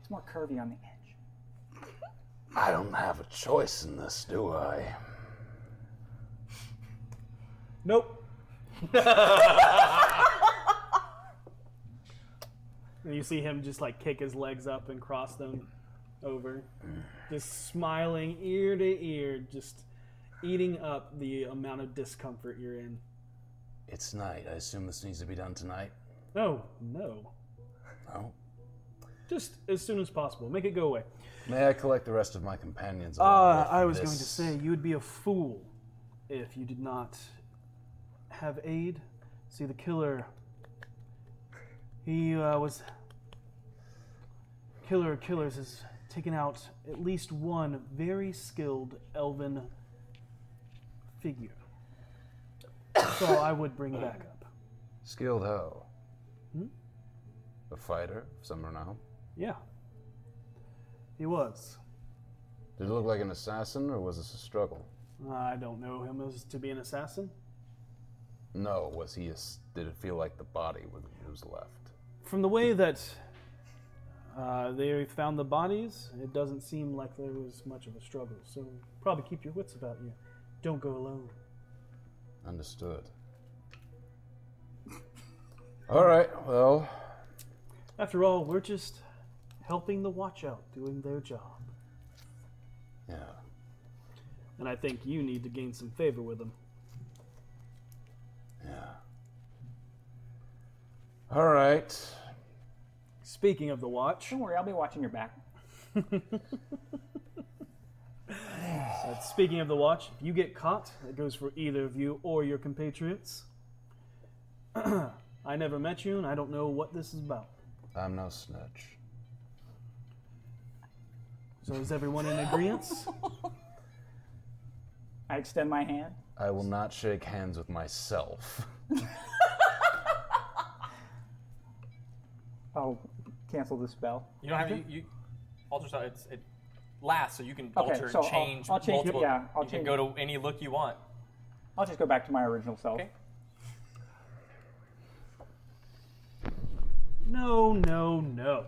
S8: It's more curvy on the edge.
S1: I don't have a choice in this, do I?
S2: Nope. and you see him just like kick his legs up and cross them over, just smiling ear to ear, just eating up the amount of discomfort you're in.
S1: It's night. I assume this needs to be done tonight.
S2: No, Oh, no.
S1: No.
S2: Just as soon as possible. Make it go away.
S1: May I collect the rest of my companions? along
S2: Uh,
S1: with
S2: I was
S1: this?
S2: going to say, you would be a fool if you did not have aid. See, the killer. He uh, was. Killer of Killers has taken out at least one very skilled elven figure. So I would bring back up.
S1: Skilled how?
S2: Hmm?
S1: A fighter of some renown?
S2: Yeah. He was.
S1: Did it look like an assassin or was this a struggle?
S2: I don't know him as to be an assassin.
S1: No, was he a s did it feel like the body was, was left?
S2: from the way that uh, they found the bodies, it doesn't seem like there was much of a struggle. So probably keep your wits about you. Don't go alone. [LAUGHS]
S1: Understood. All right, well,
S2: After all, we're just helping the watch out, doing their job.
S1: yeah.
S2: And I think you need to gain some favor with them.
S1: All right.
S2: Speaking of the watch.
S8: Don't worry, I'll be watching your
S2: [LAUGHS]
S8: back.
S2: Uh, speaking of the watch, if you get caught, it goes for either of you or your compatriots. [CLEARS THROAT] I never met you, and I don't know what this is about.
S1: I'm no snitch.
S2: So is everyone in agreement?
S8: I extend my hand.
S1: I will not shake hands with myself. [LAUGHS]
S8: I'll cancel the spell.
S15: You don't have you, you alter stuff. It's, it lasts, so you can
S8: Okay,
S15: alter
S8: so I'll-
S15: and change
S8: I'll change-
S15: multiple.
S8: yeah, I'll
S15: you
S8: change-
S15: can go to any look you want.
S8: I'll just go back to my original self.
S2: No, no, no.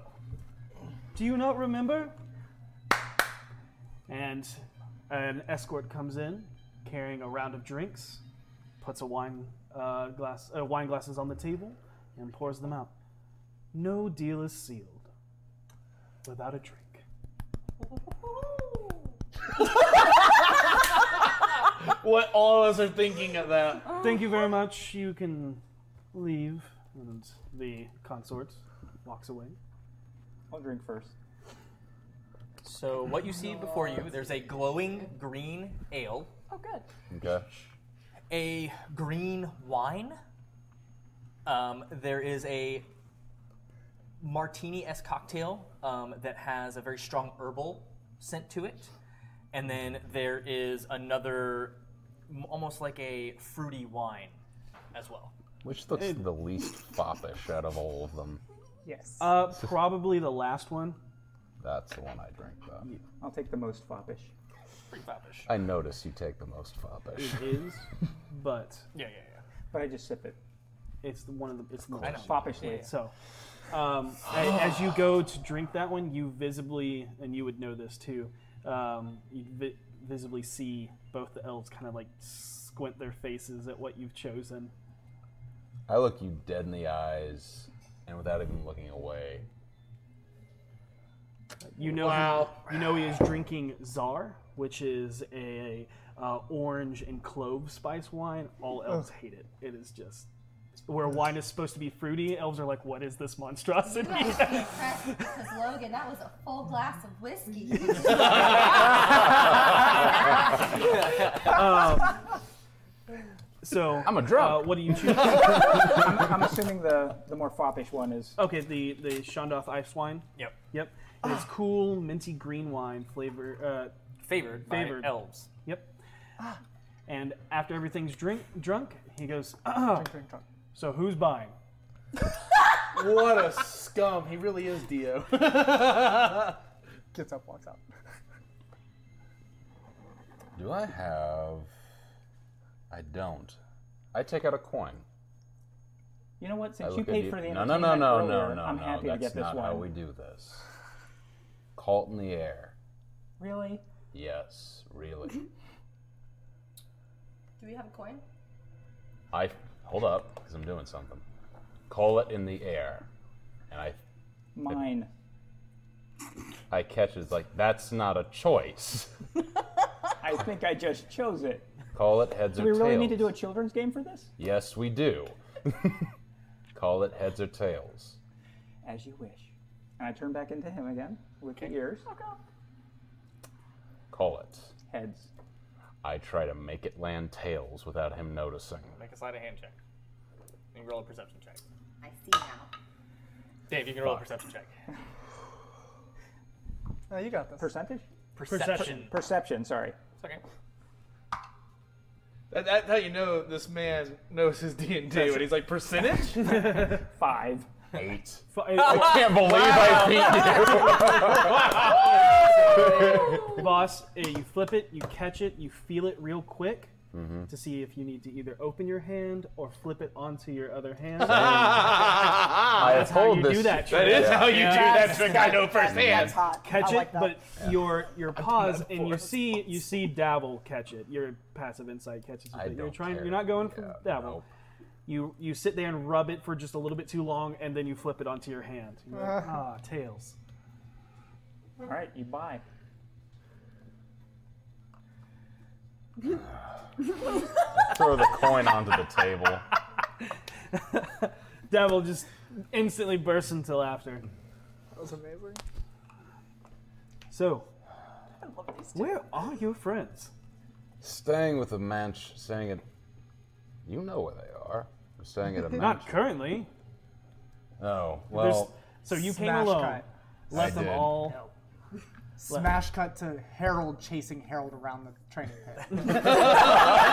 S2: Do you not remember? And an escort comes in, carrying a round of drinks, puts a wine uh, glass, uh, wine glasses on the table, and pours them out. No deal is sealed without a drink.
S16: What all of us are thinking of that.
S2: Thank
S3: Oh,
S2: you very much. You can leave. And the consort walks away.
S8: I'll drink first.
S3: So what you see before you, there's a glowing green ale,
S13: Oh, good.
S1: Okay.
S3: a green wine. Um, there is a martini-esque cocktail um, that has a very strong herbal scent to it, and then there is another, m- almost like a fruity wine, as well.
S1: Which looks the least foppish out of all of them.
S7: Yes.
S2: Uh, probably the last one.
S1: That's the one I drink, though.
S8: I'll take the most foppish.
S3: Pretty foppish.
S1: I notice you take the most foppish. [LAUGHS]
S2: It is, but
S3: yeah, yeah, yeah.
S8: But I just sip it.
S2: It's the one of the. It's the
S8: course. I know.
S2: most
S8: Foppish, yeah, yeah.
S2: So, um, a- as you go to drink that one, you visibly, and you would know this too, um, you vi- visibly see both the elves kind of like squint their faces at what you've chosen.
S1: I look you dead in the eyes, and without even looking away,
S2: You know,
S1: Wow.
S2: he, you know he is drinking Czar, which is a uh, orange and clove spice wine. All elves hate it. It is just where wine is supposed to be fruity. Elves are like, "What is this monstrosity?"
S3: [LAUGHS]
S2: [LAUGHS]
S14: Because Logan, that was a full glass of whiskey.
S5: [LAUGHS]
S2: um, so I'm a drunk. Uh, [LAUGHS] what do you choose?
S8: I'm, I'm assuming the, the more foppish one is.
S2: Okay, the the Shondoth ice wine.
S3: Yep.
S2: Yep. And It's cool minty green wine flavor. Uh,
S3: Favored by
S2: favored
S3: elves.
S2: Yep.
S8: ah,
S2: And after everything's drink drunk, he goes.
S7: drink, drunk.
S2: So who's buying?
S16: What a scum. He really is Dio.
S7: Gets up, walks out.
S1: do I have? I don't. I take out a coin.
S8: You know what?
S1: I
S8: Since you
S1: look at
S8: paid for the
S1: No, no, no,
S8: entertainment
S1: no, no,
S8: earlier,
S1: no,
S8: I'm
S1: no.
S8: happy
S1: That's
S8: to get this
S1: not
S8: one.
S1: how we do this. Caught in the air.
S8: Really?
S1: Yes,
S8: [LAUGHS]
S1: really.
S5: Do we have a coin?
S1: I hold up because I'm doing something. Call it in the air, and I
S8: Mine.
S1: I catch it. It's like that's not a
S8: [LAUGHS]
S1: choice.
S8: I think I just chose it.
S1: Call it heads
S8: Do
S1: or
S8: we
S1: tails.
S8: really need to do a children's game for this?
S1: Yes, we do. [LAUGHS] Call it heads or tails.
S8: As you wish. And I turn back into him again with the ears.
S1: Call it.
S8: Heads.
S1: I try to make it land tails without him noticing.
S3: Make a sleight of hand check. You can roll a perception check.
S5: I see now.
S3: Dave, you can roll a perception check.
S7: No, you got this.
S8: Percentage?
S3: Perception.
S8: Per- perception, sorry.
S3: It's okay.
S16: That, that's how you know this man knows his D and D. When he's like percentage.
S8: Five.
S1: Eight.
S16: [LAUGHS] I can't believe I
S2: beat you. [LAUGHS] Boss, eh, you flip it, you catch it, you feel it real quick
S1: Mhm.
S2: to see if you need to either open your hand or flip it onto your
S1: [LAUGHS]
S2: other hand.
S1: I
S2: That's
S1: have
S2: how
S1: told
S2: you
S1: this-
S2: do that
S1: that
S2: trick.
S1: is how you do that That's- trick, I know firsthand.
S2: hand.
S1: that's hot.
S2: Catch
S1: I like
S2: it,
S1: that.
S2: but
S1: Yeah.
S2: your your paws and you see you see Dabble catch it. Your passive insight catches it.
S1: I
S2: But you're
S1: don't
S2: trying
S1: care.
S2: you're not going for Dabble. You you sit there and rub it for just a little bit too long and then you flip it onto your hand.
S1: [LAUGHS]
S2: You're like, ah, tails.
S8: All right, you
S7: [LAUGHS]
S8: buy.
S1: [LAUGHS] Throw the coin onto the
S16: [LAUGHS]
S1: table.
S2: Devil just instantly bursts into laughter.
S7: That was amazing.
S2: So, where are your friends?
S1: Staying with a manch, staying at. You know where they are. We're staying
S2: [LAUGHS]
S1: at a manch.
S2: Not currently.
S1: Oh
S2: There's-
S1: well.
S2: so you came
S7: Smash
S2: alone.
S7: cut.
S2: Let
S1: I
S2: them
S1: did.
S2: all.
S7: Smash cut to Harold chasing Harold around the training pit.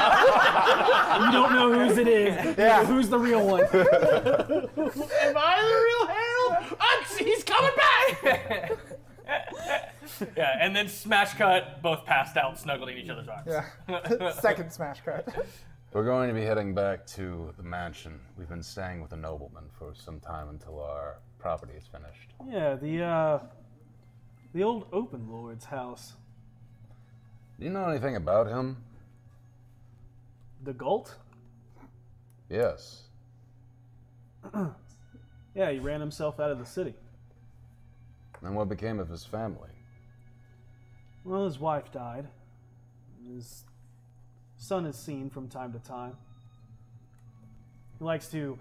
S2: you don't know whose it is. Yeah. Who's the real one? [LAUGHS]
S16: Am I the real Harold? I'm- he's coming back.
S3: Yeah, and then smash cut, both passed out, snuggled in each other's arms.
S7: [LAUGHS]
S3: [LAUGHS]
S7: Yeah. [LAUGHS] Second smash cut.
S1: We're going to be heading back to the mansion. We've been staying with a nobleman for some time until our property is finished.
S2: Yeah, the uh, the old open lord's house.
S1: Do you know anything about him?
S2: The Gult?
S1: Yes.
S2: [CLEARS THROAT] yeah, he ran himself out of the city.
S1: And what became of his family?
S2: Well, his wife died. His son is seen from time to time. He likes to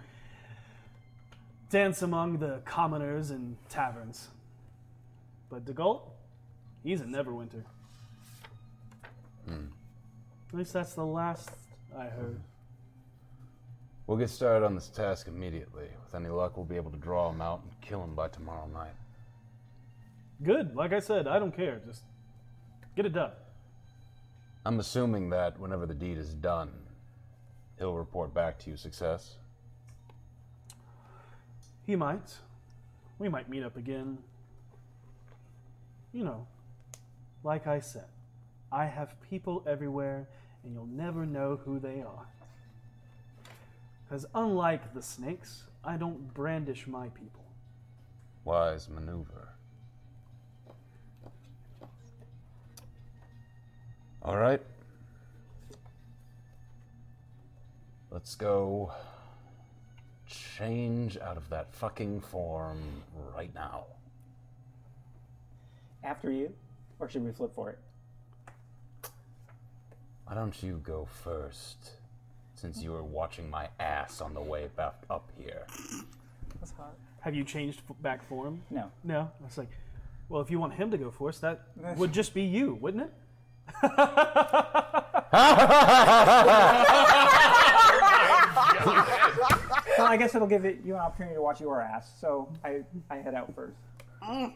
S2: dance among the commoners in taverns. But De Gault, he's a Neverwinter.
S1: Hmm.
S2: At least that's the last I heard.
S1: We'll get started on this task immediately. With any luck, we'll be able to draw him out and kill him by tomorrow night.
S2: Good, like I said, I don't care. Just get it done.
S1: I'm assuming that whenever the deed is done, he'll report back to you success.
S2: He might. We might meet up again. You know, like I said, I have people everywhere, and you'll never know who they are. Because unlike the snakes, I don't brandish my people.
S1: Wise maneuver. All right. Let's go change out of that fucking form right now.
S8: After you, or should we flip
S7: [LAUGHS]
S8: for it?
S1: Why don't you go first? Since you were watching my ass on the way back up here.
S8: That's hot.
S2: Have you changed f- back form?
S8: No.
S2: No? I was like, well, if you want him to go first, that would just be you, wouldn't it?
S8: well, I guess it'll give it, you an opportunity to watch your ass. So I, I head out first.
S7: Mm.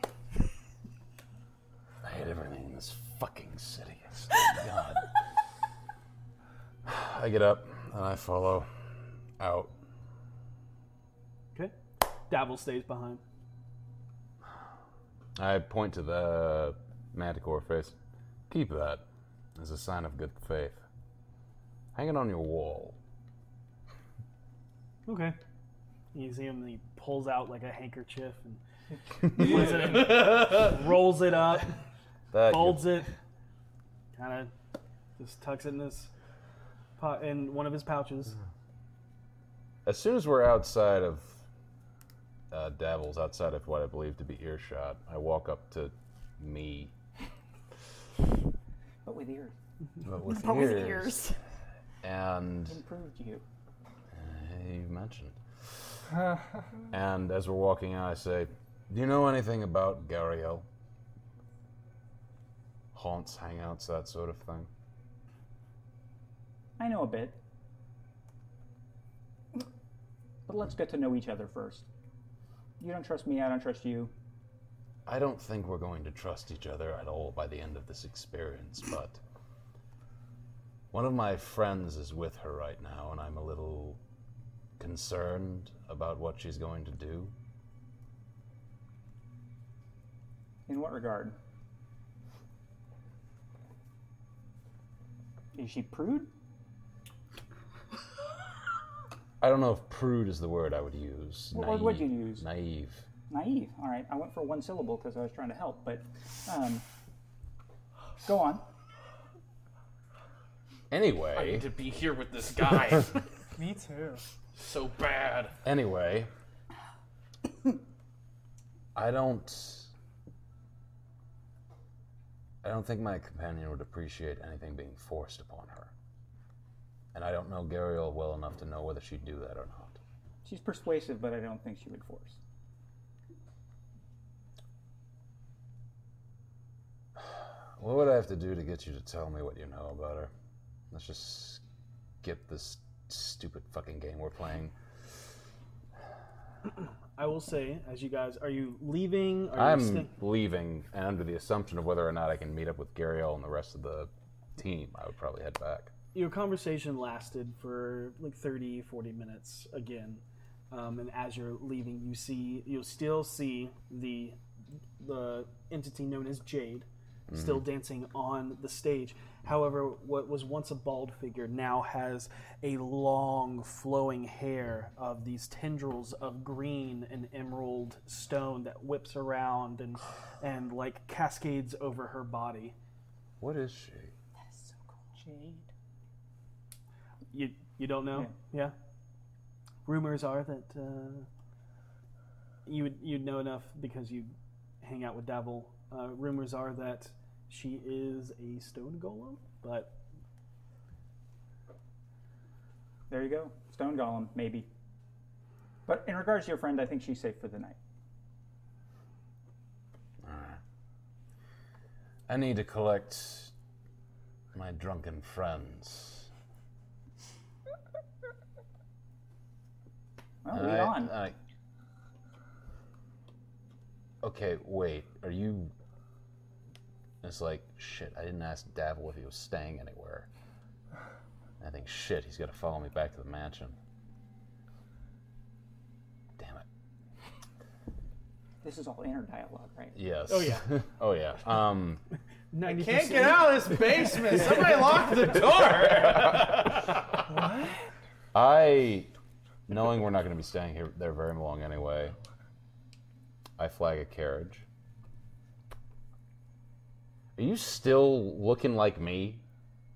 S1: I hate everything in this fucking city. It's- God. I get up and I follow out.
S2: Okay. Davil stays behind.
S1: I point to the manticore face. Keep that as a sign of good faith. Hang it on your wall.
S2: Okay. You see him, and he pulls out like a handkerchief and, puts it in, rolls it up,
S1: That
S2: folds it, kind of just tucks it in his po in one of his pouches.
S1: As soon as we're outside of uh, Davils, outside of what I believe to be earshot, I walk up to me.
S8: But with ears.
S1: But with ears. And
S8: Improved you.
S1: uh, you [LAUGHS] mentioned. And as we're walking out, I say, Do you know anything about Gariel? Haunts, hangouts, that sort of thing.
S8: I know a bit. But let's get to know each other first. You don't trust me, I don't trust you.
S1: I don't think we're going to trust each other at all by the end of this experience, but one of my friends is with her right now, and I'm a little concerned about what she's going to do.
S8: In what regard? Is she prude?
S1: I don't know if prude is the word I would use.
S8: What word would you use?
S1: Naive.
S8: Naive. All right, I went for one syllable because I was trying to help, but um, go on.
S1: [LAUGHS] Anyway.
S20: I need to be here with this guy.
S7: Me too.
S20: so bad.
S1: Anyway, I don't. I don't think my companion would appreciate anything being forced upon her. And I don't know Gariel well enough to know whether she'd do that or not.
S8: She's persuasive, but I don't think she would force.
S1: What would I have to do to get you to tell me what you know about her? Let's just skip this stupid fucking game we're playing.
S2: I will say, as you guys, are you leaving? Are you
S1: I'm
S2: staying?
S1: leaving, and under the assumption of whether or not I can meet up with Gariel and the rest of the team, I would probably head back.
S2: your conversation lasted for like 30 40 minutes again um, and as you're leaving you see you'll still see the the entity known as jade still
S3: Mhm.
S2: dancing on the stage however what was once a bald figure now has a long flowing hair of these tendrils of green and emerald stone that whips around and and like cascades over her body
S1: What is she?
S8: Jade.
S2: You you don't know? Yeah. Rumors are that uh, you would you'd know enough because you hang out with Davil. Uh, rumors are that she is a stone golem, but
S8: There you go. Stone Golem, maybe. But in regards to your friend, I think she's safe for the night.
S1: I need to collect my drunken friends.
S8: Well,
S1: And
S8: lead
S1: I-
S8: on.
S1: and I- okay, wait. Are you? It's like shit. I didn't ask Davil if he was staying anywhere. I think shit. He's got to follow me back to the mansion.
S8: This is all inner dialogue, right?
S1: Yes.
S8: Oh, yeah.
S1: [LAUGHS] oh yeah. Um.
S8: I
S16: Can't get out of this basement. Somebody lock the door. what?
S1: I, knowing we're not going to be staying here there very long anyway, I flag a carriage. Are you still looking like me?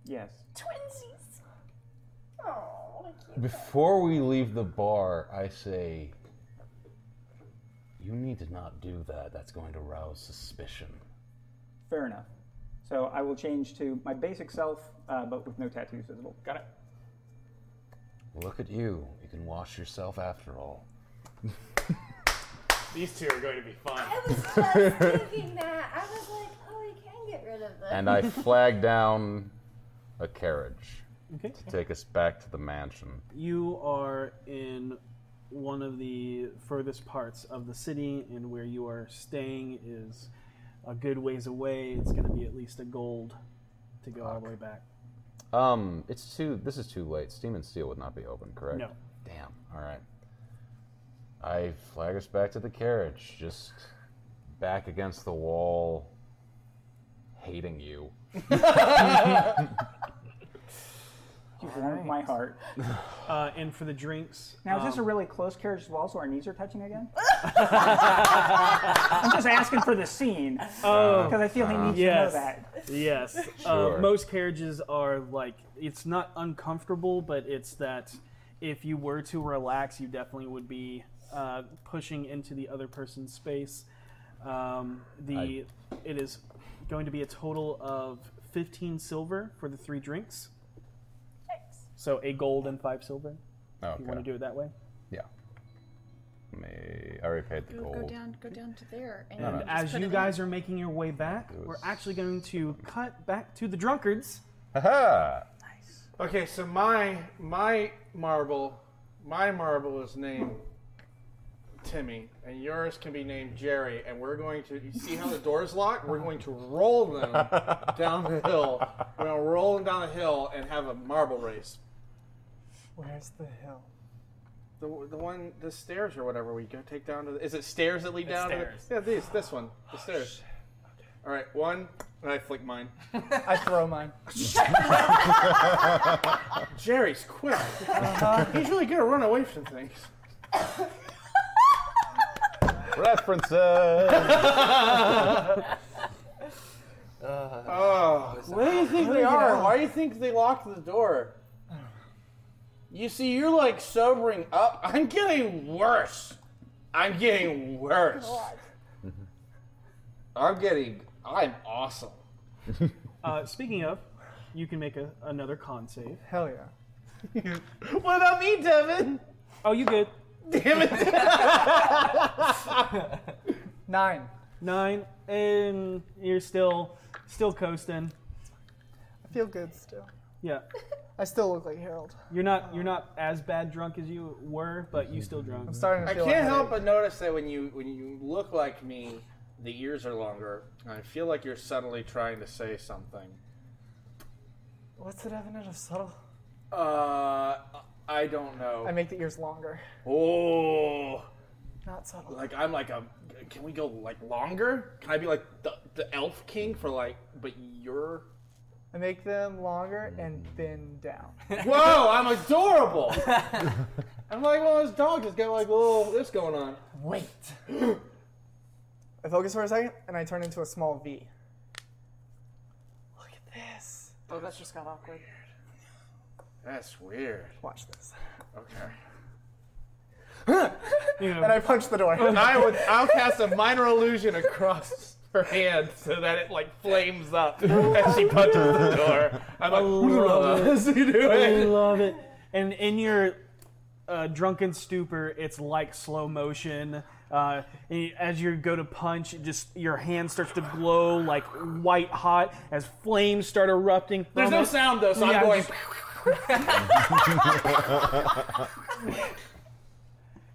S8: Yes.
S24: Twinsies. Oh,
S1: Before we leave the bar, I say, you need to not do that. That's going to rouse suspicion.
S8: Fair enough. So I will change to my basic self, uh, but with no tattoos visible. Got it.
S1: Look at you. You can wash yourself after all.
S16: These two are going to be fun.
S5: Thinking that, I was like, oh, we can get rid of this.
S1: And I flag down a carriage
S2: Okay.
S1: to take us back to the mansion.
S2: You are in one of the furthest parts of the city, and where you are staying is a good ways away. It's going to be at least a gold to go all the way back.
S1: Um, it's too. This is too late. Steam and Steel would not be open, correct?
S2: No.
S1: Damn. All right. I flag us back to the carriage, just back against the wall, hating you.
S8: You've warmed my heart.
S2: [LAUGHS] Uh, and for the drinks,
S8: Now, is this a
S2: um,
S8: really close carriage as well, so our knees are touching
S2: [LAUGHS]
S8: again? I'm just asking for the scene.
S2: Oh,
S8: Because I feel he needs
S2: yes.
S8: to know that.
S2: [LAUGHS]
S8: [LAUGHS]
S2: Yes.
S8: Uh, Sure.
S2: Uh, most carriages are like it's not uncomfortable, but it's that if you were to relax, you definitely would be uh, pushing into the other person's space. Um, the it is going to be a total of fifteen silver for the three drinks. So a gold and five silver. If
S1: Okay.
S2: you want to do it that way.
S1: Yeah. Me. I already paid the
S6: Go,
S1: gold.
S6: go down, go down to there, and
S1: No, no.
S6: just
S2: As
S6: put
S2: you
S6: it
S2: [LAUGHS] guys are making your way back,
S1: It
S2: we're
S1: was-
S2: actually going to cut back to the drunkards.
S1: Haha.
S4: [LAUGHS] Okay, so my my marble, my marble is named Timmy, and yours can be named Jerry. And we're going to you see how the doors lock. We're going to roll
S2: [LAUGHS]
S4: them down the hill. We're going to roll them down the hill and have a marble race.
S7: Where's the hill?
S4: The, the one the stairs or whatever we go take down to. The, is it stairs that lead
S7: It's
S4: down?
S7: stairs.
S4: To the, yeah, these this one the
S2: Oh,
S4: stairs. All right, one, and I flick mine.
S7: I throw
S4: [LAUGHS]
S7: mine.
S4: Jerry's quick. He's really good at running away from things.
S1: References.
S4: oh, [LAUGHS] where do you think
S1: Where
S4: they
S1: do you
S4: are?
S1: go?
S4: Why do you think they locked the door? You see, you're like sobering up. I'm getting worse. I'm getting worse. I'm getting. I'm awesome.
S2: Uh, speaking of, you can make a, another con save.
S7: Hell yeah.
S4: what about me, Devin? [LAUGHS]
S2: Oh, you good.
S4: Damn
S2: it.
S7: Nine.
S2: Nine, and you're still still coasting.
S7: I feel good still.
S2: Yeah,
S7: I still look like Harold.
S2: you're not you're not as bad drunk as you were, but you still drunk. I'm
S7: starting
S4: I can't help but notice that when you when you look like me, the ears are longer. And I feel like you're suddenly trying to say something.
S7: What's the definition of subtle?
S4: Uh, I don't know.
S7: I make the ears longer.
S4: Oh,
S7: Not subtle.
S4: like I'm like a. Can we go like longer? Can I be like the the elf king for like? But
S2: [LAUGHS]
S4: you're.
S7: I make them longer and
S4: Mm.
S7: thin down.
S4: Whoa! I'm adorable. [LAUGHS] I'm like one of those dogs that's got like a little this going on.
S7: Wait. [GASPS] I focus for a second and I turn into a small V.
S4: Look
S7: at this. Oh, that just got awkward. That's weird.
S25: Watch this.
S7: Okay.
S25: And I punch the door.
S7: And I would, I'll cast a minor illusion across [LAUGHS] her hand so that it like flames [LAUGHS] up as she punches the door. I'm like,
S2: love it.
S7: as
S26: [LAUGHS]
S7: you do [LAUGHS]
S2: I
S7: it.
S2: love it. And in your uh, drunken stupor, it's like slow motion. Uh, and you- as you go to punch, it just your hand starts to glow like white hot as flames start erupting. from
S26: There's no
S2: it.
S26: sound, though, so I'm
S2: Yeah,
S26: going-
S2: just-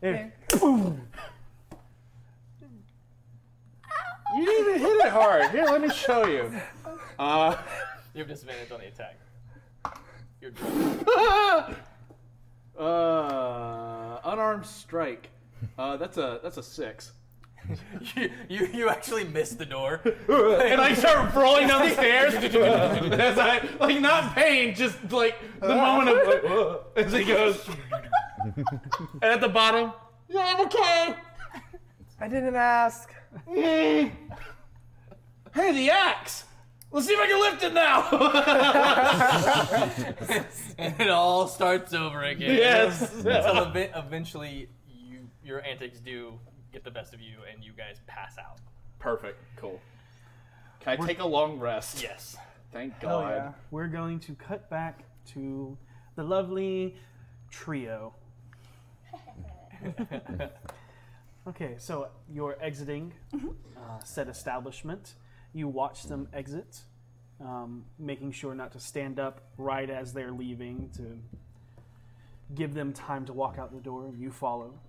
S2: Yeah. Boom.
S7: You didn't even hit it hard. Here, let me show you. Uh,
S3: You have disadvantage on the attack. You're
S4: Uh, unarmed strike. Uh, that's a that's a six.
S3: [LAUGHS] you, you you actually missed the door.
S4: and I start rolling down the [LAUGHS] stairs as I like not pain, just like the moment of [LAUGHS] like, "Whoa," as he goes. and at the bottom,
S25: Yeah, I'm okay. I didn't ask.
S4: hey, the axe. Let's see if I can lift it now.
S3: [LAUGHS] and it all starts over again.
S4: Yes.
S3: Until ev- eventually, you your antics do get the best of you, and you guys pass out.
S4: [LAUGHS]
S8: [LAUGHS]
S4: Perfect. Cool. Can I take a long rest?
S3: Yes.
S4: Thank
S2: Hell
S4: God.
S2: oh, yeah. We're going to cut back to the lovely trio. okay, so you're exiting uh, said establishment. You watch them exit, um, making sure not to stand up right as they're leaving to give them time to walk out the door. You follow.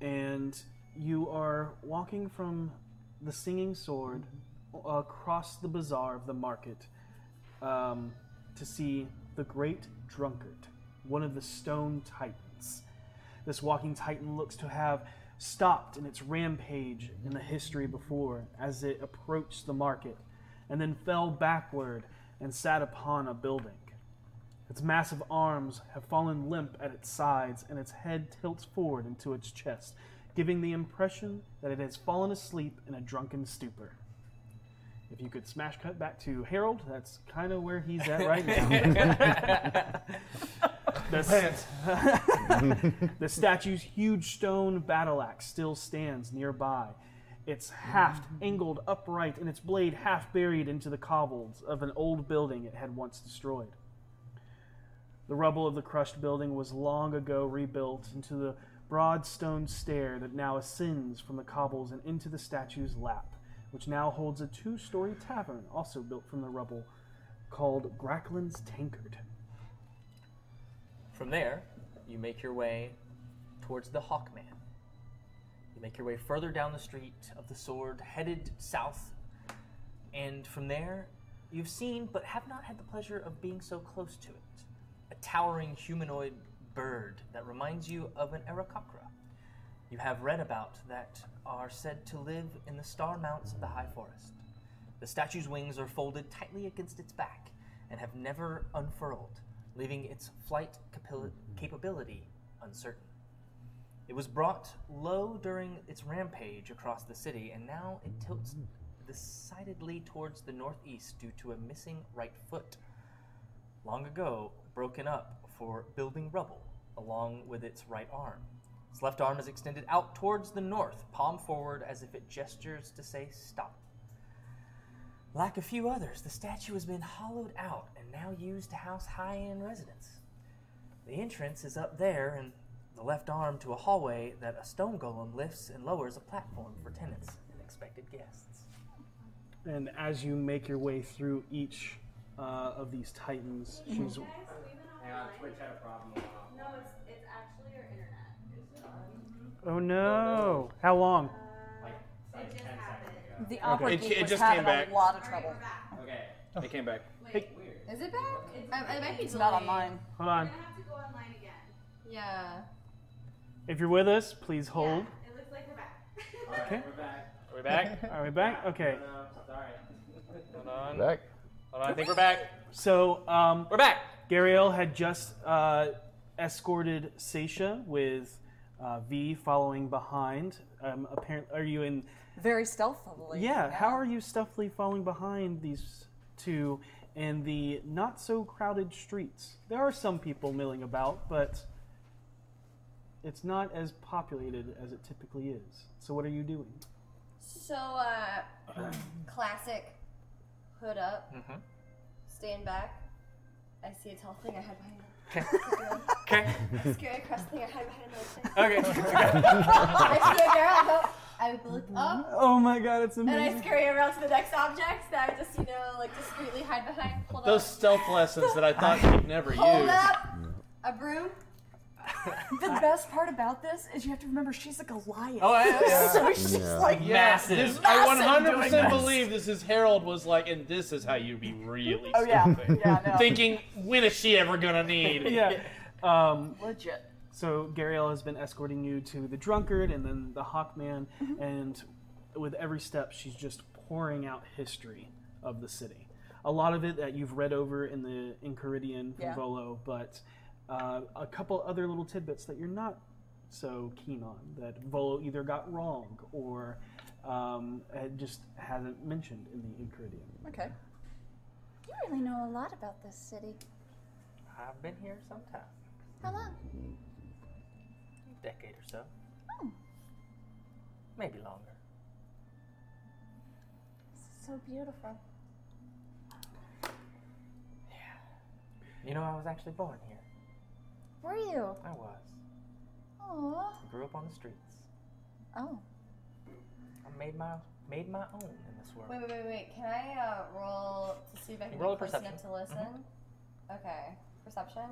S2: And you are walking from the Singing Sword across the bazaar of the market um, to see the Great Drunkard, one of the Stone Titans. This walking titan looks to have stopped in its rampage in the history before as it approached the market and then fell backward and sat upon a building. Its massive arms have fallen limp at its sides, and its head tilts forward into its chest, giving the impression that it has fallen asleep in a drunken stupor. If you could smash cut back to Harold, that's kind of where he's at right now. the, s- [LAUGHS] the statue's huge stone battle axe still stands nearby, its haft angled upright and its blade half buried into the cobbles of an old building it had once destroyed. The rubble of the crushed building was long ago rebuilt into the broad stone stair that now ascends from the cobbles and into the statue's lap, which now holds a two story tavern also built from the rubble called Gracklin's Tankard.
S3: From there, you make your way towards the Hawkman. You make your way further down the street of the sword, headed south, and from there, you've seen but have not had the pleasure of being so close to it. A towering humanoid bird that reminds you of an Aracocra you have read about that are said to live in the star mounts of the high forest. The statue's wings are folded tightly against its back and have never unfurled, leaving its flight capil- capability uncertain. It was brought low during its rampage across the city, and now it tilts decidedly towards the northeast due to a missing right foot. Long ago, broken up for building rubble, along with its right arm. Its left arm is extended out towards the north, palm forward as if it gestures to say stop. Like a few others, the statue has been hollowed out and now used to house high end residents. The entrance is up there, and the left arm to a hallway that a stone golem lifts and lowers a platform for tenants and expected guests.
S2: And as you make your way through each uh, of these titans, she's. Oh no! How long?
S8: The
S2: Okay.
S8: awkward
S2: It-
S8: geek
S2: it
S8: was
S2: just
S8: having
S2: came back.
S8: a lot of trouble.
S7: Okay. It came back.
S5: Is it back? I, I might be
S8: It's not
S5: delayed.
S8: online.
S2: Hold on.
S5: Yeah.
S2: If you're with us, please hold.
S5: It looks like we're back.
S2: Okay.
S5: We're
S27: back.
S3: Are we back?
S2: Are we back? Okay.
S27: Sorry.
S3: Hold on.
S2: Back.
S3: Hold on, I think we're back.
S2: So um,
S3: we're back.
S2: Gariel had just uh, escorted Seisha with uh, V following behind. Um, apparently, are you in?
S8: Very stealthily.
S2: Yeah. How are you stealthily following behind these two in the not so crowded streets. There are some people milling about, but it's not as populated as it typically is. So, what are you doing?
S5: So, uh, classic hood up,
S3: Mm-hmm.
S2: Mhm.
S5: stand back. I see a tall thing I hide behind it.
S15: Okay.
S5: Scary across the thing I hide behind another thing.
S15: Okay.
S5: [LAUGHS] I see a girl, I go, I look up.
S7: Oh my god, it's
S5: And
S7: amazing.
S5: I scurry around to the next object that I just, you know, like discreetly hide behind. Hold
S16: Those
S5: up.
S16: stealth lessons that I thought you'd never
S5: Hold
S16: use.
S5: up a broom.
S28: The best part about this is you have to remember she's a Goliath.
S16: Oh, I,
S4: [LAUGHS]
S16: yeah.
S28: so she's like
S16: Yeah,
S28: massive.
S16: this- I
S28: Massive
S16: 100 percent
S28: doing this.
S16: believe this is Harold was like, and this is how you be really.
S28: Oh, yeah.
S16: stupid."
S28: Yeah, no.
S16: Thinking, when is she ever gonna need?
S2: [LAUGHS]
S4: [LAUGHS]
S2: yeah. Um,
S28: Legit.
S2: So Gariel has been escorting you to the drunkard and then the hawkman,
S28: Mm-hmm.
S2: and with every step, she's just pouring out history of the city. A lot of it that you've read over in the in Caridian from
S28: Yeah.
S2: Volo, but uh, a couple other little tidbits that you're not so keen on that Volo either got wrong or um, had- just hasn't mentioned in the Incaridian.
S6: Okay. You really know a lot about this city.
S3: I've been here some time,
S6: How long?
S3: a decade or so.
S6: Oh,
S3: Maybe longer.
S6: So beautiful.
S3: You know, I was actually born here.
S6: Were you?
S3: I was.
S6: Aww.
S3: I grew up on the streets.
S6: Oh.
S3: I made my made my own in this world.
S5: Wait, wait, wait, wait. Can I uh, roll to see if I can
S3: Roll a
S5: be close enough
S3: perception. Mm-hmm.
S5: to listen? Okay. Perception?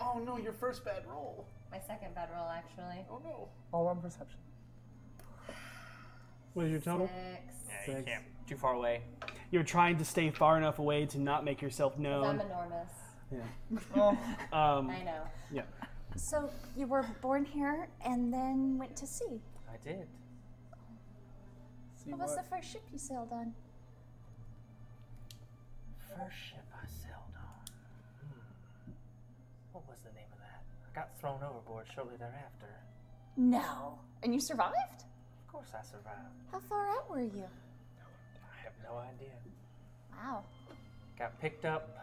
S20: Oh no, your first bad roll.
S5: My second bad roll, actually.
S20: Oh no.
S7: All on perception.
S2: What is your total?
S3: Yeah, you can't. Too far away.
S2: You're trying to stay far enough away to not make yourself
S5: I'm
S20: [LAUGHS]
S2: known.
S5: enormous.
S6: [LAUGHS]
S2: Yeah. um,
S6: I know.
S2: Yeah.
S6: So you were born here and then went to sea.
S3: I did.
S6: what was the first ship you sailed on?
S3: First ship I sailed on. Hmm. What was the name of that? I got thrown overboard shortly thereafter.
S6: No. And you survived?
S3: Of course I survived.
S6: How far out were you?
S3: I have no idea.
S6: Wow.
S3: Got picked up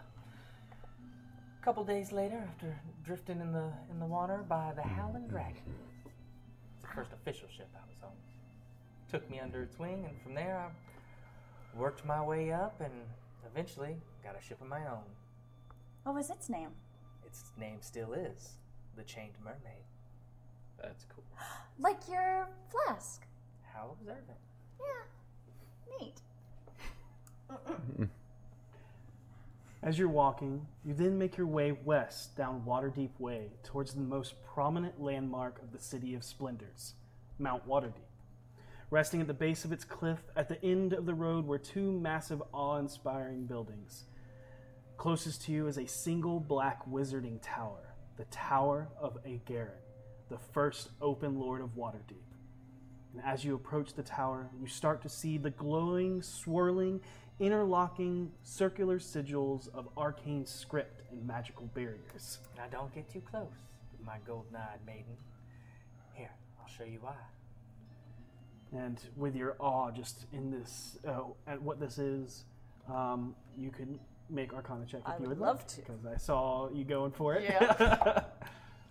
S3: a couple days later after drifting in the in the water by the Howling Dragon. It's the first official ship I was on. Took me under its wing, and from there I worked my way up, and eventually got a ship of my own.
S6: What was its name?
S3: Its name still is the Chained Mermaid. That's cool.
S6: Like your flask.
S3: How observant.
S6: Yeah. Neat.
S2: As you're walking, you then make your way west down Waterdeep Way towards the most prominent landmark of the City of Splendors, Mount Waterdeep. Resting at the base of its cliff, at the end of the road were two massive, awe inspiring buildings. Closest to you is a single black wizarding tower, the Tower of Agarin, the first open lord of Waterdeep. And as you approach the tower, you start to see the glowing, swirling, interlocking, circular sigils of arcane script and magical barriers.
S3: Now don't get too close, my golden-eyed maiden. Here, I'll show you why.
S2: And with your awe just in this, uh, at what this is, um, you could make Arcana check if
S28: I
S2: you
S28: would
S2: would
S28: love
S2: like,
S28: to.
S2: Because I saw you going for it. [LAUGHS]
S28: Yeah.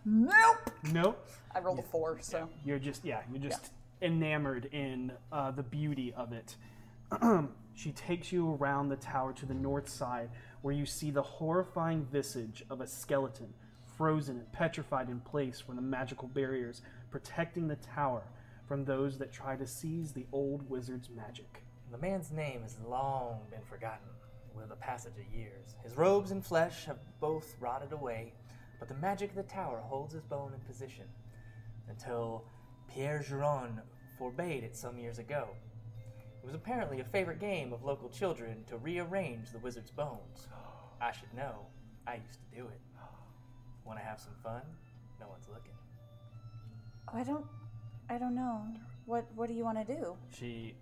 S2: nope. Nope.
S28: I rolled a four, so.
S2: You're just yeah, you're just enamored in uh, the beauty of it. [CLEARS THROAT] she takes you around the tower to the north side, where you see the horrifying visage of a skeleton, frozen and petrified in place from the magical barriers protecting the tower from those that try to seize the old wizard's magic.
S3: The man's name has long been forgotten with the passage of years. His robes and flesh have both rotted away, but the magic of the tower holds his bone in position until Pierre Giron forbade it some years ago. It was apparently a favorite game of local children to rearrange the wizard's bones. I should know. I used to do it. Want to have some fun? No one's looking.
S6: Oh, I don't I don't know. What what do you want to do?
S3: She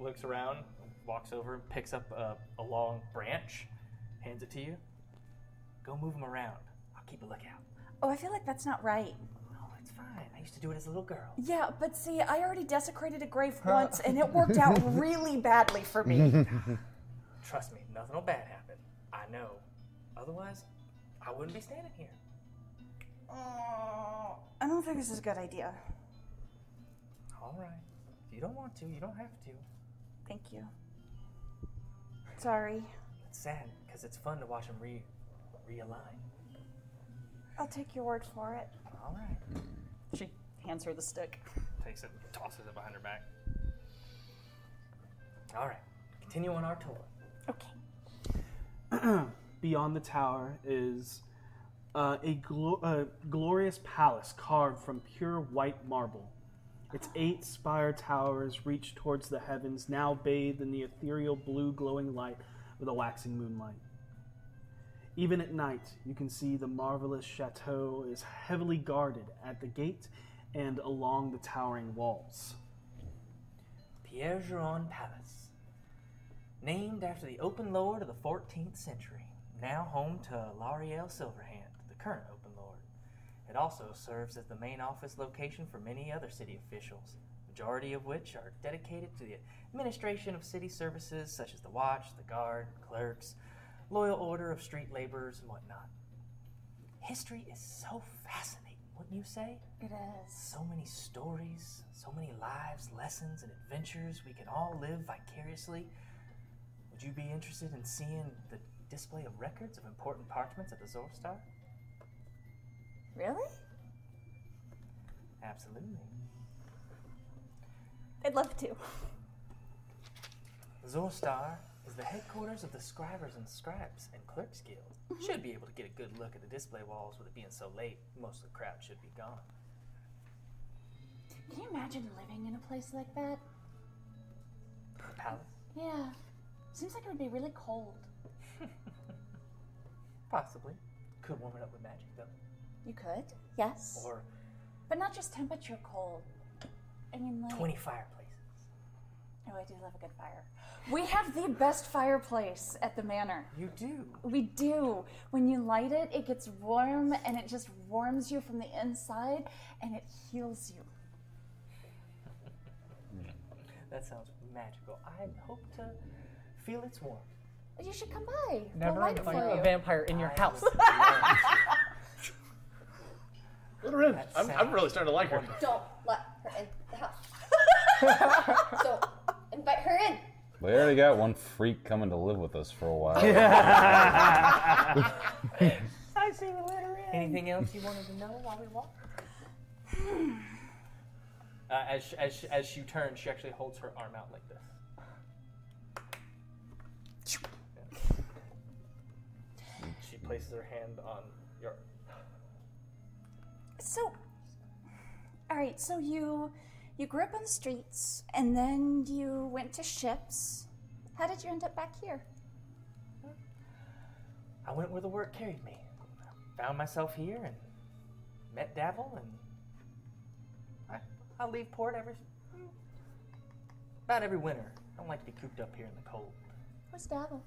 S3: looks around, walks over, and picks up a, a long branch, hands it to you. Go move them around. I'll keep a lookout.
S6: Oh, I feel like that's not right.
S3: No, it's fine. fine. I used to do it as a little girl.
S28: Yeah, but see, I already desecrated a grave once, and it worked
S3: [LAUGHS]
S28: out really badly for me.
S3: Trust me, nothing will bad happen. I know. Otherwise, I wouldn't be standing here.
S6: I don't think this is a good idea.
S3: All right. If you don't want to, you don't have to.
S6: Thank you. Sorry.
S3: It's sad because it's fun to watch them re realign.
S6: I'll take your word for it.
S3: All right.
S6: She hands her the stick.
S3: Takes it, tosses it behind her back. All right. Continue on our tour.
S2: [CLEARS THROAT] Beyond the tower is uh, a glo- uh, glorious palace carved from pure white marble. Its eight spire towers reach towards the heavens, now bathed in the ethereal blue glowing light of the waxing moonlight. Even at night, you can see the marvelous chateau is heavily guarded at the gate and along the towering walls.
S3: Pierre Giron Palace. Named after the open lord of the 14th century, now home to L'Ariel Silverhand, the current open lord. It also serves as the main office location for many other city officials, majority of which are dedicated to the administration of city services such as the watch, the guard, clerks, loyal order of street laborers, and whatnot. History is so fascinating, wouldn't you say?
S6: It is.
S3: So many stories, so many lives, lessons, and adventures we can all live vicariously. Would you be interested in seeing the display of records of important parchments at the Zorstar?
S14: Really?
S3: Absolutely.
S6: I'd love to.
S3: Zorstar is the headquarters of the Scribers and Scribes and Clerks Guild. Should be able to get a good look at the display walls with it being so late. Most of the crowd should be gone.
S6: Can you imagine living in a place like that?
S3: The palace?
S6: Yeah. Seems like it would be really cold.
S3: Possibly. Could warm it up with magic, though.
S6: You could, yes.
S3: Or
S6: But not just temperature cold. I mean, like.
S3: 20 fireplaces.
S6: Oh, I do love a good fire. We have the best fireplace at the manor.
S3: You do.
S6: We do. When you light it, it gets warm and it just warms you from the inside and it heals you.
S3: That sounds magical. I hope to feel its warmth.
S6: You should come by.
S29: Never
S6: We'll light it
S29: invite
S6: for
S29: a
S6: you.
S29: vampire in your house.
S16: Let her in. I'm, I'm really starting to like her.
S14: Don't let her in the
S3: [LAUGHS]
S14: house. so invite her in.
S1: [LAUGHS] We already got one freak coming to live with us for a
S2: [LAUGHS]
S1: while. [LAUGHS]
S3: I see the letter in. Anything else you wanted to know while we walk? Uh, as, sh- as, sh- as she turns, she actually holds her arm out like this. She places her hand on your.
S6: [LAUGHS] So, all right. So you you grew up on the streets, and then you went to ships. How did you end up back here?
S3: I went where the work carried me. Found myself here and met Davil, and I, I leave port every. about every winter. I don't like to be cooped up here in the cold.
S6: Where's Davil?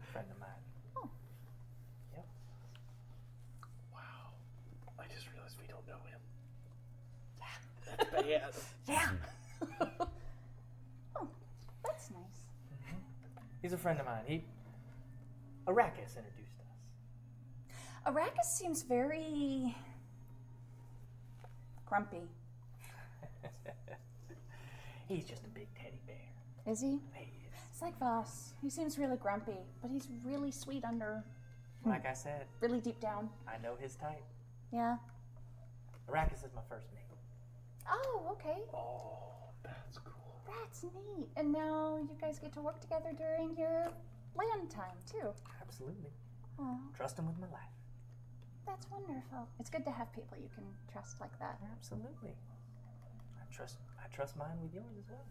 S3: A friend of mine.
S16: I just realized we don't know him.
S6: Yeah. oh, that's nice.
S3: He's a friend of mine. He. Arrakis introduced us.
S6: Arrakis seems very grumpy.
S3: He's just a big teddy bear.
S6: Is he? It's like Voss. He seems really grumpy, but he's really sweet under,
S3: Like I said,
S6: Hmm. really deep down.
S3: I know his type.
S6: Yeah.
S3: Arrakis is my first mate.
S6: Oh, okay. Oh, that's cool. That's neat. And now you guys get to work together during your land time too.
S3: Absolutely.
S6: Oh,
S3: Trust him with my life.
S6: that's wonderful. It's good to have people you can trust like that.
S3: Absolutely. I trust I trust mine with yours as well.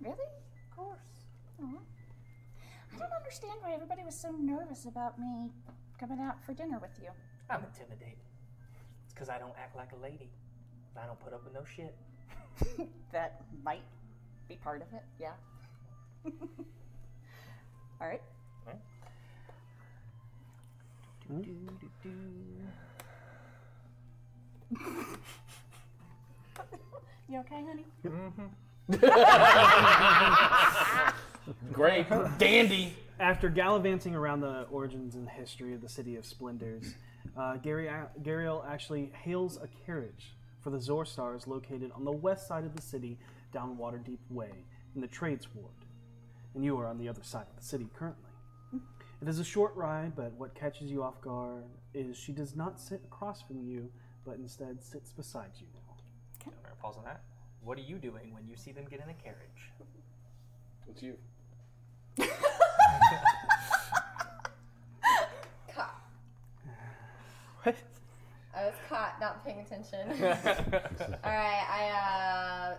S6: Really? Of course. Oh. I don't understand why everybody was so nervous about me coming out for dinner with you.
S3: I'm intimidating. It's because I don't act like a lady. I don't put up with no shit.
S6: [LAUGHS] That might be part of it. Yeah. All right.
S2: Hmm?
S3: Do, do, do, do.
S13: You okay, honey?
S20: Mm-hmm. [LAUGHS] Great. Dandy.
S2: After gallivanting around the origins and history of the City of Splendors, uh, Gary, Gariel actually hails a carriage for the Zor Stars located on the west side of the city down Waterdeep Way in the Trades Ward. And you are on the other side of the city currently. It is a short ride, but what catches you off guard is she does not sit across from you, but instead sits beside you.
S3: I'm gonna pause on that. What are you doing when you see them get in a carriage?
S4: It's you.
S5: Caught. I was caught not paying attention.
S3: [LAUGHS]
S5: All right, I uh,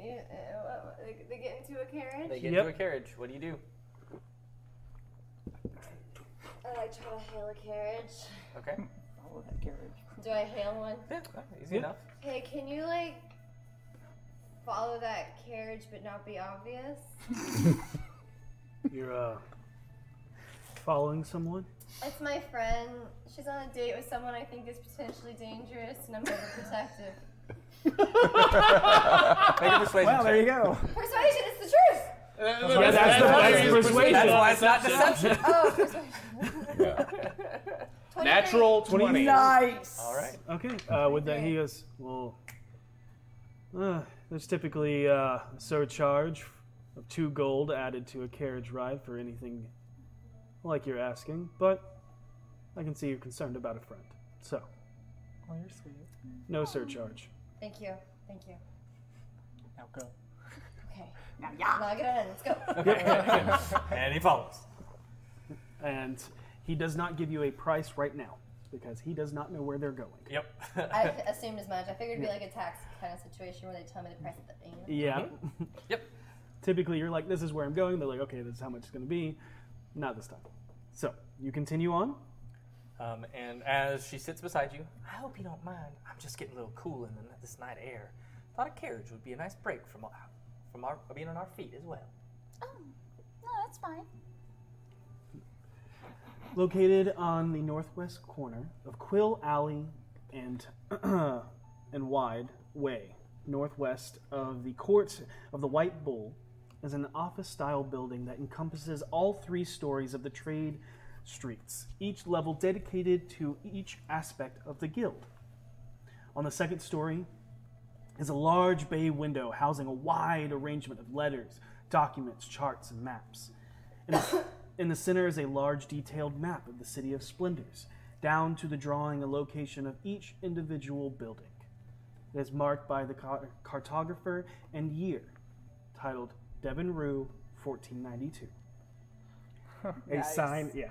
S5: eh, eh, what- they- they get into a carriage.
S3: They get
S2: Yep.
S3: into a carriage. What do you do?
S5: I like try to hail a carriage.
S6: [LAUGHS]
S3: Okay.
S8: Oh, that carriage.
S5: Do I hail one?
S3: Easy enough.
S5: Hey, can you like follow that carriage but not be obvious?
S2: You're uh, following someone?
S5: It's my friend. She's on a date with someone I think is potentially dangerous, and I'm
S3: [LAUGHS]
S5: overprotective.
S3: Make a persuasion
S8: Well, there you
S3: check.
S8: go.
S5: Persuasion is the truth.
S3: Yeah, that's the- that's persuasion. That's why it's not deception.
S5: Oh,
S4: [LAUGHS]
S5: persuasion.
S20: Natural 20.
S2: Nice.
S3: All right.
S2: Okay. Uh, with that, he goes, well, uh, there's typically uh, a surcharge of two gold added to a carriage ride for anything like you're asking, but I can see you're concerned about a friend. So,
S7: [LAUGHS] Oh, you're sweet.
S3: [LAUGHS]
S2: no surcharge.
S5: Thank you. Thank you.
S2: Now go.
S5: Okay. Now, yeah. Log it in. Let's go.
S3: [LAUGHS] and he follows.
S2: And he does not give you a price right now because he does not know where they're going.
S3: Yep.
S5: I f- assumed as much. I figured it'd be like a tax kind of situation where they tell me the price of the thing.
S2: Yeah. Yep. Typically, you're like, this is where I'm going. They're like, okay, this is how much it's going to be. Not this time. So, you continue on.
S3: Um, and as she sits beside you, I hope you don't mind. I'm just getting a little cool in the- this night air. Thought a carriage would be a nice break from our, from our being on our feet as well.
S6: No, that's fine.
S2: Located on the northwest corner of Quill Alley and [CLEARS THROAT] and Wide Way, northwest of the Court of the White Bull, is an office-style building that encompasses all three stories of the trade streets, each level dedicated to each aspect of the guild. On the second story is a large bay window housing a wide arrangement of letters, documents, charts, and maps. In the, in the center is a large detailed map of the City of Splendors, down to the drawing and location of each individual building. It is marked by the car- cartographer and year, titled Devon Rue, 1492. A
S7: Oh, Nice.
S2: sign, yeah.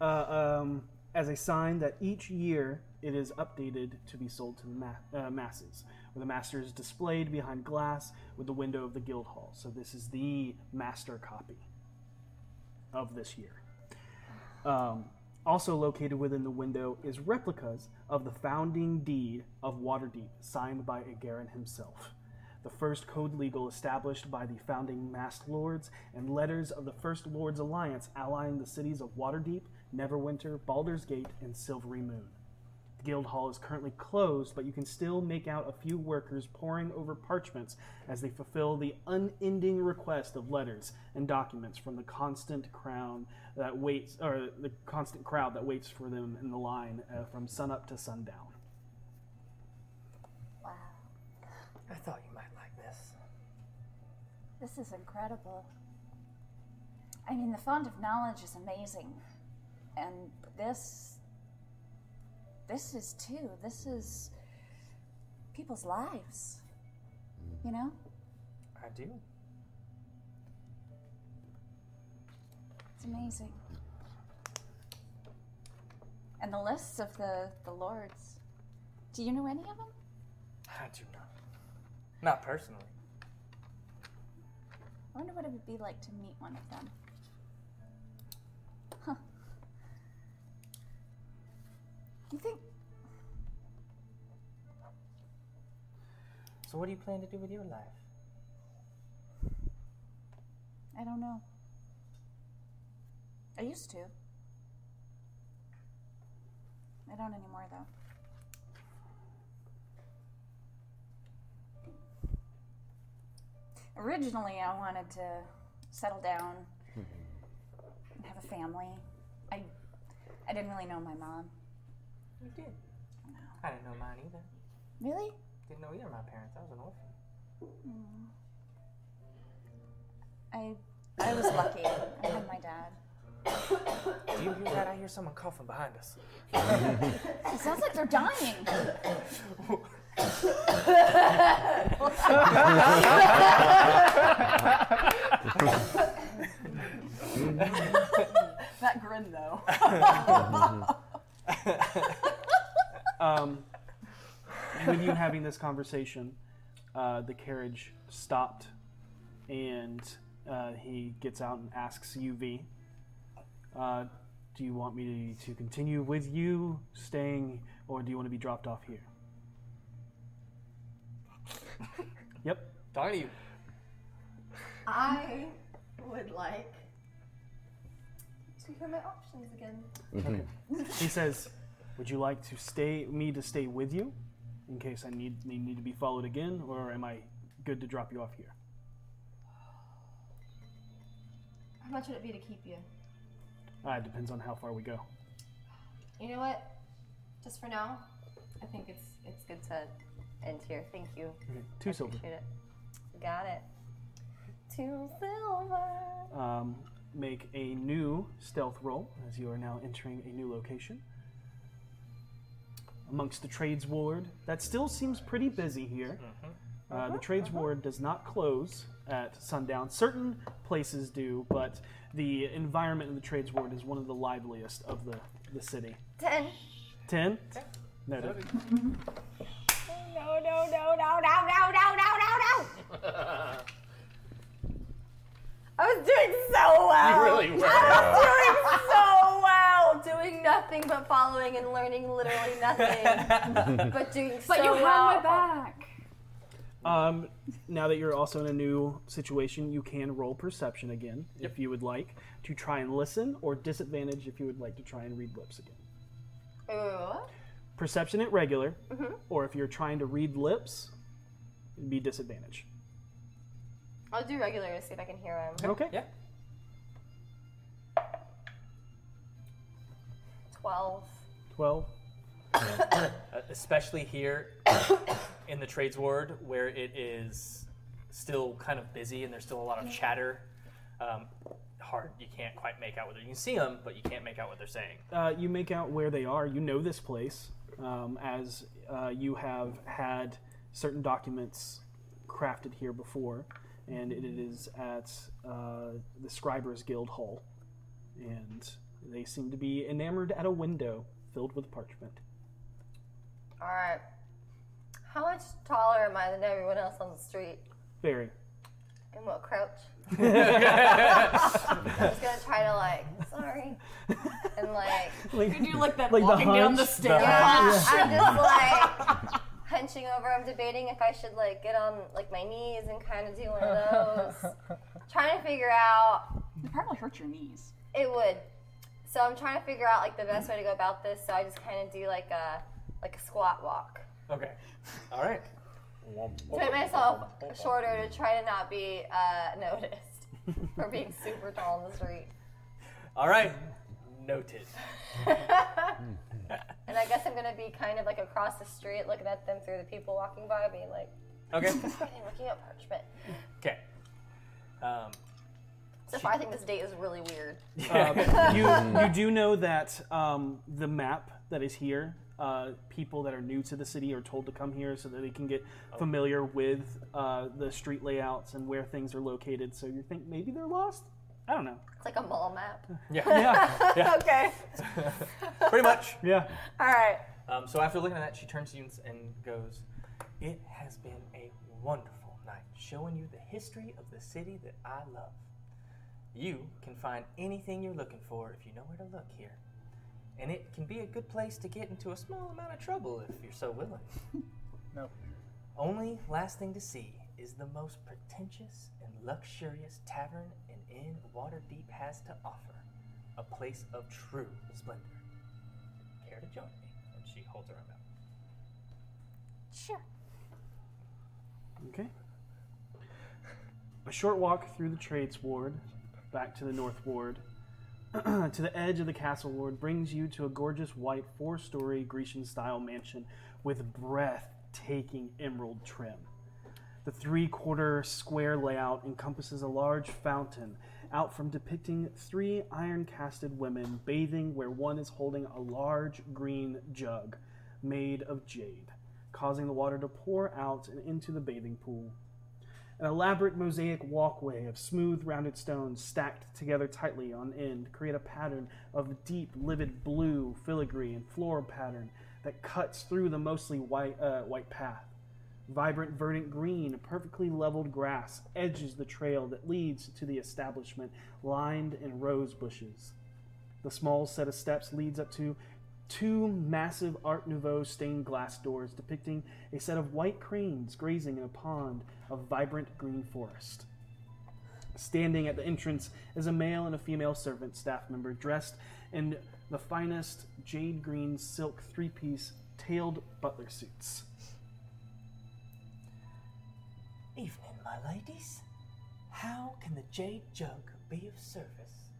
S2: uh, um, as a sign that each year it is updated to be sold to the ma- uh, masses, where the master is displayed behind glass with the window of the guild hall. So this is the master copy of this year. Um, also located within the window is replicas of the founding deed of Waterdeep, signed by Agarin himself. The first code legal established by the founding Masked Lords, and letters of the First Lords Alliance allying the cities of Waterdeep, Neverwinter, Baldur's Gate, and Silvery Moon. The guild hall is currently closed, but you can still make out a few workers poring over parchments as they fulfill the unending request of letters and documents from the constant crown that waits, or the constant crowd that waits for them in the line uh, from sunup to sundown.
S3: I thought you might like this.
S6: This is incredible. I mean, the font of knowledge is amazing, and this, this is too. This is people's lives. You know,
S3: I do.
S6: it's amazing. And the lists of the the lords. Do you know any of them?
S3: I do not. Not personally.
S6: I wonder what it would be like to meet one of them. Huh. You think
S3: So what do you plan to do with your life?
S6: I don't know. I used to. I don't anymore, though. Originally, I wanted to settle down and have a family. I, I didn't really know my mom.
S3: You did. I didn't know mine either.
S6: Really?
S3: Didn't know either of my parents. I was an orphan.
S6: Mm. I, I was lucky. I had my dad.
S3: Do you hear that? I hear someone coughing behind us.
S6: It sounds like they're [COUGHS]
S3: [LAUGHS]
S6: dying.
S13: that grin, though.
S2: [LAUGHS] um, with you having this conversation, uh, the carriage stopped, and uh, he gets out and asks UV, uh, "Do you want me to, to continue with you staying, or do you want to be dropped off
S3: [LAUGHS]
S2: here?" yep.
S3: Talking to you.
S5: I would like to hear my options again.
S2: Mm-hmm. he says, "Would you like to stay me to stay with you, in case I need need, need to be followed again, or am I good to drop you off here?"
S5: How much would it be to keep you?
S2: Uh, it depends on how far we go.
S5: You know what? Just for now, I think it's it's good to end here. Thank you.
S2: Okay, two
S5: I
S2: silver.
S5: Mm-hmm. Appreciate it. Got it. Two silver.
S2: Um, make a new stealth roll as you are now entering a new location. Amongst the trades ward, that still seems pretty busy here. Uh, the trades ward does not close at sundown. Certain places do, but the environment of the trades ward is one of the liveliest of the, the city.
S5: Ten.
S2: Ten? Noted.
S5: No, no, no, no, no, no, no, no, no, no. I was doing so well.
S24: You really were.
S5: I was doing so well, doing nothing but following and learning
S24: [LAUGHS]
S5: literally nothing, but doing so
S6: [LAUGHS] But you had
S5: well.
S6: my
S5: back.
S2: Um, now that you're also in a new situation, you can roll perception again if you would like to try and listen, or disadvantage if you would like to try and read lips again.
S5: Ooh.
S2: Perception at regular,
S5: Mhm.
S2: or if you're trying to read lips, it'd be disadvantage.
S5: I'll do regular to see if I can hear him.
S2: Okay. Yeah.
S5: Twelve.
S2: Twelve.
S3: Uh, especially here in the trades ward where it is still kind of busy and there's still a lot of chatter. Um, hard, you can't quite make out what they're. You can see them, but you can't make out what they're saying.
S2: Uh, you make out where they are. You know this place, um, as uh, you have had certain documents crafted here before, and it is at uh, the Scribers Guild Hall. And they seem to be enamored at a window filled with parchment.
S5: All right. How much taller am I than everyone else on the street?
S2: Very.
S5: And what crouch? [LAUGHS] I'm just gonna try to like, sorry, and like.
S2: Like- Could you like that
S7: like
S2: walking
S7: the
S2: down
S7: hunch?
S2: the stairs?
S5: Yeah,
S2: hunch.
S5: I'm just like hunching over. I'm debating if I should like get on like my knees and kind of do one
S2: [LAUGHS]
S5: of those. trying to figure out.
S6: It probably hurt your knees.
S5: It would. So I'm trying to figure out like the best way to go about this. So I just kind of do like a like a squat walk.
S3: Okay. All right.
S5: To
S3: Oh.
S5: make myself shorter to try to not be uh, [LAUGHS] noticed for being super tall in the street.
S3: All right. Noted.
S5: And I guess I'm gonna be kind of like across the street, looking at them through the people walking by, being like,
S3: Okay.
S5: "Why are they looking at parchment?"
S3: Okay. Um,
S5: So far, I think this date is really weird. [LAUGHS]
S2: Uh, you, you do know that um, the map that is here, uh, people that are new to the city are told to come here so that they can get familiar with uh, the street layouts and where things are located. So you think maybe they're lost? I don't know.
S5: It's like a mall map. [LAUGHS]
S3: Yeah.
S2: Yeah.
S3: Yeah.
S5: okay.
S3: pretty much.
S2: Yeah.
S5: All right.
S3: Um, so after looking at that, she turns to you and s- and goes, "It has been a wonderful night, showing you the history of the city that I love. You can find anything you're looking for if you know where to look here, and it can be a good place to get into a small amount of trouble if you're so willing.
S7: No.
S3: Only last thing to see is the most pretentious and luxurious tavern and inn Waterdeep has to offer, a place of true splendor. Care to join me?" And she holds her arm out.
S6: Sure.
S2: Okay. A short walk through the Trades Ward, back to the North Ward, [CLEARS THROAT] to the edge of the Castle Ward, brings you to a gorgeous white four story Grecian style mansion with breathtaking emerald trim. The three quarter square layout encompasses a large fountain out from depicting three iron casted women bathing where one is holding a large green jug made of jade, causing the water to pour out and into the bathing pool. An elaborate mosaic walkway of smooth, rounded stones stacked together tightly on end create a pattern of deep, livid blue filigree and floral pattern that cuts through the mostly white, uh, white path. Vibrant, verdant green, perfectly leveled grass edges the trail that leads to the establishment, lined in rose bushes. The small set of steps leads up to two massive Art Nouveau stained glass doors depicting a set of white cranes grazing in a pond of vibrant green forest. Standing at the entrance is a male and a female servant staff member dressed in the finest jade green silk three piece tailed butler suits.
S29: Evening, my ladies. How can the jade jug be of service?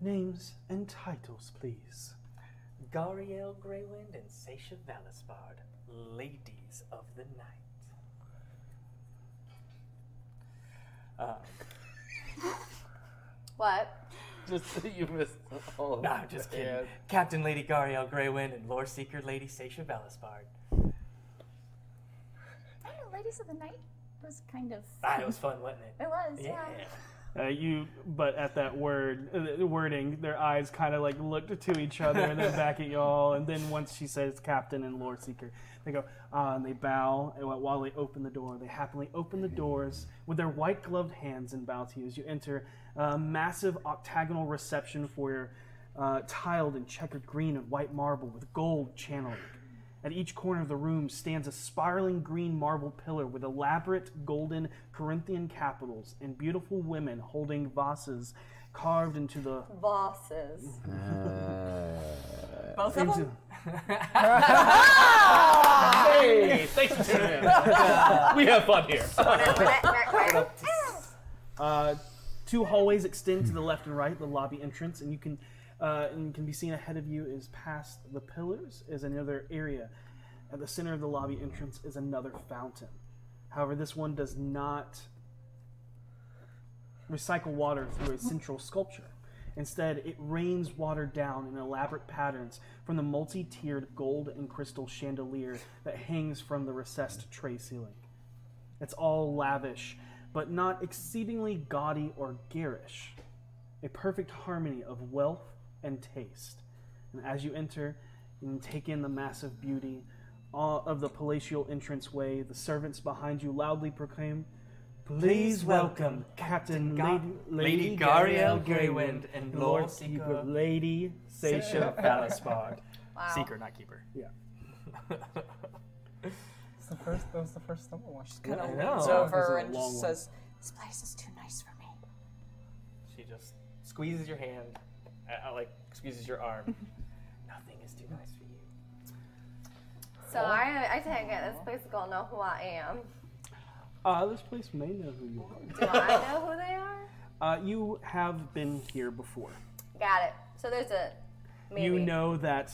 S2: Names and titles, please.
S29: Gariel Greywind and Sasha Valispard, ladies of the night. Uh,
S5: What?
S20: [LAUGHS] Just you missed all of
S29: no,
S20: it.
S29: I'm just kidding. Captain Lady Gariel Greywind and Lore Seeker Lady Sasha Valispard.
S6: I don't know, Ladies of the Night was kind of.
S29: Ah, it was fun, wasn't it?
S6: [LAUGHS] It was, yeah.
S2: Uh, you, but at that word uh, the wording, their eyes kind of like looked to each other and then back at y'all. And then once she says "Captain" and "Lord Seeker," they go ah, and they bow. And wh- while they open the door, they happily open the doors with their white gloved hands and bow to you as you enter a massive octagonal reception for your uh, tiled and checkered green and white marble with gold channeling. At each corner of the room stands a spiraling green marble pillar with elaborate golden Corinthian capitals and beautiful women holding vases carved into the.
S5: Bosses.
S3: Uh.
S5: [LAUGHS]
S2: Both
S5: of
S2: them?
S16: Hey, thanks for tuning
S5: [LAUGHS]
S16: in. we have fun here.
S4: [LAUGHS]
S2: Uh, two hallways extend to the left and right, the lobby entrance, and you can uh, and can be seen ahead of you is past the pillars is another area. At the center of the lobby entrance is another fountain. However, this one does not recycle water through a central sculpture. Instead, it rains water down in elaborate patterns from the multi tiered gold and crystal chandelier that hangs from the recessed tray ceiling. It's all lavish, but not exceedingly gaudy or garish. A perfect harmony of wealth and taste. And as you enter and take in the massive beauty all of the palatial entranceway, the servants behind you loudly proclaim, Please welcome Captain Lady,
S29: Lady Gariel Greywind and Lord
S2: Keeper Lady
S29: [LAUGHS]
S2: Sasha Valispard.
S29: Wow. Seeker, not keeper.
S2: Yeah.
S7: It's the first, that was the first stumble one. She
S29: kinda
S7: kind
S29: I
S7: of
S29: know.
S7: leans
S29: leans
S7: over
S29: over
S7: and
S29: Long
S7: just
S29: one.
S7: says,
S6: This place is too nice for me.
S29: She just squeezes your hand, uh, uh, like squeezes your
S20: [LAUGHS]
S29: arm. Nothing is too nice for you.
S5: So I, I take it this place is gonna know who I am.
S2: Uh, this place may know who you are.
S5: Do I know who they are?
S2: Uh, you have been here before.
S5: Got it. So there's a maybe.
S2: You know that,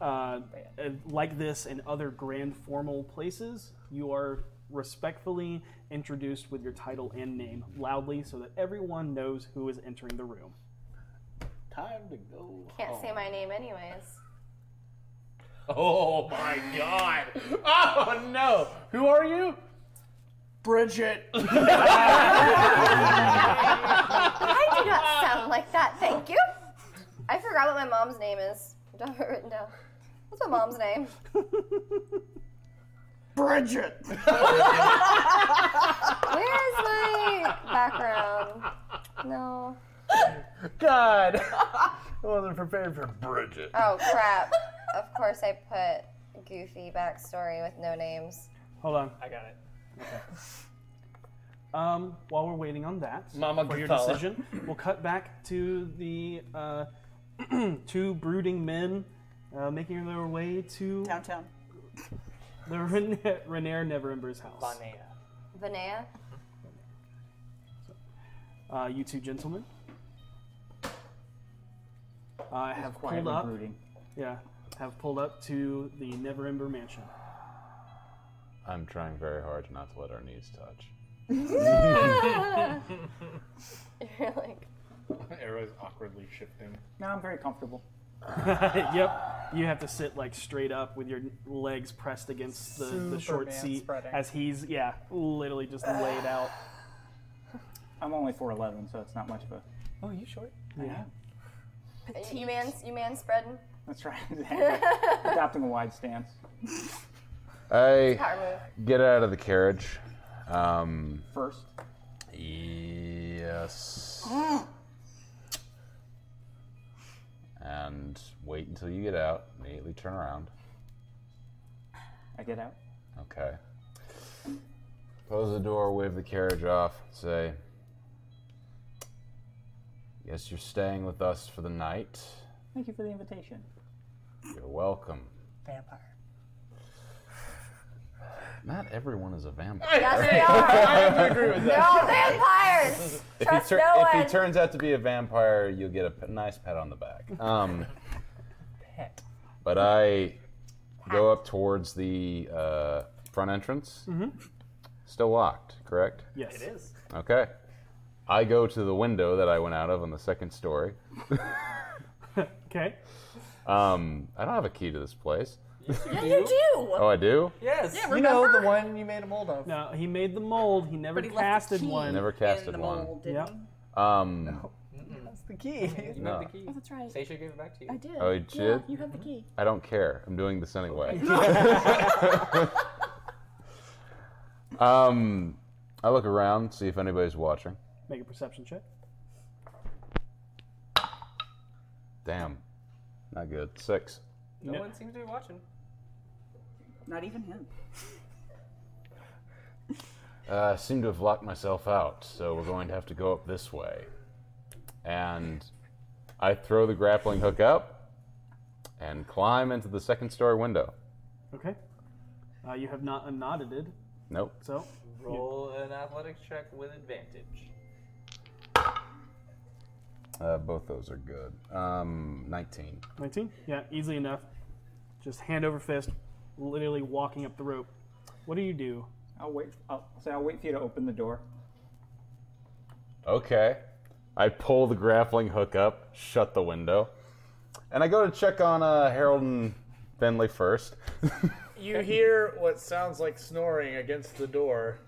S2: uh, uh, like this and other grand formal places, you are respectfully introduced with your title and name loudly so that everyone knows who is entering the room.
S20: Time to go.
S5: Can't say my name anyways.
S16: Oh my god. Oh no. Who are you? Bridget.
S5: [LAUGHS] I do not sound like that. Thank you. I forgot what my mom's name is. I don't have it written down. What's my mom's name? [LAUGHS]
S16: Bridget.
S7: Oh
S5: Where's my background? No.
S16: God. [LAUGHS] I wasn't prepared for Bridget.
S5: Oh crap. Of course I put goofy backstory with no names.
S2: Hold on.
S29: I got it.
S2: Um, while we're waiting on that,
S16: Mama
S2: for your
S16: Gutala.
S2: decision, we'll cut back to the uh, [CLEARS THROAT] two brooding men uh, making their way to
S28: downtown.
S2: [LAUGHS] The Ren- Renair Neverember's house.
S5: Vanea.
S2: Uh, you two gentlemen. I have
S8: quietly
S2: pulled up.
S8: brooding.
S2: Yeah, have pulled up to the
S8: [LAUGHS]
S2: Neverember Mansion. [LAUGHS]
S1: I'm trying very hard not to let our knees touch.
S5: You're like,
S4: Arrows awkwardly shifting.
S8: No, I'm very comfortable.
S2: [LAUGHS] yep. You have to sit like straight up with your legs pressed against the, the short
S8: Superman
S2: seat
S8: spreading.
S2: as he's yeah literally just laid
S7: [SIGHS]
S2: out.
S8: I'm only 4'11, so it's not much of a. Oh, you short? I
S2: Yeah.
S8: am.
S5: you man, you man spreading.
S8: That's right.
S20: [LAUGHS]
S5: [LAUGHS]
S8: exactly. Adopting a wide stance. [LAUGHS]
S1: I
S5: Power
S1: get out of the carriage. Um,
S8: First.
S1: Yes. And wait until you get out. Immediately turn around.
S8: I get out.
S1: Okay. Close the door, wave the carriage off, say, Yes, you're staying with us for the night.
S8: Thank you for the invitation.
S1: You're welcome.
S8: Vampire.
S1: Not everyone is a vampire.
S5: Yes,
S2: [LAUGHS]
S5: they are. They're all vampires.
S1: [LAUGHS] If he,
S5: Trust
S1: tur-
S5: no
S1: if he
S5: one.
S1: turns out to be a vampire, you'll get a p- nice pat on the [LAUGHS] back. Um,
S8: Pet.
S1: but I go up towards the uh, front entrance.
S2: Mhm.
S1: Still locked, correct?
S2: Yes. It is.
S1: Okay. I go to the window that I went out of on the second story.
S2: Okay.
S1: Um, I don't have a key to this place.
S2: Yeah, you do.
S1: Oh, I do?
S2: Yes.
S7: you know the one you made a mold of.
S2: No, he made the mold. He never
S7: But he left the
S2: casted
S7: key
S2: one.
S1: Never casted one.
S2: Yep.
S1: Um,
S7: That's the key.
S1: You No. have the
S7: key. Oh, that's right.
S29: Seisha gave it back to you.
S7: I did.
S1: Oh, you did?
S7: key.
S1: I don't care. I'm doing this anyway. um, I look around, see if anybody's watching.
S2: Make a perception check.
S1: Damn, not good. Six.
S29: No one seems to be watching.
S28: Not even him.
S1: Uh, I seem to have locked myself out, so we're going to have to go up this way. And I throw the grappling hook up and climb into the second story window.
S2: Okay. Uh, you have not unknotted it,
S1: Nope.
S2: so
S29: Roll an athletics check with advantage.
S1: Uh, both those are good. Um, 19.
S2: 19? Yeah, easily enough. Just hand over fist, literally walking up the rope. What do you do?
S8: I'll wait. I'll say I'll wait for you to open the
S2: [CLEARS THROAT]
S8: door.
S1: Okay. I pull the grappling hook up, shut the window, and I go to check on uh, Harold and Finley first.
S4: You hear what sounds like snoring against the door,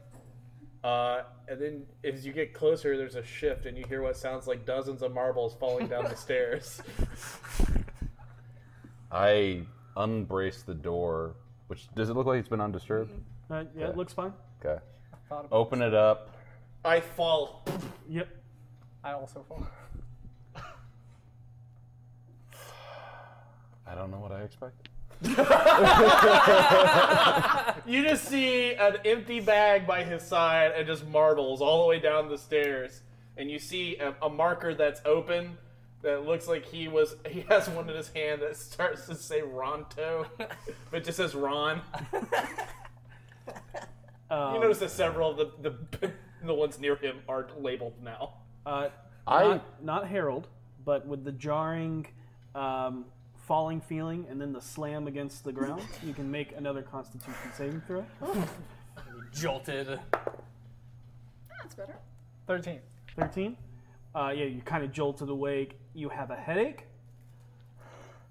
S4: uh, and then as you get closer, there's a shift, and you hear what sounds like dozens of marbles falling down
S5: [LAUGHS]
S4: the stairs.
S1: I unbrace the door, which does it look like it's been undisturbed?
S2: Uh, yeah, it
S1: Okay.
S2: looks fine.
S1: Okay.
S7: thought about
S1: Open it up.
S4: I fall.
S2: Yep.
S7: I also fall.
S1: I don't know what I expected.
S4: [LAUGHS] You just see an empty bag by his side and just marbles all the way down the stairs. And you see a, a marker that's open that looks like he was he has one in his hand that starts to say
S2: [LAUGHS]
S4: Ronto, but just says Ron. you
S2: Um,
S4: notice that several of the, the [LAUGHS] the ones near him are labeled now.
S2: Uh,
S4: I-
S2: not, not Harold, but with the jarring, um, falling feeling, and then the slam against the ground, you can make another Constitution saving throw.
S29: Jolted.
S28: That's better.
S2: 13. 13? Uh, yeah, you kind of jolted awake. You have a headache.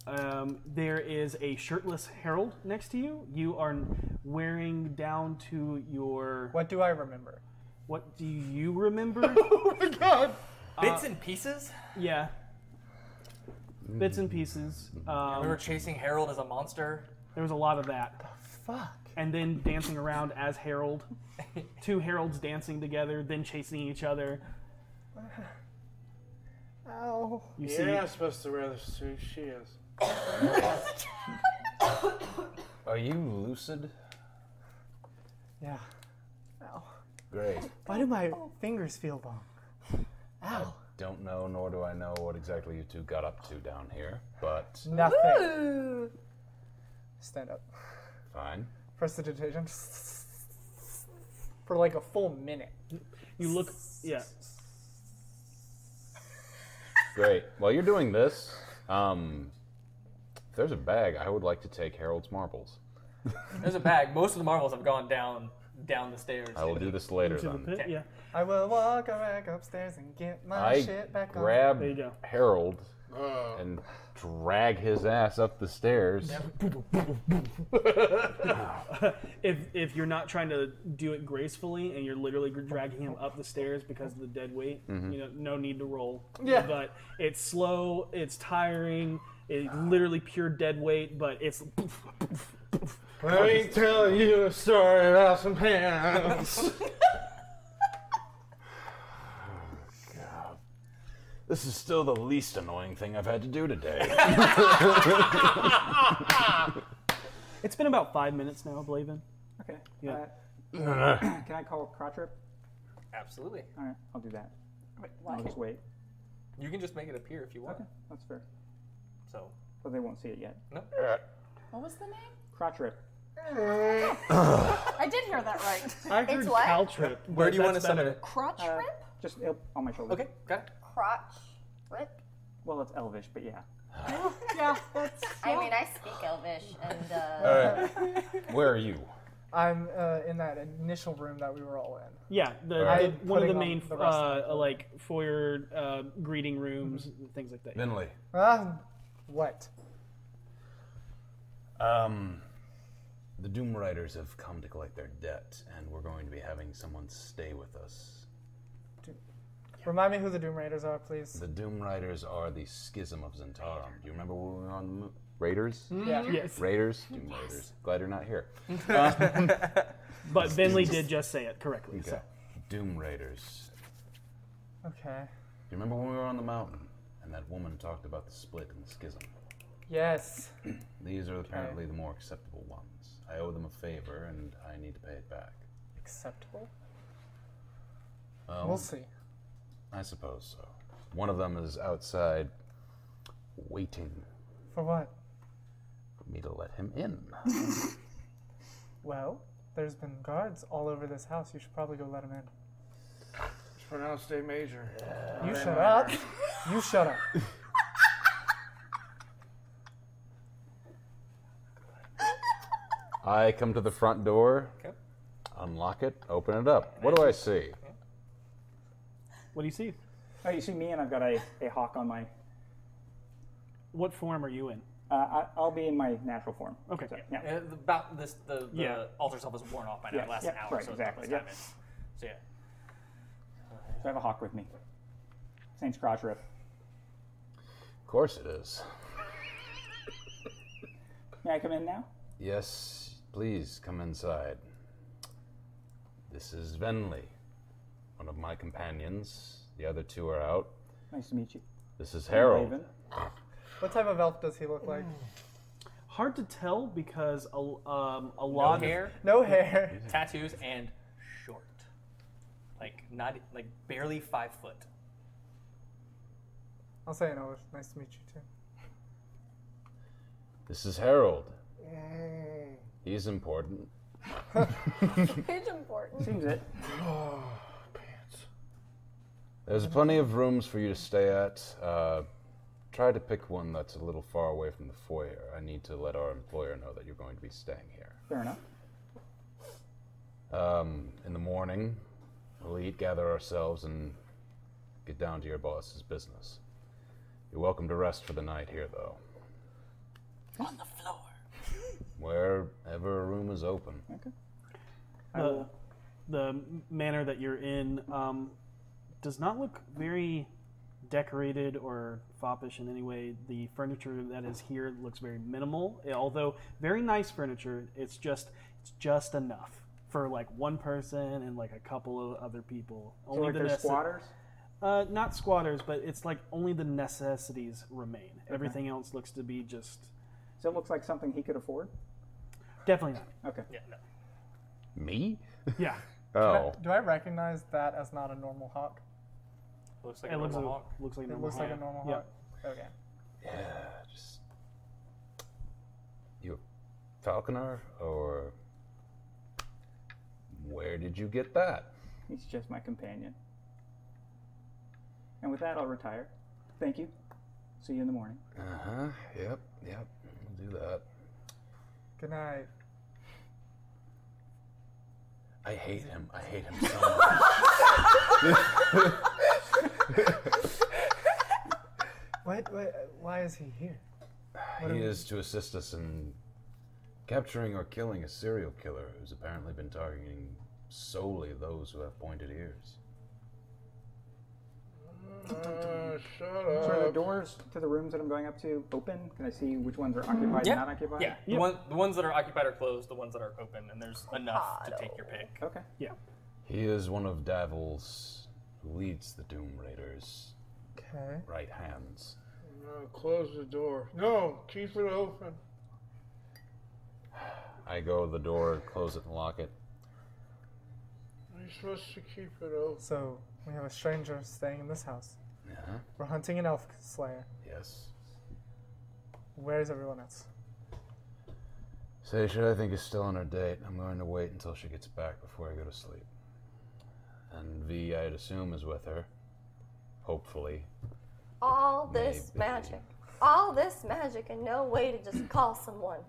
S2: Um, there is a shirtless Harold next to you. You are wearing down to your. What
S7: do I remember?
S2: What do you remember?
S4: oh my god!
S29: Bits and pieces?
S2: Yeah. Bits and pieces. Um,
S29: we were chasing Harold as a monster.
S2: There was a lot of that. fuck? And then dancing around as Harold. Two Heralds dancing together, then chasing each other.
S7: Ow.
S2: You
S4: You're
S2: see-
S4: not supposed to wear this suit. She is.
S1: Are you lucid?
S7: Yeah.
S1: Great.
S7: Why do my fingers feel long?
S1: I don't know, nor do I know what exactly you two got up to down here, but
S7: Nothing. Stand up.
S1: fine.
S7: Press the detention for like a full minute.
S2: You look, yeah.
S1: Great. While you're doing this, um, if there's a bag, I would like to take Harold's marbles.
S15: There's a bag. Most of the marbles have gone down down the stairs.
S1: I will do this later then.
S7: yeah. I will walk back upstairs and get my
S1: I
S7: Oh, shit back on.
S1: grab Harold and drag his ass up the stairs.
S2: if if you're not trying to do it gracefully and you're literally dragging him up the stairs because of the dead weight,
S16: Mhm.
S2: you know, no need to roll.
S16: Yeah.
S2: But it's slow, it's tiring, it's literally pure dead weight, but it's
S4: Let me tell you a story about some [LAUGHS] pants.
S1: This is still the least annoying thing I've had to do today. [LAUGHS]
S2: it's been about five minutes now, Blaven.
S8: Okay.
S2: Yeah.
S8: Uh, can I call Crottrip?
S15: Absolutely.
S8: All right, I'll do that. I'll just wait.
S15: You can just make it appear if you want.
S8: That's fair.
S15: So.
S8: But they won't see it yet.
S15: No.
S6: What was the name?
S8: Crottrip.
S6: I did hear that right.
S8: Where do you want to
S15: summon
S8: it?
S6: Crotch rip?
S29: [SIGHS]
S8: Just up on my shoulder. Okay,
S15: got it.
S5: Crotch rip? [LAUGHS]
S8: Well, it's Elvish, but yeah.
S5: yeah, that's. I mean, I speak Elvish, and uh,
S1: Where are you?
S7: I'm uh, in that initial room that we were all in.
S2: Yeah, the,
S1: All right.
S2: the- one of the
S7: Putting on
S2: main
S7: the rest of
S2: uh, like foyer uh, greeting rooms, and things like that.
S1: Vinley.
S7: Ah, what?
S1: Um, the Doom Riders have come to collect their debt, and we're going to be having someone stay with us.
S7: Remind me who the Doom Raiders are, please.
S1: The Doom Riders are the schism of Zentarum. Do you remember when we were on the moon? Raiders?
S7: Yeah. Yes.
S1: Raiders? Doom Raiders. Glad you're not here.
S2: [LAUGHS] But Vinley did just say it correctly.
S1: Okay.
S2: So.
S1: Doom Raiders.
S7: Okay.
S1: Do you remember when we were on the mountain and that woman talked about the split and the schism?
S7: Yes.
S1: [CLEARS THROAT] These are apparently the more acceptable ones. I owe them a favor and I need to pay it back.
S7: Acceptable.
S1: Um,
S7: We'll see.
S1: I suppose so. One of them is outside waiting [LAUGHS]
S7: For what?
S1: for me to let him in.
S7: Well, there's been guards all over this house. You should probably go let them in.
S4: It's pronounced A major.
S2: Uh,
S7: You
S4: Not A
S7: shut
S4: minor.
S7: up. You
S1: [LAUGHS]
S7: shut up.
S1: I come to the front door, unlock it, open it up. What do I see?
S2: What do you see?
S8: Oh, you see me, and I've got a, a hawk on my.
S2: What form are you in?
S8: Uh, I, I'll be in my natural form.
S2: Okay.
S8: So, yeah.
S15: Uh, about this, the, the
S8: Yeah.
S15: altar self is worn off by now.
S8: Yeah,
S15: It lasts an
S8: yeah,
S15: hour,
S8: right,
S15: so
S8: exactly,
S15: It's not much
S8: yeah.
S15: time in. So yeah.
S8: So I have a hawk with me. Saints Crottrip.
S1: Of course it is.
S8: May I come in now?
S1: Yes, please come inside. This is Venley, one of my companions. The other two are out.
S8: Nice to meet you.
S1: This is Harold.
S8: Raven.
S7: What type of elf does he look like?
S2: Hard to tell because a, um, a lot
S15: hair.
S2: of
S1: [LAUGHS]
S7: No hair.
S15: Tattoos and short. Like not like barely five foot.
S7: I'll say it always. Nice to meet you too.
S1: This is Harold. He's important.
S5: it's important.
S8: Seems it.
S1: Oh. There's plenty of rooms for you to stay at. Uh, try to pick one that's a little far away from the foyer. I need to let our employer know that you're going to be staying here.
S8: Fair enough.
S1: Um, in the morning, we'll eat, gather ourselves, and get down to your boss's business. You're welcome to rest for the night here, though.
S6: On the floor.
S1: Wherever a room is open.
S8: Okay.
S2: the, the manor that you're in um, does not look very decorated or foppish in any way. The furniture that is here looks very minimal, eh, although very nice furniture. It's just it's just enough for like one person and like a couple of other people.
S8: So, like,
S2: the
S8: there's
S2: necess-
S8: squatters?
S2: Uh, not squatters, but it's like only the necessities remain. Everything else looks to be just
S8: So it looks like something he could afford?
S2: definitely not.
S8: Okay.
S15: Yeah, no.
S1: Me?
S2: Yeah.
S1: [LAUGHS] Oh.
S7: Do I recognize that as not a normal hawk?
S15: Looks
S2: like It a looks normal like- hawk. looks like a
S7: it
S2: normal
S7: looks like a
S2: hawk.
S7: normal
S2: Yeah.
S7: hawk. Okay.
S1: Yeah, Uh, just. You a falconer? Or. Where did you get that?
S8: He's just my companion. And with that, I'll retire. Thank you. See you in the morning.
S1: Uh huh. Yep. Yep. We'll do that.
S7: Good night.
S1: I hate him. I hate him so much.
S7: What, what? Why is he here? What
S1: [LAUGHS] he
S7: are we-
S1: is to assist us in capturing or killing a serial killer who's apparently been targeting solely those who have pointed ears.
S4: Uh, shut
S8: So are the
S4: up.
S8: doors to the rooms that I'm going up to open? Can I see which ones are occupied
S3: Yeah.
S8: and not occupied?
S3: Yeah. The, one, the ones that are occupied are closed. The ones that are open, and there's enough to take your pick.
S8: Okay. Yeah.
S1: He is one of Davil's who leads the Doom Raiders.
S7: Okay.
S1: Right hands.
S4: No, close the door. No, keep it open.
S1: I go to the door, close it, and lock it.
S4: You're supposed to keep it open.
S7: So we have a stranger staying in this house.
S1: Yeah.
S7: We're hunting an elf slayer.
S1: Yes.
S7: Where is everyone else?
S1: Seisha, I think, is still on her date. I'm going to wait until she gets back before I go to sleep. And V, I'd assume, is with her. Hopefully.
S5: All this
S1: Maybe.
S5: magic. All this magic and no way to just call someone.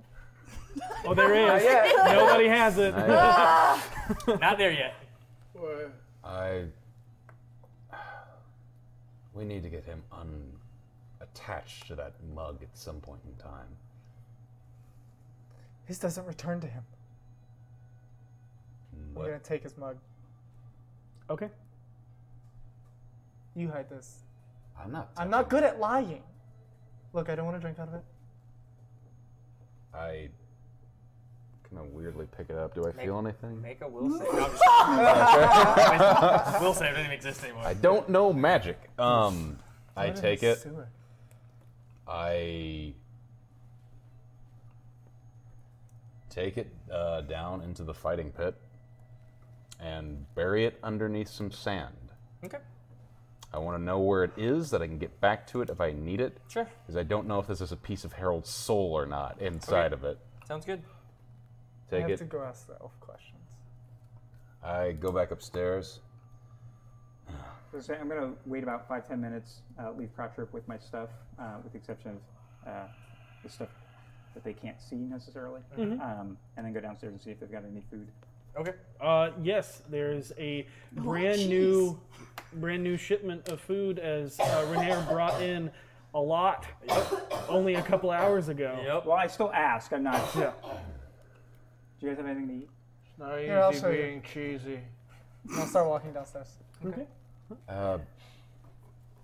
S2: Oh, there
S5: Not
S1: [LAUGHS]
S3: [LAUGHS]
S2: is.
S5: yet.
S2: Nobody has it.
S5: Nice.
S3: Not there yet.
S4: [LAUGHS] What?
S1: I. We need to get him unattached to that mug at some point in time.
S7: His doesn't return to him.
S1: What?
S7: We're gonna take his mug.
S2: Okay.
S7: You hide this.
S1: I'm not.
S7: I'm not good at lying. Look, I don't want to drink out of it.
S1: I kind of weirdly pick it up. Do I
S7: Make-
S1: feel anything?
S7: make a
S3: will [LAUGHS] save. No, I'm
S1: Okay.
S3: just- Will save doesn't exist anymore.
S1: I don't know magic. Um, I
S7: Put in
S1: take
S7: the
S1: it.
S7: sewer.
S1: I take it uh, down into the fighting pit and bury it underneath some sand.
S3: Okay.
S1: I want to know where it is that I can get back to it if I need it.
S3: Sure.
S1: Because I don't know if this is a piece of Harold's soul or not inside
S3: Okay.
S1: of it.
S3: Sounds good.
S1: Take
S7: I have
S1: it.
S7: to go ask the elf questions.
S1: I go back upstairs.
S8: So say I'm gonna wait about five ten minutes. Uh, leave Crotch Rope with my stuff, uh, with the exception of uh, the stuff that they can't see necessarily.
S3: Mm-hmm.
S2: Mhm.
S8: Um, and then go downstairs and see if they've got any food.
S2: Okay. Uh, yes, there's a brand
S8: Oh, jeez.
S2: new, brand new shipment of food as uh, Renier brought in a lot only a couple hours ago.
S8: Yep. Well, I still ask. I'm not.
S2: Yeah.
S8: Do you guys have anything to eat?
S4: It's not
S7: Here, I'll
S4: easy
S7: show you.
S4: being cheesy.
S7: I'll start walking downstairs. [LAUGHS]
S2: Okay.
S1: Uh,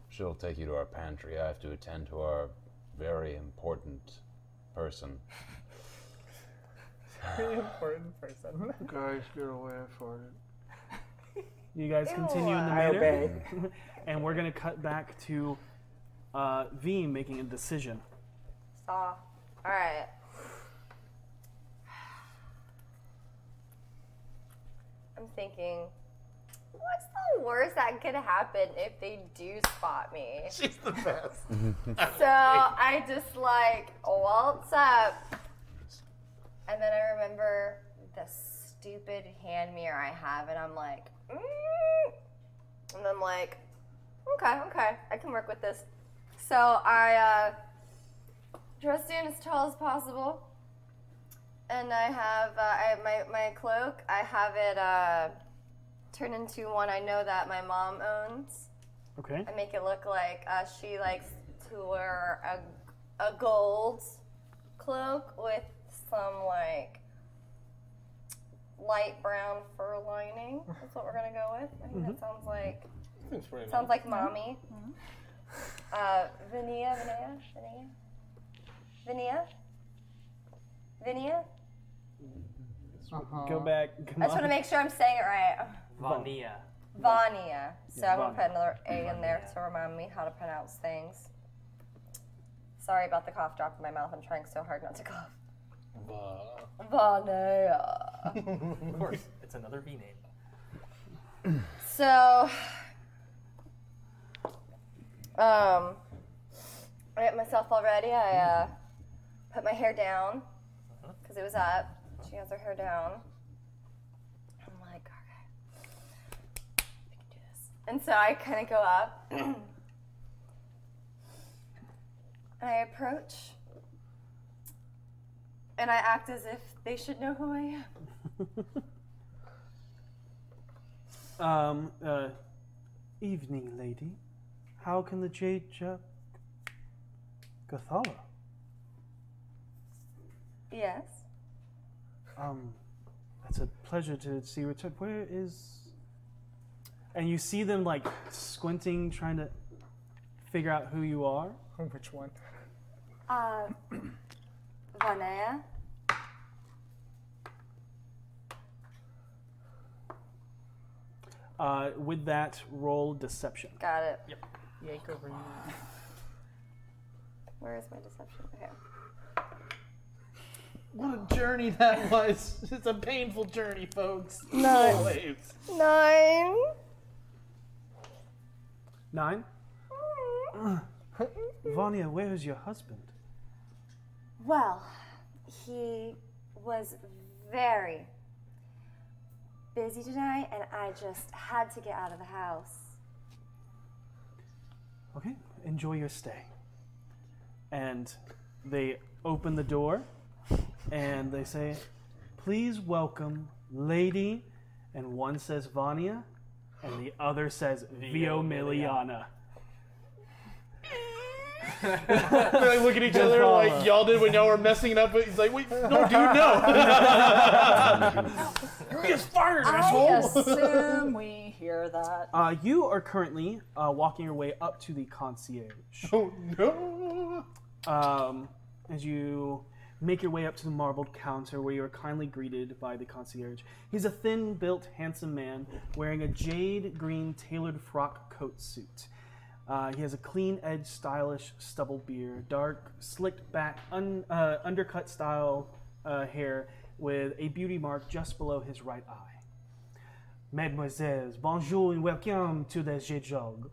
S1: she'll take you to our pantry. I have to attend to our very important person.
S7: Pretty important person.
S4: Guys, get away! I farted.
S2: You guys
S4: Ew,
S2: continue in the
S4: I
S2: manner, [LAUGHS] and we're gonna cut back to uh, V making a decision.
S5: Saw. All right.
S6: I'm
S5: thinking, what's the worst that could happen if they do spot me?
S6: She's
S5: the best. so
S6: So
S5: I just like waltz up, and then I remember the stupid hand mirror I have, and I'm like, mm. and I'm like, okay, okay, I can work with this. So I uh, dressed in as tall as possible,
S6: and I have uh, I, my my cloak. I have it uh,
S5: turn into one I know that my mom owns.
S2: Okay.
S5: I make it look like uh, she likes to wear a, a gold
S6: cloak with some like light brown fur lining. That's what we're gonna go with. I think that sounds like sounds
S2: Mm-hmm.
S6: like mommy.
S5: Uh, Vinaya, Vinaya, Vinaya, Vinaya, Vinaya.
S6: Uh-huh.
S2: Go back.
S5: I just want to make sure I'm saying it right.
S3: Vania.
S5: Vania. So
S3: Yeah,
S5: I'm gonna
S3: Vania.
S5: put another A in there to remind me how to pronounce things. Sorry about the cough drop in my mouth. I'm trying so hard not to cough. Vania.
S3: of course, it's another V name.
S5: So, um, I get myself all ready. I uh, put my hair down
S3: Mm-hmm.
S5: because it was up. She has her hair down. I'm like, okay,
S6: [CLEARS THROAT]
S5: I can do this. And so I kind of go up, And I approach. And I act as if they should know who I am.
S2: Um, uh, evening, lady. How can the jade ja- Gathala?
S5: Yes.
S2: Um, it's a pleasure to see you return. Where is? And you see them like squinting, trying to figure out who you are.
S7: [LAUGHS] Which one?
S5: Uh, [CLEARS THROAT] Vanaya?
S2: Uh, with that, roll deception.
S5: Got it.
S2: Yep.
S5: Yank over Where is my deception? Okay.
S30: What a journey
S4: [LAUGHS]
S30: that was. It's a painful journey, folks.
S5: Nice.
S30: Always.
S5: Nine.
S7: [LAUGHS]
S2: Nine. Vanya, where is your husband?
S5: Well, he was very busy tonight, and I just had to get out of the
S2: [LAUGHS]
S5: house.
S2: Okay, enjoy your stay. And they open the door and they say, Please welcome Lady. And one says Vanya, and the other says Vio Miliana.
S4: They like look at each other like y'all did when y'all were messing it up. But he's like, wait, no, dude,
S3: [LAUGHS]
S4: no.
S2: You're just fired,
S8: I
S2: asshole.
S5: [LAUGHS]
S8: assume we hear that.
S2: [LAUGHS] Uh, you are currently uh, walking your way up to the concierge. Oh
S31: Ah.
S2: no! Um, as you make your way up to the marbled counter, where you are kindly greeted by the concierge. He's a thin-built, handsome man wearing a jade green tailored frock coat suit. Uh, he has a clean edged stylish stubble beard, dark, slicked back, un, uh, undercut style uh, hair with a beauty mark just below his right eye. Mademoiselles, bonjour and welcome to the Jejog.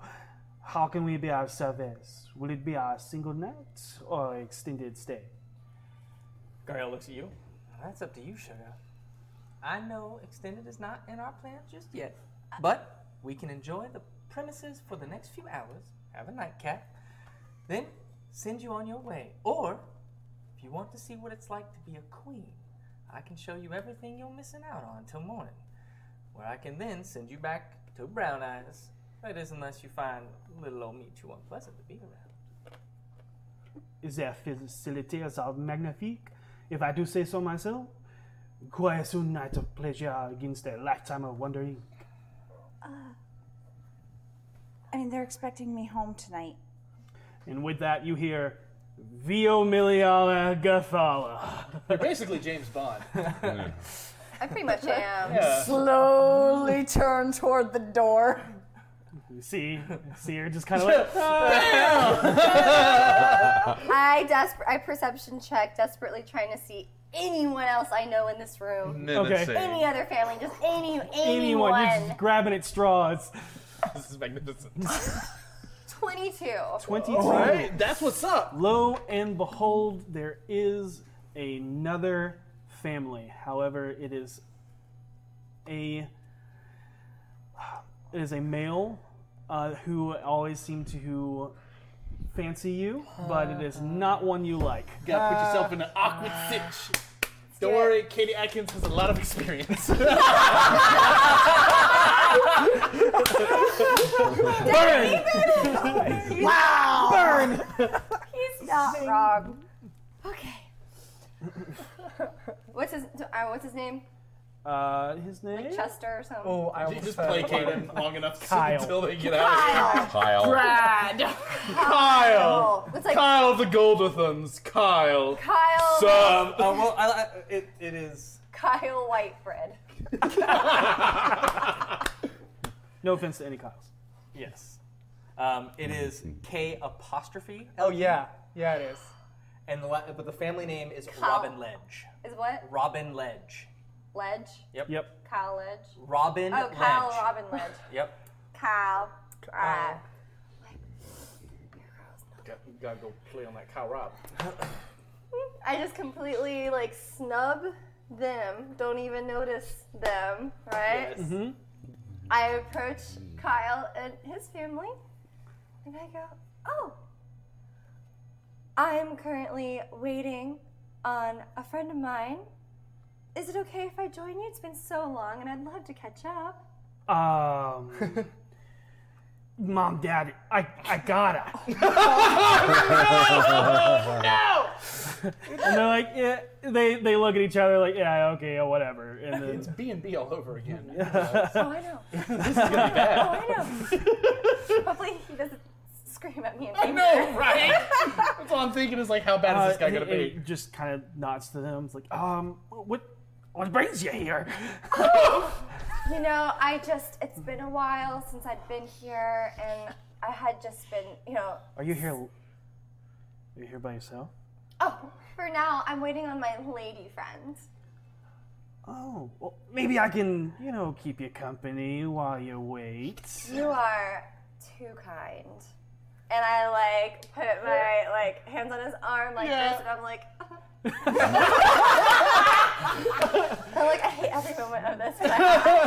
S2: How can we be of service? Will it be a single night or extended stay?
S3: Gael looks at you. That's up to you, sugar. I know extended is not in our plans just yet, but we can enjoy the premises for the next few hours, have a nightcap, then send you on your way. Or, if you want to see what it's like to be a queen, I can show you everything you're missing out on till morning, where I can then send you back to Brown Eyes. That is, unless you find little old me too unpleasant to be around.
S2: Their facilities are magnifique, if I do say so myself. Quite a night of pleasure against a lifetime of wandering.
S31: Uh, I mean, they're expecting me home tonight.
S2: And with that, you hear Vio Miliala Gathala.
S30: [LAUGHS] You're basically James
S2: [LAUGHS]
S30: Bond.
S5: I pretty much am.
S6: Slowly turn toward the door.
S2: You see, see her
S30: [LAUGHS]
S2: just kind of like. [LAUGHS]
S5: [LAUGHS] I desper- I perception check, desperately trying to see anyone else I know in this room.
S2: Menacing.
S5: Any other family, just any anyone.
S2: anyone, you're just grabbing at straws.
S4: this is magnificent.
S2: [LAUGHS]
S5: Twenty-two.
S2: 22.
S30: that's what's up.
S2: Lo and behold, there is another family. However, it is a it is a male uh, who always seem to fancy you, but it is not one you like.
S30: Gotta put yourself
S4: Uh,
S30: in an awkward stitch. Don't worry, Katie Atkins has a lot of
S4: [LAUGHS]
S30: experience.
S4: Burn!
S5: wow.
S4: Burn!
S5: [LAUGHS] He's not wrong. Okay. [LAUGHS] What's his uh, What's his name?
S2: Uh, his name?
S5: Like Chester or something.
S7: Oh, I
S30: You just placate him long enough
S4: Kyle.
S30: until they get out of here.
S32: Kyle.
S5: [LAUGHS]
S4: Brad.
S5: Kyle.
S4: Kyle.
S5: Oh, It's like-
S4: Kyle of the Goldathons. Kyle.
S5: Kyle.
S2: Uh,
S4: Sup?
S3: Oh, well, I, I, it, it is.
S5: Kyle Whitebread.
S2: No offense to any Kyles.
S3: Yes. Um, it is K apostrophe.
S7: Oh, yeah. Yeah, it is.
S3: And the, la- but the family name is
S5: Kyle.
S3: Robin Ledge.
S5: Is what?
S3: Robin Ledge.
S5: Ledge.
S3: Yep.
S2: Yep.
S5: Kyle Ledge.
S3: Robin
S5: Oh, Kyle
S3: Ledge.
S5: Robin
S3: [LAUGHS]
S5: Ledge.
S3: Yep.
S5: Kyle. Uh,
S4: Got- you gotta go play on that cow rob.
S5: I just completely like snub them. Don't even notice them, right?
S2: Mm-hmm.
S5: I approach Kyle and his family, and I go, "Oh, I'm currently waiting on a friend of mine. Is it okay if I join you? It's been so long and I'd love to catch up.
S2: Um, mom, dad, I, I gotta. and they're like, yeah. They they look at each other like, yeah, okay, yeah, whatever. And then
S4: It's B and B all over again. [LAUGHS]
S5: Oh, I know.
S4: This is gonna be bad.
S5: Oh, I know. Hopefully he doesn't scream at me. in
S20: I
S5: anger.
S20: know,
S5: [LAUGHS]
S20: right? That's all I'm thinking is like, how bad
S3: Uh,
S20: is this guy
S2: he-
S20: gonna
S2: uh, he
S20: be?
S2: Just kind of nods to them. It's like, um, what what brings you here?
S5: You know, I just, it's been a while since I've been here and I had just been, you know,
S2: Are you here? Are you here by yourself?
S5: oh, for now I'm waiting on my lady friend.
S2: Oh, well, maybe I can, you know, keep you company while you wait.
S5: You are too kind. And I like put my like hands on his arm like
S24: Yeah.
S5: this and I'm like [LAUGHS] I'm like, I hate every moment of this, but I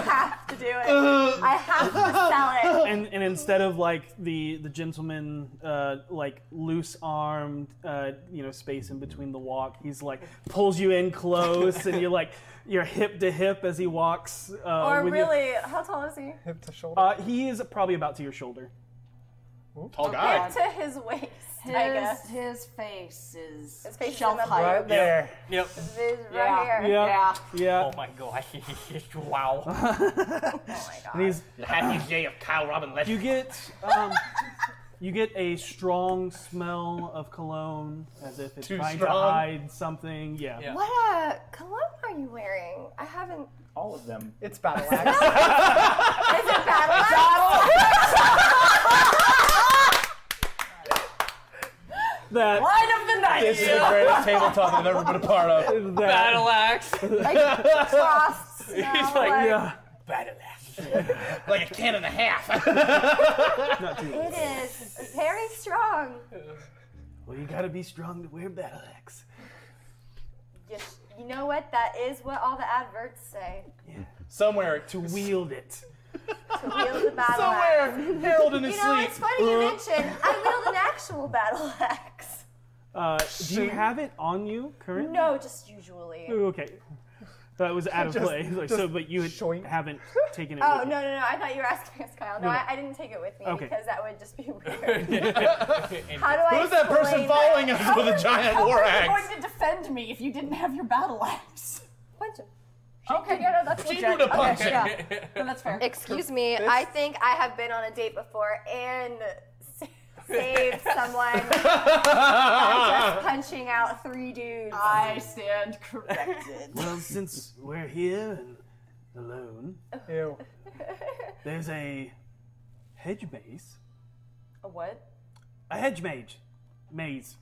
S5: have to do
S2: [LAUGHS]
S5: it. I have to [LAUGHS] sell it.
S2: And, and instead of like the the gentleman uh, like loose armed uh, you know space in between the walk, he's like pulls you in close and you're like you're hip to hip as he walks. Uh,
S5: or
S2: with you.
S5: really, how tall is he?
S2: hip to shoulder. Uh, he is probably about to your shoulder. Oh,
S20: Tall
S5: [LAUGHS] Hip to his waist,
S28: His,
S5: I guess.
S28: his face is
S5: His face is
S28: shelf
S5: in the
S28: height.
S5: Right
S2: there.
S28: Yep.
S5: This is right
S28: Yeah.
S5: here.
S2: Yeah. Yeah.
S3: Oh my god. [LAUGHS] wow.
S5: [LAUGHS] Oh
S2: And
S16: [LAUGHS]
S2: he's
S3: The happiest day of Kyle Robin legend.
S2: You get um, you get a strong smell of cologne, as if it's
S3: Too
S2: trying to
S3: strong?
S2: hide something. Yeah.
S5: What uh, cologne are you wearing? I
S16: [LAUGHS]
S5: haven't.
S8: All of them.
S7: It's battle axe.
S5: [LAUGHS] Is it battle axe?
S2: That
S28: Line of the night.
S16: This is the
S5: [LAUGHS]
S2: [LAUGHS]
S16: greatest tabletop I've ever been a part of.
S28: Battle
S16: axe.
S28: Like,
S16: [LAUGHS]
S28: frost,
S16: He's
S28: smell,
S16: like,
S28: like-
S16: yeah.
S3: Battle
S16: axe. like a
S2: [LAUGHS]
S16: can and a half.
S5: [LAUGHS] It is very strong.
S2: Well, you gotta be strong to wear battle axe.
S5: Yes, you know what? That is what all the adverts say.
S16: Somewhere
S2: to wield it.
S5: To wield the battle
S16: Somewhere,
S5: axe.
S16: Harold in his
S5: you know,
S16: sleep.
S5: it's funny you
S16: Uh. [LAUGHS]
S5: mentioned I wield an actual battle axe.
S2: Uh, do you have it on you currently?
S5: No, just usually.
S2: Ooh, Okay. That was out of
S33: Just-
S2: play. Like, so, but you had, haven't taken it.
S5: Oh
S2: with
S5: no no no! I thought you were asking us, Kyle. No,
S2: No, no.
S5: I, I didn't take it with me
S2: Okay.
S5: because that would just be [LAUGHS] weird.
S16: How
S5: How do I
S16: Who's that person
S5: explain
S16: following
S5: that?
S16: us with
S5: [LAUGHS]
S16: a giant
S28: How
S16: war
S28: are you
S16: axe?
S28: going to defend me if you didn't have your battle axe?
S5: Punch him.
S28: Okay, yeah, no, that's
S5: She
S28: legit.
S5: knew to punch
S28: okay,
S16: [LAUGHS]
S5: him.
S8: [LAUGHS]
S28: yeah. Then that's fair.
S5: Excuse me, I think I have been on a date before and sa- saved someone
S16: [LAUGHS]
S5: by [LAUGHS] just punching out three dudes.
S28: I stand corrected.
S2: [LAUGHS] Well, since we're here and alone, there's a hedge maze.
S5: A [LAUGHS] what?
S2: A hedge mage. Maze.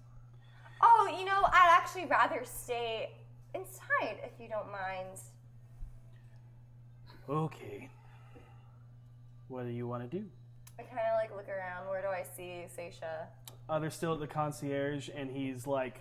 S5: Oh, you know, I'd actually rather stay inside if you don't mind.
S2: Okay. What do you want to do?
S5: I kind of like look around. Where do I see Seisha?
S2: Uh, they're still at the concierge, and he's like,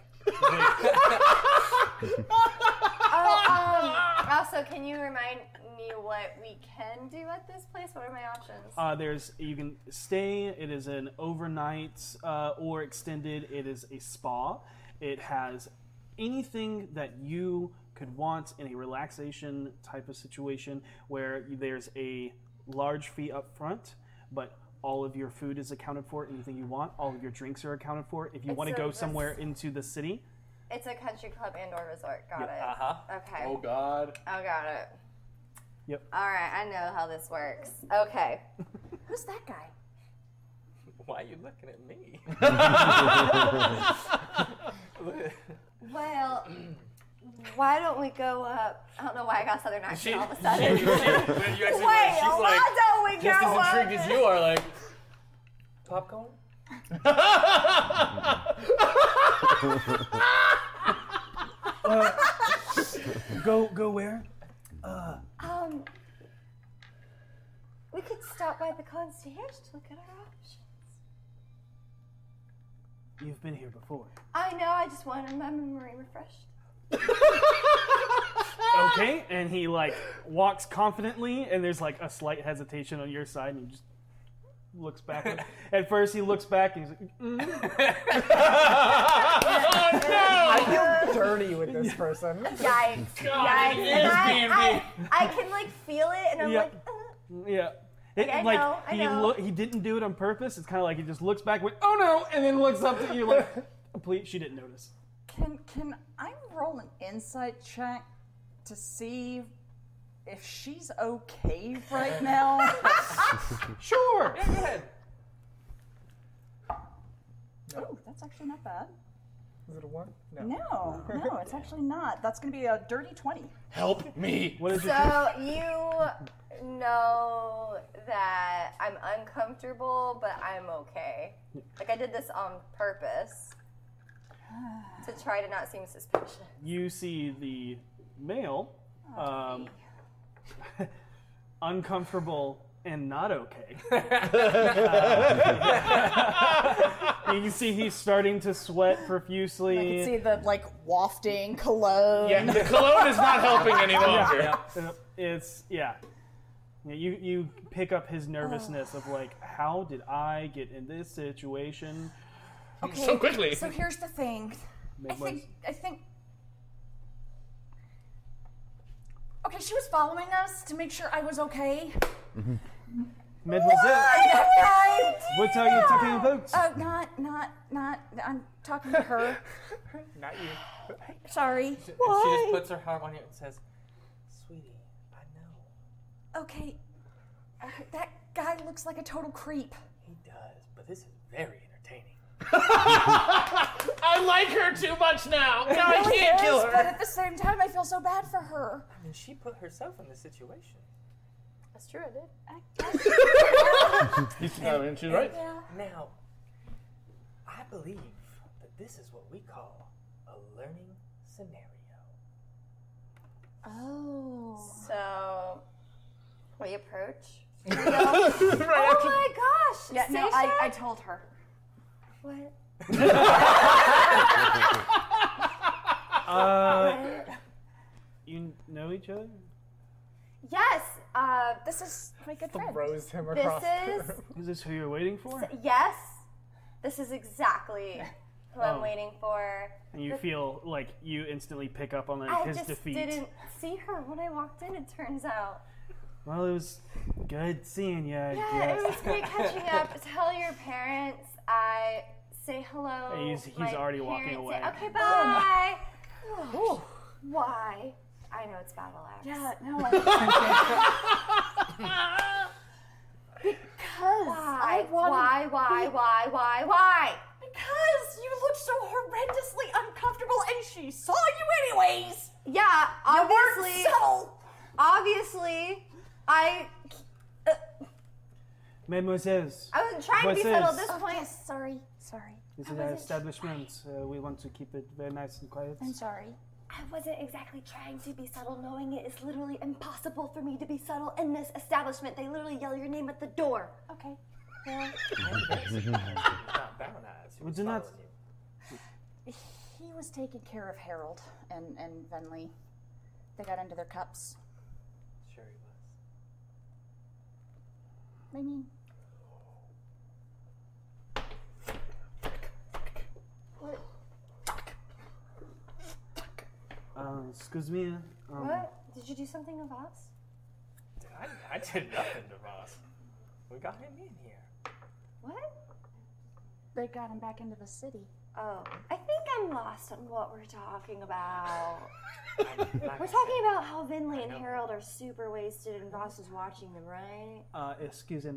S5: oh,
S2: [LAUGHS]
S5: um, also, can you remind me what we can do at this place? What are my options?
S2: uh, "There's you can stay. It is an overnight uh, or extended. It is a spa. It has anything that you could want in a relaxation type of situation where there's a large fee up front, but." All of your food is accounted for. Anything you want, all of your drinks are accounted for. If you
S5: It's
S2: want to
S5: a
S2: go
S5: res-
S2: somewhere into the city,
S5: It's a country club and/or resort. Got
S2: Yeah,
S5: it.
S2: uh-huh.
S5: Okay.
S2: Oh,
S4: God.
S5: I got it.
S2: Yep.
S5: All right, I know how this works.
S2: [LAUGHS]
S5: Okay. Who's that guy?
S3: Why are you looking at me?
S5: Well, why don't we go up? I don't know why I got Southern accent all of a sudden.
S3: she- when you actually-
S5: Wait,
S3: she's
S5: why
S3: like,
S5: don't we go
S3: just as intrigued
S5: up?
S3: as you
S16: [LAUGHS]
S3: are, like, [LAUGHS]
S5: Popcorn?
S2: Uh,
S5: [LAUGHS]
S2: go go where? Uh,
S5: Um, we could stop by the concierge to look at our options.
S2: you've been here before.
S5: I know. I just wanted my memory
S7: [LAUGHS]
S5: refreshed.
S2: Okay,
S7: Ah!
S2: and he like walks confidently, and there's like a slight hesitation on your side, and you just looks back. [LAUGHS] At, at first, he looks back and he's like, "Mm."
S7: [LAUGHS] Oh, I
S2: [LAUGHS]
S7: feel dirty with this person.
S5: Yikes. Yikes.
S7: it
S5: And
S7: is
S5: I, I,
S7: B&B.
S5: I can like feel it, and I'm
S2: Yeah.
S5: like,
S2: yeah. It,
S5: Like, I
S2: like
S5: know, I
S2: he
S5: know.
S2: look, he didn't do it on purpose. It's kind of like he just looks back, went, "Oh no," and then looks up at you
S7: [LAUGHS]
S2: like, "Please." She didn't notice.
S6: Can can I roll an insight check to see if she's okay right now?
S2: sure.
S6: Yeah, go ahead. Oh, that's actually not bad.
S7: Is it a one? No.
S6: No, no, it's actually not. That's going to be a dirty twenty.
S7: Help me.
S2: What
S16: [LAUGHS]
S2: is
S5: so you know that I'm uncomfortable, but I'm okay. Like I did this on purpose to try to not seem suspicious.
S2: you see the male um, [LAUGHS] uncomfortable and
S16: [LAUGHS]
S2: not okay. Uh, you can see he's starting to sweat profusely.
S6: I can see the like wafting cologne.
S2: Yeah, the
S16: cologne is not helping
S6: [LAUGHS]
S16: any
S2: Yeah,
S16: longer.
S2: yeah. It's yeah. Yeah, You you pick up his nervousness of like, how did I get in this situation?
S6: So here's the thing. I
S2: Make
S6: think I think. Okay, she was following us to make sure I was okay.
S2: Mademoiselle
S6: I-
S2: What are you talking about?
S6: Oh, not, not, not. I'm talking to her.
S29: Not you.
S6: Sorry.
S29: And she just puts her heart on you and says, "Sweetie, I know
S6: Okay. Uh, that guy looks like a total creep.
S29: he does, but this is very entertaining."
S16: I like her too much
S5: [LAUGHS]
S16: now.
S6: It
S16: Now I
S6: really
S16: can't
S6: is,
S16: kill her.
S6: But at the same time, I feel so bad for her.
S29: I mean, she put herself in this situation.
S5: That's true. I did.
S4: He's, I mean, she's
S29: And
S4: right.
S29: Now, I believe that this is what we call a learning scenario.
S6: Oh.
S5: So we
S7: [LAUGHS]
S5: approach.
S6: Right
S5: oh
S6: after-
S5: my gosh!
S6: Yeah, no, I-
S5: Seisha?
S6: I told her.
S5: What?
S7: [LAUGHS]
S2: Uh, you know each other?
S5: Yes. Uh,
S6: this is my good friend.
S7: Throws him
S5: This
S7: across. the
S5: is
S7: room.
S2: Is this who you're waiting for?
S5: yes. This is exactly who I'm
S2: Oh.
S5: waiting for.
S2: And you
S5: The
S2: feel like you instantly pick up on like,
S5: I
S2: his
S5: just
S2: defeat.
S5: didn't see her when I walked in. It turns out.
S2: Well, it was good seeing you. I
S5: Yeah,
S2: guess.
S5: it was great
S2: [LAUGHS]
S5: catching
S6: [LAUGHS]
S5: up. Tell your parents I say hello.
S2: He's- he's
S5: My
S2: already walking
S5: parents say,
S2: away.
S5: okay, bye.
S6: my-
S5: Gosh, Why? I know it's battle axe.
S6: Yeah, no,
S5: [LAUGHS] because why?
S6: I wanna
S5: why? Why?
S6: be-
S5: Why? Why? Why?
S6: Because you look so horrendously uncomfortable and she saw you anyways!
S5: Yeah,
S6: You weren't
S5: obviously.
S6: so-
S5: Obviously, I
S2: Mademoiselle.
S5: I wasn't trying to be
S2: Mademoiselle,
S5: subtle at this point.
S6: Oh, sorry, sorry.
S2: This
S5: I
S2: is an
S5: wasn't-
S2: establishment. Uh, we want to keep it very nice and quiet.
S6: I'm sorry.
S5: I wasn't exactly trying to be subtle, knowing it is literally impossible for me to be subtle in this establishment. They literally yell your name at the door.
S6: Okay.
S29: Not brown eyes.
S2: [LAUGHS] Would you not?
S6: He was taking care of Harold and, and Venley. They got into their cups.
S29: Sure he was.
S6: I mean,
S2: Uh, excuse me. Um,
S5: what? Did you do something of us?
S29: I, I did nothing to Ross. We got him in here.
S5: What?
S6: they got him back into the city.
S5: Oh, I think I'm lost on what we're talking about.
S29: Like I
S5: we're
S29: said,
S5: talking about how Vinley and Harold are super wasted and Ross is watching them, right?
S2: Uh, excuse me.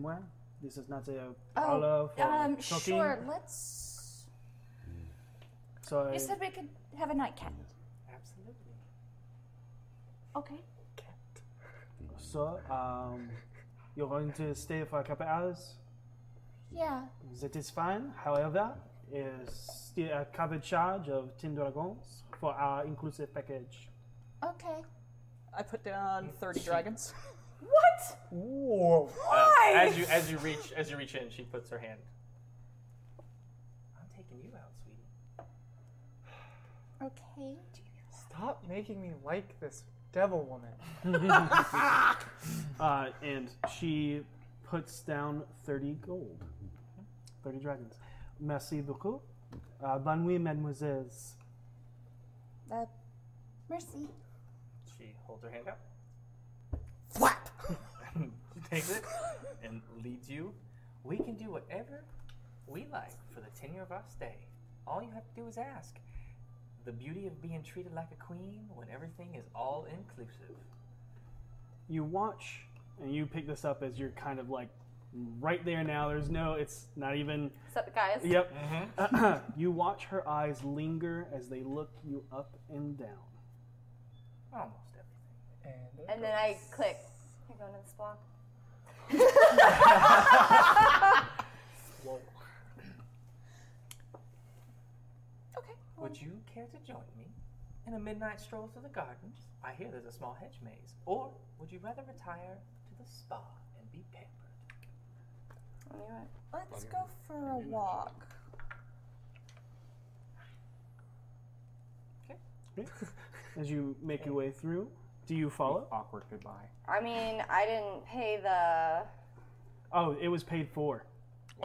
S2: This is not a parlor
S6: Oh,
S2: for
S6: um,
S2: talking.
S6: sure. Let's.
S2: So I-
S6: You said we could have a nightcap.
S29: Absolutely.
S6: Okay.
S2: So, um, you're going to stay for a couple hours.
S6: Yeah.
S2: That is fine. However, is still a cover charge of ten dragons for our inclusive package.
S6: Okay.
S20: I put down 30 dragons.
S6: What?
S7: Whoa.
S29: Um, as you as you reach as you reach in, she puts her hand. I'm taking you out, sweetie.
S6: Okay.
S7: Stop making me like
S2: [LAUGHS]
S7: this devil woman.
S2: Uh, and she puts down 30 gold. 30 dragons. Merci beaucoup. Uh, bonne nuit, mademoiselles.
S6: Uh,
S34: Mercy.
S3: She holds her hand out.
S34: Flap!
S3: [LAUGHS] she takes it and leads you. We can do whatever we like for the tenure of our stay. All you have to do is ask. The beauty of being treated like a queen when everything is all inclusive.
S2: you watch and you pick this up as you're kind of like right there now there's no it's not even
S5: Sup, guys?
S2: yep
S5: Mm-hmm.
S2: [CLEARS THROAT] you watch her eyes linger as they look you up and down
S3: Almost
S2: everything
S5: And
S7: [LAUGHS]
S5: then I click. I go into the spa.
S3: Would you care to join me in a midnight stroll through the gardens? I hear there's a small hedge maze. Or would you rather retire to the spa and be pampered?
S6: Let's go for a walk.
S2: [LAUGHS] as you make your way through do you follow
S35: awkward goodbye
S5: [LAUGHS] I mean, I didn't pay the.
S2: oh it was paid for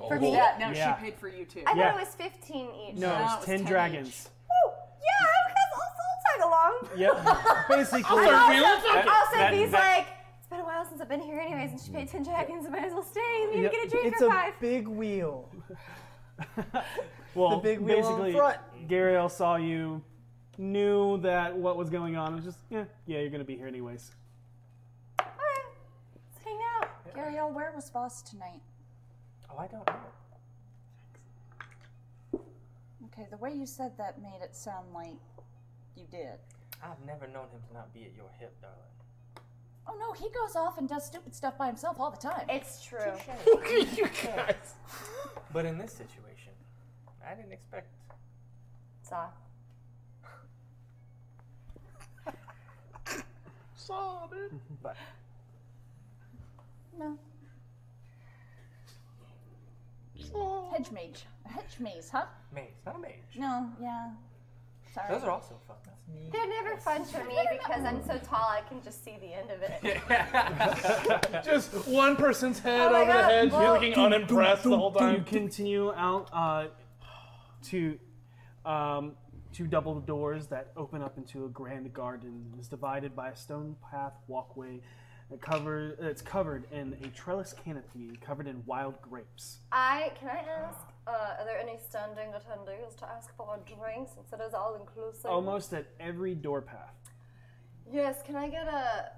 S5: For me? Yeah,
S2: no, she
S5: Yeah.
S2: paid
S6: for you too.
S5: I
S2: Yeah.
S5: thought it was 15 each.
S2: no, it's 10 dragagons
S5: Woo! Yeah, I was also tag along.
S2: [LAUGHS] yep
S5: [LAUGHS]
S2: basically
S5: Also, also,
S2: That- that-
S5: Dee's
S2: that-
S5: like, it's been a while since I've been here anyways, and she paid 10 dragons, I might as well stay. Maybe
S7: Yep.
S5: get a drink
S7: it's
S5: or
S7: a
S5: five.
S7: big
S5: [LAUGHS]
S7: wheel.
S2: well,
S7: The big wheel in
S2: basically,
S7: front.
S2: Gariel saw you, knew that what was going on. It was just, yeah, yeah, you're gonna be here anyways.
S6: Let's hang out. Gariel, where was Voss tonight?
S3: Oh, I don't know.
S6: Okay, the way you said that made it sound like you did.
S3: I've never known him to not be at your hip, darling.
S6: Oh no, he goes off and does stupid stuff by himself all the time.
S5: It's true.
S3: you guys. But in this situation, I didn't expect.
S5: Saw.
S3: Saw, dude. But
S6: No. Hedge mage. Hedge maze, huh?
S3: maze, not a mage.
S6: No, yeah. Sorry.
S3: Those are also fun.
S5: They're never fun for me because I'm so tall I can just see the end of it.
S4: Just one person's head
S5: Oh my
S4: over the
S5: God,
S4: hedge,
S5: well-
S4: looking unimpressed the whole
S2: You
S4: time.
S2: continue out uh, to um, two double doors that open up into a grand garden. It's divided by a stone path walkway. that cover, it's covered in a trellis canopy covered in wild grapes.
S5: I can I ask? Uh, are there any standing attendees to ask for drinks since it is all inclusive?
S2: Almost at every door path.
S5: Yes. Can I get a?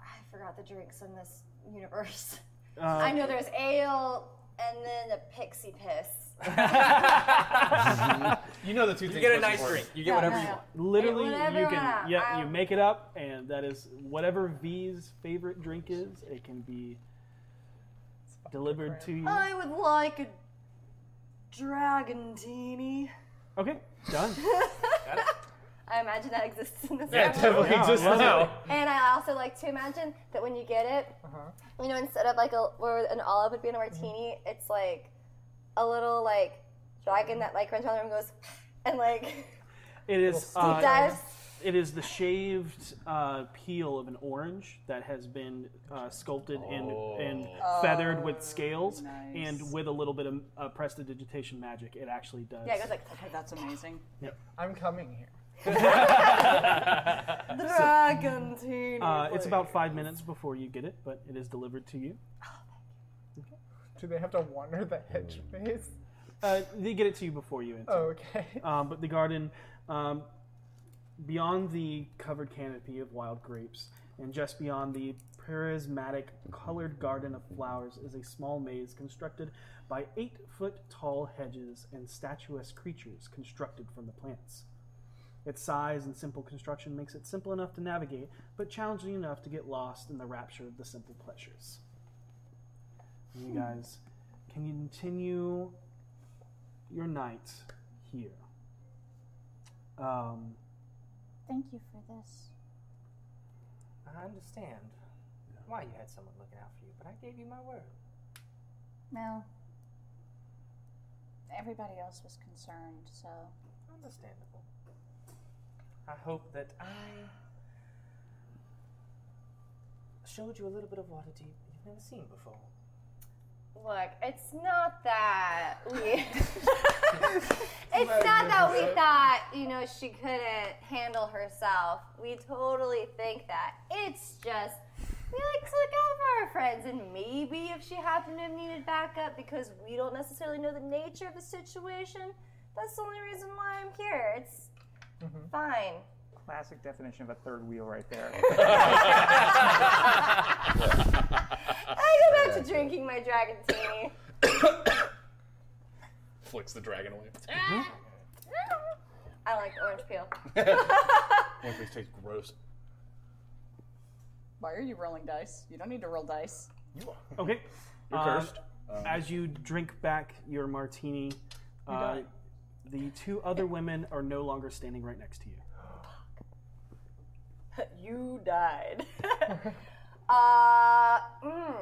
S5: I forgot the drinks in this universe.
S2: Uh,
S5: [LAUGHS] I know there's ale and then a pixie piss.
S2: Mm-hmm.
S4: You know the two
S3: You
S4: things.
S3: get a
S4: most
S3: nice
S4: important.
S3: drink. You get Yeah, whatever you yeah. want.
S2: Literally,
S5: Hey, whatever I
S2: you can.
S5: want.
S2: Yeah, you
S5: I'll-
S2: make it up, and that is whatever V's favorite drink is. It can be delivered to you.
S5: I would like a dragon teeny.
S2: Okay,
S5: [LAUGHS]
S2: done.
S5: I imagine that exists in this.
S4: Yeah,
S5: world.
S4: definitely
S2: Yeah, I
S4: just
S2: love
S4: now.
S5: And I also like to imagine that when you get it, you know, instead of like a where an olive would be in a martini, it's like a little like dragon that like runs around the room and goes [LAUGHS] and like
S2: It is.
S5: Little
S2: Uh,
S5: steep dives.
S2: It is the shaved uh, peel of an orange that has been uh, sculpted and, and
S5: Oh.
S2: feathered with scales, and with a little bit of uh, prestidigitation magic, it actually does.
S5: yeah, it goes like
S6: that's amazing.
S2: Yep.
S7: I'm coming here. [LAUGHS]
S5: dragon teeny.
S2: Uh, it's about five minutes before you get it, but it is delivered to you.
S7: Do they have to wander the hedge maze?
S2: Mm. Uh, they get it to you before you enter.
S7: Oh, okay. [LAUGHS]
S2: Um, but the garden, um, beyond the covered canopy of wild grapes, and just beyond the prismatic colored garden of flowers, is a small maze constructed by eight foot tall hedges and statuesque creatures constructed from the plants. Its size and simple construction makes it simple enough to navigate, but challenging enough to get lost in the rapture of the simple pleasures. You
S36: Hmm.
S2: guys can continue your night here. Um,
S6: Thank you for this.
S3: I understand why you had someone looking out for you, but I gave you my word.
S6: No. Everybody else was concerned, so.
S3: Understandable. I hope that I showed you a little bit of water deep you've never seen before.
S5: Look, it's not that we. it's not that we thought, you know, she couldn't handle herself. We totally think that. It's just we like to look out for our friends, and maybe if she happened to have needed backup, because we don't necessarily know the nature of the situation, that's the only reason why I'm here. It's fine.
S8: Classic definition of a third wheel, right [LAUGHS] there.
S5: I go back to drinking my dragon tea.
S37: Flicks the dragon away.
S5: Mm-hmm. I like orange peel.
S37: One of these tastes gross.
S6: Why are you rolling dice? You don't need to roll dice. You are.
S2: Okay.
S6: [LAUGHS] You're
S2: Uh,
S6: cursed. Um,
S2: as you drink back your martini, uh,
S6: die.
S2: the two other women are no longer standing right next to you.
S38: you died.
S5: [LAUGHS] Uh, mm,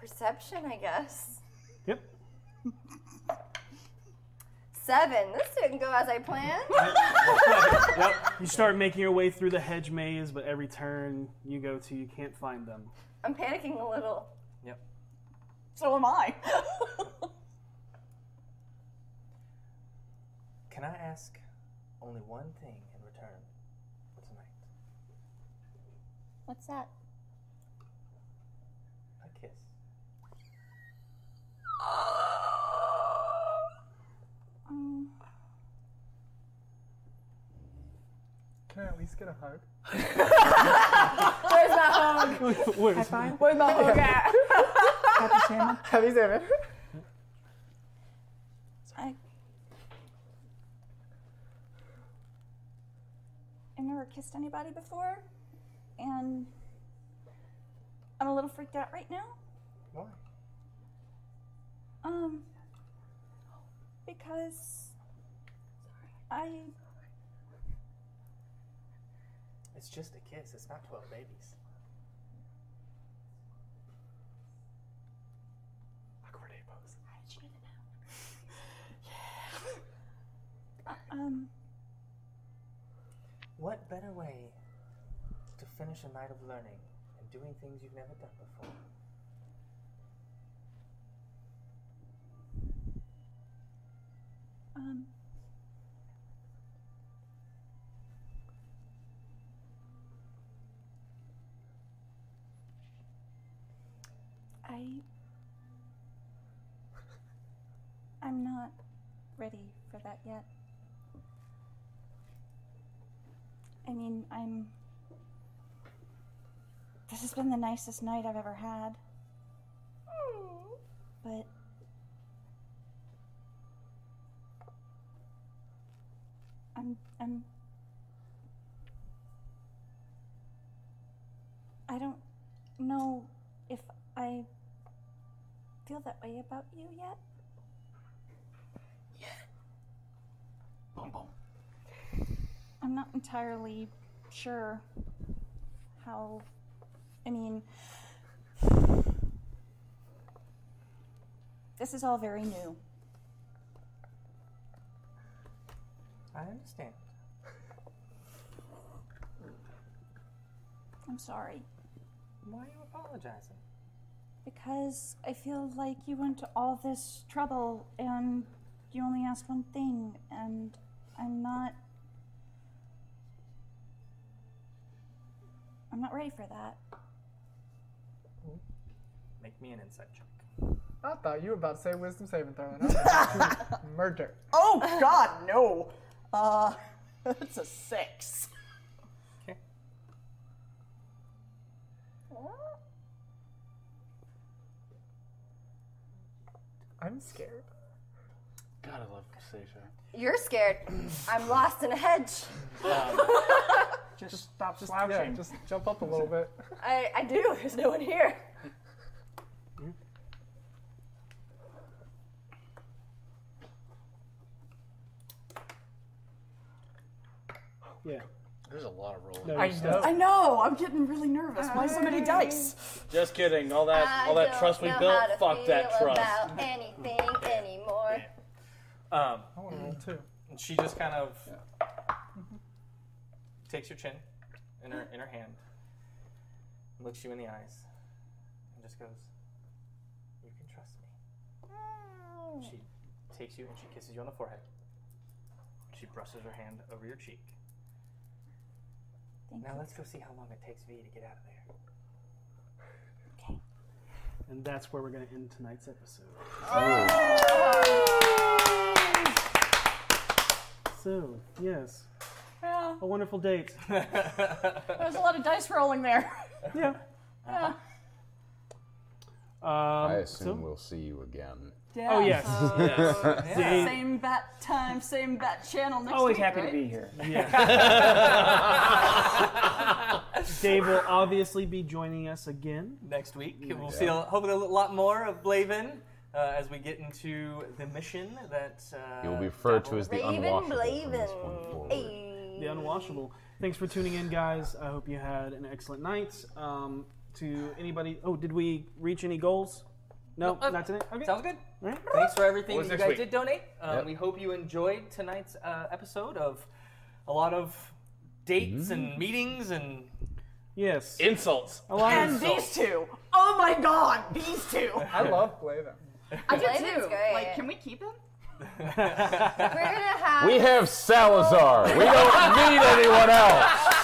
S5: perception, I guess.
S2: Yep.
S5: Seven. This didn't go as I planned.
S2: yep. You start making your way through the hedge maze, but every turn you go to, you can't find them.
S5: I'm panicking a little.
S2: Yep.
S6: So am I.
S3: Can I ask only one thing in return for tonight?
S6: What's that?
S3: A kiss.
S6: Um,
S7: Can I at least get a hug?
S38: Where's my hug?
S7: [LAUGHS] Where's my
S38: Where's my hug at?
S7: Happy salmon. Happy salmon.
S6: I. I've never kissed anybody before, and I'm a little freaked out right now.
S3: Why?
S6: Um, because I
S3: It's just a kiss. It's not 12 babies.
S6: um
S3: What better way to finish a night of learning and doing things you've never done before?
S6: um. I. I'm not ready for that yet. I mean, I'm. This has been the nicest night I've ever had. But. I'm. I'm. I don't know if I feel that way about you yet.
S4: Boom, boom.
S6: I'm not entirely sure how. I mean, this is all very new.
S3: I understand.
S6: I'm sorry.
S3: Why are you apologizing?
S6: Because I feel like you went to all this trouble and you only asked one thing, and I'm not. I'm not ready for that.
S3: Make me an insight check.
S7: I thought you were about to say wisdom saving throw. and I was about to Murder.
S38: Oh God, no. Uh, [LAUGHS] that's a six.
S7: I'm scared.
S4: God, I love
S5: [LAUGHS]
S4: Seisha.
S5: You're scared. I'm lost in a hedge.
S4: Um.
S8: just, stop
S7: Just, yeah,
S8: slouching.
S7: just jump up a little bit.
S5: [LAUGHS] I, I do. There's no one here.
S2: Yeah.
S4: There's a lot of rolling.
S2: No,
S4: I
S2: you're
S4: know.
S2: stuck.
S38: I know. I'm getting really nervous. Why so many dice?
S4: Just kidding. All that,
S5: I
S4: all that
S5: don't
S4: trust we
S5: know
S4: built.
S5: how to
S4: Fuck that
S5: feel
S4: trust.
S5: About anything anymore.
S3: Um,
S7: I want to roll too.
S3: And she just kind of takes your chin in her in her hand, looks you in the eyes, and just goes, You can trust me. She takes you and she kisses you on the forehead. She brushes her hand over your cheek.
S6: Thank
S3: now
S6: you.
S3: let's go see how long it takes V to get out of there.
S2: And that's where we're going to end tonight's episode.
S6: Oh.
S2: So, yes.
S6: Well,
S2: A wonderful date.
S6: there was a lot of dice rolling there.
S2: Yeah.
S6: Yeah.
S8: I
S2: [LAUGHS] Um,
S8: assume we'll see you again.
S6: Yeah.
S2: Oh, yes. [LAUGHS]
S8: Yes.
S2: Yeah.
S6: Same bat time, same bat channel next
S2: Always
S6: week,
S2: happy to
S6: right?
S2: be here. Yeah. [LAUGHS] Dave will obviously be joining us again
S3: next week. We'll see a, hopefully a lot more of Blaven uh, as we get into the mission that. Uh,
S8: He will be referred to as the
S3: Raven
S8: unwashable.
S2: The Unwashable. Thanks for tuning in, guys. I hope you had an excellent night. Um, to anybody, oh, did we reach any goals? No,
S7: Uh-uh.
S3: Uh,
S2: not today. Okay.
S3: Sounds good.
S2: All right.
S3: Thanks for everything
S2: What's
S3: that you
S2: next
S3: guys did
S2: week?
S3: donate. Um,
S2: Yep.
S3: We hope you enjoyed tonight's uh, episode of a lot of
S2: Mm-hmm.
S3: dates and meetings and
S2: yes
S39: insults.
S2: [LAUGHS] A lot
S4: and these two. Oh my god, these two.
S7: I love Blaven.
S4: I do
S5: Blaven's
S4: too.
S5: great.
S4: Like, can we keep him?
S5: We're gonna have.
S8: We have Salazar. We don't need anyone else.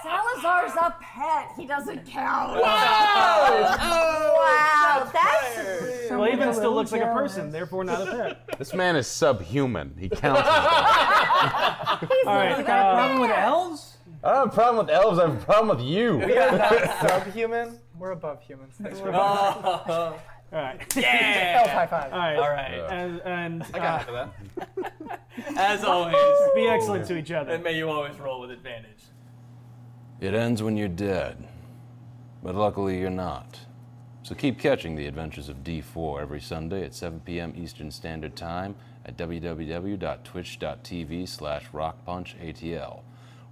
S4: Salazar's a pet. He doesn't count.
S5: wow, that's
S2: Laban still looks like a person, therefore
S3: [LAUGHS]
S2: not a pet.
S8: This man is subhuman. He
S2: [LAUGHS]
S8: counts. as
S2: All right. uh,
S8: You got a problem with
S2: elves?
S8: I don't have a problem with elves. I have a problem with you.
S7: We are not [LAUGHS] subhuman. We're above humans. Thanks [LAUGHS]
S2: [LAUGHS]
S7: for
S3: All
S2: right.
S7: Yeah.
S2: [LAUGHS]
S7: Elf Oh, high five.
S2: Oh. All right.
S7: All right.
S2: And, and
S7: I
S3: [LAUGHS]
S7: got
S2: uh,
S7: half
S3: as
S7: [LAUGHS]
S3: always,
S2: be excellent to each other.
S3: And may you always roll with advantage.
S1: It ends when you're dead, but luckily you're not. So keep catching the adventures of D4 every Sunday at 7 p.m. Eastern Standard Time at www.twitch.tv slash rockpunchatl,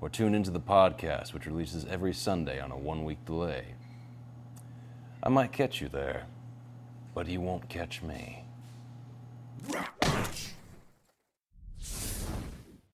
S1: or tune into the podcast, which releases every Sunday on a one-week delay. I might catch you there, but he won't catch me.